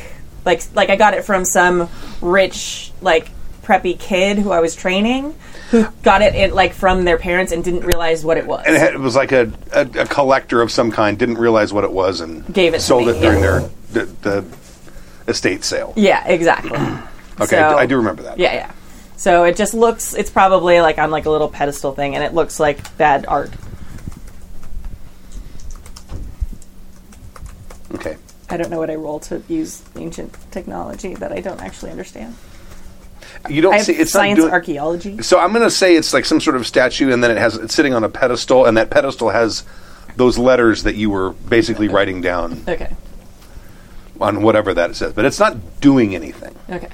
L: like like I got it from some rich like preppy kid who I was training who got it, it like from their parents and didn't realize what it was.
C: And it, had- it was like a, a, a collector of some kind, didn't realize what it was, and
L: Gave it to
C: sold
L: me,
C: it during
L: yeah.
C: their the, the estate sale.
L: yeah, exactly.
C: Okay,
L: So-
C: I do remember that.
L: Yeah, yeah. So it just looks it's probably like on like a little pedestal thing and it looks like bad art.
C: Okay.
L: I don't know what I roll to use ancient technology that I don't actually understand.
C: You don't
L: I have
C: see it's
L: science
C: not doing,
L: archaeology.
C: So I'm going to say it's like some sort of statue, and then it has it's sitting on a pedestal, and that pedestal has those letters that you were basically writing down
L: Okay.
C: on whatever that says, but it's not doing anything.
L: Okay.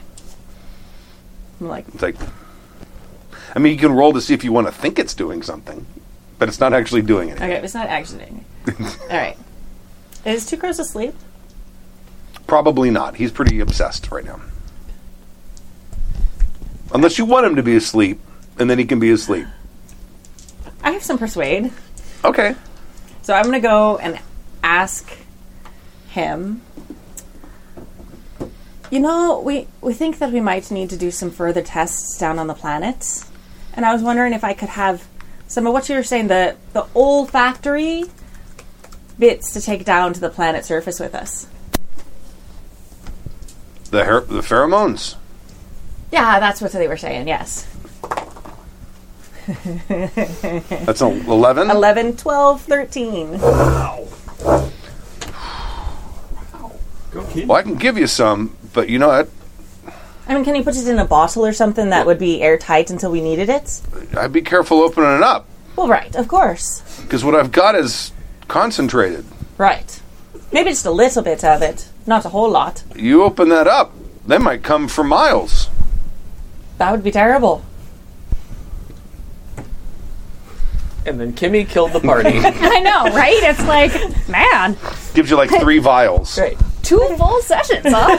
L: I'm like
C: It's like, I mean, you can roll to see if you want to think it's doing something, but it's not actually doing anything.
L: Okay, it's not actioning. All right. Is Two Crows asleep?
C: Probably not. He's pretty obsessed right now. Unless you want him to be asleep, and then he can be asleep.
L: I have some persuade.
C: Okay.
L: So I'm going to go and ask him. You know, we, we think that we might need to do some further tests down on the planet. And I was wondering if I could have some of what you were saying, the, the olfactory bits to take down to the planet surface with us.
C: The her- the pheromones.
L: Yeah, that's what they were saying, yes.
C: That's an eleven.
L: 11, 12, 13.
C: Well, I can give you some, but you know what?
L: I mean, can you put it in a bottle or something that would be airtight until we needed it?
C: I'd be careful opening it up
L: Well, right, of course.
C: because what I've got is concentrated.
L: Right. Maybe just a little bit of it, not a whole lot.
C: You open that up, they might come for miles.
L: That would be terrible.
F: And then Kimmy killed the party.
B: I know, right? It's like, man,
C: Gives you like three vials.
L: Right.
B: two full sessions, huh?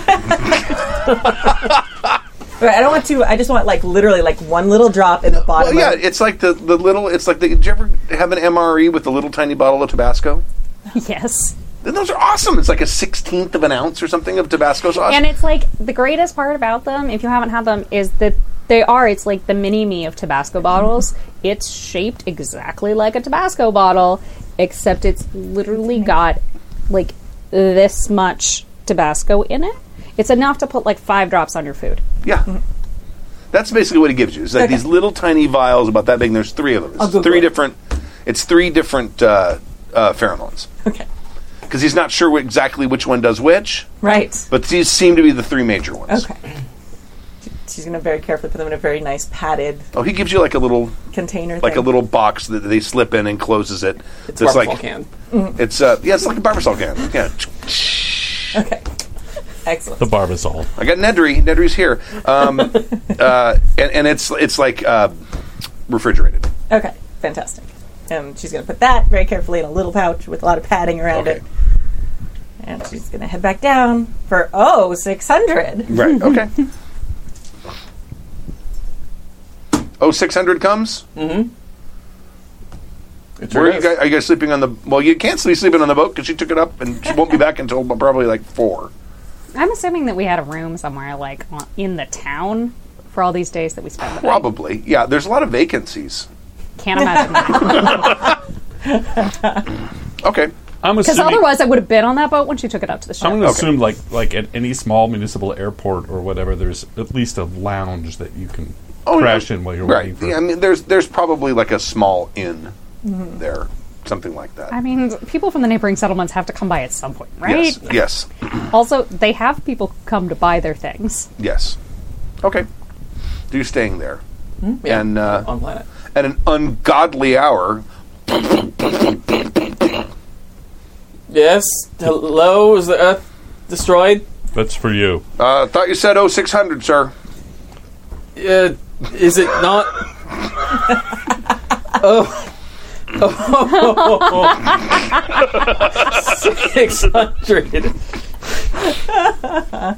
L: Right, I don't want to, I just want like literally like one little drop in the
C: Well,
L: bottom.
C: yeah,
L: of-
C: it's like the, the little. It's like the. Did you ever have an MRE with the little tiny bottle of Tabasco?
B: yes.
C: Then those are awesome. It's like a sixteenth of an ounce or something of Tabasco sauce.
B: And it's like the greatest part about them, if you haven't had them, is that They are. It's like the mini me of Tabasco bottles. It's shaped exactly like a Tabasco bottle, except it's literally got like this much Tabasco in it. It's enough to put like five drops on your food.
C: Yeah. That's basically what it gives you. It's like
B: Okay.
C: these little tiny vials about that big. And there's three of them.
B: I'll
C: It's
B: Google
C: three
B: it.
C: different. It's three different uh, uh, pheromones. Okay. Because he's not sure wh- exactly which one does which,
L: Right.
C: but these seem to be the three major ones.
L: Okay. She's going to very carefully put them in a very nice padded
C: Oh, he gives you like a little,
L: container.
C: like a
L: thing.
C: little box that they slip in and closes it. It's
L: barbasol
C: like
L: can. Mhm.
C: It's uh, yeah, it's like a barbasol can. Yeah.
L: Excellent.
G: The barbasol.
C: I got Nedry. Nedry's here, um, uh, and, and it's it's like uh, refrigerated.
L: Okay, fantastic. Um, she's going to put that very carefully in a little pouch with a lot of padding around it. And she's going to head back down for, oh, 600.
C: Right. Okay. Oh, 600 comes. Mm-hmm. Where are you
Q: is.
C: guys? Are you guys sleeping on the? Well, you can't sleep sleeping on the boat because she took it up and she won't be back until probably like four.
B: I'm assuming that we had a room somewhere like on, in the town for all these days that we spent. With it.
C: Probably. Yeah. There's a lot of vacancies.
B: Can't imagine
C: Okay.
G: I'm
B: because
G: assuming.
B: otherwise I would have been on that boat when she took it up to the ship.
G: I'm going to assume, like, like at any small municipal airport or whatever, there's at least a lounge that you can
C: Oh,
G: crash
C: yeah.
G: in while you're
C: right.
G: waiting for.
C: Yeah, I mean, there's there's probably like a small inn
B: Mhm.
C: there, something like that.
B: I mean, people from the neighboring settlements have to come by at some point, right?
C: Yes. Yes.
B: Also, they have people who come to buy their things.
C: Yes. Okay. So you're staying there,
F: Mhm. Yeah,
C: and uh,
F: on planet
C: at an ungodly hour.
F: Yes. Hello. Is the Earth destroyed?
G: That's for you.
C: Uh, thought you said 0600, sir.
F: Uh, is it not? oh. Oh. Six hundred.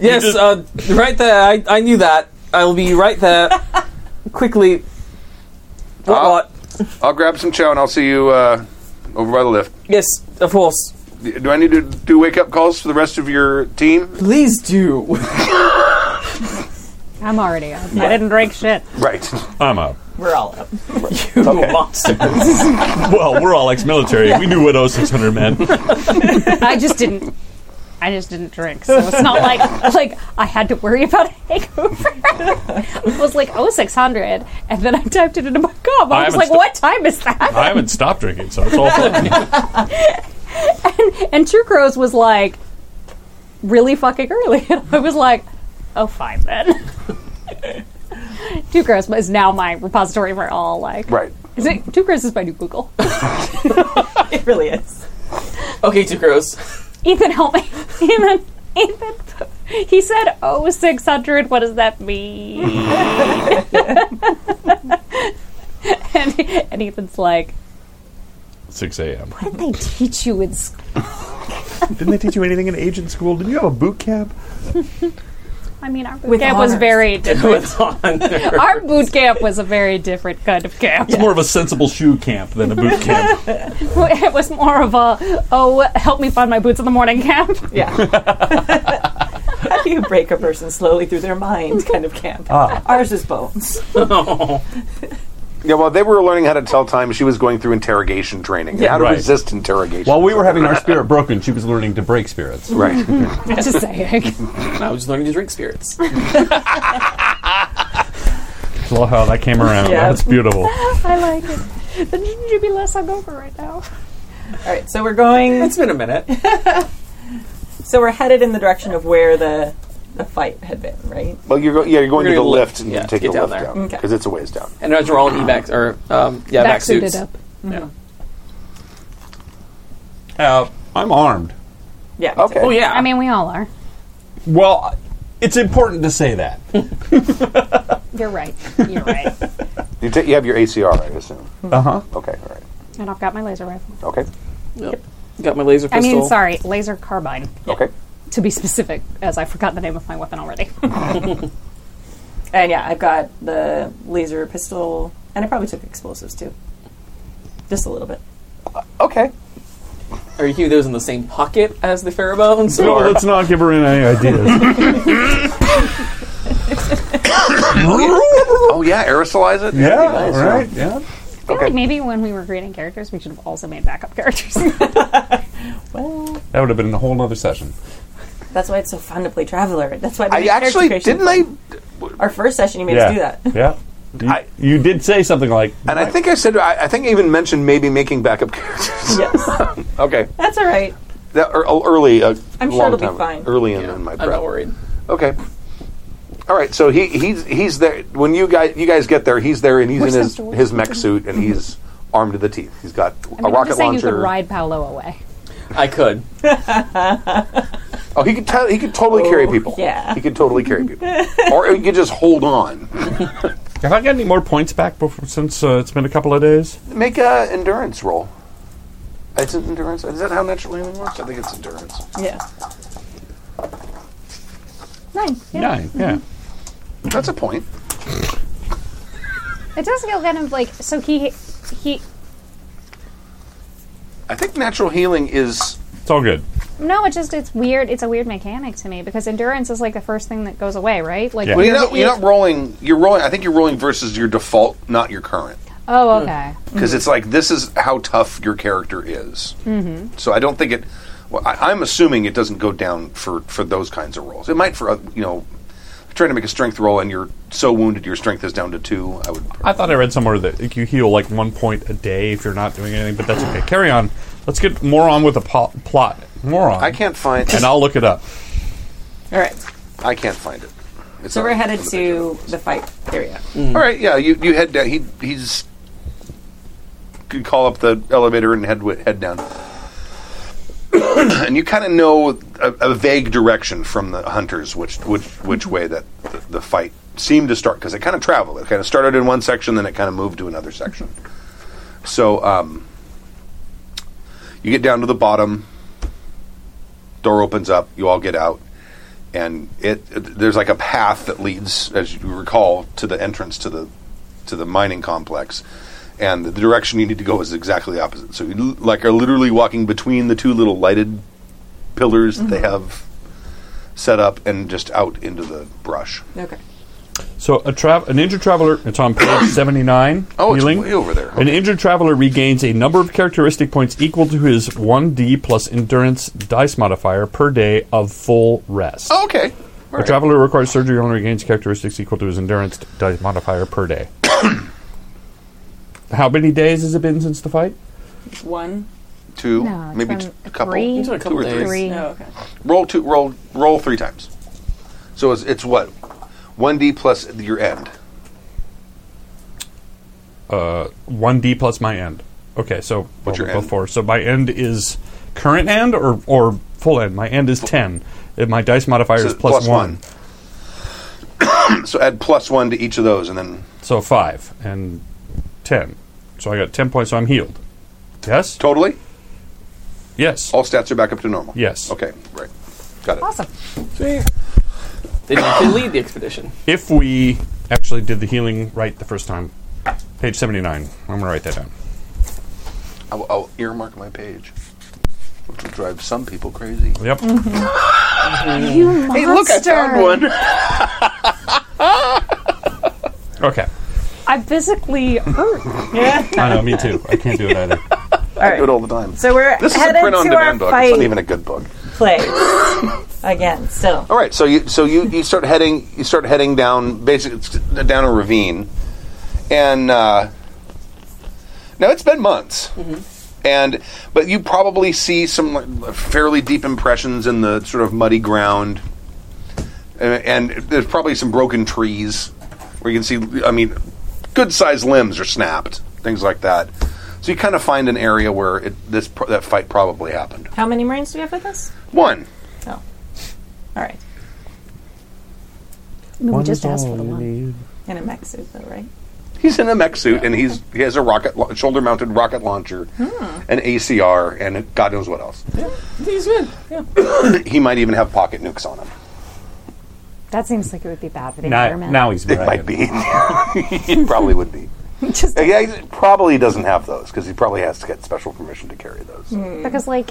F: Yes, uh, right there. I, I knew that. I'll be right there quickly.
C: I'll, I'll grab some chow and I'll see you uh, over by the lift.
F: Yes, of course.
C: Do I need to do wake up calls for the rest of your team?
F: Please do.
B: I'm already up.
F: Yeah.
B: I didn't drink shit.
C: Right.
G: I'm up.
L: We're all up.
F: You monster.
G: well, we're all ex-military. We knew what 0600 meant.
B: I just didn't. I just didn't drink, so it's not like like I had to worry about a hangover. it was like oh six hundred, and then I typed it into my cup.
G: I
B: I, was
G: haven't
B: like,
G: sto-
B: what time is that?
G: I haven't stopped drinking, so it's all fine.
B: And True Crows was like really fucking early, and I was like, oh fine then. Two Crows is now my repository for all like
C: right.
B: Is it Two Crows is my new Google.
L: it really is.
F: Okay, two crows.
B: Ethan, help me. Ethan, Ethan. He said, oh, 600. What does that mean? and, and Ethan's like,
G: 6 a.m.
B: what did they teach you in school?
G: Didn't they teach you anything in agent school? Did you have a boot camp?
B: I mean, our boot
L: With
B: camp was
L: honors.
B: very different.
F: honor.
B: our boot camp was a very different kind of camp.
G: It's more of a sensible shoe camp than a boot camp.
B: it was more of a, oh, help me find my boots in the morning camp.
L: How do you break a person slowly through their mind kind of camp?
C: Ah.
L: Ours is bones.
C: Yeah, well, they were learning how to tell time. She was going through interrogation training and
G: Yeah.
C: how to
G: Right.
C: resist interrogation.
G: While we were having our spirit broken, she was learning to break spirits.
C: Right.
B: Just saying.
F: I was learning to drink spirits.
G: Love how that came around.
L: Yeah.
G: That's beautiful.
B: I like it. Then you'd be less hungover right now.
L: All right, so we're going.
F: It's been a minute.
L: So we're headed in the direction of where the the fight had been, right?
C: Well, you're go- yeah, you're going
F: You're
C: to the
F: gonna
C: lift
F: lift-
C: and
F: yeah,
C: take
F: get
C: the
F: down
C: lift
F: there.
C: down
L: Okay.
C: because it's a ways down.
F: And as we're all in evac or um, yeah,
B: Back
F: vac
B: suited
F: suits.
B: up.
F: Yeah.
G: Uh, I'm armed.
L: Yeah.
C: Okay.
F: Oh yeah.
B: I mean, we all are.
G: Well, it's important to say that.
B: You're right. You're right.
C: You, ta- you have your ACR, I assume.
G: Uh
F: Uh-huh.
G: huh.
C: Okay, all right.
B: And I've got my laser rifle.
C: Okay,
F: Yep. Got my laser
B: I
F: pistol.
B: mean, sorry, laser carbine,
C: okay.
B: to be specific, as I forgot the name of my weapon already.
L: And yeah, I've got the laser pistol, and I probably took explosives too, just a little bit.
C: Okay.
F: Are you keeping those in the same pocket as the pheromones?
G: Well,
F: or-
G: let's not give her any ideas.
C: oh yeah, aerosolize it.
E: Yeah,
C: That'd be nice,
E: right,
C: yeah.
B: I feel like maybe when we were creating characters, we should have also made backup characters.
E: That would have been a whole other session.
L: That's why it's so fun to play Traveler. That's why
C: I actually- didn't
L: I? Our first session, you made
E: yeah.
L: us do that.
E: Yeah. You, you did say something like,
C: And I think I said I, I think I even mentioned maybe making backup characters.
L: Yes.
C: okay,
L: That's all right.
C: that ear- oh, early. Uh,
L: I'm sure
C: long
L: it'll be
C: time,
L: fine.
C: Early in, in my
F: I'm
C: prep.
F: not worried.
C: Okay. All right. So he he's he's there when you guys you guys get there. He's there and he's
B: We're
C: in his
B: supposed to-
C: his mech suit and he's armed to the teeth. He's got
B: I mean,
C: a
B: I'm
C: rocket
B: just saying you
C: launcher.
B: could ride Paolo away.
F: I could.
C: Oh, he could tell he could totally carry
L: Oh,
C: people.
B: yeah.
C: He could totally carry people. or you could just hold on.
E: "Have I got any more points back before, since uh, it's been a couple of days?"
C: Make a endurance roll. Is it endurance? Is that how natural healing works? I think it's endurance.
L: Yeah.
B: Nine. Yeah.
E: Nine. Yeah.
C: Mm-hmm. That's a point.
B: It does feel kind of like so he he
C: I think natural healing is
E: It's all good.
B: no, it just it's weird. It's a weird mechanic to me because endurance is like the first thing that goes away, right? Like
C: Well, you're
B: you're-
C: not, you're not rolling. You're rolling. I think you're rolling versus your default, not your current,
B: Oh, okay.
C: because it's like this is how tough your character is.
B: Mhm.
C: So I don't think it. Well, I, I'm assuming it doesn't go down for for those kinds of rolls. It might for oth- you know, trying to make a strength roll and you're so wounded your strength is down to two. I would.
E: I thought I read somewhere that like, you heal like one point a day if you're not doing anything, but that's okay. Carry on. Let's get more on with the po- plot. More on.
C: I can't find.
E: and I'll look it up.
L: All right.
C: I can't find it. It's
L: so
C: on
L: we're headed
C: the-
L: to the fight area.
C: All right. Yeah. You you head down. He he's. Could call up the elevator and head wi- head down. and you kind of know a, a vague direction from the hunters, which which which way that the, the fight seemed to start because it kind of traveled. It kind of started in one section, then it kind of moved to another section. So um, you get down to the bottom. Door opens up. You all get out, and it there's like a path that leads, as you recall, to the entrance to the to the mining complex. And the direction you need to go is exactly the opposite. So you l- like are literally walking between the two little lighted pillars that they
L: Mm-hmm.
C: have set up, and just out into the brush.
L: Okay.
E: So a, tra- a ninja traveler. It's on page seventy-nine.
C: Oh, it's
E: healing.
C: way over there.
E: An injured traveler regains a number of characteristic points equal to his 1d plus endurance dice modifier per day of full rest.
C: Oh, okay.
E: A traveler who requires surgery only regains characteristics equal to his endurance dice modifier per day. How many days has it been since the fight?
L: One.
C: Two,
L: No, it's
C: maybe
L: been
C: t- a couple,
L: three.
C: two
L: It's been
C: or
L: a couple
C: three.
L: days. Three. Oh, okay.
C: Roll two, roll, roll three times. So it's, it's what one d plus your end.
E: Uh, 1d plus my end. Okay, so
C: What's your
E: well,
C: end?
E: before. So my end is current end or, or full end? My end is 10. Uh, My dice modifier
C: So
E: is plus,
C: plus
E: one.
C: one. so add plus one to each of those, and then
E: So 5 and 10. So I got 10 points, so I'm healed. Yes?
C: Totally?
E: Yes.
C: All stats are back up to normal.
E: Yes.
C: Okay. Right. Got it.
B: Awesome.
F: See? They can lead the expedition.
E: If we actually did the healing right the first time, page 79. I'm going to write that down.
C: I'll, I'll earmark my page, which will drive some people crazy.
E: Yep.
B: You
A: Hey, look, I
C: uh,
A: found
C: one.
E: Okay.
B: I'm physically hurt.
L: yeah.
E: I know, me too. I can't do it either.
L: I
C: do it all the time.
L: So we're
C: This is a
L: headed to our
C: print-on-demand book. It's
L: fight
C: not even a good book.
L: place again. Still.
C: All right, so you so you, you start heading you start heading down basically it's down a ravine, and uh, now it's been months, and but you probably see some like, fairly deep impressions in the sort of muddy ground, and, and there's probably some broken trees where you can see. I mean, good sized limbs are snapped, things like that. So you kind of find an area where it, this pro- that fight probably happened.
L: How many Marines do we have with us?
C: One.
L: Oh. All right.
B: No, we
L: One
B: just
L: is
B: asked
L: all
B: for the
L: you
B: one.
L: In a mech suit, though, right?
C: He's in a mech suit, and he's he has a rocket la- shoulder mounted rocket launcher,
L: Hmm.
C: an ACR, and God knows what else.
F: He's good. Yeah.
C: he might even have pocket nukes on him.
B: That seems like it would be bad for the
C: Now-
B: environment.
C: now he's It might be. he probably would be.
B: Just-
C: yeah, he probably doesn't have those because he probably has to get special permission to carry those.
B: Because like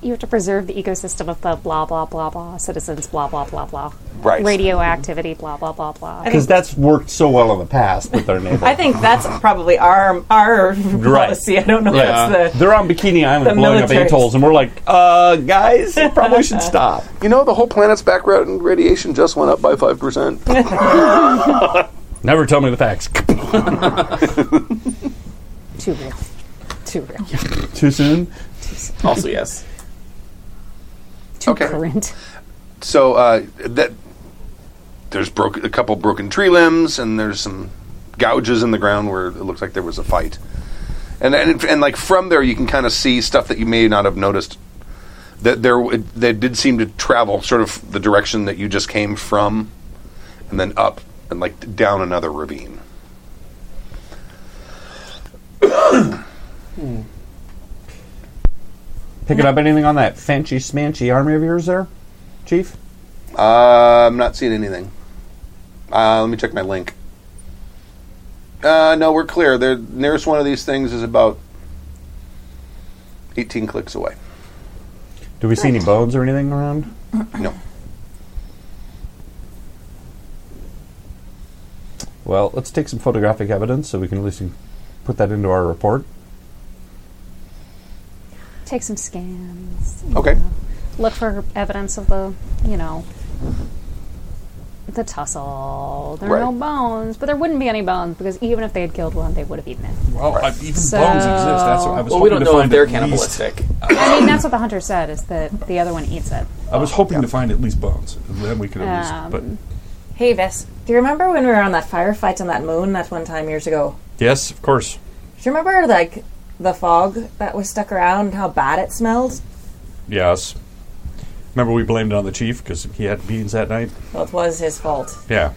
B: you have to preserve the ecosystem of the blah blah blah blah citizens blah blah blah blah
E: Right.
B: radioactivity blah blah blah blah.
E: Because that's worked so well in the past with our neighbor.
L: I think that's probably our our policy. I don't know if that's
E: They're on Bikini Island
L: the
E: blowing
L: military.
E: up atolls, and we're like, uh, guys, you probably should stop.
C: You know, the whole planet's background radiation just went up by 5%.
G: Never tell me the facts.
B: Too real. Too real.
E: Too soon?
F: also, yes.
B: Too current.
C: So uh, that there's broke a couple broken tree limbs, and there's some gouges in the ground where it looks like there was a fight. And and, and like from there, you can kind of see stuff that you may not have noticed. That there it, they did seem to travel sort of the direction that you just came from, and then up and like down another ravine.
E: Picking up anything on that fancy smanchy army of yours there, Chief?
C: Uh, I'm not seeing anything. Uh, let me check my link. Uh, no, we're clear. The nearest one of these things is about 18 clicks away.
E: Do we see any bones or anything around?
C: No.
E: Well, let's take some photographic evidence so we can at least put that into our report.
B: Take some scans. you
E: Okay.
B: know. Look for evidence of the you know the tussle. There are no
E: Right.
B: bones, but there wouldn't be any bones because even if they had killed one, they would have eaten it.
G: Well, I- even
B: So-
G: bones exist. That's what I was
F: Well, we
G: hoping
F: don't
G: to
F: know if
G: find
F: they're
G: at least-
F: cannibalistic.
B: I mean, that's what the hunter said is that the other one eats it.
G: I was hoping to find at least bones. Then we could at
L: Um,
G: least.
L: Hey, Vess, do you remember when we were on that firefight on that moon that one time years ago?
G: But yes, of course.
L: Do you remember like the fog that was stuck around and how bad it smelled?
G: Yes. Remember, we blamed it on the chief because he had meetings that night.
L: Well, it was his fault.
G: Yeah.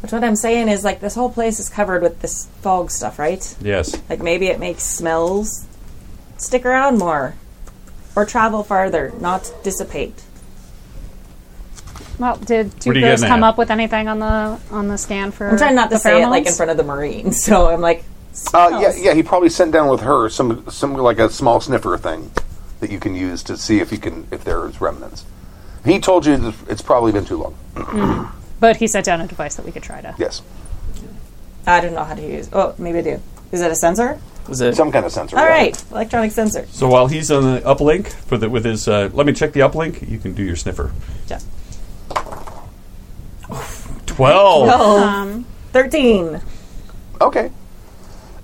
L: But what I'm saying is like this whole place is covered with this fog stuff, right?
G: Yes.
L: Like maybe it makes smells stick around more or travel farther, not dissipate.
B: Well, did do
L: What are
B: you
L: you
B: guys
L: getting
B: come
L: at?
B: up with anything on the on the scan for?
L: I'm trying not to
B: the
L: say it like in
B: pheromones?
L: front of the Marines, so I'm like, Oh.
C: Uh, yeah, yeah. He probably sent down with her some some like a small sniffer thing that you can use to see if you can if there's remnants. He told you that it's probably been too long.
B: Mm. But he set down a device that we could try to.
C: Yes.
L: I don't know how to use. Oh, maybe I do. Is it a sensor?
F: Was it
C: some kind of sensor?
L: All right, electronic sensor.
G: So while he's on the uplink for the, with his, uh, let me check the uplink. You can do your sniffer.
L: Yeah.
G: Twelve.
L: Oh. 13.
C: Okay.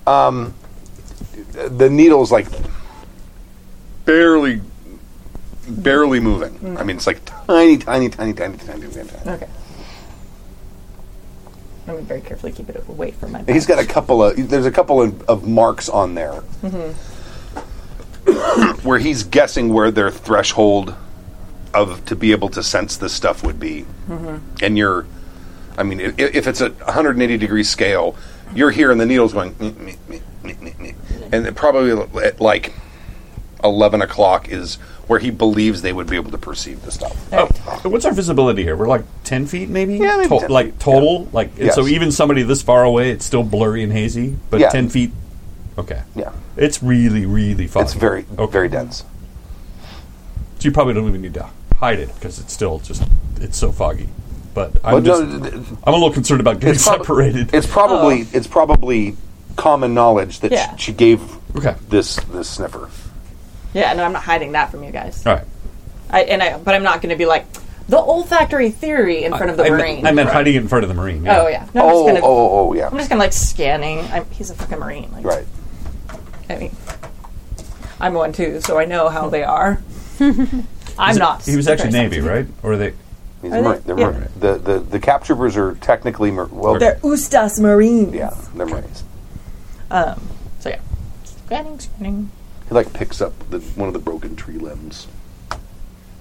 C: Um, the needle's like barely, barely moving. I mean, it's like tiny, tiny, tiny, tiny, tiny, tiny, tiny.
L: Hmm. Okay. I'm gonna very carefully keep it away from my.
C: He's got a couple of there's a couple of, of marks on there
L: hmm
C: where he's guessing where their threshold of to be able to sense this stuff would be.
L: Mm-hmm.
C: and you're i mean if, if it's a 180 degree scale you're hearing the needles going "Mm, mm, mm, mm, mm, mm." and it probably l- at like 11 o'clock is where he believes they would be able to perceive the stuff
G: Oh, what's our visibility here? We're like ten feet, maybe.
C: Yeah, maybe
G: To-
C: 10
G: like total. Like
C: Yes.
G: so, even somebody this far away, it's still blurry and hazy. But
C: Yeah.
G: ten feet. Okay.
C: Yeah.
G: It's really, really foggy.
C: It's very, very dense.
G: So you probably don't even need to hide it because it's still just it's so foggy. But I'm
C: Well,
G: just,
C: no, th- th-
G: I'm a little concerned about getting
C: it's prob-
G: separated.
C: it's probably it's probably common knowledge that
L: Oh. Yeah.
C: she, she gave
G: Okay.
C: this this sniffer
L: Yeah, no, I'm not hiding that from you guys.
G: all right
L: I, and I, but I'm not gonna be like the olfactory theory in front of the
G: I, meant-
L: marine.
G: I meant hiding it in front of the marine.
L: Oh yeah. No, I'm just gonna,
C: oh, yeah.
L: I'm just gonna like scanning. I'm, he's a fucking marine. Like,
C: right.
L: I mean, I'm one too, so I know how they are. I'm
G: Is it-
L: not.
G: He was
L: They're
G: actually
L: very
G: Navy,
L: sensitive.
G: right? Or they?
C: He's
L: Are
C: a
L: they-
C: mer- they're
L: yeah.
C: mer- the, the the cap troopers are technically mer- well
L: They're Ustas Marines.
C: yeah they're marines
L: Um. So yeah. Scanning, scanning.
C: He like picks up the, one of the broken tree limbs.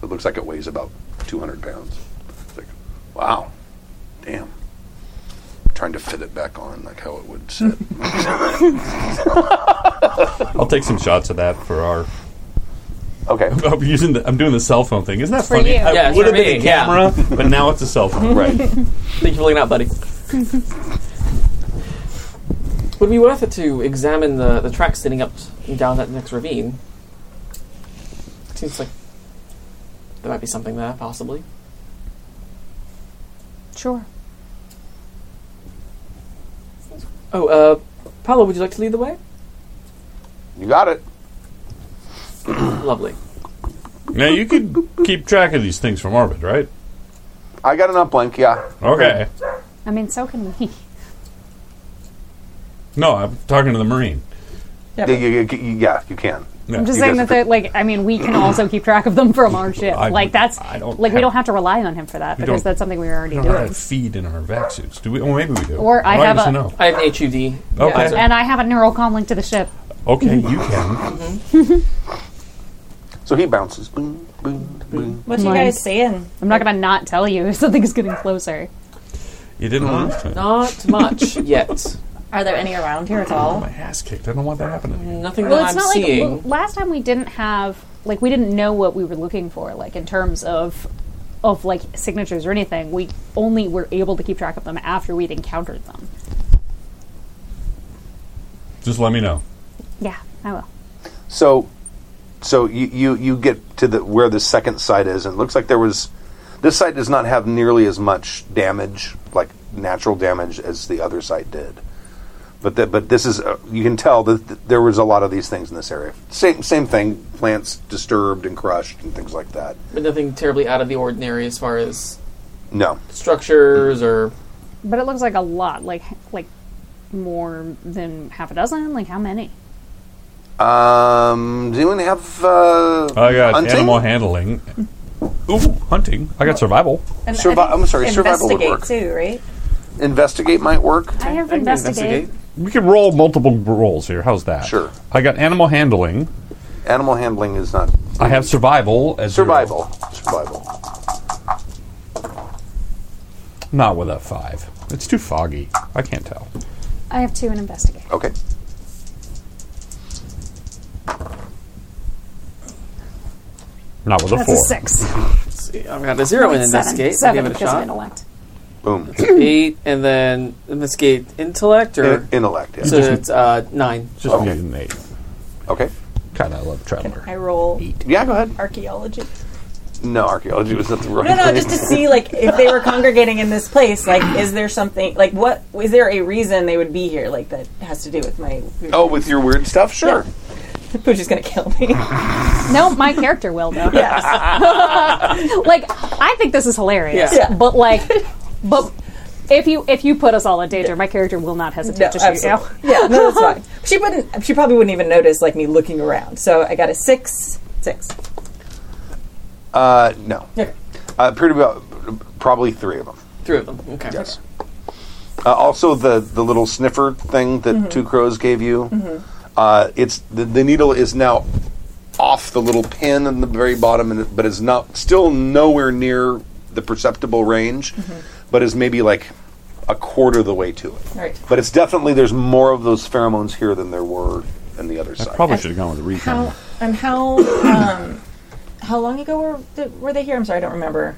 C: It looks like it weighs about 200 pounds. It's like, wow, damn. Trying to fit it back on, like how it would sit.
G: I'll take some shots of that for our.
C: Okay.
G: I'm using. The, I'm doing the cell phone thing. Isn't that
F: For
G: funny?
F: you.
G: I
F: Yeah, it's
G: would
F: for
G: have been a
F: me, yeah.
G: camera, but now it's a cell phone.
F: Thank you for looking out, buddy. Would it be worth it to examine the, the tracks leading up and down that next ravine? Seems like There might be something there, possibly.
B: Sure.
F: Oh, uh, Paolo, would you like to lead the way?
C: You got it.
F: Lovely.
G: Now you could keep track of these things from orbit, right?
C: I got an up link, yeah.
G: Okay.
B: I mean, so can we.
G: No, I'm talking to the Marine.
B: Yeah,
C: Yeah, you, you- you- yeah, you can.
B: I'm just
C: You
B: saying
C: guys
B: that,
C: are
B: that, like, I mean, we can also keep track of them from our ship.
G: I-
B: like, that's
G: don't
B: like we
G: have-
B: don't have to rely on him for that
G: We
B: because
G: don't-
B: that's something we were already
G: We don't
B: doing.
G: have feed in our vac suits, do we? Well, maybe we do.
B: Or I
G: Why
B: have
G: does
B: a-
G: it know?
F: I have an HUD.
G: Okay.
B: And I have a neural comm link to the ship.
G: okay, you can.
C: So he bounces. Boom, boom, boom.
L: What are you guys saying?
B: I'm not gonna not tell you if something's getting closer.
G: You didn't last time.
F: Not much yet.
L: Are there any around here at all?
G: Oh, My ass kicked. I don't want that happening.
F: Nothing
B: well, it's
F: that I'm
B: not
F: seeing.
B: like l- last time we didn't have like we didn't know what we were looking for, like in terms of of like signatures or anything. We only were able to keep track of them after we'd encountered them.
G: Just let me know.
B: Yeah, I will.
C: So, so you, you you get to the where the second site is, and it looks like there was. This site does not have nearly as much damage, like natural damage, as the other site did. But the, but this is uh, you can tell that th- there was a lot of these things in this area. Same same thing, plants disturbed and crushed and things like that.
F: But nothing terribly out of the ordinary as far as
C: No,
F: structures or.
B: But it looks like a lot, like like more than half a dozen. Like how many?
C: um, do anyone have? Uh,
G: I got
C: hunting?
G: animal handling. Ooh, hunting. I got survival.
L: And I
C: Survi-
L: think
C: I'm sorry, survival would work.
L: investigate too, right?
C: Investigate might work.
B: I have investigate.
G: We can roll multiple rolls here. How's that?
C: Sure.
G: I got animal handling.
C: Animal handling is not
G: I have survival as zero.
C: survival. Survival.
G: Not with a five. It's too foggy. I can't tell.
B: I have two and investigate.
C: Okay.
G: Not with a
B: That's
G: four.
B: a six.
F: let's see, I've got a zero in
B: Seven.
F: investigate.
B: Seven
F: give it a
B: because of
F: shot.
B: intellect.
C: Boom.
F: Eight, and then investigate intellect or.
C: In- intellect. Yeah.
F: so it's uh, nine.
G: Just
C: Oh.
G: need an eight.
C: okay.
G: Kind of love traveler.
L: I roll
C: Yeah, go ahead.
L: archaeology.
C: No, archaeology was not the right
L: No, no,
C: thing.
L: just to see like if they were congregating in this place, like is there something like what is there a reason they would be here like that has to do with my
C: oh, with your weird stuff, sure.
L: Poochie's gonna kill me.
B: No, my character will though. like I think this is hilarious,
L: Yeah. Yeah.
B: but like, but if you if you put us all in danger, my character will not hesitate
L: No,
B: to shoot you.
L: absolutely. yeah, no, that's fine. She wouldn't. She probably wouldn't even notice like me looking around. So I got a six, six.
C: Uh, no.
L: Okay.
C: Uh, appear to be about, probably three of them.
F: Three of them. Okay.
C: Yes. Uh, also, the the little sniffer thing that Two Crows gave you. Uh, it's the, the needle is now off the little pin in the very bottom, and it, but is not still nowhere near the perceptible range, but is maybe like a quarter of the way to it.
L: All right.
C: But it's definitely there's more of those pheromones here than there were in the other side.
G: Probably should have gone with a recon.
L: How and how um, how long ago were the, were they here? I'm sorry, I don't remember.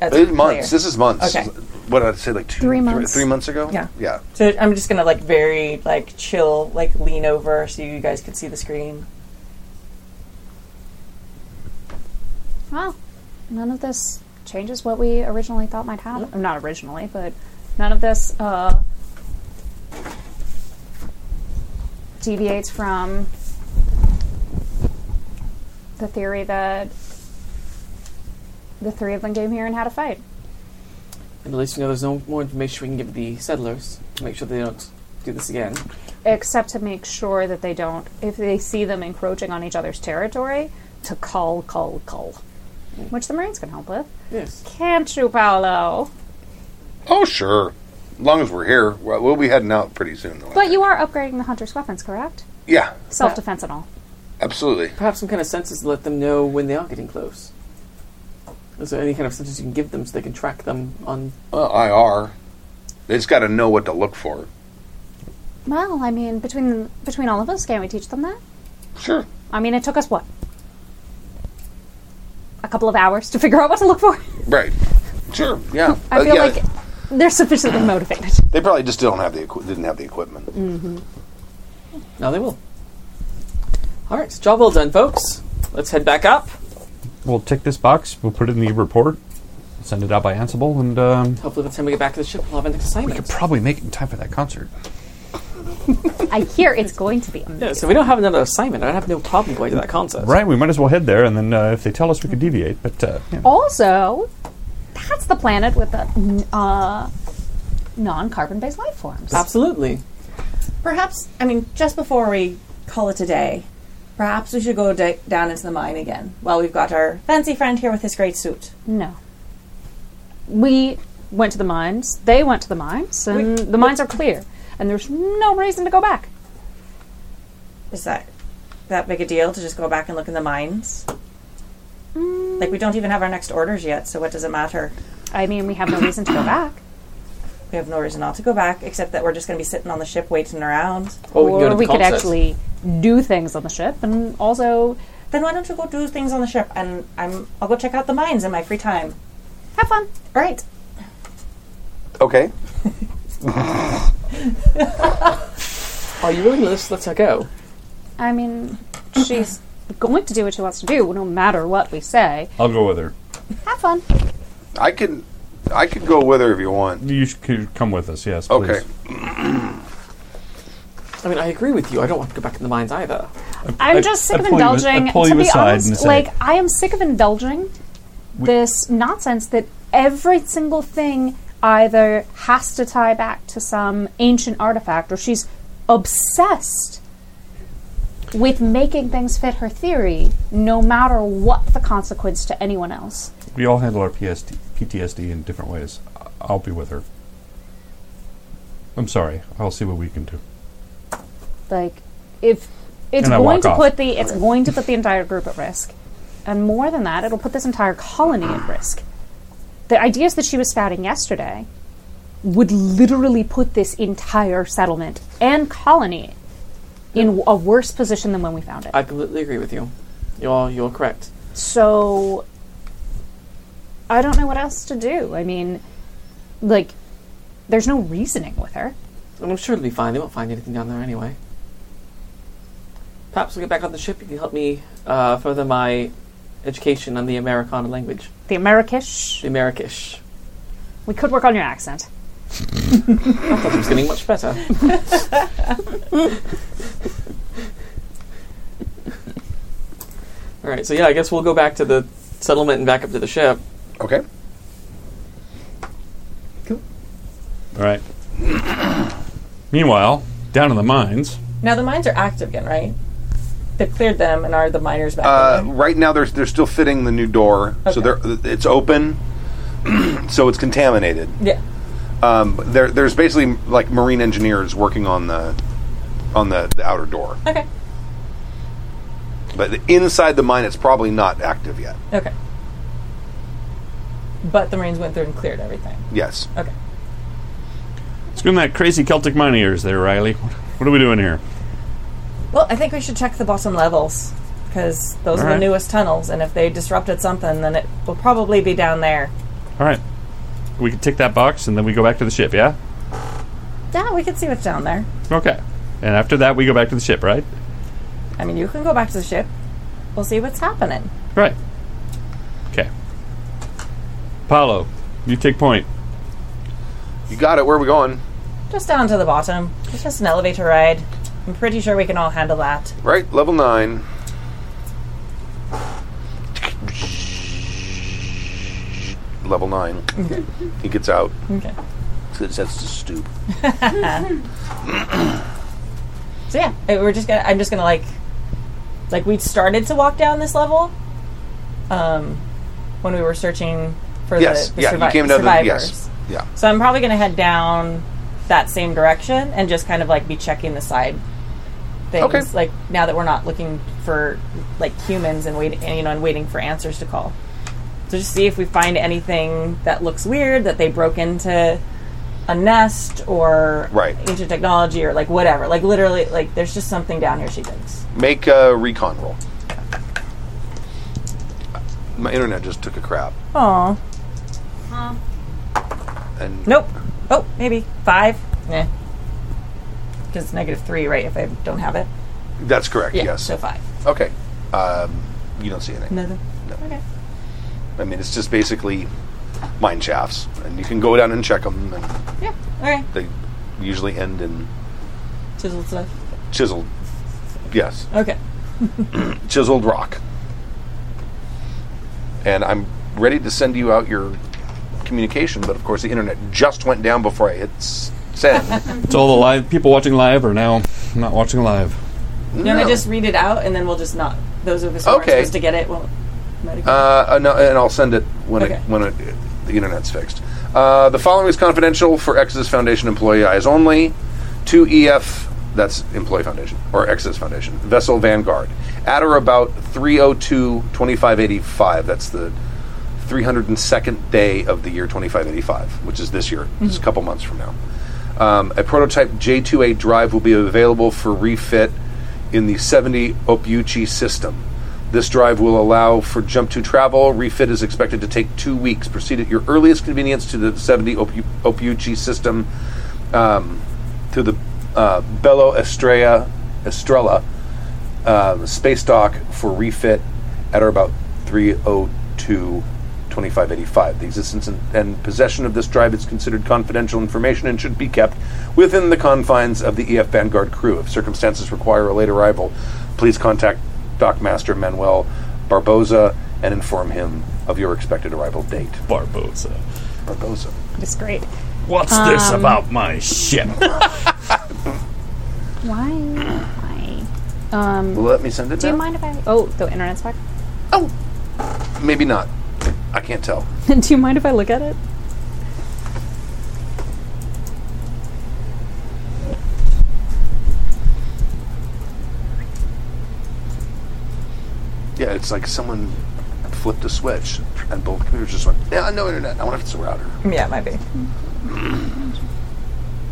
L: As a
C: It is months.
L: player.
C: This is months.
L: Okay.
C: What did I say? Like two,
B: Three months.
C: three months ago.
L: Yeah.
C: Yeah.
L: So I'm just gonna like very like chill, like lean over so you guys can see the screen.
B: Well, none of this changes what we originally thought might happen. Not originally, but none of this uh, deviates from the theory that the three of them came here and had a fight.
F: And at least we know there's no more information we can give the settlers to make sure they don't do this again.
B: except to make sure that they don't if they see them encroaching on each other's territory to cull cull cull which the marines can help with
F: Yes.
B: can't you paolo
C: Oh sure. As long as we're here, Well, we'll be heading out pretty soon. Though.
B: but you are upgrading the hunter's weapons correct
C: yeah,
B: self-defense and all
C: absolutely.
F: Perhaps some kind of census to let them know when they are getting close. Is there any kind of census you can give them so they can track them on?
C: Well, IR, they just got to know what to look for.
B: well i mean between between all of us can't we teach them that
C: Sure.
B: i mean it took us what a couple of hours to figure out what to look for
C: Right. Sure. Yeah.
B: i
C: Uh,
B: feel
C: yeah,
B: like they're sufficiently motivated
C: they probably just don't have the equi- didn't have the equipment.
B: Mm.
F: Now they will. All right, job well done, folks. Let's head back up.
E: We'll tick this box. We'll put it in the report. Send it out by Ansible, and um,
F: Hopefully, by the time we get back to the ship, we'll have an
E: we
F: assignment.
E: could probably make it in time for that concert.
B: I hear it's going to be amazing.
F: Yeah, so we don't have another assignment. I'd have no problem going to that concert.
E: Right? We might as well head there, and then uh, if they tell us, we could deviate. But uh, yeah.
B: Also, that's the planet with the uh, non-carbon based life forms.
F: Absolutely.
L: Perhaps, I mean, just before we call it a day, perhaps we should go d- down into the mine again while we've got our fancy friend here with his great suit.
B: No. We went to the mines. They went to the mines, and the mines are clear. And there's no reason to go back.
L: Is that that big a deal to just go back and look in the mines? Like, we don't even have our next orders yet, so what does it matter?
B: I mean, we have no reason to go back.
L: We have no reason not to go back, except that we're just going to be sitting on the ship waiting around.
B: or we could actually do things on the ship, and also
L: Then why don't you go do things on the ship? And I'm I'll go check out the mines in my free time.
B: Have fun.
L: All right.
C: Okay.
F: Are you really let's let's go?
B: I mean, she's going to do what she wants to do, no matter what we say.
F: Oh.
G: I'll go with her.
B: Have fun.
C: I can, I could go with her if you want.
G: You sh- could come with us, yes.
C: Okay.
F: I mean, I agree with you. I don't want to go back in the mines either.
B: I'm
F: I-
B: just sick
F: I
B: of
F: pull you as- I
B: indulging.
F: pull
B: to
F: you
B: be
F: aside
B: honest,
F: and say-
B: like I am sick of indulging this nonsense that every single thing either has to tie back to some ancient artifact or she's obsessed with making things fit her theory, no matter what the consequence to anyone else.
G: We all handle our PSD, PTSD in different ways. I- I'll be with her. I'm sorry. I'll see what we can do.
B: like if it's
G: And I
B: going
G: walk
B: to
G: off.
B: put the it's going to put the entire group at risk and more than that it'll put this entire colony
G: Ah.
B: at risk the ideas that she was spouting yesterday would literally put this entire settlement and colony in a worse position than when we found it
F: I completely agree with you. You're you're correct.
B: so i don't know what else to do i mean like there's no reasoning with her
F: And I'm sure it'll be fine. They won't find anything down there anyway. Perhaps we'll get back on the ship. You can help me uh, further my education on the Americana language.
B: the amerikish
F: The Americish.
B: we could work on your accent
F: I thought it was getting much better. All right, so yeah, I guess we'll go back to the settlement and back up to the ship.
C: Okay.
G: All right. Meanwhile, down in the mines,
L: Now the mines are active again, right? They've cleared them and are the miners back?
C: Uh, right now, they're they're still fitting the new door, so they're it's open, so it's contaminated.
L: yeah.
C: Um, but there, there's basically like marine engineers working on the on the, the outer door,
L: Okay.
C: but inside the mine, it's probably not active yet.
L: Okay. But the Marines went through and cleared everything.
C: Yes.
L: Okay.
G: screw that crazy Celtic mine of yours there, Riley. What are we doing here?
L: Well, I think we should check the bottom levels because those are
G: Alright.
L: the newest tunnels, and if they disrupted something, then it will probably be down there.
G: All right. We can tick that box and then we go back to the ship, yeah?
L: Yeah, we can see what's down there.
G: Okay. And after that, we go back to the ship, right?
L: I mean, you can go back to the ship. We'll see what's happening.
G: Right. Okay. Paolo, you take point.
C: You got it. Where are we going?
L: Just down to the bottom. It's just an elevator ride. I'm pretty sure we can all handle that.
C: Right, level nine. Level nine. he gets out.
L: Okay.
C: So it sets to stoop.
L: so yeah, I- we're just gonna. I'm just gonna like, like we started to walk down this level, um, when we were searching for
C: Yes,
L: the, the
C: yeah, you
L: survi-
C: came down to the,
L: survivors.
C: yes, yeah.
L: So I'm probably gonna head down that same direction and just kind of like be checking the side things.
C: Okay.
L: Like now that we're not looking for like humans and waiting, and, you know, and waiting for answers to call. So just see if we find anything that looks weird that they broke into a nest or
C: Right.
L: ancient technology or like whatever. Like literally, like there's just something down here. She thinks.
C: Make a recon roll. My internet just took a crap.
L: Oh
C: And
L: nope. Oh maybe five. Nah. Because it's negative three, right? If I don't have it.
C: That's correct,
L: Yeah,
C: yes.
L: So five.
C: Okay. Um, you don't see anything.
L: Nothing.
C: No.
L: Okay.
C: I mean, it's just basically mine shafts, and you can go down and check them, and
D: Yeah. Okay.
C: they usually end in
D: Chiseled stuff.
C: chiseled. Yes,
D: Okay.
C: chiseled rock. And I'm ready to send you out your communication, but of course the internet just went down before I hit s- send.
G: So all the live people watching live are now not watching live.
D: No, no, just read it out, and then we'll just not. Those of us who aren't
C: Okay.
D: supposed to get it won't.
C: Uh, uh, no, and I'll send it when
D: Okay.
C: it, when it, the internet's fixed. Uh, the following is confidential for Exodus Foundation employee eyes only. Two EF, that's Employee Foundation or Exodus Foundation vessel Vanguard at or about 302-2585. That's the 302nd day of the year 2585, which is this year, just a couple months from now. Um, a prototype J2A drive will be available for refit in the 70 Opuchi system. This drive will allow for jump to travel. Refit is expected to take two weeks. Proceed at your earliest convenience to the 70 Opu- Opuchi system um, to the uh, Bello Estrella, Estrella uh, space dock for refit at or about 302 2585. The existence and, and possession of this drive is considered confidential information and should be kept within the confines of the EF Vanguard crew. If circumstances require a late arrival, please contact Dock Master Manuel Barboza and inform him of your expected arrival date.
G: Barboza.
C: Barboza.
B: It's great.
G: What's this about my ship?
B: Why? Why? Um,
C: Let me send it
B: Do you
C: now?
B: mind if I? Oh, the internet's back. Oh,
C: Maybe not. I can't tell.
B: do you mind if I look at it?
C: Yeah, it's like someone flipped a switch and both computers just went, yeah, no internet. I wonder if it's a router.
D: Yeah, it might be.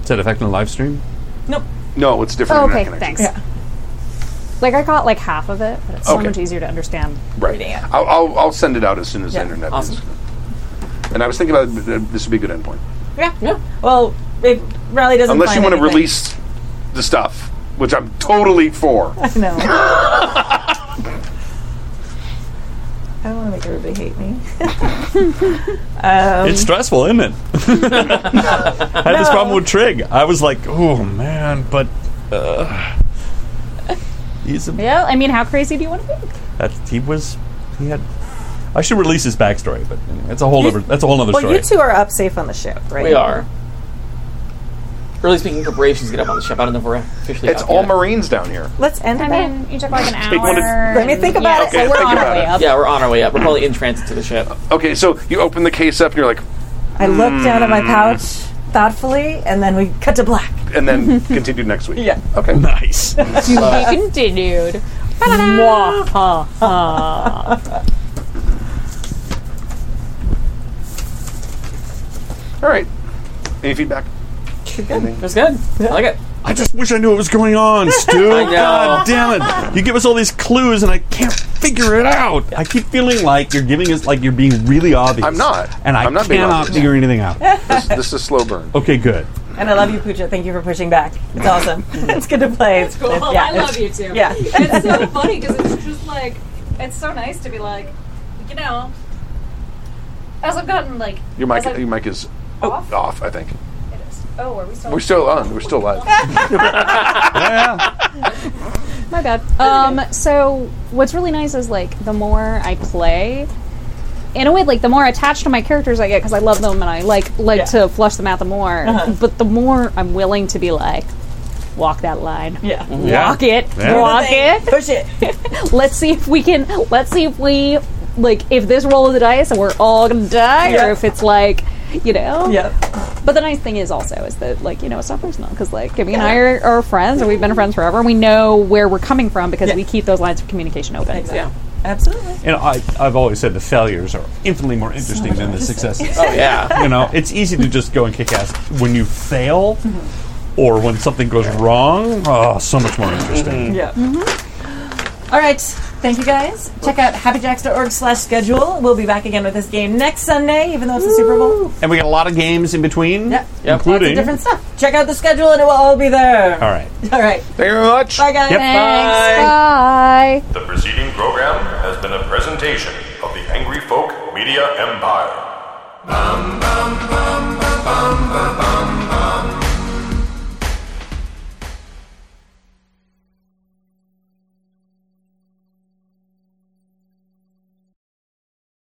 G: Is that affecting the live stream?
D: Nope.
C: No, it's different.
B: oh,
C: internet
B: okay,
C: connection.
B: thanks. Like I caught like half of it, but it's so
C: Okay.
B: much easier to understand.
C: Right. I'll, I'll, I'll send it out as soon as
B: Yeah.
C: the internet
B: Awesome.
C: is. And I was thinking about th- this would be a good endpoint.
D: Yeah. Yeah. Well, if Riley doesn't.
C: Unless you
D: find
C: want to
D: anything-
C: release the stuff, which I'm totally for.
D: I know. I don't want to make everybody hate me. um,
G: it's stressful, isn't it? I had this problem with Trig. I was like, oh man, but uh, he's a,
B: Yeah, I mean, how crazy do you want to be?
G: that, he was he had. I should release his backstory, but anyway, that's a whole other that's a whole other
D: well,
G: story.
D: you two are up safe on the ship, right?
F: We are. Early speaking corporations get up on the ship. I don't know if we're officially.
D: It's all
C: Marines down here.
D: Let's end
B: I
D: that.
B: mean, you took like an
F: Take one
B: hour.
D: Let me
B: and-
D: think about it.
B: yeah,
D: So we're on our
C: about
D: way
C: it.
D: up.
F: Yeah, we're on our way up. We're probably in transit to the ship.
C: Okay, so you open the case up and you're like,
D: I looked down at my pouch thoughtfully, and then we cut to black.
C: and then continue next week.
D: Yeah.
C: Okay.
G: Nice.
B: To be continued. Mwahaha.
C: All right. Any feedback? Anything?
F: It's good. I like it.
G: I just wish I knew what was going on, Stu.
F: I know.
G: God damn it! You give us all these clues, and I can't figure it out. I keep feeling like you're giving us like you're being really obvious.
C: I'm not.
G: and I
C: I'm not being
G: cannot
C: obvious.
G: figure anything out.
C: this, this is a slow burn.
G: Okay, good.
D: And I love you, Pooja. Thank you for pushing back. It's awesome. it's good to play. It's
B: cool.
D: it's-
B: I love
D: it's-
B: you too.
D: Yeah.
B: it's so funny because it's just like it's so nice to be like, you know, as I've gotten like
C: Your mic,
B: as I've-
C: your mic is
B: Off?
C: off, I think.
B: Oh, are we still?
C: We're still on. We're still live.
B: My bad. Um, so what's really nice is like the more I play, in a way, like the more attached to my characters I get because I love them and I like like to flush them out the more.
D: Uh-huh.
B: But the more I'm willing to be like, walk that line.
D: Yeah.
B: Yeah. Walk it.
D: Yeah.
B: Walk it.
D: Push it.
B: let's see if we can. Let's see if we like if this roll of the dice and we're all gonna die,
D: Yeah.
B: or if it's like. You know,
D: Yep.
B: But the nice thing is also is that like you know it's not personal because like Gibby and I are, are friends and we've been friends forever and we know where we're coming from because we keep those lines of communication open.
D: Yeah, absolutely.
G: And I, I've always said the failures are infinitely more interesting than the successes.
F: Oh, yeah.
G: you know, it's easy to just go and kick ass when you fail, or when something goes wrong. Oh, so much more interesting.
D: Yeah. All right. Thank you guys. Check out happyjacks.org slash schedule. We'll be back again with this game next Sunday, even though it's the Super Bowl.
G: And we got a lot of games in between,
D: Yep. Lots
G: including.
D: of different stuff. Check out the schedule and it will all be there.
G: all right.
D: All right.
C: Thank you very much.
D: Bye, guys.
G: Yep.
B: Thanks. Bye.
O: The preceding program has been a presentation of the Angry Folk
A: Media Empire.